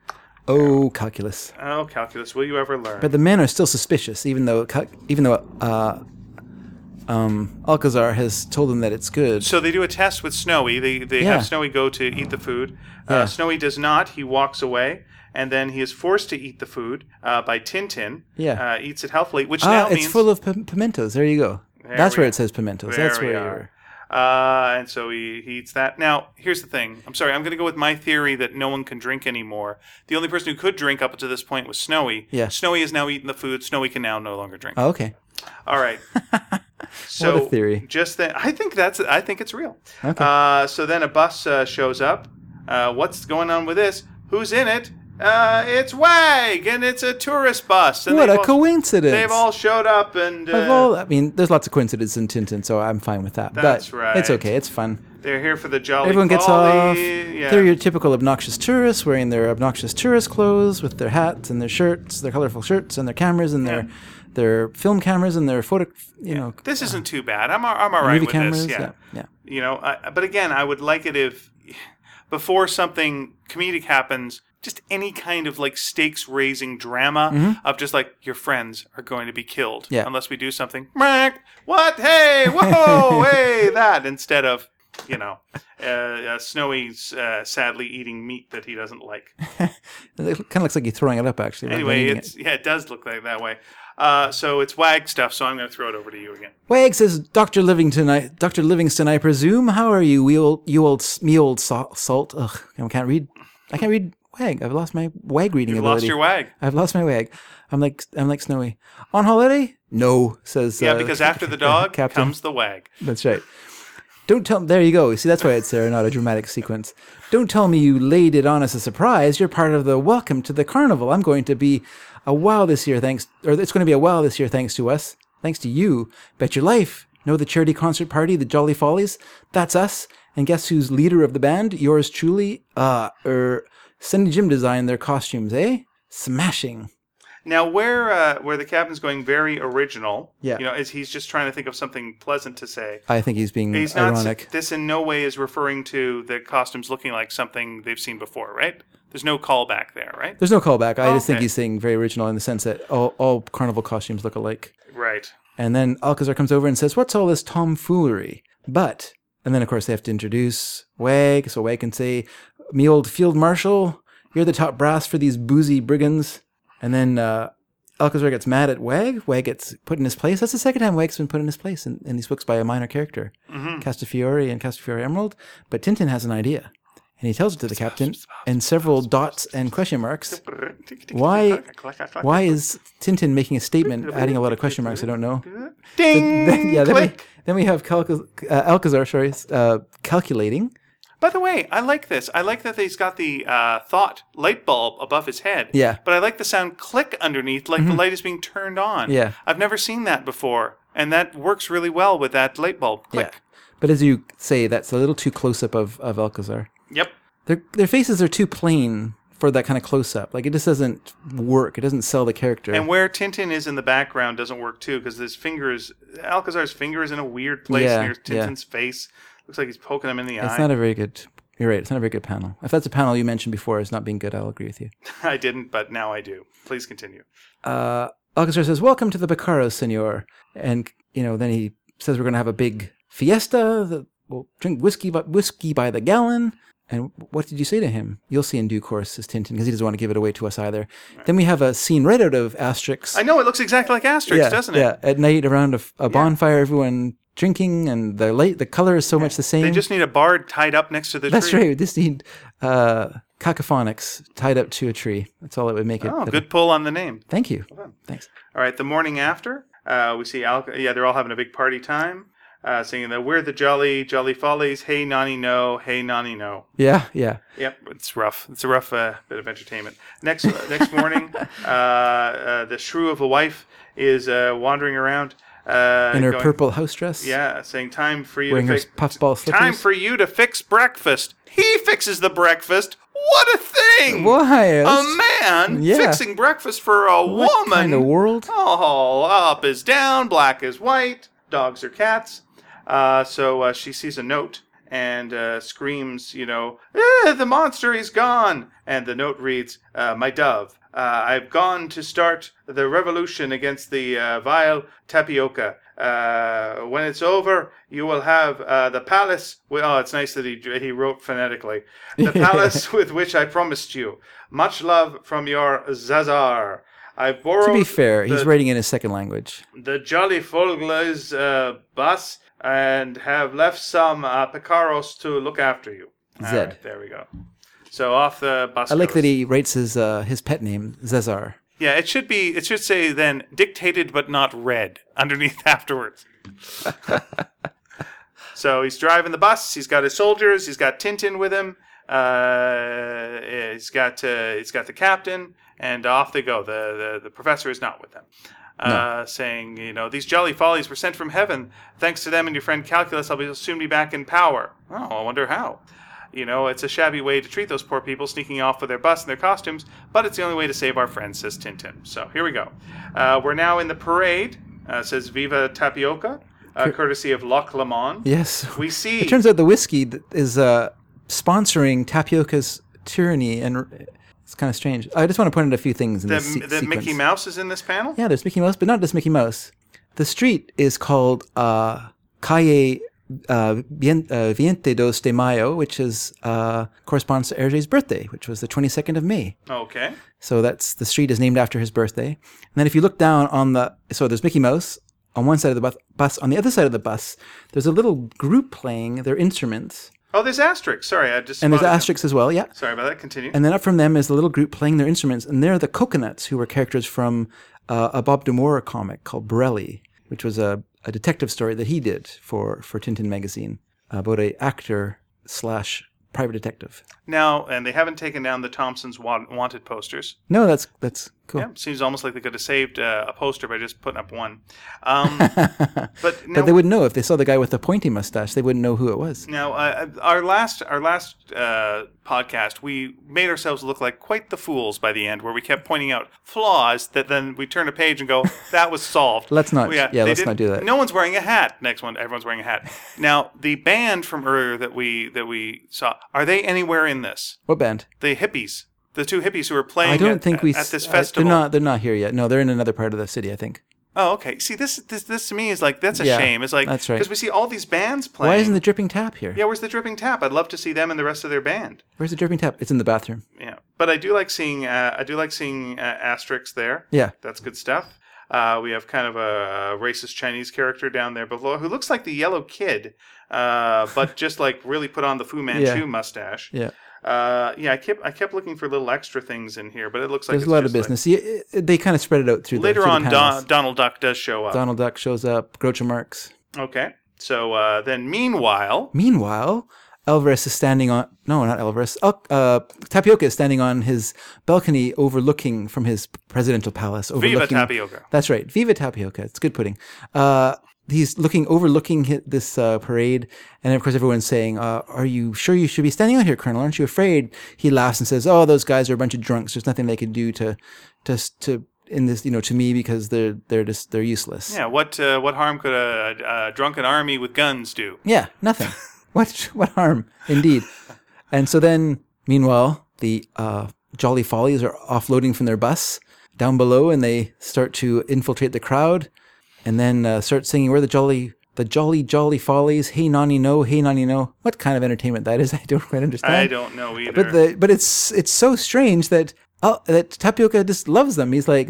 B: Oh, calculus.
A: Oh, calculus, will you ever learn?
B: But the men are still suspicious, even though Cal- even though uh, um, Alcazar has told them that it's good.
A: so they do a test with Snowy. They they
B: Yeah.
A: have Snowy go to eat the food.
B: Yeah.
A: Uh, Snowy does not. He walks away, and then he is forced to eat the food uh, by Tintin.
B: Yeah.
A: uh, eats it healthily, which
B: Ah,
A: now
B: it's
A: means
B: full of p- pimentos. There you go. That's
A: we
B: where
A: are.
B: it says pimentos.
A: There
B: That's
A: we
B: where
A: are.
B: you're.
A: Uh, and so he, he eats that. Now, here's the thing. I'm sorry. I'm going to go with my theory that no one can drink anymore. The only person who could drink up to this point was Snowy.
B: Yeah.
A: Snowy has now eaten the food. Snowy can now no longer drink.
B: Oh, okay.
A: All right. so
B: What a theory.
A: Just that. I think that's. I think it's real.
B: Okay.
A: Uh, so then a bus uh, shows up. Uh, what's going on with this? Who's in it? Uh, it's Wag, and it's a tourist bus. And
B: What
A: they've
B: a
A: all-
B: coincidence!
A: They've all showed up, and uh,
B: Of all- I mean, there's lots of coincidence in Tintin, so I'm fine with that.
A: That's
B: but
A: right.
B: It's okay. It's fun.
A: they're here for the jolly.
B: Everyone gets off.
A: Folly. Yeah.
B: They're your typical obnoxious tourists wearing their obnoxious tourist clothes with their hats and their shirts, their colorful shirts and their cameras and their their film cameras and their photo, you know,
A: this isn't too bad. I'm, I'm all right
B: movie
A: with
B: cameras.
A: this. Yeah.
B: yeah. yeah.
A: You know, I, but again, I would like it if before something comedic happens, just any kind of like stakes raising drama of just like your friends are going to be killed
B: Mm-hmm. Yeah.
A: unless we do something. Meh. What? Hey, whoa, hey, that instead of you know, uh, uh, Snowy's uh, sadly eating meat that he doesn't like.
B: It kind of looks like you're throwing it up, actually. rather than
A: Anyway,
B: eating
A: it's yeah, it does look like that way. Uh, so it's wag stuff. So I'm going to throw it over to you again.
B: Wag says, "Doctor Livington, I, Doctor Livingston, I presume. How are you, we old, you old, s- me old salt, salt? Ugh, I can't read. I can't read Wag. I've lost my Wag reading
A: You
B: ability.
A: lost your wag.
B: I've lost my Wag. I'm like, I'm like Snowy. On holiday? No, says.
A: Yeah,
B: uh,
A: because after the dog
B: Captain.
A: comes the wag.
B: That's right. Don't tell. There you go. See, that's why it's there, not a dramatic sequence. Don't tell me you laid it on as a surprise. You're part of the welcome to the carnival. I'm going to be a wow this year, thanks, or it's going to be a wow this year, thanks to us, thanks to you. Bet your life. Know the charity concert party, the Jolly Follies. That's us. And guess who's leader of the band? Yours truly. Uh, er, Cindy Jim designed their costumes, eh? Smashing.
A: Now, where uh, where the captain's going very original,
B: Yeah.
A: you know, is he's just trying to think of something pleasant to say.
B: I think he's being
A: He's not.
B: ironic.
A: This in no way is referring to the costumes looking like something they've seen before, right? There's no callback there, right?
B: There's no callback. I just think
A: Okay.
B: he's saying very original in the sense that all, all carnival costumes look alike.
A: Right.
B: And then Alcazar comes over and says, What's all this tomfoolery? But, and then of course they have to introduce Wag. So Wag can say, Me old field marshal, you're the top brass for these boozy brigands. And then uh, Alcazar gets mad at Wag. Wag gets put in his place. That's the second time Wag's been put in his place in, in these books by a minor character, Castafiore and Castafiore Emerald. But Tintin has an idea. And he tells it to the captain in several dots and question marks. Why- Why is Tintin making a statement, adding a lot of question marks? I don't know
A: Ding.
B: then, yeah, then we,
A: click.
B: then we have Calca- uh, Alcazar, sorry, uh, calculating.
A: By the way, I like this. I like that he's got the uh, thought light bulb above his head.
B: Yeah. Mm-hmm.
A: But I like the sound click underneath, like the light is being turned on.
B: Yeah.
A: I've never seen that before, and that works really well with that light bulb click.
B: But as you say, that's a little too close up of, of Alcazar.
A: Yep.
B: Their, their faces are too plain for that kind of close up. Like, it just doesn't work. It doesn't sell the character.
A: And where Tintin is in the background doesn't work too, because his fingers, Alcazar's finger is in a weird place
B: Yeah,
A: near
B: yeah.
A: Tintin's face. Looks like he's poking him in the
B: it's
A: eye.
B: not a very good. You're right. It's not a very good panel. If that's a panel you mentioned before as not being good, I'll agree with you.
A: I didn't, but now I do. Please continue.
B: uh, Alcazar says, "Welcome to the Bacaro, Senor." And you know, then he says, "We're going to have a big fiesta. That we'll drink whiskey, by, whiskey by the gallon." And what did you say to him? You'll see in due course, says Tintin, because he doesn't want to give it away to us either. Then we have a scene right out of Asterix.
A: I know it looks exactly like Asterix, doesn't it?
B: Yeah, at night around a, f- a bonfire, everyone drinking, and the light, the color is so much the same.
A: They just need a bard tied up next to the
B: That's
A: tree.
B: right. We just need uh, cacophonics tied up to a tree. That's all it would make it.
A: Oh,
B: better.
A: good pull on the name.
B: Thank you. Thanks.
A: All right, the morning after, uh, we see Al. Yeah, they're all having a big party time, uh, singing the "We're the Jolly Jolly Follies." Hey, Nani, no. Hey, Nani, no.
B: Yeah, yeah.
A: Yep, it's rough. It's a rough uh, bit of entertainment. Next uh, next morning, uh, uh, the shrew of a wife is uh, wandering around uh,
B: In her
A: going-
B: purple house dress.
A: Yeah, saying time for you
B: wearing
A: to
B: her
A: fix
B: puffball slippers.
A: time for you to fix breakfast. He fixes the breakfast. What a thing!
B: Why?
A: A
B: That's-
A: man
B: Yeah.
A: fixing breakfast for a
B: what
A: woman.
B: kind of world?
A: Oh, up is down, black is white, dogs are cats. Uh, so uh, she sees a note and uh, screams, you know, "Eh, the monster is gone. And the note reads, uh, My dove, Uh, I've gone to start the revolution against the uh, vile tapioca. Uh, when it's over, you will have uh, the palace. Well, oh, it's nice that he he wrote phonetically. The palace with which I promised you. Much love from your Zazar. I borrowed.
B: To be fair, he's
A: the-
B: writing in his second language.
A: the Jolly Fulgla's uh, bus and have left some uh, Picaros to look after you. All
B: Zed.
A: right, there we go. So off the bus.
B: I like
A: goes.
B: that he writes his uh, his pet name Zezar.
A: Yeah, it should be. It should say then dictated but not read underneath afterwards. so he's driving the bus. He's got his soldiers. He's got Tintin with him. Uh, he's got uh, he's got the captain, and off they go. The the, the professor is not with them. Uh, Saying, you know, these jolly follies were sent from heaven. Thanks to them and your friend Calculus, I'll be, soon be back in power. Oh, I wonder how. You know, it's a shabby way to treat those poor people sneaking off with their bus and their costumes, but it's the only way to save our friends, says Tintin. So here we go. Uh, we're now in the parade, uh, says Viva Tapioca, uh, courtesy of Loch Lomond.
B: Yes.
A: We see.
B: It turns out the whiskey th- is uh, sponsoring tapioca's tyranny, and r- it's kind of strange. I just want to point out a few things in
A: that,
B: this se-
A: that
B: sequence.
A: Mickey Mouse is in this panel?
B: Yeah, there's Mickey Mouse, but not just Mickey Mouse. The street is called uh, Calle uh, Vien- uh, Viente dos de Mayo, which is uh, corresponds to Hergé's birthday, which was the 22nd of May.
A: Okay.
B: So that's the street is named after his birthday. And then if you look down on the so there's Mickey Mouse on one side of the bus, bus on the other side of the bus, there's a little group playing their instruments,
A: Oh, there's Asterix. Sorry, I just.
B: and there's
A: spotted him.
B: asterisks as well. Yeah.
A: Sorry about that. Continue.
B: And then up from them is the little group playing their instruments, and they're the Coconuts, who were characters from uh, a Bob Demora comic called Borelli, which was a, a detective story that he did for for Tintin magazine about a actor slash private detective.
A: now, and they haven't taken down the Thompson's wa- wanted posters.
B: No, that's that's cool.
A: Yeah, seems almost like they could have saved uh, a poster by just putting up one. Um, but now,
B: But they wouldn't know if they saw the guy with the pointy mustache. They wouldn't know who it was.
A: Now, uh, our last our last uh, podcast, we made ourselves look like quite the fools by the end, where we kept pointing out flaws that then we turn a page and go, "That was solved."
B: Let's not- yeah,
A: they
B: let's not
A: didn't-
B: do that.
A: No one's wearing a hat. Next one, everyone's wearing a hat. now, the band from earlier that we that we saw, are they anywhere in this?
B: What band?
A: The hippies, the two hippies who were playing.
B: I don't
A: at,
B: think we
A: at this
B: s- uh,
A: festival.
B: they're not. They're not here yet. No, they're in another part of the city. I think.
A: Oh, okay. See, this this this to me is like that's a
B: Yeah,
A: shame. It's like
B: that's right.
A: because we see all these bands playing.
B: Why isn't the dripping tap here?
A: yeah, where's the dripping tap? I'd love to see them and the rest of their band.
B: Where's the dripping tap? It's in the bathroom.
A: Yeah, but I do like seeing uh, I do like seeing uh, asterisks there.
B: Yeah.
A: that's good stuff. Uh, we have kind of a racist Chinese character down there below who looks like the yellow kid, uh, but just like really put on the Fu Manchu
B: Yeah.
A: mustache.
B: Yeah.
A: uh, yeah. I kept I kept looking for little extra things in here, but it looks like
B: There's
A: it's
B: a lot of
A: just, like-
B: business. Yeah, it- it- they kind of spread it out through the
A: later
B: through
A: on,
B: the
A: Don,
B: panels.
A: Donald Duck does show up.
B: Donald Duck shows up. Groucho Marx.
A: okay, so uh, then meanwhile,
B: Meanwhile, Alvarez is standing on no, not Alvarez. Al- uh, Tapioca is standing on his balcony, overlooking from his presidential palace. Overlooking,
A: Viva Tapioca.
B: That's right. Viva tapioca. It's good pudding. Uh, he's looking, overlooking hi- this uh, parade. And of course, everyone's saying, uh, Are you sure you should be standing out here, Colonel? Aren't you afraid? He laughs and says, Oh, those guys are a bunch of drunks. There's nothing they can do to, to, to, in this, you know, to me because they're, they're just, they're useless.
A: Yeah, what uh, what harm could a, a drunken army with guns do?
B: Yeah, nothing. what what harm, indeed. And so then, meanwhile, the uh, Jolly Follies are offloading from their bus down below, and they start to infiltrate the crowd, and then uh, start singing "We're the Jolly." The jolly, jolly follies, hey nonny no, hey nonny no. What kind of entertainment that is, I don't quite understand.
A: I don't know either.
B: But the but it's it's so strange that uh, that Tapioca just loves them. He's like,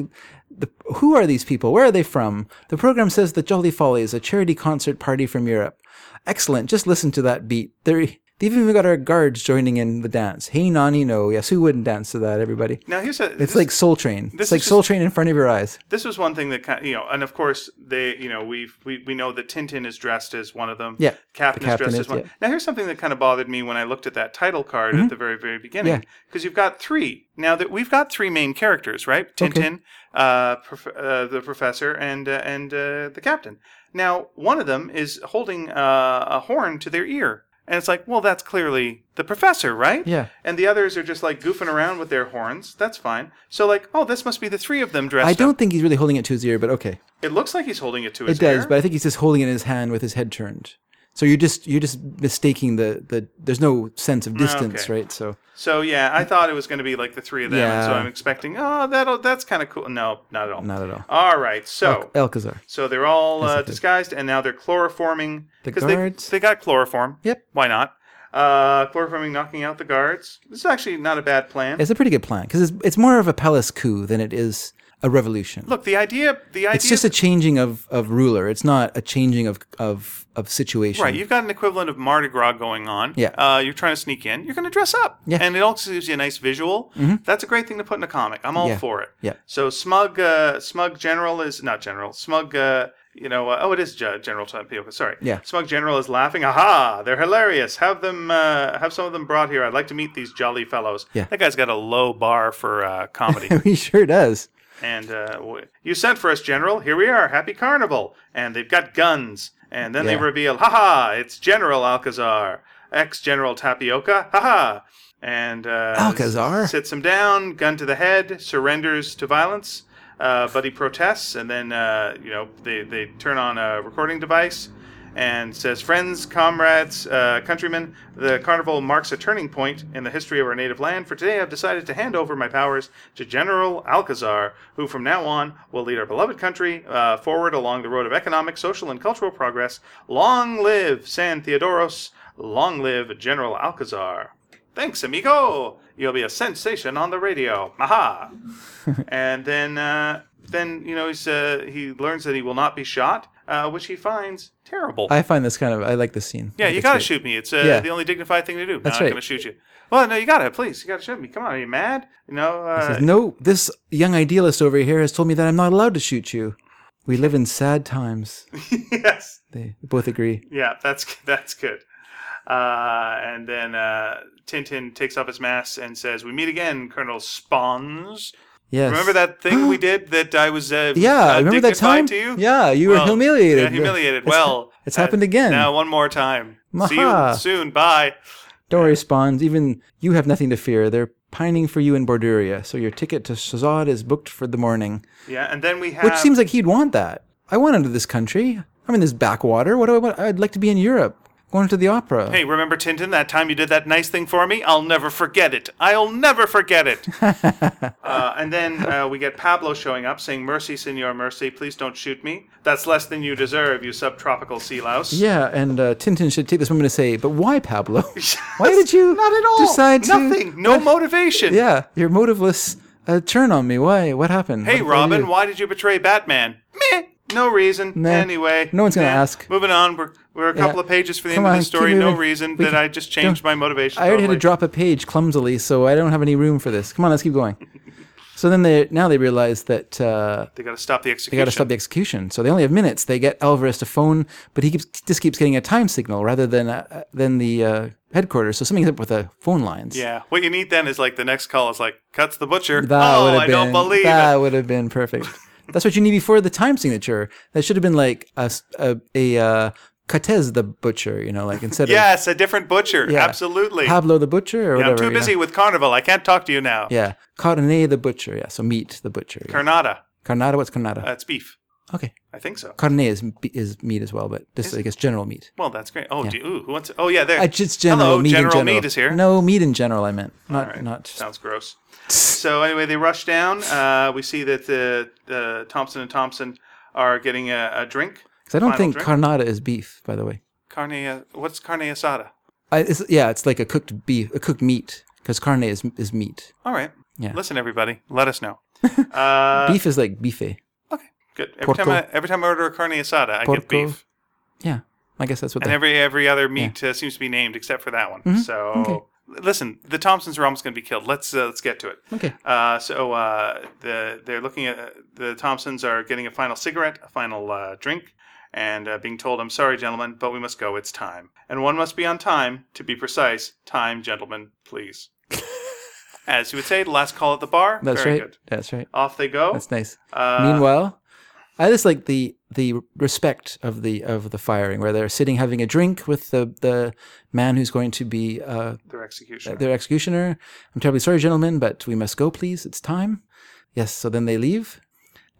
B: the, who are these people? Where are they from? The program says the Jolly Folly is a charity concert party from Europe. Excellent. Just listen to that beat. They're, they've even got our guards joining in the dance. Hey, Nani, no. Yes, who wouldn't dance to that? Everybody.
A: now here's a
B: It's like Soul Train.
A: this
B: It's
A: is
B: like Soul Train in front of your eyes.
A: this was one thing that kind you know, and of course they, you know, we've, we we know that Tintin is dressed as one of them.
B: Yeah,
A: Captain,
B: the captain
A: is dressed
B: is,
A: as one.
B: yeah. Mm-hmm.
A: Now here's something that kind of bothered me when I looked at that title card at the very very beginning,
B: Yeah.
A: because you've got three. Now that we've got three main characters, right? Tintin, uh, prof- uh, the professor, and uh, and uh, the captain. Now one of them is holding uh, a horn to their ear. And it's like, well, that's clearly the professor, right?
B: Yeah.
A: And the others are just like goofing around with their horns. That's fine. So like, oh, this must be the three of them dressed.
B: I
A: up.
B: don't think he's really holding it to his ear, but okay.
A: It looks like he's holding it to his
B: It does,
A: ear.
B: but I think he's just holding it in his hand with his head turned. So you're just you're just mistaking the the. There's no sense of distance,
A: Ah, Okay.
B: right? So
A: So yeah, I thought it was going to be like the three of them, and so
B: Yeah.
A: I'm expecting, oh, that'll that's kind of cool. No, not at all.
B: not at all.
A: All right, so
B: Alcazar.
A: so they're all
B: Yes,
A: uh,
B: it is.
A: disguised, and now they're chloroforming
B: The
A: they
B: guards.
A: they got chloroform.
B: Yep.
A: Why not? Uh, chloroforming, knocking out the guards. This is actually not a bad plan.
B: It's a pretty good plan because it's it's more of a palace coup than it is a revolution.
A: Look, the idea the idea
B: it's just a changing of, of ruler. It's not a changing of of of situation.
A: Right, you've got an equivalent of Mardi Gras going on.
B: Yeah.
A: Uh, you're trying to sneak in. You're going to dress up.
B: Yeah. Mm-hmm.
A: And it also gives you a nice visual. That's a great thing to put in a comic. I'm all
B: Yeah.
A: for it.
B: Yeah.
A: So smug, uh, smug general is not general. Smug, uh, you know. Uh, oh, it is Ge- General Tapioca. Sorry.
B: Yeah.
A: Smug general is laughing. Aha! They're hilarious. Have them. Uh, have some of them brought here. I'd like to meet these jolly fellows.
B: Yeah.
A: That guy's got a low bar for uh, comedy.
B: he sure does.
A: And uh, w- you sent for us, General. Here we are. Happy Carnival. And they've got guns. And then they
B: Yeah.
A: reveal, ha ha! it's General Alcazar, ex General Tapioca, ha ha! And uh,
B: Alcazar?
A: s- sits him down, gun to the head, surrenders to violence. Uh, but he protests, and then uh, you know they, they turn on a recording device and says, "Friends, comrades, uh, countrymen, the carnival marks a turning point in the history of our native land. For today, I've decided to hand over my powers to General Alcazar, who from now on will lead our beloved country uh, forward along the road of economic, social, and cultural progress. Long live San Theodoros! Long live General Alcazar!" Thanks, amigo. You'll be a sensation on the radio. Aha! and then, uh, then you know, he's, uh, he learns that he will not be shot, uh, which he finds terrible.
B: I find this kind of I like this scene.
A: yeah, you
B: It's
A: gotta
B: good.
A: shoot me. It's uh,
B: Yeah.
A: the only dignified thing to do.
B: That's
A: no, I'm
B: right.
A: gonna shoot you. Well, no, you gotta. Please, you gotta shoot me. Come on, are you mad? You know, uh,
B: Says, no, this young idealist over here has told me that I'm not allowed to shoot you. We live in sad times.
A: yes.
B: They both agree.
A: Yeah, that's that's good. Uh, and then uh, Tintin takes off his mask and says, "We meet again, Colonel Spawns."
B: Yes.
A: Remember that thing we did that I was uh,
B: Yeah,
A: uh,
B: remember that
A: dignified
B: time?
A: to you?
B: Yeah, you were
A: Well,
B: humiliated.
A: Yeah, humiliated.
B: It's-
A: well,
B: it's happened again.
A: Now one more time. See you
B: Maha.
A: soon. Bye.
B: Don't worry, Spawns. Even you have nothing to fear. They're pining for you in Borduria, so your ticket to Shazad is booked for the morning.
A: Yeah, and then we have.
B: Which seems like he'd want that. I want into this country. I'm in this backwater. What do I want? I'd like to be in Europe, going to the opera.
A: Hey, remember Tintin? That time you did that nice thing for me? I'll never forget it. I'll never forget it. uh, and then uh, we get Pablo showing up saying, Mercy, Senor, mercy. Please don't shoot me. That's less than you deserve, you subtropical sea louse.
B: Yeah, and uh, Tintin should take this woman to say, but why, Pablo? Why did you
A: Not at all.
B: decide to-
A: Nothing. No motivation.
B: Yeah, your motiveless uh, turn on me. Why? What happened?
A: Hey,
B: What- what did
A: Robin,
B: you-
A: why did you betray Batman? Meh. No reason.
B: Nah.
A: Anyway.
B: No one's gonna
A: Nah.
B: ask.
A: Moving on. We're, we're a couple of pages for the
B: Come
A: end of
B: on,
A: the
B: keep
A: story. No
B: moving.
A: reason
B: We
A: that
B: can-
A: I just changed my motivation.
B: I already had
A: totally.
B: to drop a page clumsily, so I don't have any room for this. Come on, let's keep going. so then they now they realize that uh,
A: They got to stop the
B: they
A: execution.
B: got to stop the execution. So they only have minutes. They get Alvarez to phone, but he keeps just keeps getting a time signal rather than uh, than the uh, headquarters. So something's up with the phone lines.
A: Yeah. What you need then is like the next call is like cuts the butcher.
B: That
A: oh,
B: would have
A: I
B: been
A: don't believe
B: that
A: it.
B: would have been perfect. That's what you need before the time signature. That should have been like a s- a, a, uh, Cortez the butcher, you know, like instead of
A: Yes, a different butcher.
B: yeah,
A: Absolutely.
B: Pablo the butcher or
A: I'm
B: whatever.
A: too
B: you know.
A: busy with carnival. I can't talk to you now.
B: Yeah, Carne the butcher. Yeah, so meat the butcher. Yeah.
A: Carnata.
B: Carnada, what's carnada?
A: That's beef.
B: okay,
A: I think so.
B: carne is is meat as well, but just I guess general meat.
A: Well, that's great. Oh, do you, ooh, who wants? Oh, yeah, there.
B: Uh, just general
A: Hello,
B: meat
A: General
B: in general.
A: Meat is here.
B: No meat in general. I meant not
A: All right.
B: not.
A: sounds gross. so anyway, they rush down. Uh, we see that the, the Thompson and Thompson are getting a, a drink.
B: 'cause I don't
A: Final
B: think
A: drink?
B: carnada is beef, by the way.
A: Carne. a- What's carne asada?
B: I, it's, yeah, it's like a cooked beef, a cooked meat, because carne is is meat.
A: All right.
B: Yeah.
A: Listen, everybody. Let us know. Uh,
B: beef is like bife.
A: okay. Good. Every time, I,
B: Porco.
A: every time I order a carne asada, I
B: Porco.
A: get beef.
B: Yeah, I guess that's what.
A: and
B: They,
A: every every other meat uh, seems to be named except for that one.
B: Mm-hmm.
A: So listen, the Thompsons are almost going to be killed. Let's uh, let's get to it.
B: okay.
A: Uh, so uh, the they're looking at the Thompsons are getting a final cigarette, a final uh, drink, and uh, being told, "I'm sorry, gentlemen, but we must go. It's time, and one must be on time to be precise. Time, gentlemen, please." As you would say, last call at the bar.
B: That's
A: Very
B: right.
A: good.
B: That's right.
A: Off they go.
B: That's nice.
A: Uh,
B: Meanwhile, I just like the the respect of the of the firing, where they're sitting having a drink with the the man who's going to be uh,
A: their execution.
B: their executioner. I'm terribly sorry, gentlemen, but we must go, please. It's time. Yes. So then they leave,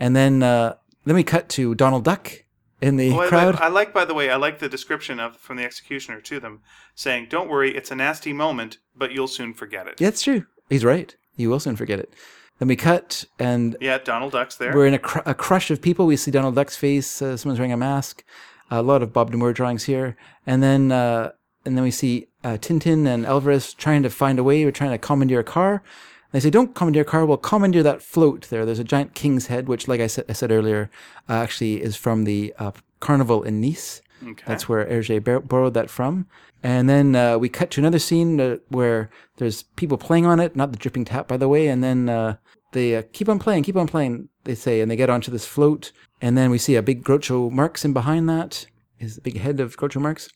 B: and then uh, then we cut to Donald Duck in the
A: Well, I,
B: crowd.
A: like, I like, by the way, I like the description of from the executioner to them saying, "Don't worry, it's a nasty moment, but you'll soon forget it."
B: yeah, it's true. He's right. You will soon forget it. Then we cut, and
A: Yeah, Donald Duck's there.
B: we're in a, cr- a crush of people. We see Donald Duck's face. Uh, someone's wearing a mask. a lot of Bob Demore drawings here, and then uh, and then we see uh, Tintin and Alvarez trying to find a way. We're trying to commandeer a car. And they say, "Don't commandeer a car. Well, commandeer that float there. There's a giant king's head, which, like I said, I said earlier, uh, actually is from the uh, carnival in Nice.
A: Okay.
B: That's where Hergé bor- borrowed that from. And then uh, we cut to another scene uh, where there's people playing on it, not the dripping tap, by the way. And then uh, they uh, keep on playing, keep on playing, they say, and they get onto this float. And then we see a big Groucho Marx in behind that, his big head of Groucho Marx,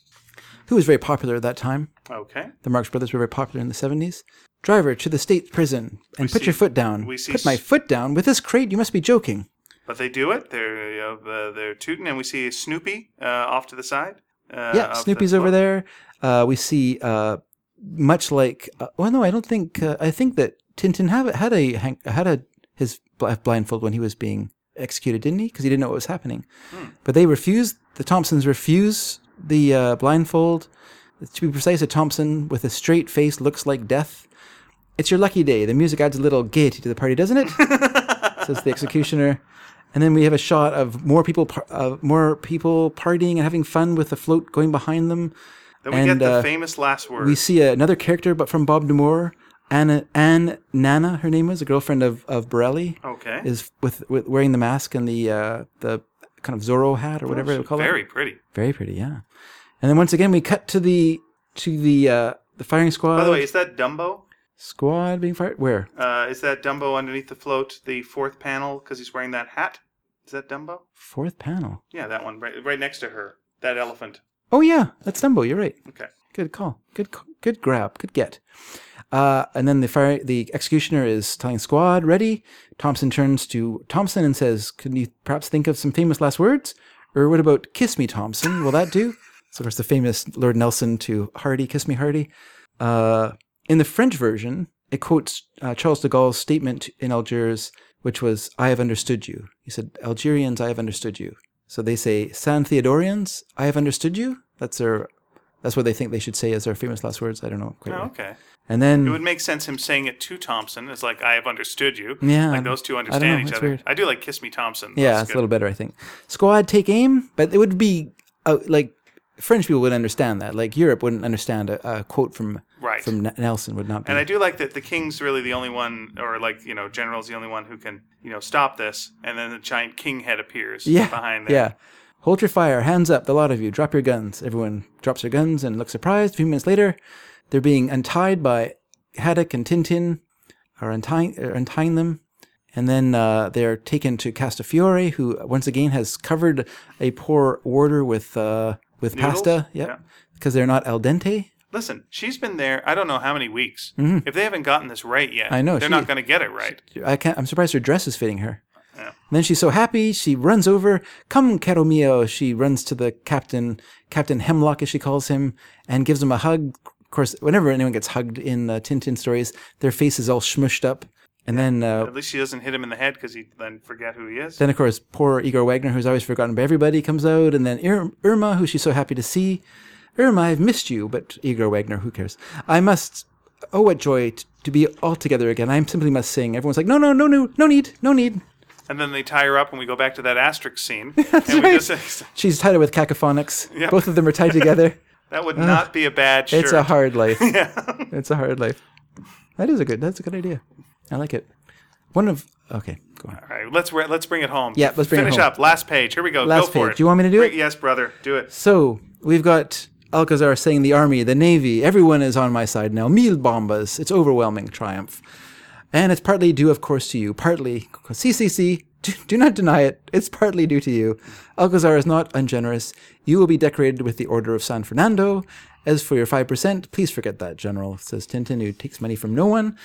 B: who was very popular at that time.
A: okay.
B: The Marx Brothers were very popular in the 70s. Driver to the state prison and put
A: see-
B: your foot down.
A: we see
B: put my
A: s-
B: foot down with this crate. You must be joking.
A: But they do it. They're uh, they're tooting, and we see Snoopy uh, off to the side. Uh,
B: yeah,
A: of the
B: Snoopy's over
A: float.
B: there. Uh, we see uh, much like uh, well, no, I don't think uh, I think that Tintin have, had a hang- had a his bl- blindfold when he was being executed, didn't he? Because he didn't know what was happening.
A: Hmm.
B: But they refuse. The Thompsons refuse the uh, blindfold. To be precise, a Thompson with a straight face looks like death. It's your lucky day. The music adds a little gaiety to the party, doesn't it? says the executioner. And then we have a shot of more people, par- uh, more people partying and having fun with the float going behind them.
A: Then we
B: and,
A: get the
B: uh,
A: famous last word.
B: We see another character, but from Bob Damore, Anna, Anne Nana, her name was a girlfriend of of Borelli,
A: okay.
B: is with, with wearing the mask and the uh, the kind of Zorro hat or whatever they call it.
A: Very pretty.
B: Very pretty, yeah. And then once again, we cut to the to the uh, the firing squad.
A: By the way, is that Dumbo?
B: squad being fired. Where?
A: Uh, is that Dumbo underneath the float, the fourth panel, because he's wearing that hat? Is that Dumbo?
B: Fourth panel.
A: Yeah, that one right, right next to her. That elephant.
B: Oh yeah, that's Dumbo. You're right.
A: Okay.
B: Good call. Good c- good grab. Good get. Uh, and then the fire the executioner is telling squad ready. Thompson turns to Thompson and says, "Can you perhaps think of some famous last words? Or what about kiss me, Thompson? Will that do?" so of course the famous Lord Nelson to Hardy, "Kiss me, Hardy." Uh, in the French version, it quotes uh, Charles de Gaulle's statement in Algiers, which was, "I have understood you." He said, "Algerians, I have understood you." So they say, "San Theodorians, I have understood you." That's their, that's what they think they should say as their famous last words. I don't know quite.
A: Oh,
B: why.
A: okay.
B: And
A: It
B: then
A: would make sense him saying it to Thompson. It's like I have understood you.
B: Yeah,
A: Like those two
B: I don't
A: understand
B: know,
A: each
B: it's
A: other.
B: weird.
A: I do like Kiss Me Thompson.
B: Yeah,
A: That's
B: it's a
A: good.
B: little better, I think. Squad take aim, but it would be uh, like French people would understand that. Like Europe wouldn't understand a, a quote from
A: Right.
B: from N- Nelson would not be.
A: And I do like that the king's really the only one, or like you know, general's the only one who can you know stop this. And then the giant king head appears
B: yeah,
A: behind
B: yeah.
A: there.
B: Hold your fire, hands up, the lot of you. Drop your guns. Everyone drops their guns and looks surprised. A few minutes later, they're being untied by Haddock and Tintin, are untying, are untying them, and then uh, they are taken to Castafiore, who once again has covered a poor warder with uh, with
A: Noodles?
B: pasta.
A: Yeah.
B: Yep, because they're not al dente.
A: Listen, she's been there. I don't know how many weeks. If they haven't gotten this right yet,
B: Mm-hmm. I know,
A: they're
B: she-
A: not going to get it right.
B: I can't. I'm surprised her dress is fitting her.
A: Yeah.
B: And then she's so happy. She runs over. Come, caro mio. She runs to the captain, Captain Hemlock, as she calls him, and gives him a hug. Of course, whenever anyone gets hugged in uh, Tintin stories, their face is all smushed up. And then, uh,
A: At least she doesn't hit him in the head because he then forget who he is.
B: then of course, poor Igor Wagner, who's always forgotten by everybody, comes out. And then Ir- Irma, who she's so happy to see. Irma, I've missed you, but Igor Wagner, who cares? I must. Oh, what joy t- to be all together again. I simply must sing. Everyone's like, no, no, no, no, no need, no need.
A: And then they tie her up, and we go back to that asterisk scene. and we just,
B: She's tied up with cacophonics.
A: Yep.
B: Both of them are tied together.
A: that would not be a bad shirt.
B: It's a hard life. It's a hard life. That is a good. That's a good idea. I like it. One of okay. Go on.
A: All right, let's re- let's bring it home.
B: Yeah, let's bring it
A: Finish
B: home.
A: up. Last page. Here we go.
B: Last
A: go for
B: page.
A: it.
B: Do you want me to do
A: Bring-
B: it?
A: Yes, brother. Do it.
B: So we've got Alcazar saying the army, the navy, everyone is on my side now. Mil bombas. It's overwhelming triumph, and it's partly due, of course, to you. Partly CCC. Do, do not deny it. It's partly due to you. Alcazar is not ungenerous. You will be decorated with the Order of San Fernando. As for your 5%, please forget that, General, says Tintin, who takes money from no one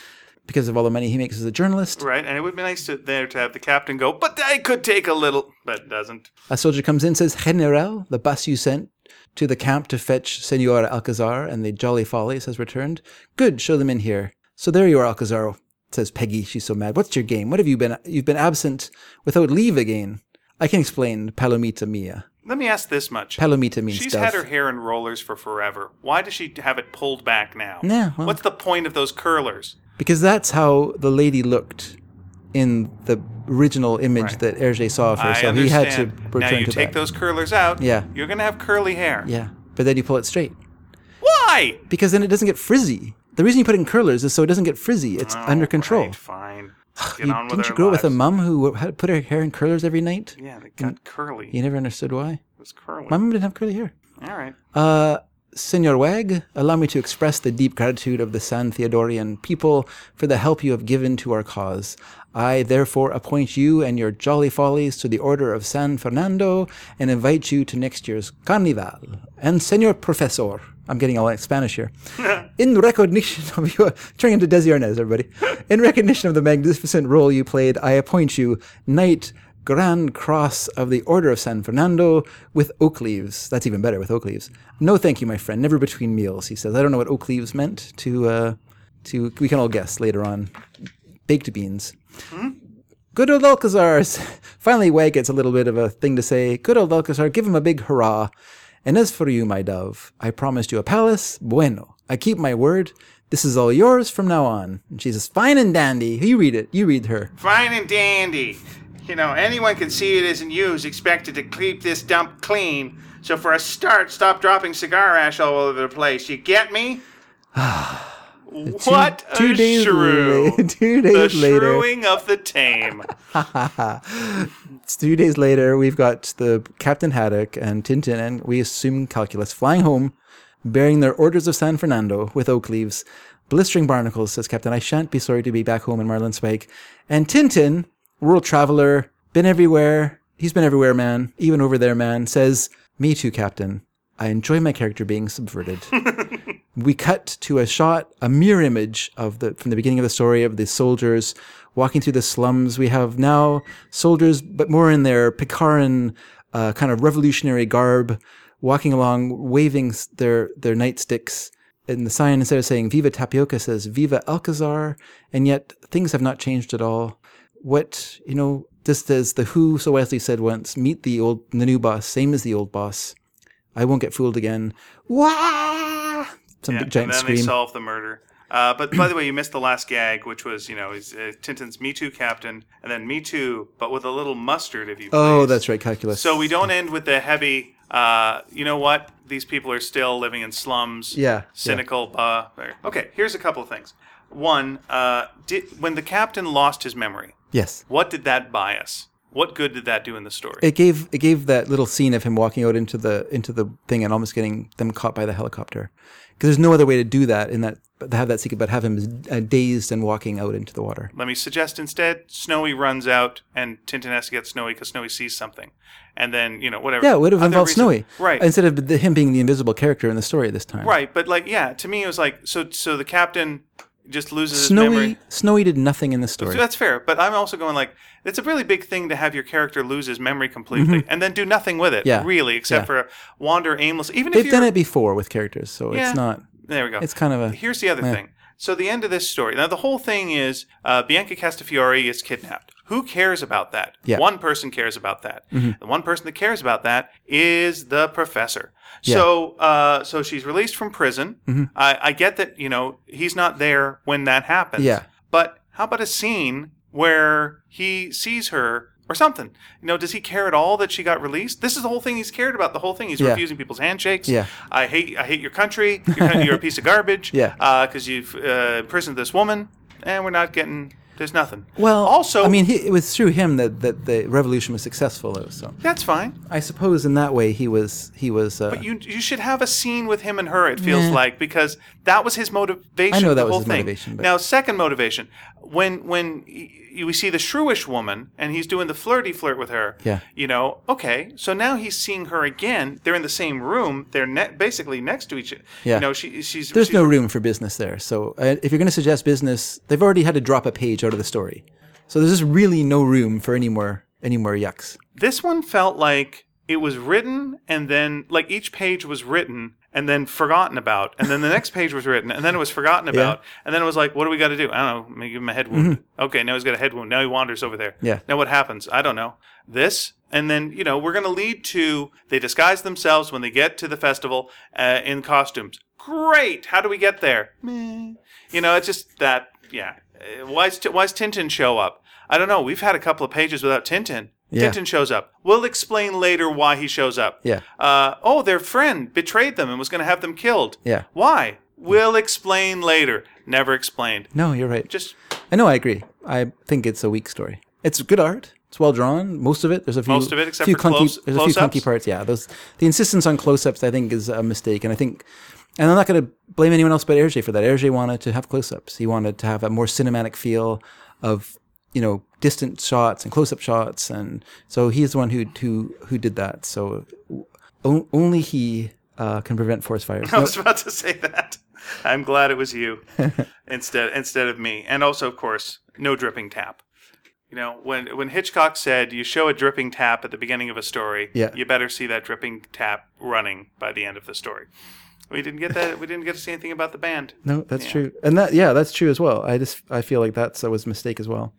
B: because of all the money he makes as a journalist.
A: Right, and it would be nice to, there to have the captain go, but I could take a little, but doesn't.
B: A soldier comes in says, General, the bus you sent to the camp to fetch Senor Alcazar and the Jolly Follies has returned. Good, show them in here. So there you are, Alcazar, says Peggy. She's so mad. What's your game? What have you been? You've been absent without leave again. I can explain, Palomita mia.
A: Let me ask this much.
B: Palomita means
A: She's
B: dove.
A: had her hair in rollers for forever. Why does she have it pulled back now?
B: Yeah, well-
A: What's the point of those curlers?
B: Because that's how the lady looked in the original image that Hergé saw of her.
A: I
B: so he
A: understand.
B: had to return
A: now you
B: to
A: take
B: that.
A: those curlers out.
B: Yeah.
A: You're gonna have curly hair.
B: yeah, but then you pull it straight
A: Why?
B: because then it doesn't get frizzy. The reason you put it in curlers is so it doesn't get frizzy. It's under control.
A: Oh, Right, fine. Get
B: You,
A: on with
B: didn't
A: our
B: you grow up with a
A: lives.
B: mum who had put her hair in curlers every night?
A: Yeah, they got curly.
B: You never understood why.
A: It was curly.
B: My mum didn't have curly hair.
A: All right.
B: Uh, Senor Wag, allow me to express the deep gratitude of the San Theodorian people for the help you have given to our cause. I therefore appoint you and your jolly follies to the Order of San Fernando and invite you to next year's Carnival. And Senor Professor, I'm getting all in Spanish here. In recognition of your turning into Desi Arnaz, everybody. In recognition of the magnificent role you played, I appoint you Knight Grand Cross of the Order of San Fernando with oak leaves. That's even better with oak leaves. No, thank you, my friend. Never between meals, he says. I don't know what oak leaves meant to, uh, to we can all guess later on. Baked beans. Good old Alcazar. Finally, Wag gets a little bit of a thing to say. Good old Alcazar, give him a big hurrah. And as for you, my dove, I promised you a palace. Bueno, I keep my word. This is all yours from now on. And she says, fine and dandy. You read it. You read her.
A: Fine and dandy. You know, anyone can see it isn't you who's expected to keep this dump clean. So for a start, stop dropping cigar ash all over the place. You get me? what
B: Two- two
A: a
B: days
A: shrew.
B: la- two
A: the
B: days later.
A: shrewing of the tame.
B: It's two days later. We've got the Captain Haddock and Tintin, and we assume Calculus flying home, bearing their orders of San Fernando with oak leaves. Blistering barnacles, says Captain. I shan't be sorry to be back home in Marlin Spike. And Tintin, world traveler, been everywhere. He's been everywhere, man. Even over there, man. Says, Me too, Captain. I enjoy my character being subverted we cut to a shot, a mirror image of the from the beginning of the story of the soldiers walking through the slums. We have now soldiers, but more in their Picaran uh, kind of revolutionary garb, walking along, waving s- their their nightsticks. And the sign instead of saying "Viva Tapioca" says "Viva Alcazar," and yet things have not changed at all. What you know, just as the Who so wisely said once, "Meet the old, the new boss, same as the old boss." I won't get fooled again. Wah! Some
A: Yeah,
B: big giant
A: and then they
B: scream.
A: solve the murder. Uh, but by the way, you missed the last gag, which was you know is, uh, Tintin's Me Too Captain, and then Me Too, but with a little mustard, if you.
B: oh,
A: please.
B: that's right, calculus.
A: So we don't end with the heavy. Uh, you know what? These people are still living in slums.
B: Yeah,
A: Cynical. Uh, okay. Here's a couple of things. One, uh, did, when the captain lost his memory,
B: yes,
A: what did that buy us? What good did that do in the story?
B: it gave it gave that little scene of him walking out into the into the thing and almost getting them caught by the helicopter. Because there's no other way to do that in that to have that secret, but have him uh, dazed and walking out into the water.
A: Let me suggest instead, Snowy runs out, and Tintin has to get Snowy because Snowy sees something, and then you know whatever.
B: Yeah, it would have
A: Other
B: involved
A: reason-
B: Snowy,
A: Right.
B: Instead of the, him being the invisible character in the story this time,
A: Right, but like, yeah, to me it was like so. So the captain just loses his
B: Snowy
A: memory.
B: Snowy did nothing in this story.
A: So that's fair, but I'm also going like it's a really big thing to have your character lose his memory completely and then do nothing with it,
B: Mm-hmm. Yeah.
A: really, except
B: Yeah.
A: for wander aimless. Even
B: They've
A: if you're,
B: done it before with characters, so
A: Yeah.
B: it's not.
A: there we go.
B: It's kind of a
A: Here's the other thing. So the end of this story. Now the whole thing is uh, Bianca Castafiore is kidnapped. Who cares about that?
B: Yeah. Mm-hmm.
A: One person cares about that. The one person that cares about that is the professor. So uh, so she's released from prison.
B: Mm-hmm.
A: I, I get that you know he's not there when that happens.
B: Yeah.
A: But how about a scene where he sees her? Or something. You know, does he care at all that she got released? This is the whole thing he's cared about. The whole thing. He's
B: Yeah.
A: refusing people's handshakes.
B: Yeah.
A: I hate I hate your country. You're, kind- you're a piece of garbage.
B: Yeah.
A: Because you've uh, imprisoned this woman, and we're not getting. There's nothing.
B: Well,
A: also,
B: I mean, he, it was through him that, that the revolution was successful, though. So
A: that's fine.
B: I suppose in that way he was he was. Uh,
A: But you you should have a scene with him and her. It feels like because that was his motivation.
B: I know
A: the
B: that was
A: whole
B: his
A: thing.
B: motivation, but-
A: Now, second motivation when when y- y- we see the shrewish woman and he's doing the flirty flirt with her.
B: Yeah.
A: You know, okay, so now he's seeing her again. They're in the same room. They're ne- basically next to each.
B: Yeah.
A: You know, she she's
B: there's
A: she's
B: no room for business there. So uh, if you're going to suggest business, they've already had to drop a page out of the story. So there's just really no room for any more any more yucks.
A: this one felt like it was written and then like each page was written and then forgotten about and then the next page was written and then it was forgotten about and then it was like what do we got to do i don't know maybe give him a head wound okay now he's got a head wound now he wanders over there
B: Yeah.
A: now what happens i don't know this and then you know we're going to lead to they disguise themselves when they get to the festival uh, in costumes. Great. How do we get there? Meh. You know, it's just that. Yeah. Uh, Why's T- why's Tintin show up? I don't know. We've had a couple of pages without Tintin.
B: Yeah.
A: Tintin shows up. We'll explain later why he shows up.
B: Yeah.
A: Uh, oh, their friend betrayed them and was going to have them killed.
B: Yeah.
A: Why? We'll explain later. Never explained.
B: No, you're right.
A: Just
B: I know. I agree. I think it's a weak story. It's good art. It's well drawn. Most of it. There's a few.
A: Most of it, except
B: few
A: for
B: clunky,
A: close-
B: There's a few
A: close-ups?
B: clunky parts. Yeah. Those. The insistence on close-ups, I think, is a mistake, and I think, and I'm not going to blame anyone else but Hergé for that. Hergé wanted to have close-ups. He wanted to have a more cinematic feel of, you know, distant shots and close-up shots, and so he's the one who who who did that. So o- only he uh, can prevent forest fires.
A: I
B: No-
A: was about to say that. I'm glad it was you instead instead of me. And also, of course, no dripping tap. You know, when when Hitchcock said you show a dripping tap at the beginning of a story,
B: Yeah.
A: you better see that dripping tap running by the end of the story. We didn't get that. We didn't get to see anything about the band.
B: No, that's true, and that yeah, that's true as well. I just I feel like that's that was a mistake as well.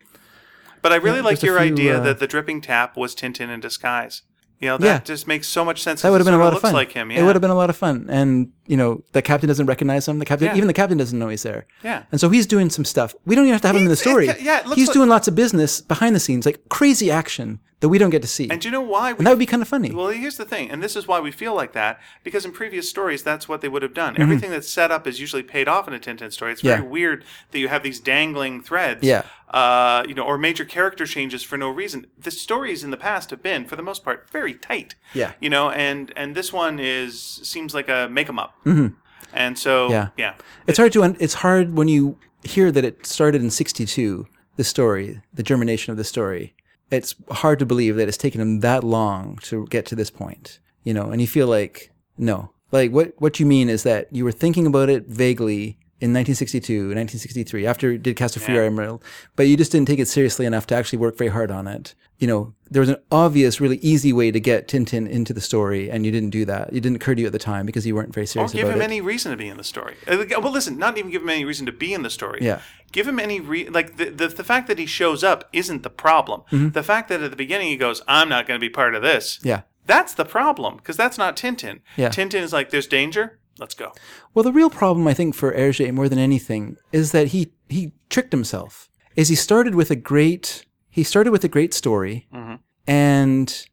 A: But I really like
B: there's a
A: your
B: few,
A: idea
B: uh,
A: that the dripping tap was Tintin in disguise. You know, that
B: Yeah.
A: just makes so much sense.
B: That would have been a lot of
A: looks
B: fun.
A: Like him, yeah.
B: It would have been a lot of fun, and you know the captain doesn't recognize him. The captain,
A: Yeah.
B: even the captain, doesn't know he's there.
A: Yeah.
B: and so he's doing some stuff. We don't even have to have him in the story.
A: it's- yeah, it looks
B: he's
A: like-
B: doing lots of business behind the scenes, like crazy action that we don't get to see,
A: And
B: and,
A: do you know why? We
B: that would be kind of funny.
A: Well, here's the thing, and this is why we feel like that, because in previous stories, that's what they would have done. Everything that's set up is usually paid off in a Tintin story. It's very
B: Mm-hmm. Yeah.
A: weird that you have these dangling threads,
B: Yeah.
A: uh, you know, or major character changes for no reason. The stories in the past have been, for the most part, very tight.
B: Yeah.
A: you know, and and this one is seems like a make 'em up, and so
B: Mm-hmm. Yeah.
A: yeah,
B: it's hard to un- it's hard when you hear that it started in '62. The story, the germination of the story. It's hard to believe that it's taken him that long to get to this point, you know. And you feel like no, like what what you mean is that you were thinking about it vaguely in 1962, 1963, after you did Castlefrere yeah. Emerald, but you just didn't take it seriously enough to actually work very hard on it. You know, there was an obvious, really easy way to get Tintin into the story, and you didn't do that. It didn't occur to you at the time because you weren't very
A: Or
B: serious
A: give
B: about
A: him
B: it.
A: any reason to be in the story. Uh, Well, listen, not even give him any reason to be in the story.
B: Yeah.
A: Give him any re- like the, the the fact that he shows up isn't the problem.
B: Mm-hmm.
A: The fact that at the beginning he goes, "I'm not going to be part of this."
B: yeah.
A: That's the problem because that's not Tintin.
B: Yeah.
A: Tintin is like, "There's danger. Let's go."
B: Well, the real problem, I think, for Hergé more than anything is that he he tricked himself. Is he started with a great he started with a great story, and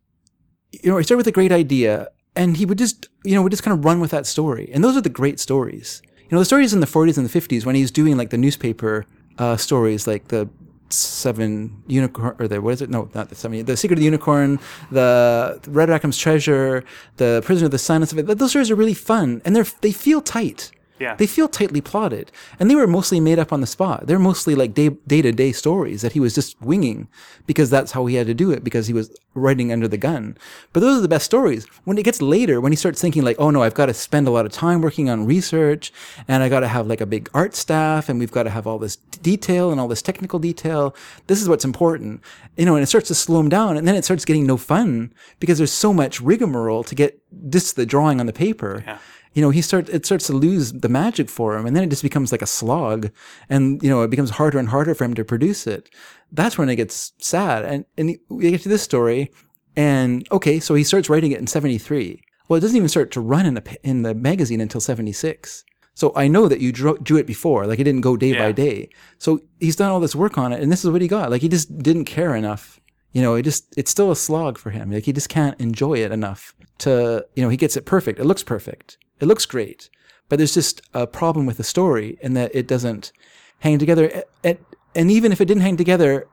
B: you know he started with a great idea, and he would just you know would just kind of run with that story, and those are the great stories. You know, the stories in the 40s and the 50s when he's doing like the newspaper uh, stories, like the Seven Unicorn or the what is it? No, not the Seven. The Secret of the Unicorn, the Red Rackham's Treasure, the Prisoner of the Silence of it. Those stories are really fun, and they're they feel tight.
A: Yeah.
B: They feel tightly plotted, and they were mostly made up on the spot. They're mostly like day to day stories that he was just winging because that's how he had to do it because he was writing under the gun. But those are the best stories. When it gets later, when he starts thinking like, oh no, I've got to spend a lot of time working on research, and I got to have like a big art staff, and we've got to have all this d- detail and all this technical detail. This is what's important, you know. And it starts to slow him down, and then it starts getting no fun because there's so much rigmarole to get just the drawing on the paper you know, he starts it starts to lose the magic for him, and then it just becomes like a slog, and you know, it becomes harder and harder for him to produce it. That's when it gets sad, and and he- we get to this story, and okay, so he starts writing it in '73. Well, it doesn't even start to run in the pa- in the magazine until '76. So I know that you drew, drew it before, like it didn't go day by
A: Yeah.
B: day. So he's done all this work on it, and this is what he got. Like he just didn't care enough. You know, it just it's still a slog for him. Like he just can't enjoy it enough to you know he gets it perfect. It looks perfect. It looks great, but there's just a problem with the story in that it doesn't hang together. A- a- And even if it didn't hang together,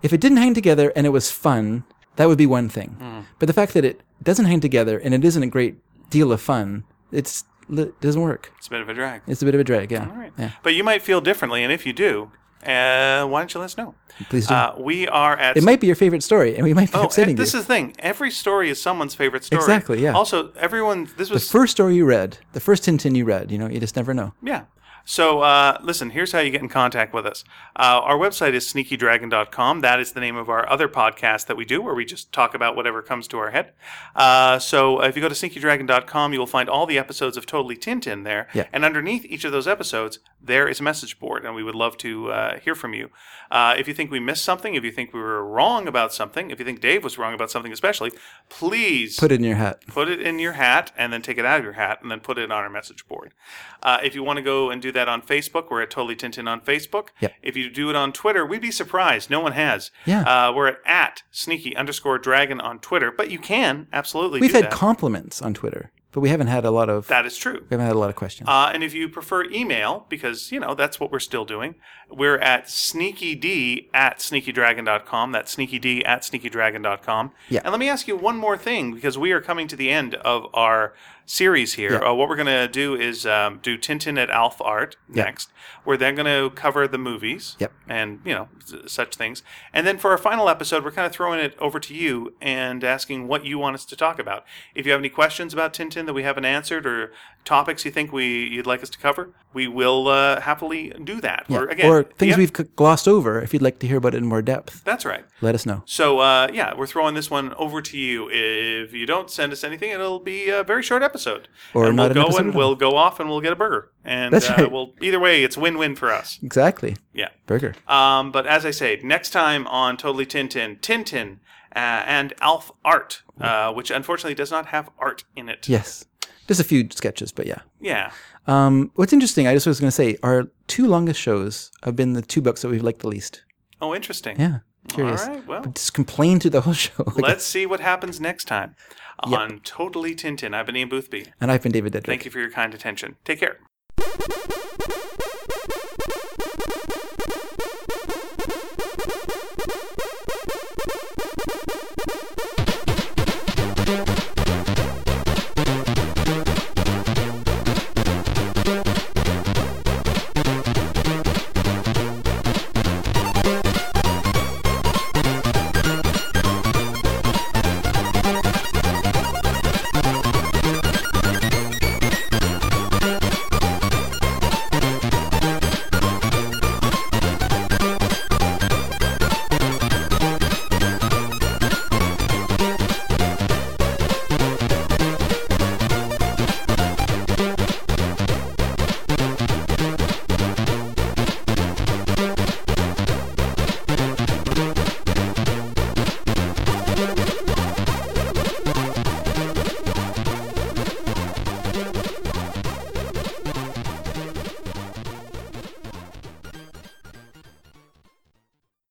B: if it didn't hang together and it was fun, that would be one thing.
A: Hmm.
B: But the fact that it doesn't hang together and it isn't a great deal of fun, it's it doesn't work.
A: It's a bit of a drag.
B: It's a bit of a drag, yeah.
A: All right.
B: Yeah.
A: But you might feel differently, and if you do, uh, why don't you let us know?
B: Please do.
A: Uh, we are at
B: it might be your favorite story, and we might be
A: Oh, and
B: upsetting
A: this
B: you.
A: is the thing. Every story is someone's favorite story.
B: Exactly, yeah.
A: Also, everyone. This was
B: first story you read, the first Tintin you read, you know, you just never know.
A: Yeah. So, uh, listen, here's how you get in contact with us. Uh, our website is sneakydragon.com. That is the name of our other podcast that we do, where we just talk about whatever comes to our head. Uh, so, if you go to sneakydragon.com, you will find all the episodes of Totally Tintin there.
B: Yeah.
A: And underneath each of those episodes, there is a message board. support, and we would love to uh, hear from you. Uh, if you think we missed something, if you think we were wrong about something, if you think Dave was wrong about something especially, please
B: Put it in your hat.
A: put it in your hat and then take it out of your hat and then put it on our message board. Uh, if you want to go and do that on Facebook, we're at Totally Tintin on Facebook.
B: Yep.
A: If you do it on Twitter, we'd be surprised. No one has.
B: Yeah.
A: Uh, we're at, at sneaky underscore dragon on Twitter, but you can absolutely
B: We've
A: do
B: had
A: that.
B: compliments on Twitter, but we haven't had a lot of
A: that is true.
B: we haven't had a lot of questions.
A: Uh, and if you prefer email, because, you know, that's what we're still doing, we're at sneakyd at sneakydragon.com. That's sneakyd at sneakydragon.com.
B: Yeah.
A: And let me ask you one more thing, because we are coming to the end of our series here. Uh, what we're going to do is um, do Tintin at Alf Art
B: Yeah.
A: next. We're then going to cover the movies
B: Yep.
A: and, you know, s- such things. And then for our final episode, we're kind of throwing it over to you and asking what you want us to talk about. If you have any questions about Tintin that we haven't answered or topics you think we you'd like us to cover, we will uh, happily do that.
B: Yeah.
A: Or again,
B: or things
A: yeah,
B: we've c- glossed over. If you'd like to hear about it in more depth,
A: That's right.
B: let us know.
A: So uh, yeah, we're throwing this one over to you. If you don't send us anything, it'll be a very short episode,
B: Or
A: and
B: not an
A: we'll go
B: episode
A: and
B: at all.
A: we'll go off and we'll get a burger, and
B: That's
A: uh,
B: right.
A: we'll either way, it's win-win for us.
B: Exactly.
A: Yeah.
B: Burger.
A: Um, but as I say, next time on Totally Tintin, Tintin uh, and Alf Art, uh, which unfortunately does not have art in it.
B: Yes. Just a few sketches, but yeah.
A: Yeah.
B: Um, what's interesting, I just was going to say, our two longest shows have been the two books that we've liked the least.
A: Oh, interesting.
B: Yeah. Curious.
A: All right. Well,
B: But just complain through the whole show.
A: let's see what happens next time on Totally Tintin. I've been Ian Boothby.
B: and I've been David Dedrick.
A: Thank you for your kind attention. Take care.